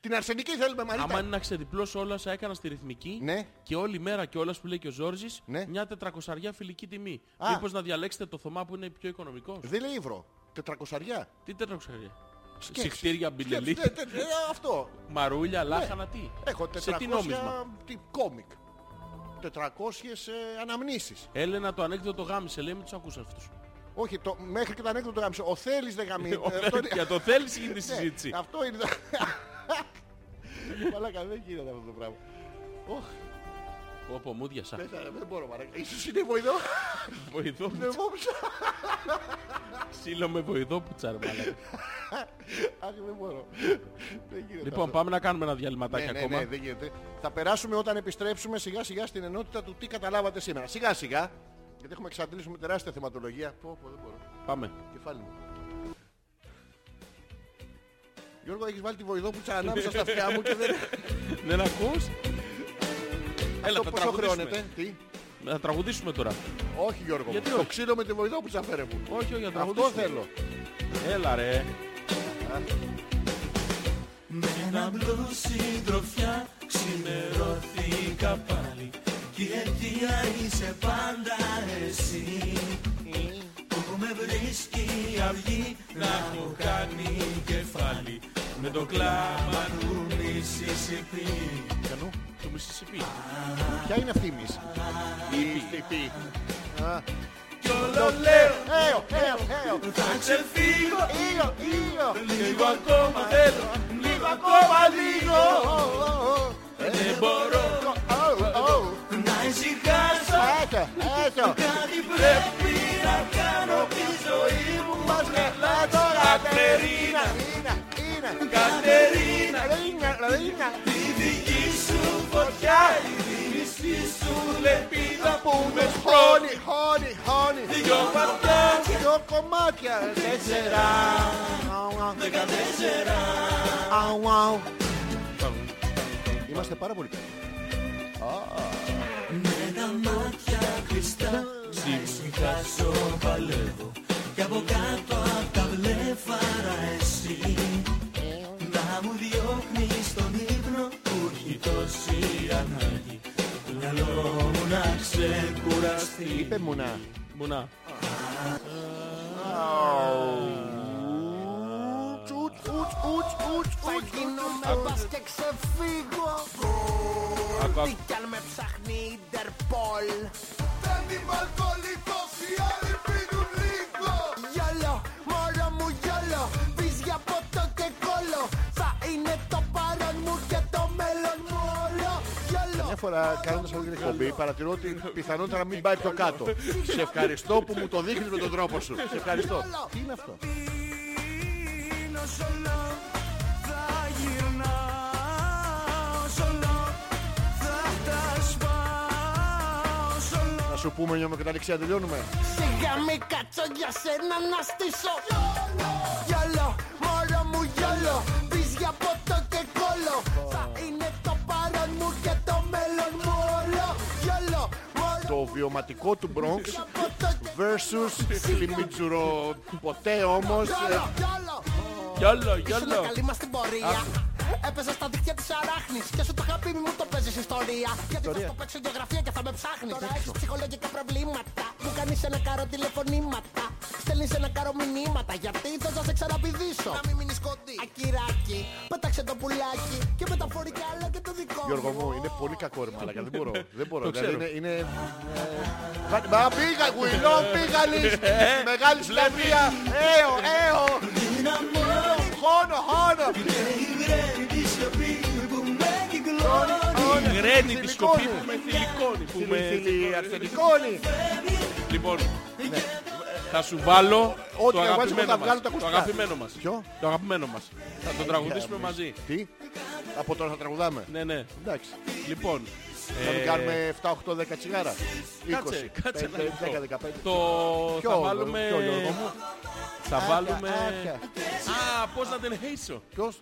Speaker 1: Την αρσενική θέλουμε
Speaker 2: Άμα
Speaker 1: Μαρίτα.
Speaker 2: είναι να ξεδιπλώσω όλα όσα έκανα στη ρυθμική
Speaker 1: Ναι.
Speaker 2: και όλη μέρα και όλας που λέει και ο Ζόρζης,
Speaker 1: Ναι.
Speaker 2: μια τετρακοσαριά φιλική τιμή.
Speaker 1: Α. Ε,
Speaker 2: Μήπως να διαλέξετε το Θωμά που είναι πιο οικονομικός.
Speaker 1: Δεν λέει ευρώ. Τετρακοσαριά.
Speaker 2: Τι τετρακοσαριά.
Speaker 1: Σκέψου.
Speaker 2: Συχτήρια,
Speaker 1: Σκέψου,
Speaker 2: μπιλελί,
Speaker 1: ναι, ναι, ναι, Αυτό.
Speaker 2: μαρούλια, λάχανα, τι.
Speaker 1: Έχω 400
Speaker 2: Σε τι νόμισμα.
Speaker 1: τι κόμικ. 400 ε, αναμνήσεις.
Speaker 2: Έλενα το ανέκδοτο γάμισε, λέει, μην τους ακούς αυτούς.
Speaker 1: Όχι, το, μέχρι και τα ανέκδοτα γάμισε. Ο Θέλης δεν γαμίζει.
Speaker 2: Ο- Για το θέλεις
Speaker 1: Ναι,
Speaker 2: γίνει τη συζήτηση.
Speaker 1: αυτό είναι... Μαλάκα, δεν γίνεται αυτό το πράγμα. Οχ.
Speaker 2: Πω, μου διασα.
Speaker 1: Δεν, δεν μπορώ μαλάκα. Ίσως είναι βοηδό. Ναι.
Speaker 2: Βοηθό,
Speaker 1: Δεν βόμψα.
Speaker 2: ξύλο με βοηθό που τσαρμάλα.
Speaker 1: Αχ, δεν μπορώ. Δεν γίνεται
Speaker 2: Λοιπόν,
Speaker 1: αυτό.
Speaker 2: πάμε να κάνουμε ένα διαλυματάκι
Speaker 1: ναι, ναι,
Speaker 2: ακόμα.
Speaker 1: ναι, δεν γίνεται. Θα περάσουμε όταν επιστρέψουμε σιγά σιγά στην ενότητα του τι καταλάβατε σήμερα. Σιγά σιγά. Γιατί έχουμε εξαντλήσει με τεράστια θεματολογία. Πω, πω, δεν μπορώ.
Speaker 2: Πάμε.
Speaker 1: Κεφάλι μου. Γιώργο, έχεις βάλει τη βοηδόπουλτσα ανάμεσα στα αυτιά μου και δεν...
Speaker 2: Δεν ακούς. Έλα,
Speaker 1: Αυτό
Speaker 2: θα
Speaker 1: πόσο
Speaker 2: τραγουδήσουμε.
Speaker 1: χρεώνεται. Τι.
Speaker 2: Θα τραγουδήσουμε τώρα.
Speaker 1: Όχι Γιώργο,
Speaker 2: Γιατί
Speaker 1: μου. το
Speaker 2: όχι?
Speaker 1: ξύλο με τη βοηδόπουλτσα φέρε μου.
Speaker 2: Όχι, όχι, θα
Speaker 1: Αυτό
Speaker 2: τραγουδήσουμε.
Speaker 1: θέλω.
Speaker 2: Έλα ρε.
Speaker 4: Με ένα μπλου συντροφιά ξημερώθηκα πάλι Κι η αιτία είσαι πάντα εσύ Όπου με βρίσκει η αυγή να έχω κάνει κεφάλι Με το κλάμα του Μississippi
Speaker 1: Κανού.
Speaker 2: Το Mississippi.
Speaker 1: Ποια είναι αυτή η μίση. Η πι.
Speaker 4: Κι όλο λέω
Speaker 1: Έω, έω, έω.
Speaker 4: θα ξεφύγω
Speaker 1: Ήω, ήω.
Speaker 4: Λίγο ακόμα θέλω, λίγο ακόμα λίγο
Speaker 1: Ω, ω, ω.
Speaker 4: Δεν μπορώ
Speaker 1: Ω, ω.
Speaker 4: να ησυχάσω
Speaker 1: Έτω, έτω.
Speaker 4: Κάτι πρέπει να κάνω τη ζωή μου μας καλά τώρα Κατερίνα,
Speaker 1: Είναι, είναι.
Speaker 4: Κατερίνα
Speaker 1: Ρίνα, ρίνα.
Speaker 4: Τη δική σου φωτιά, η δίμησή σου λεπίδα που με σπρώχνει
Speaker 1: Χόνι, χόνι, χόνι.
Speaker 4: Δυο παπτάκια,
Speaker 1: Δυο κομμάτια.
Speaker 4: τέσσερα,
Speaker 1: Αου, αου.
Speaker 4: δεκατέσσερα
Speaker 1: Αου, αου. Είμαστε πάρα πολύ καλοί.
Speaker 4: Με τα μάτια κλειστά να ησυχάσω παλεύω Κι από κάτω απ' τα βλέφαρα εσύ Να μου διώχνεις τον ύπνο που έχει τόση ανάγκη Το μυαλό μου να ξεκουραστεί
Speaker 1: Είπε μου να.
Speaker 2: Μπουνά.
Speaker 1: Ούτς, ούτς, ούτς, ούτς, ούτς.
Speaker 2: Άκου, άκου.
Speaker 1: Μια φορά κάνοντας αυτή την εκπομπή παρατηρώ ότι πιθανότατα να μην πάει πιο κάτω. Σε ευχαριστώ που μου το δείχνεις με τον τρόπο σου. Σε ευχαριστώ. Τι είναι αυτό.
Speaker 6: Πίνω σολό, θα γυρνάω σολό, θα τα σπάω σολό.
Speaker 1: Να σου πούμε μια καταληξία να τελειώνουμε.
Speaker 6: Σιγά μη κάτσω για σένα να στήσω Γιόλο, μωρό μου γιόλο Πεις για ποτό και κόλλο Θα είναι το παρόν μου και το μέλλον μου όλο Γιόλο, μωρό
Speaker 1: Το βιωματικό του Bronx
Speaker 6: μου ποτό και
Speaker 1: versus Χλιμιτζουρο. Ποτέ όμως ε,
Speaker 6: κόλλο Γιόλο,
Speaker 2: Γιόλο,
Speaker 6: ήσουν
Speaker 2: γιόλο.
Speaker 6: καλή μας στην πορεία Έπαιζε στα δίκτυα της αράχνης Και σου το είχα πει μη μου το παίζεις ιστορία Γιατί θα
Speaker 1: Ιστορία.
Speaker 6: το παίξω γεωγραφία και θα με ψάχνεις Τώρα έχεις ψυχολογικά προβλήματα Μου κάνεις ένα κάρο τηλεφωνήματα Στέλνεις ένα κάρο μηνύματα Γιατί θες να σε ξαναπηδήσω Να μην μείνεις κοντή Ακυράκι, πέταξε το πουλάκι Και μεταφορικά αλλά και το δικό
Speaker 1: Γιώργο μου, είναι πολύ κακό ρε μαλάκα, δεν μπορώ, δεν μπορώ.
Speaker 2: Το
Speaker 1: δηλαδή είναι...
Speaker 2: ξέρω.
Speaker 1: είναι ε, Μα πήγα γουιλό, πήγαλης,
Speaker 2: Ε,
Speaker 1: μεγάλη σλαβία, έω, έω, χώνο, χώνο.
Speaker 2: Γρένη τη σκοπή
Speaker 1: Θηλυκώνει.
Speaker 2: που με θηλυκώνει. Που
Speaker 1: Φιλί,
Speaker 2: με...
Speaker 1: αρσενικόνη.
Speaker 2: Λοιπόν, θα σου βάλω
Speaker 1: Ναι. Ό,τι
Speaker 2: το
Speaker 1: να βάζεις, εγώ
Speaker 2: αγαπημένο
Speaker 1: θα βγάλω
Speaker 2: μας.
Speaker 1: τα
Speaker 2: Το
Speaker 1: ακουστικά.
Speaker 2: αγαπημένο μας.
Speaker 1: Ποιο?
Speaker 2: Το αγαπημένο μας. Θα το τραγουδήσουμε μαζί.
Speaker 1: Τι, από τώρα θα τραγουδάμε.
Speaker 2: Ναι, ναι.
Speaker 1: Εντάξει,
Speaker 2: Λοιπόν.
Speaker 1: θα
Speaker 2: ε,
Speaker 1: μην κάνουμε 7, 8, 10 τσιγάρα. 20,
Speaker 2: Κάτσε, κάτσε να
Speaker 1: 5, 10, 15.
Speaker 2: λεπτό. Το
Speaker 1: Ποιο,
Speaker 2: θα
Speaker 1: Γιώργο,
Speaker 2: βάλουμε...
Speaker 1: ποιο, Γιώργο μου?
Speaker 2: Θα βάλουμε...
Speaker 1: άκια.
Speaker 2: Α, πώς να την χέισω.
Speaker 1: Ποιος,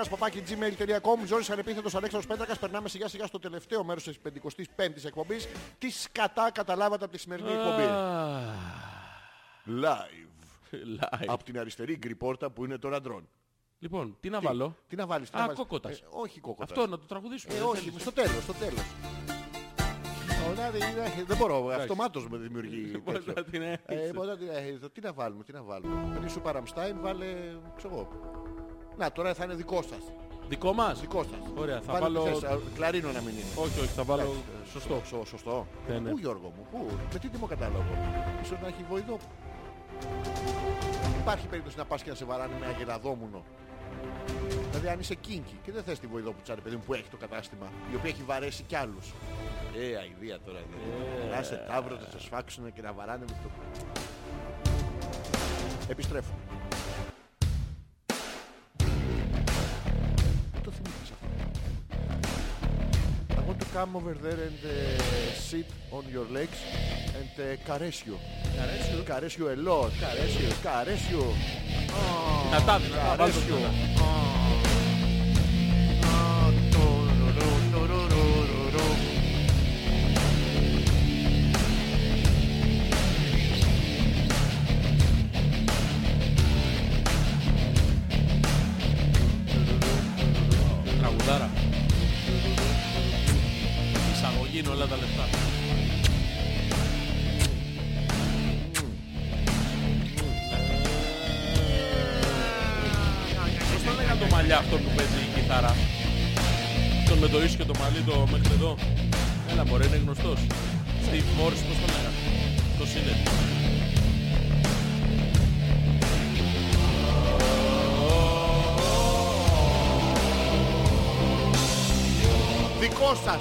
Speaker 1: αλφα.πέτρακα.gmail.com Ζόρι ανεπίθετος Αλέξανδρος Πέτρακας. Περνάμε σιγά σιγά στο τελευταίο μέρος της 55η εκπομπής. Τι σκατά καταλάβατε από τη σημερινή εκπομπή. Live.
Speaker 2: Live.
Speaker 1: Από την αριστερή γκρι πόρτα που είναι τώρα ντρόν.
Speaker 2: Λοιπόν, τι να βάλω.
Speaker 1: Τι να Ε, βάλει.
Speaker 2: Α, κόκοτας.
Speaker 1: όχι κόκοτα.
Speaker 2: Αυτό να το τραγουδήσουμε.
Speaker 1: Ε,
Speaker 2: δεν
Speaker 1: όχι,
Speaker 2: θέλεις.
Speaker 1: στο τέλος, στο τέλος. Δεν μπορώ, αυτομάτως με δημιουργεί
Speaker 2: Πώς να
Speaker 1: τέτοιο.
Speaker 2: την
Speaker 1: Ε,
Speaker 2: έχεις.
Speaker 1: μπορεί να- ε, Τι να βάλουμε, τι να βάλουμε. Πριν σου παραμστάιν, βάλε. ξέρω εγώ. Να, τώρα θα είναι δικό σας.
Speaker 2: Δικό μας.
Speaker 1: Δικό Ε, σας.
Speaker 2: Ωραία, θα
Speaker 1: Βάλε
Speaker 2: βάλω-
Speaker 1: τι θες, α, Κλαρίνο να μην είναι.
Speaker 2: Όχι, όχι, θα βάλω... ε,
Speaker 1: Εντάξει,
Speaker 2: Σωστό.
Speaker 1: Σω- σωστό.
Speaker 2: Ναι, ναι.
Speaker 1: Πού Γιώργο μου, πού, με τι τιμό κατάλογο. Ίσως να έχει βοηθό. Υπάρχει περίπτωση να πας και να σε βαράνε με αγελαδόμουνο. Δηλαδή, αν είσαι κίνκι και δεν θες τη βοηδόπουτσά, ρε παιδί μου, που έχει το κατάστημα, η οποία έχει βαρέσει κι άλλους. Ε, αηδία τώρα.
Speaker 2: Ε,
Speaker 1: δηλαδή. Να σε τάβρος, να σε σφάξουν και να βαράνε με το. Επιστρέφω. Το θυμήθηκες αυτό. I want to come over there and uh, sit on your legs and uh, caress you. Caress you? Caress you a lot. Caress you. Caress you.
Speaker 2: Να τάβει, να τα
Speaker 1: Caress
Speaker 2: βάλω στο
Speaker 1: you.
Speaker 2: κενά.
Speaker 1: Oh, Ah, τουρουρου, τουρουρουρουρου.
Speaker 2: Τραγουδάρα. Εισαγωγή είναι όλα τα λεφτά. Πώς το λέγανε το μαλλιά αυτό που παίζει η κιθάρα. Τον με το ίσιο και το μαλλί το μέχρι εδώ. Έλα μωρέ είναι γνωστός. Steve Morris πώς το λέγανε. Το είναι.
Speaker 1: Δικό σας.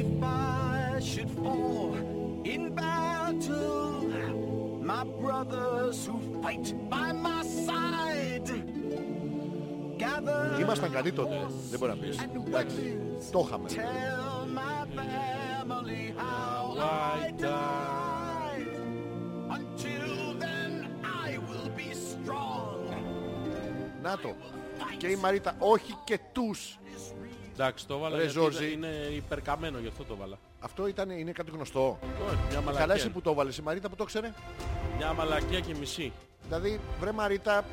Speaker 4: If I should fall in battle, my brothers who fight by my side gather
Speaker 1: Ήμασταν καλοί τότε. Δεν μπορεί να πεις. Εντάξει. Το είχαμε.
Speaker 4: tell my family how I died. Until then, I will be strong.
Speaker 1: Να το. Και η Μαρίτα, όχι και τους.
Speaker 2: Εντάξει το βάλα
Speaker 1: Ρε, Ζόρζι.
Speaker 2: γιατί είναι υπερκαμένο γι' αυτό το βάλα.
Speaker 1: Αυτό ήταν, είναι κάτι γνωστό.
Speaker 2: Όχι, μια
Speaker 1: Καλά εσύ
Speaker 2: μαλακία.
Speaker 1: που το έβαλες, η Μαρίτα που το ξέρε.
Speaker 2: Μια μαλακία και μισή.
Speaker 1: Δηλαδή, βρε Μαρίτα,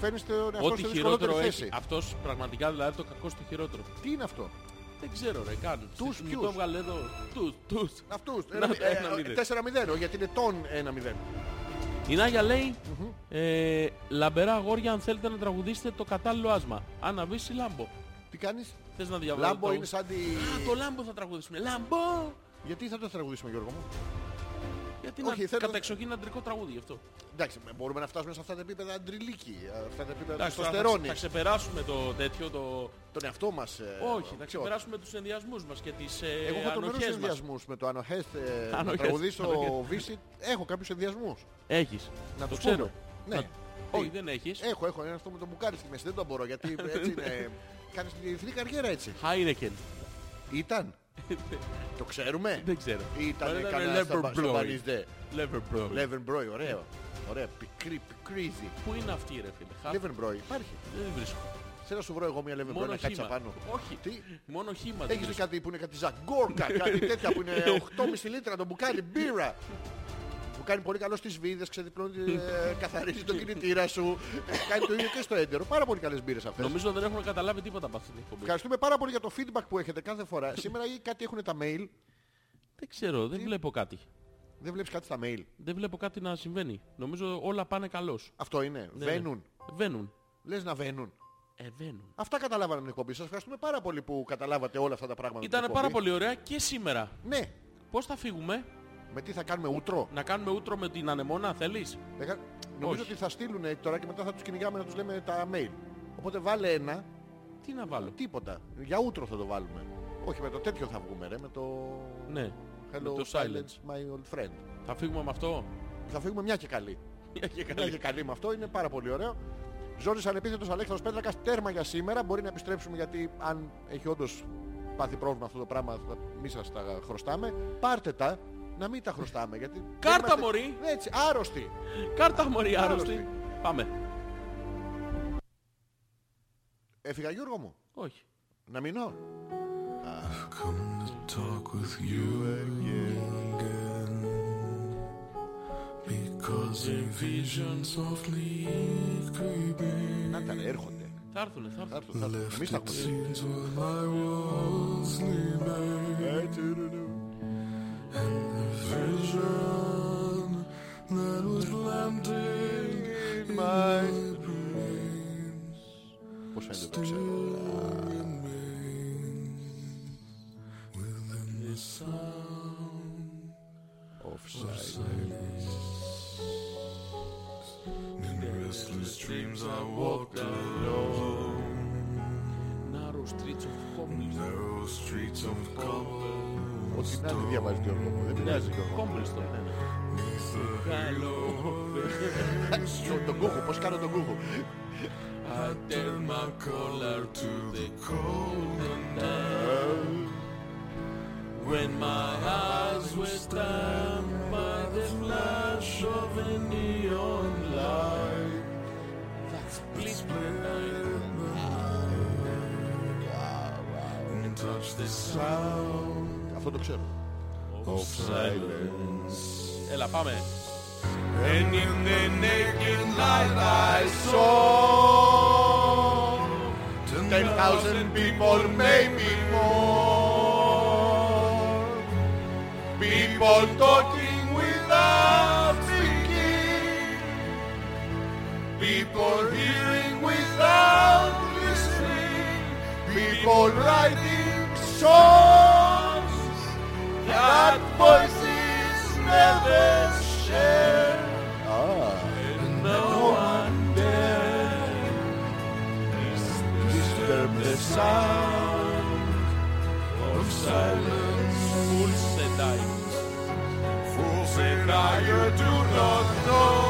Speaker 1: φέρνεις τον εαυτό
Speaker 2: Ό,τι
Speaker 1: σε
Speaker 2: χειρότερο
Speaker 1: δυσκολότερη
Speaker 2: έχει.
Speaker 1: θέση.
Speaker 2: Αυτός πραγματικά δηλαδή το κακό στο χειρότερο.
Speaker 1: Τι είναι αυτό.
Speaker 2: Δεν ξέρω ρε, καν.
Speaker 1: Τους
Speaker 2: Μου
Speaker 1: ποιους?
Speaker 2: το έβγαλε εδώ. Τους, τους.
Speaker 1: Αυτούς.
Speaker 2: Να,
Speaker 1: ένα- ε,
Speaker 2: ένα μηδέν.
Speaker 1: 4-0, γιατί είναι τον 1-0.
Speaker 2: Η Νάγια λέει, ε, λαμπερά αγόρια αν θέλετε να τραγουδήσετε το κατάλληλο άσμα. Αναβήσει λάμπο.
Speaker 1: Τι κάνεις.
Speaker 2: Θες να διαβάζω
Speaker 1: Λάμπο
Speaker 2: το-
Speaker 1: είναι σαν τη...
Speaker 2: Α, το λάμπο θα τραγουδήσουμε. Λάμπο!
Speaker 1: Γιατί θα το τραγουδήσουμε Γιώργο μου.
Speaker 2: Γιατί
Speaker 1: Όχι,
Speaker 2: να
Speaker 1: θέλω-
Speaker 2: καταξοχήν αντρικό τραγούδι γι' αυτό. Εντάξει,
Speaker 1: Εντάξει, μπορούμε να φτάσουμε σε αυτά τα επίπεδα αντριλίκη, ε, αυτά τα επίπεδα
Speaker 2: τώρα θα, ξε-
Speaker 1: τεστοστερόνη.
Speaker 2: θα ξεπεράσουμε το τέτοιο, το...
Speaker 1: Τον εαυτό μας. ε,
Speaker 2: Όχι, θα
Speaker 1: ξέρω.
Speaker 2: ξεπεράσουμε τους ενδιασμούς μας και τις ε,
Speaker 1: Εγώ έχω τρομερούς
Speaker 2: ανοχές μας.
Speaker 1: ενδιασμούς με το Ανοχέθ ε, να
Speaker 2: Ανοχές,
Speaker 1: τραγουδήσω
Speaker 2: ανοχές.
Speaker 1: Βίσιτ. Έχω κάποιους ενδιασμούς.
Speaker 2: Έχεις.
Speaker 1: Να
Speaker 2: το
Speaker 1: τους
Speaker 2: ξέρω.
Speaker 1: πούμε. Ε, Ναι.
Speaker 2: Να- Όχι, δεν έχεις.
Speaker 1: Έχω, έχω ένα αυτό με το μπουκάρι στη μέση. Δεν το μπορώ γιατί έτσι
Speaker 2: Ναι.
Speaker 1: είναι. Κάνεις την ηθική καριέρα έτσι.
Speaker 2: Heineken.
Speaker 1: Ήταν. το ξέρουμε.
Speaker 2: Δεν ξέρω.
Speaker 1: Ήταν
Speaker 2: Ήταν
Speaker 1: ναι, κανένα
Speaker 2: Leverbroy.
Speaker 1: σαμπανιστέ.
Speaker 2: Leverbrook.
Speaker 1: Λέβενμπρόι, ωραίο. Ωραία, πικρή, πικρίζει.
Speaker 2: Πού είναι αυτή ρε φίλε. Χα-
Speaker 1: Λέβενμπρόι, υπάρχει.
Speaker 2: Δεν βρίσκω.
Speaker 1: Σε να σου βρω εγώ μια Λέβενμπρόι
Speaker 2: Μόνο
Speaker 1: να κάτσει
Speaker 2: χήμα.
Speaker 1: απάνω.
Speaker 2: Όχι.
Speaker 1: Τι?
Speaker 2: Μόνο χήμα. δεν
Speaker 1: Έχεις δει
Speaker 2: βρίσκω.
Speaker 1: κάτι που είναι κάτι ζαγκόρκα, κάτι τέτοια που
Speaker 2: Ε.
Speaker 1: είναι 8,5 λίτρα το μπουκάλι μπύρα. Που κάνει πολύ καλό στις βίδες, ξεδιπλώνει, ε, καθαρίζει τον κινητήρα σου. κάνει το ίδιο και στο έντερο. Πάρα πολύ καλές μπύρες αυτές.
Speaker 2: Νομίζω δεν έχουμε καταλάβει τίποτα από αυτή την εκπομπή.
Speaker 1: Ευχαριστούμε πάρα πολύ για το feedback που έχετε κάθε φορά. Σήμερα ή κάτι έχουν τα mail.
Speaker 2: Δεν ξέρω, δεν βλέπω κάτι.
Speaker 1: Δεν βλέπεις κάτι στα mail.
Speaker 2: Δεν βλέπω κάτι να συμβαίνει. Νομίζω όλα πάνε καλώς.
Speaker 1: Αυτό είναι.
Speaker 2: Ναι,
Speaker 1: Βαίνουν.
Speaker 2: ναι. Βαίνουν.
Speaker 1: Λες να βαίνουν.
Speaker 2: Ε, βαίνουν.
Speaker 1: Αυτά καταλάβαμε την εκπομπή. Σας ευχαριστούμε πάρα πολύ που καταλάβατε όλα αυτά τα πράγματα. με την
Speaker 2: Ήταν πάρα
Speaker 1: εκπομπή.
Speaker 2: πολύ ωραία και σήμερα.
Speaker 1: Ναι.
Speaker 2: Πώς θα φύγουμε.
Speaker 1: Με τι θα κάνουμε, ούτρο.
Speaker 2: Να κάνουμε ούτρο με την ανεμόνα, θέλεις.
Speaker 1: Δεν κα- Νομίζω ότι θα στείλουν τώρα και μετά θα τους κυνηγάμε να τους λέμε τα mail. Οπότε βάλε ένα,
Speaker 2: Τι να βάλω.
Speaker 1: τίποτα. Για ούτρο θα το βάλουμε. Όχι, με το τέτοιο θα βγούμε, ρε. Με το...
Speaker 2: Ναι.
Speaker 1: Hello,
Speaker 2: με το silence.
Speaker 1: silence, my old friend.
Speaker 2: Θα φύγουμε με αυτό.
Speaker 1: Θα φύγουμε μια και καλή.
Speaker 2: Μια και
Speaker 1: Μια
Speaker 2: καλή.
Speaker 1: και καλή με αυτό, είναι πάρα πολύ ωραίο. Ζόρις ανεπίθετος Αλέξανδρος Πέτρακας, τέρμα για σήμερα. Μπορεί να επιστρέψουμε γιατί αν έχει όντως πάθει πρόβλημα αυτό το πράγμα, θα- μη σας τα χρωστάμε. Πάρτε τα, να μην τα χρωστάμε. Γιατί δεν
Speaker 2: Κάρτα,
Speaker 1: είμαστε-
Speaker 2: μωρή.
Speaker 1: Έτσι, άρρωστοι.
Speaker 2: Κάρτα μωρή άρρωστη.
Speaker 1: Άρρωστη.
Speaker 2: Πάμε.
Speaker 1: Έφυγα Γιώργο μου,
Speaker 2: Όχι.
Speaker 1: να μείνω.
Speaker 4: talk with you again because a vision softly creeping
Speaker 1: Να τα ρε, έρχονται.
Speaker 2: Θα έρθουνε, θα
Speaker 1: Θα
Speaker 2: έρθουν.
Speaker 1: έρθουν, θα έρθουν. Εμείς τα έχουμε.
Speaker 4: scenes with my walls sleeping and the vision that was planting in my dreams
Speaker 1: Πώς φαίνεται το ξέρω.
Speaker 4: within the sound in restless dreams I walked alone
Speaker 2: Narrow streets of Cobblestone.
Speaker 4: Narrow streets of cobble
Speaker 1: Ό,τι να τη διαβάζει Γιώργο μου, δεν πειράζει Γιώργο.
Speaker 2: Cobblestone, ναι, ναι.
Speaker 1: Τον- Τον κούχο, πώς κάνω τον κούχο.
Speaker 4: I turn my collar to the cold and dark. When my eyes were stabbed by the flash of a neon light That's And touch the sound
Speaker 1: Αυτό το ξέρω.
Speaker 4: of silence
Speaker 2: Έλα, πάμε.
Speaker 4: And in the naked light I saw 10,000 people, maybe more People talking without speaking People hearing without listening People writing songs That voices never share
Speaker 1: Disturbed.
Speaker 2: Full Sendai.
Speaker 4: Fools and I you do not know.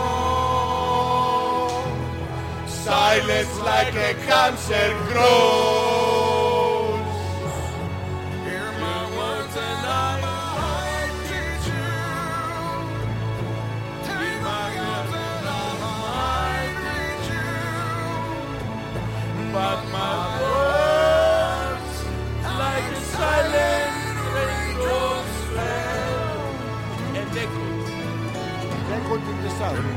Speaker 4: Silence like a cancer grows. Hear my words and I might teach you. Take my hands and I might reach you. But my words, like a silent raindrop fell.
Speaker 2: And echo
Speaker 1: Έχω την Τεσσάρων.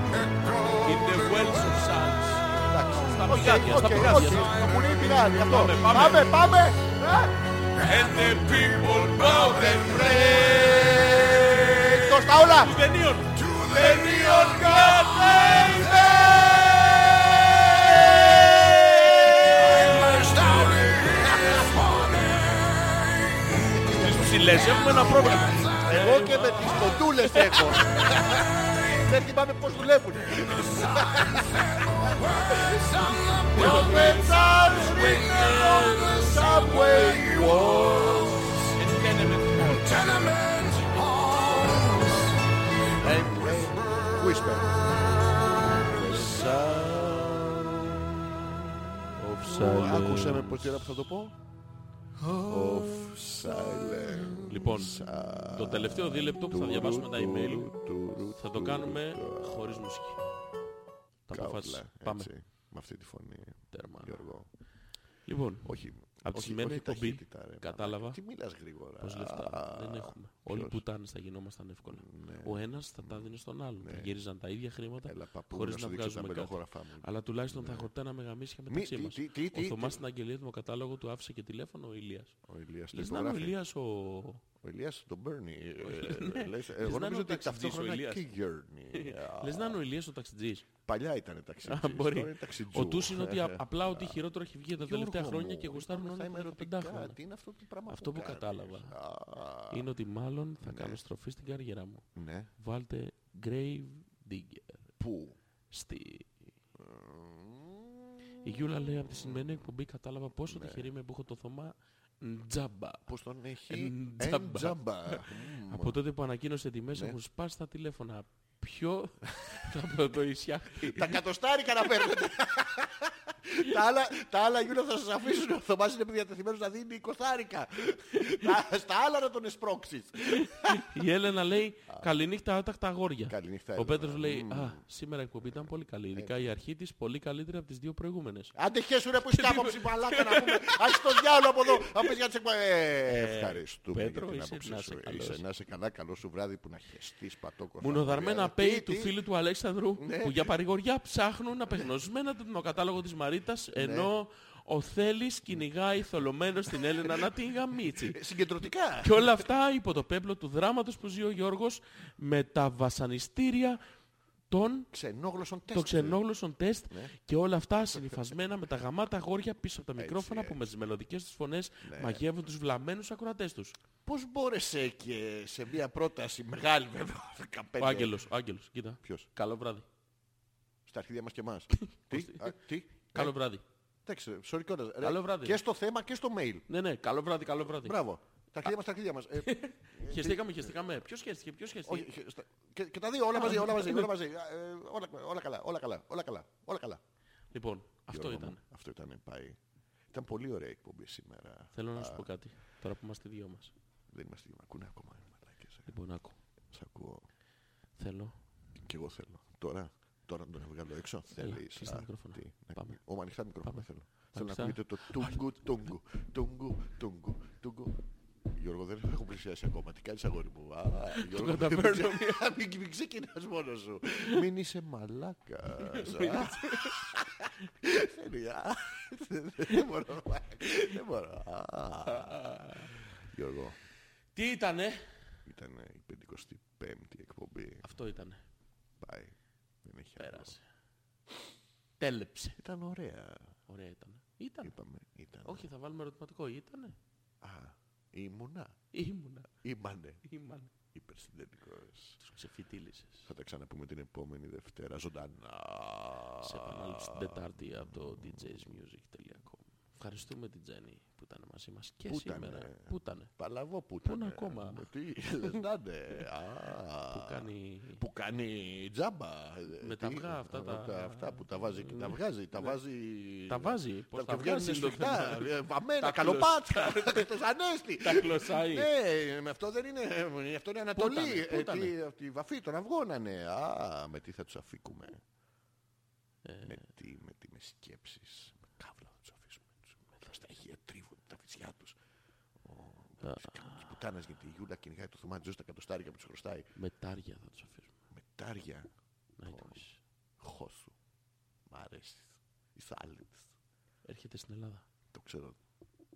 Speaker 2: in the wells of sounds. Στα
Speaker 1: Οκ,
Speaker 2: πηγάδια, στα
Speaker 1: οκ,
Speaker 2: πηγάδια.
Speaker 1: οκ. Το πουλί πειράζει αυτό.
Speaker 2: Πάμε, πάμε.
Speaker 1: Πάμε, πάμε.
Speaker 4: And the people bow their praise
Speaker 1: Εκτός τα όλα.
Speaker 2: Τους δενείων.
Speaker 4: to the neon god they made. I burst out in his morning.
Speaker 2: Τις ψηλές έχουμε ένα πρόβλημα.
Speaker 1: Εγώ και με τις κοντούλες έχω. Δεν θυμάμαι πώς δουλεύουν.
Speaker 4: Prophets are swinging on the subway walls. Tenement halls.
Speaker 1: Whisper. Άκουσε με πώς τώρα που θα το πω. Of silence.
Speaker 2: Λοιπόν, το τελευταίο δίλεπτο που θα διαβάσουμε τα email θα το κάνουμε χωρίς μουσική. Τα αποφάσισα.
Speaker 1: Καύλα.
Speaker 2: Πάμε.
Speaker 1: έτσι, Με αυτή τη φωνή,
Speaker 2: Τέρμα.
Speaker 1: Γιώργο.
Speaker 2: Λοιπόν,
Speaker 1: Όχι.
Speaker 2: Απ' τη
Speaker 1: όχι-
Speaker 2: σημερινή
Speaker 1: όχι
Speaker 2: εκπομπή,
Speaker 1: ταχύτητα, ρε,
Speaker 2: κατάλαβα.
Speaker 1: μαλάκα. Τι μιλάς γρήγορα.
Speaker 2: Πώς λεφτά. Δεν έχουμε. Όλοι
Speaker 1: ποιος? Ναι.
Speaker 2: που ήταν θα γινόμασταν εύκολα. Ο ένας θα τα δίνει στον άλλον. Θα γύριζαν τα ίδια χρήματα
Speaker 1: Έλα, παππού,
Speaker 2: χωρίς
Speaker 1: να
Speaker 2: να
Speaker 1: σου δείξω τα
Speaker 2: βγάζουμε κάτι.
Speaker 1: μπελοχώραφά μου.
Speaker 2: Αλλά τουλάχιστον θα χορτάναμε γαμίσια μεταξύ
Speaker 1: τι-
Speaker 2: μας.
Speaker 1: τι- τι-
Speaker 2: Ο
Speaker 1: τι-
Speaker 2: Θωμάς
Speaker 1: τι-
Speaker 2: στην αγγελία του με κατάλογο του άφησε και τηλέφωνο ο Ηλίας.
Speaker 1: Ο Ηλίας το
Speaker 2: Λες να είναι ο
Speaker 1: υπογράφει.
Speaker 2: Ηλίας ο...
Speaker 1: Ο Ηλίας τον παίρνει. ε,
Speaker 2: Ναι.
Speaker 1: λες,
Speaker 2: να
Speaker 1: Εγώ
Speaker 2: είναι ο
Speaker 1: νομίζω ότι
Speaker 2: ταξιτζής ο
Speaker 1: ταυτόχρονα
Speaker 2: Ηλίας.
Speaker 1: και γιέρνει.
Speaker 2: Λες να είναι ο Ηλίας ο ταξιτζής.
Speaker 1: Παλιά ήταν ταξιτζής,
Speaker 2: Α, μπορεί.
Speaker 1: τώρα είναι ταξιτζού.
Speaker 2: Ο Τούς είναι ότι α- απλά ότι χειρότερο έχει βγει τα τελευταία
Speaker 1: Γιώργο
Speaker 2: χρόνια
Speaker 1: μου,
Speaker 2: και γουστάρουν
Speaker 1: αυτά
Speaker 2: όλοι
Speaker 1: είμαι
Speaker 2: τα
Speaker 1: ερωτικά.
Speaker 2: 15 χρόνια.
Speaker 1: Τι είναι αυτό το πράγμα
Speaker 2: Αυτό που
Speaker 1: κάνεις.
Speaker 2: κατάλαβα.
Speaker 1: Α,
Speaker 2: Είναι ότι μάλλον θα κάνω στροφή στην καριέρα μου.
Speaker 1: Ναι.
Speaker 2: Βάλτε Grave Digger
Speaker 1: Πού.
Speaker 2: στη... Η Γιούλα λέει από τη σημερινή εκπομπή κατάλαβα πόσο
Speaker 1: Ναι.
Speaker 2: τυχερή είμαι που έχω το θωμά Τζάμπα.
Speaker 1: Πώς τον έχει.
Speaker 2: Εν
Speaker 1: Εν
Speaker 2: τζάμπα.
Speaker 1: τζάμπα.
Speaker 2: Από τότε που ανακοίνωσε τιμές
Speaker 1: Ναι.
Speaker 2: έχουν σπάσει τα τηλέφωνα. Ποιο τα πρωτοϊσιά.
Speaker 1: Τα κατοστάρικα να παίρνετε. τα άλλα, τα άλλα Γιούλα θα σας αφήσουν. Ο Θωμάς είναι διατεθειμένος να δίνει κοστάρικα. Τα- Στα άλλα να τον εσπρώξεις.
Speaker 2: Η Έλενα λέει καληνύχτα άτακτα αγόρια.
Speaker 1: Καληνύχτα,
Speaker 2: Ο
Speaker 1: Έλενα. Ε,
Speaker 2: Πέτρος λέει α, σήμερα η εκπομπή ήταν πολύ καλή. Ειδικά η αρχή της πολύ καλύτερη από τις δύο προηγούμενες.
Speaker 1: Άντε χέσου ρε που είσαι άποψη μαλάκα να πούμε. Ας το διάλογο από εδώ. Να πεις για τις εκπα- Ε, Ευχαριστούμε
Speaker 2: Πέτρο,
Speaker 1: για την
Speaker 2: είσαι
Speaker 1: άποψή
Speaker 2: να
Speaker 1: σου.
Speaker 2: είσαι καλός.
Speaker 1: Είσαι να είσαι καλά. Καλό σου βράδυ που να χεστείς πατόκο.
Speaker 2: Μουνοδαρμένα
Speaker 1: Ε, Τι,
Speaker 2: πέι του
Speaker 1: τι.
Speaker 2: φίλου του Αλέξανδρου
Speaker 1: Ναι.
Speaker 2: που για παρηγοριά ψάχνουν απεγνωσμένα τον κατάλογο της Μαρίτας
Speaker 1: Ναι.
Speaker 2: ενώ ο Θέλης κυνηγάει θολωμένος την Έλενα να την γαμίξει.
Speaker 1: Συγκεντρωτικά.
Speaker 2: Και όλα αυτά υπό το πέπλο του δράματος που ζει ο Γιώργος με τα βασανιστήρια των
Speaker 1: Ξενόγλωσσον τεστ.
Speaker 2: το
Speaker 1: ναι.
Speaker 2: ξενόγλωσσον τεστ και όλα αυτά συνυφασμένα με τα γαμάτα γόρια πίσω από τα μικρόφωνα που με τις μελωδικές τους φωνές
Speaker 1: Ναι.
Speaker 2: μαγεύουν τους βλαμμένους ακροατές τους.
Speaker 1: Πώς μπόρεσε και σε μια πρόταση μεγάλη βέβαια 15.
Speaker 2: Ο Άγγελος, ο Άγγελος, κοίτα.
Speaker 1: Ποιος? Ναι.
Speaker 2: Καλό βράδυ.
Speaker 1: Στα αρχίδια μας και εμάς. τι, α, τι. Ε,
Speaker 2: Καλό βράδυ.
Speaker 1: Εντάξει, sorry κιόλας. Ρε,
Speaker 2: Καλό βράδυ.
Speaker 1: Και στο θέμα και στο mail.
Speaker 2: Ναι, ναι, καλό βράδυ, καλό βράδυ.
Speaker 1: Μπράβο. Τα αρχίδια μας, τα αρχίδια μας. Ε,
Speaker 2: Χεστήκαμε, χεστήκαμε. Ποιος χέστηκε, ποιος χέστηκε.
Speaker 1: όχι, στα- και, και τα δύο, όλα μαζί, όλα μαζί, όλα μαζί. Ε, όλα, όλα καλά, όλα καλά, όλα καλά, όλα καλά.
Speaker 2: Λοιπόν, αυτό
Speaker 1: Γιώργο μου,
Speaker 2: ήταν.
Speaker 1: Αυτό ήταν, πάει. Ήταν πολύ ωραία η εκπομπή σήμερα.
Speaker 2: Θέλω να σου πω κάτι. Τώρα που είμαστε οι δυο μας.
Speaker 1: Δεν είμαστε γυμνά. Ακούνε ακόμα οι μαλάκες. ε.
Speaker 2: Λοιπόν, άκου.
Speaker 1: Σ' ακούω.
Speaker 2: Θέλω.
Speaker 1: Κι εγώ θέλω. Τώρα, τώρα να τον βγάλω έξω. Θέλεις.
Speaker 2: κλείστε τα
Speaker 1: Α,
Speaker 2: μικρόφωνα.
Speaker 1: τι, ναι.
Speaker 2: Πάμε.
Speaker 1: Ω, ανοιχτά μικρόφωνα
Speaker 2: Πάμε.
Speaker 1: θέλω. Θέλω να
Speaker 2: Ανοιχτά.
Speaker 1: ακούγεται το τούγκου, τούγκου, τούγκου, τούγκου, τούγκου. Γιώργο, δεν έχω πλησιάσει ακόμα. Τι κάνεις αγόρι μου. Α, Γιώργο, δεν
Speaker 2: καταφέρνω.
Speaker 1: ξε- Μην, μην ξεκινάς μόνος σου. Μην είσαι μαλάκας. α. Θέλει, α. Δεν μπορώ. ε. Δεν μπορώ. Α. Γιώργο,
Speaker 2: Τι ήτανε.
Speaker 1: ήταν η 55η εκπομπή.
Speaker 2: Αυτό ήτανε.
Speaker 1: Πάει. Δεν έχει άλλο.
Speaker 2: Πέρασε. Τέλεψε.
Speaker 1: Ήταν ωραία.
Speaker 2: Ωραία ήταν. Ήταν.
Speaker 1: Είπαμε, ήταν.
Speaker 2: Όχι, θα βάλουμε ερωτηματικό. Ήτανε.
Speaker 1: Α, ήμουνα.
Speaker 2: Ήμουνα.
Speaker 1: Ήμανε.
Speaker 2: Ήμαν.
Speaker 1: Υπερσυντελικός.
Speaker 2: Τους ξεφυτίλησες.
Speaker 1: Θα τα ξαναπούμε την επόμενη Δευτέρα ζωντανά.
Speaker 2: Σε επανάληψη την Τετάρτη από το djsmusic.com. Ευχαριστούμε την Τζέννη που ήταν μαζί μας και
Speaker 1: Πού
Speaker 2: σήμερα.
Speaker 1: ήτανε?
Speaker 2: Πού ήτανε.
Speaker 1: Παλαβό που
Speaker 2: Πού
Speaker 1: ήταν.
Speaker 2: είναι ακόμα?
Speaker 1: Τι, να ναι. Α,
Speaker 2: Που κάνει...
Speaker 1: που κάνει τζάμπα. Ε,
Speaker 2: Με
Speaker 1: τι,
Speaker 2: τα αυγά αυτά τα-
Speaker 1: αυτά που τα βάζει και τα βγάζει. Τα βάζει...
Speaker 2: Τα βάζει, πώς τα
Speaker 1: και βγαίνουν
Speaker 2: βγάζει το
Speaker 1: σφιχτά.
Speaker 2: θέμα.
Speaker 1: ε, Βαμμένα,
Speaker 2: Τα
Speaker 1: καλοπάτσα. Ανέστη.
Speaker 2: Τα κλωσάει.
Speaker 1: Ναι, με αυτό δεν είναι. ε, Αυτό είναι Ανατολή.
Speaker 2: ήτανε, πού
Speaker 1: Ε,
Speaker 2: ήτανε?
Speaker 1: τι, Αυτή η βαφή των αυγών να είναι. Α, με τι θα τους αφήκουμε. Ε, Με τι, με τις, με σκέψει. Με καύλα θα του αφήσουμε. Τους- με τα στραγεία τρίβουν τα βυζιά του. Τη πουτάνα γιατί η Γιούλα κυνηγάει το θωμάτιζο στα κατοστάρια που τους χρωστάει.
Speaker 2: Μετάρια θα τους αφήσουμε.
Speaker 1: Με τάρια.
Speaker 2: Να έτοιμες.
Speaker 1: Χώσου. Μ' αρέσει. Είσαι άλλη.
Speaker 2: ε, Έρχεται στην Ελλάδα.
Speaker 1: Το ξέρω.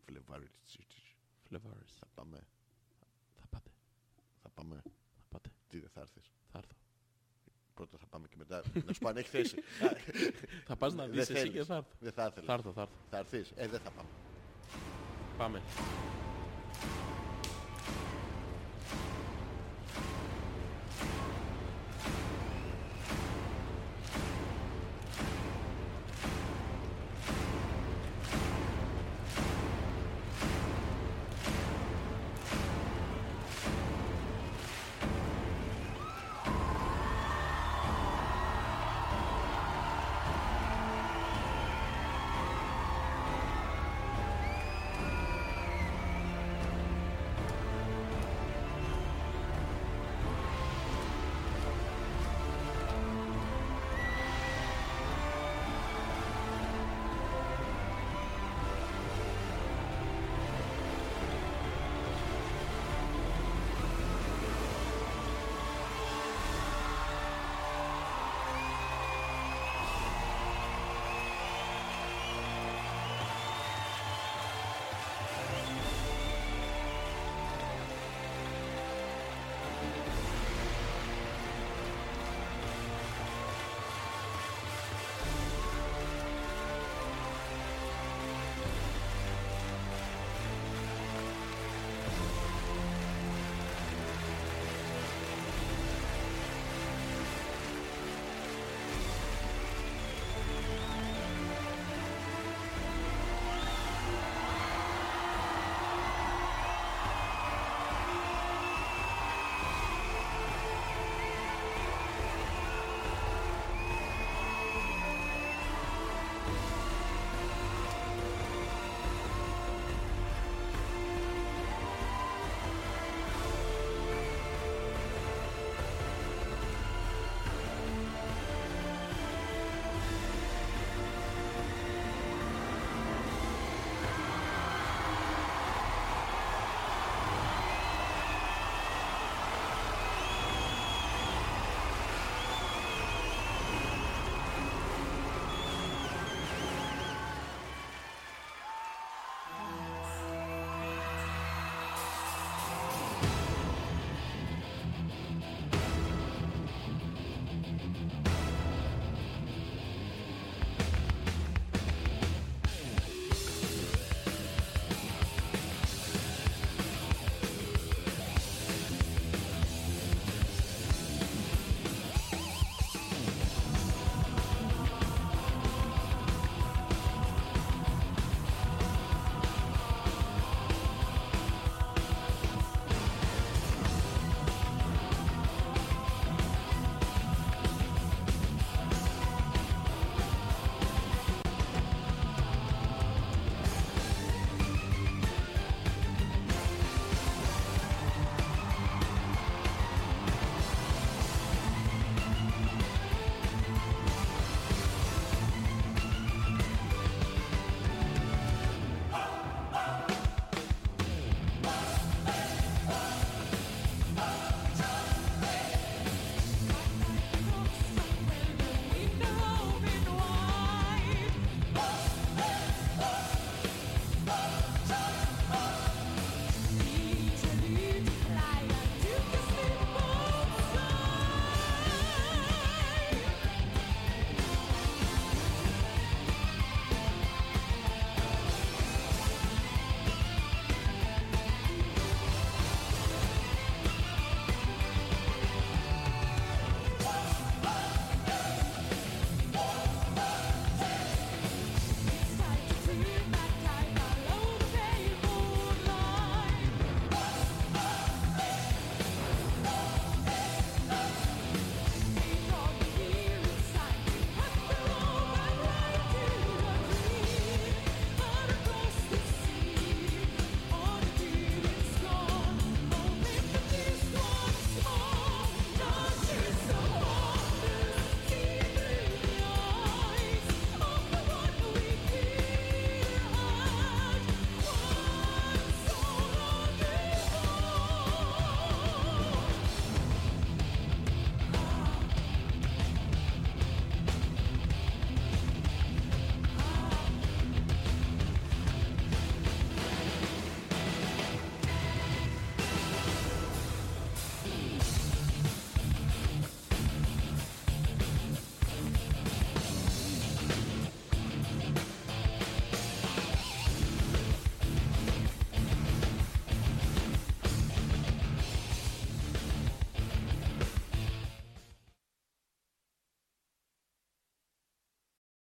Speaker 1: Φλεβάρι της Ήρτης.
Speaker 2: Φλεβάρις.
Speaker 1: Θα πάμε.
Speaker 2: Θα πάτε.
Speaker 1: Θα πάμε.
Speaker 2: Θα πάτε.
Speaker 1: Τι δεν θα έρθεις.
Speaker 2: Θα έρθω.
Speaker 1: Πρώτα θα πάμε και μετά. Να σου πω αν έχει θέση.
Speaker 2: Θα πας να
Speaker 1: Δεν
Speaker 2: δεις εσύ
Speaker 1: θέλεις.
Speaker 2: και θα έρθω.
Speaker 1: Δεν θα ήθελα.
Speaker 2: Θα έρθω, θα έρθω.
Speaker 1: Θα έρθεις. Ε, δεν θα πάμε.
Speaker 2: Πάμε.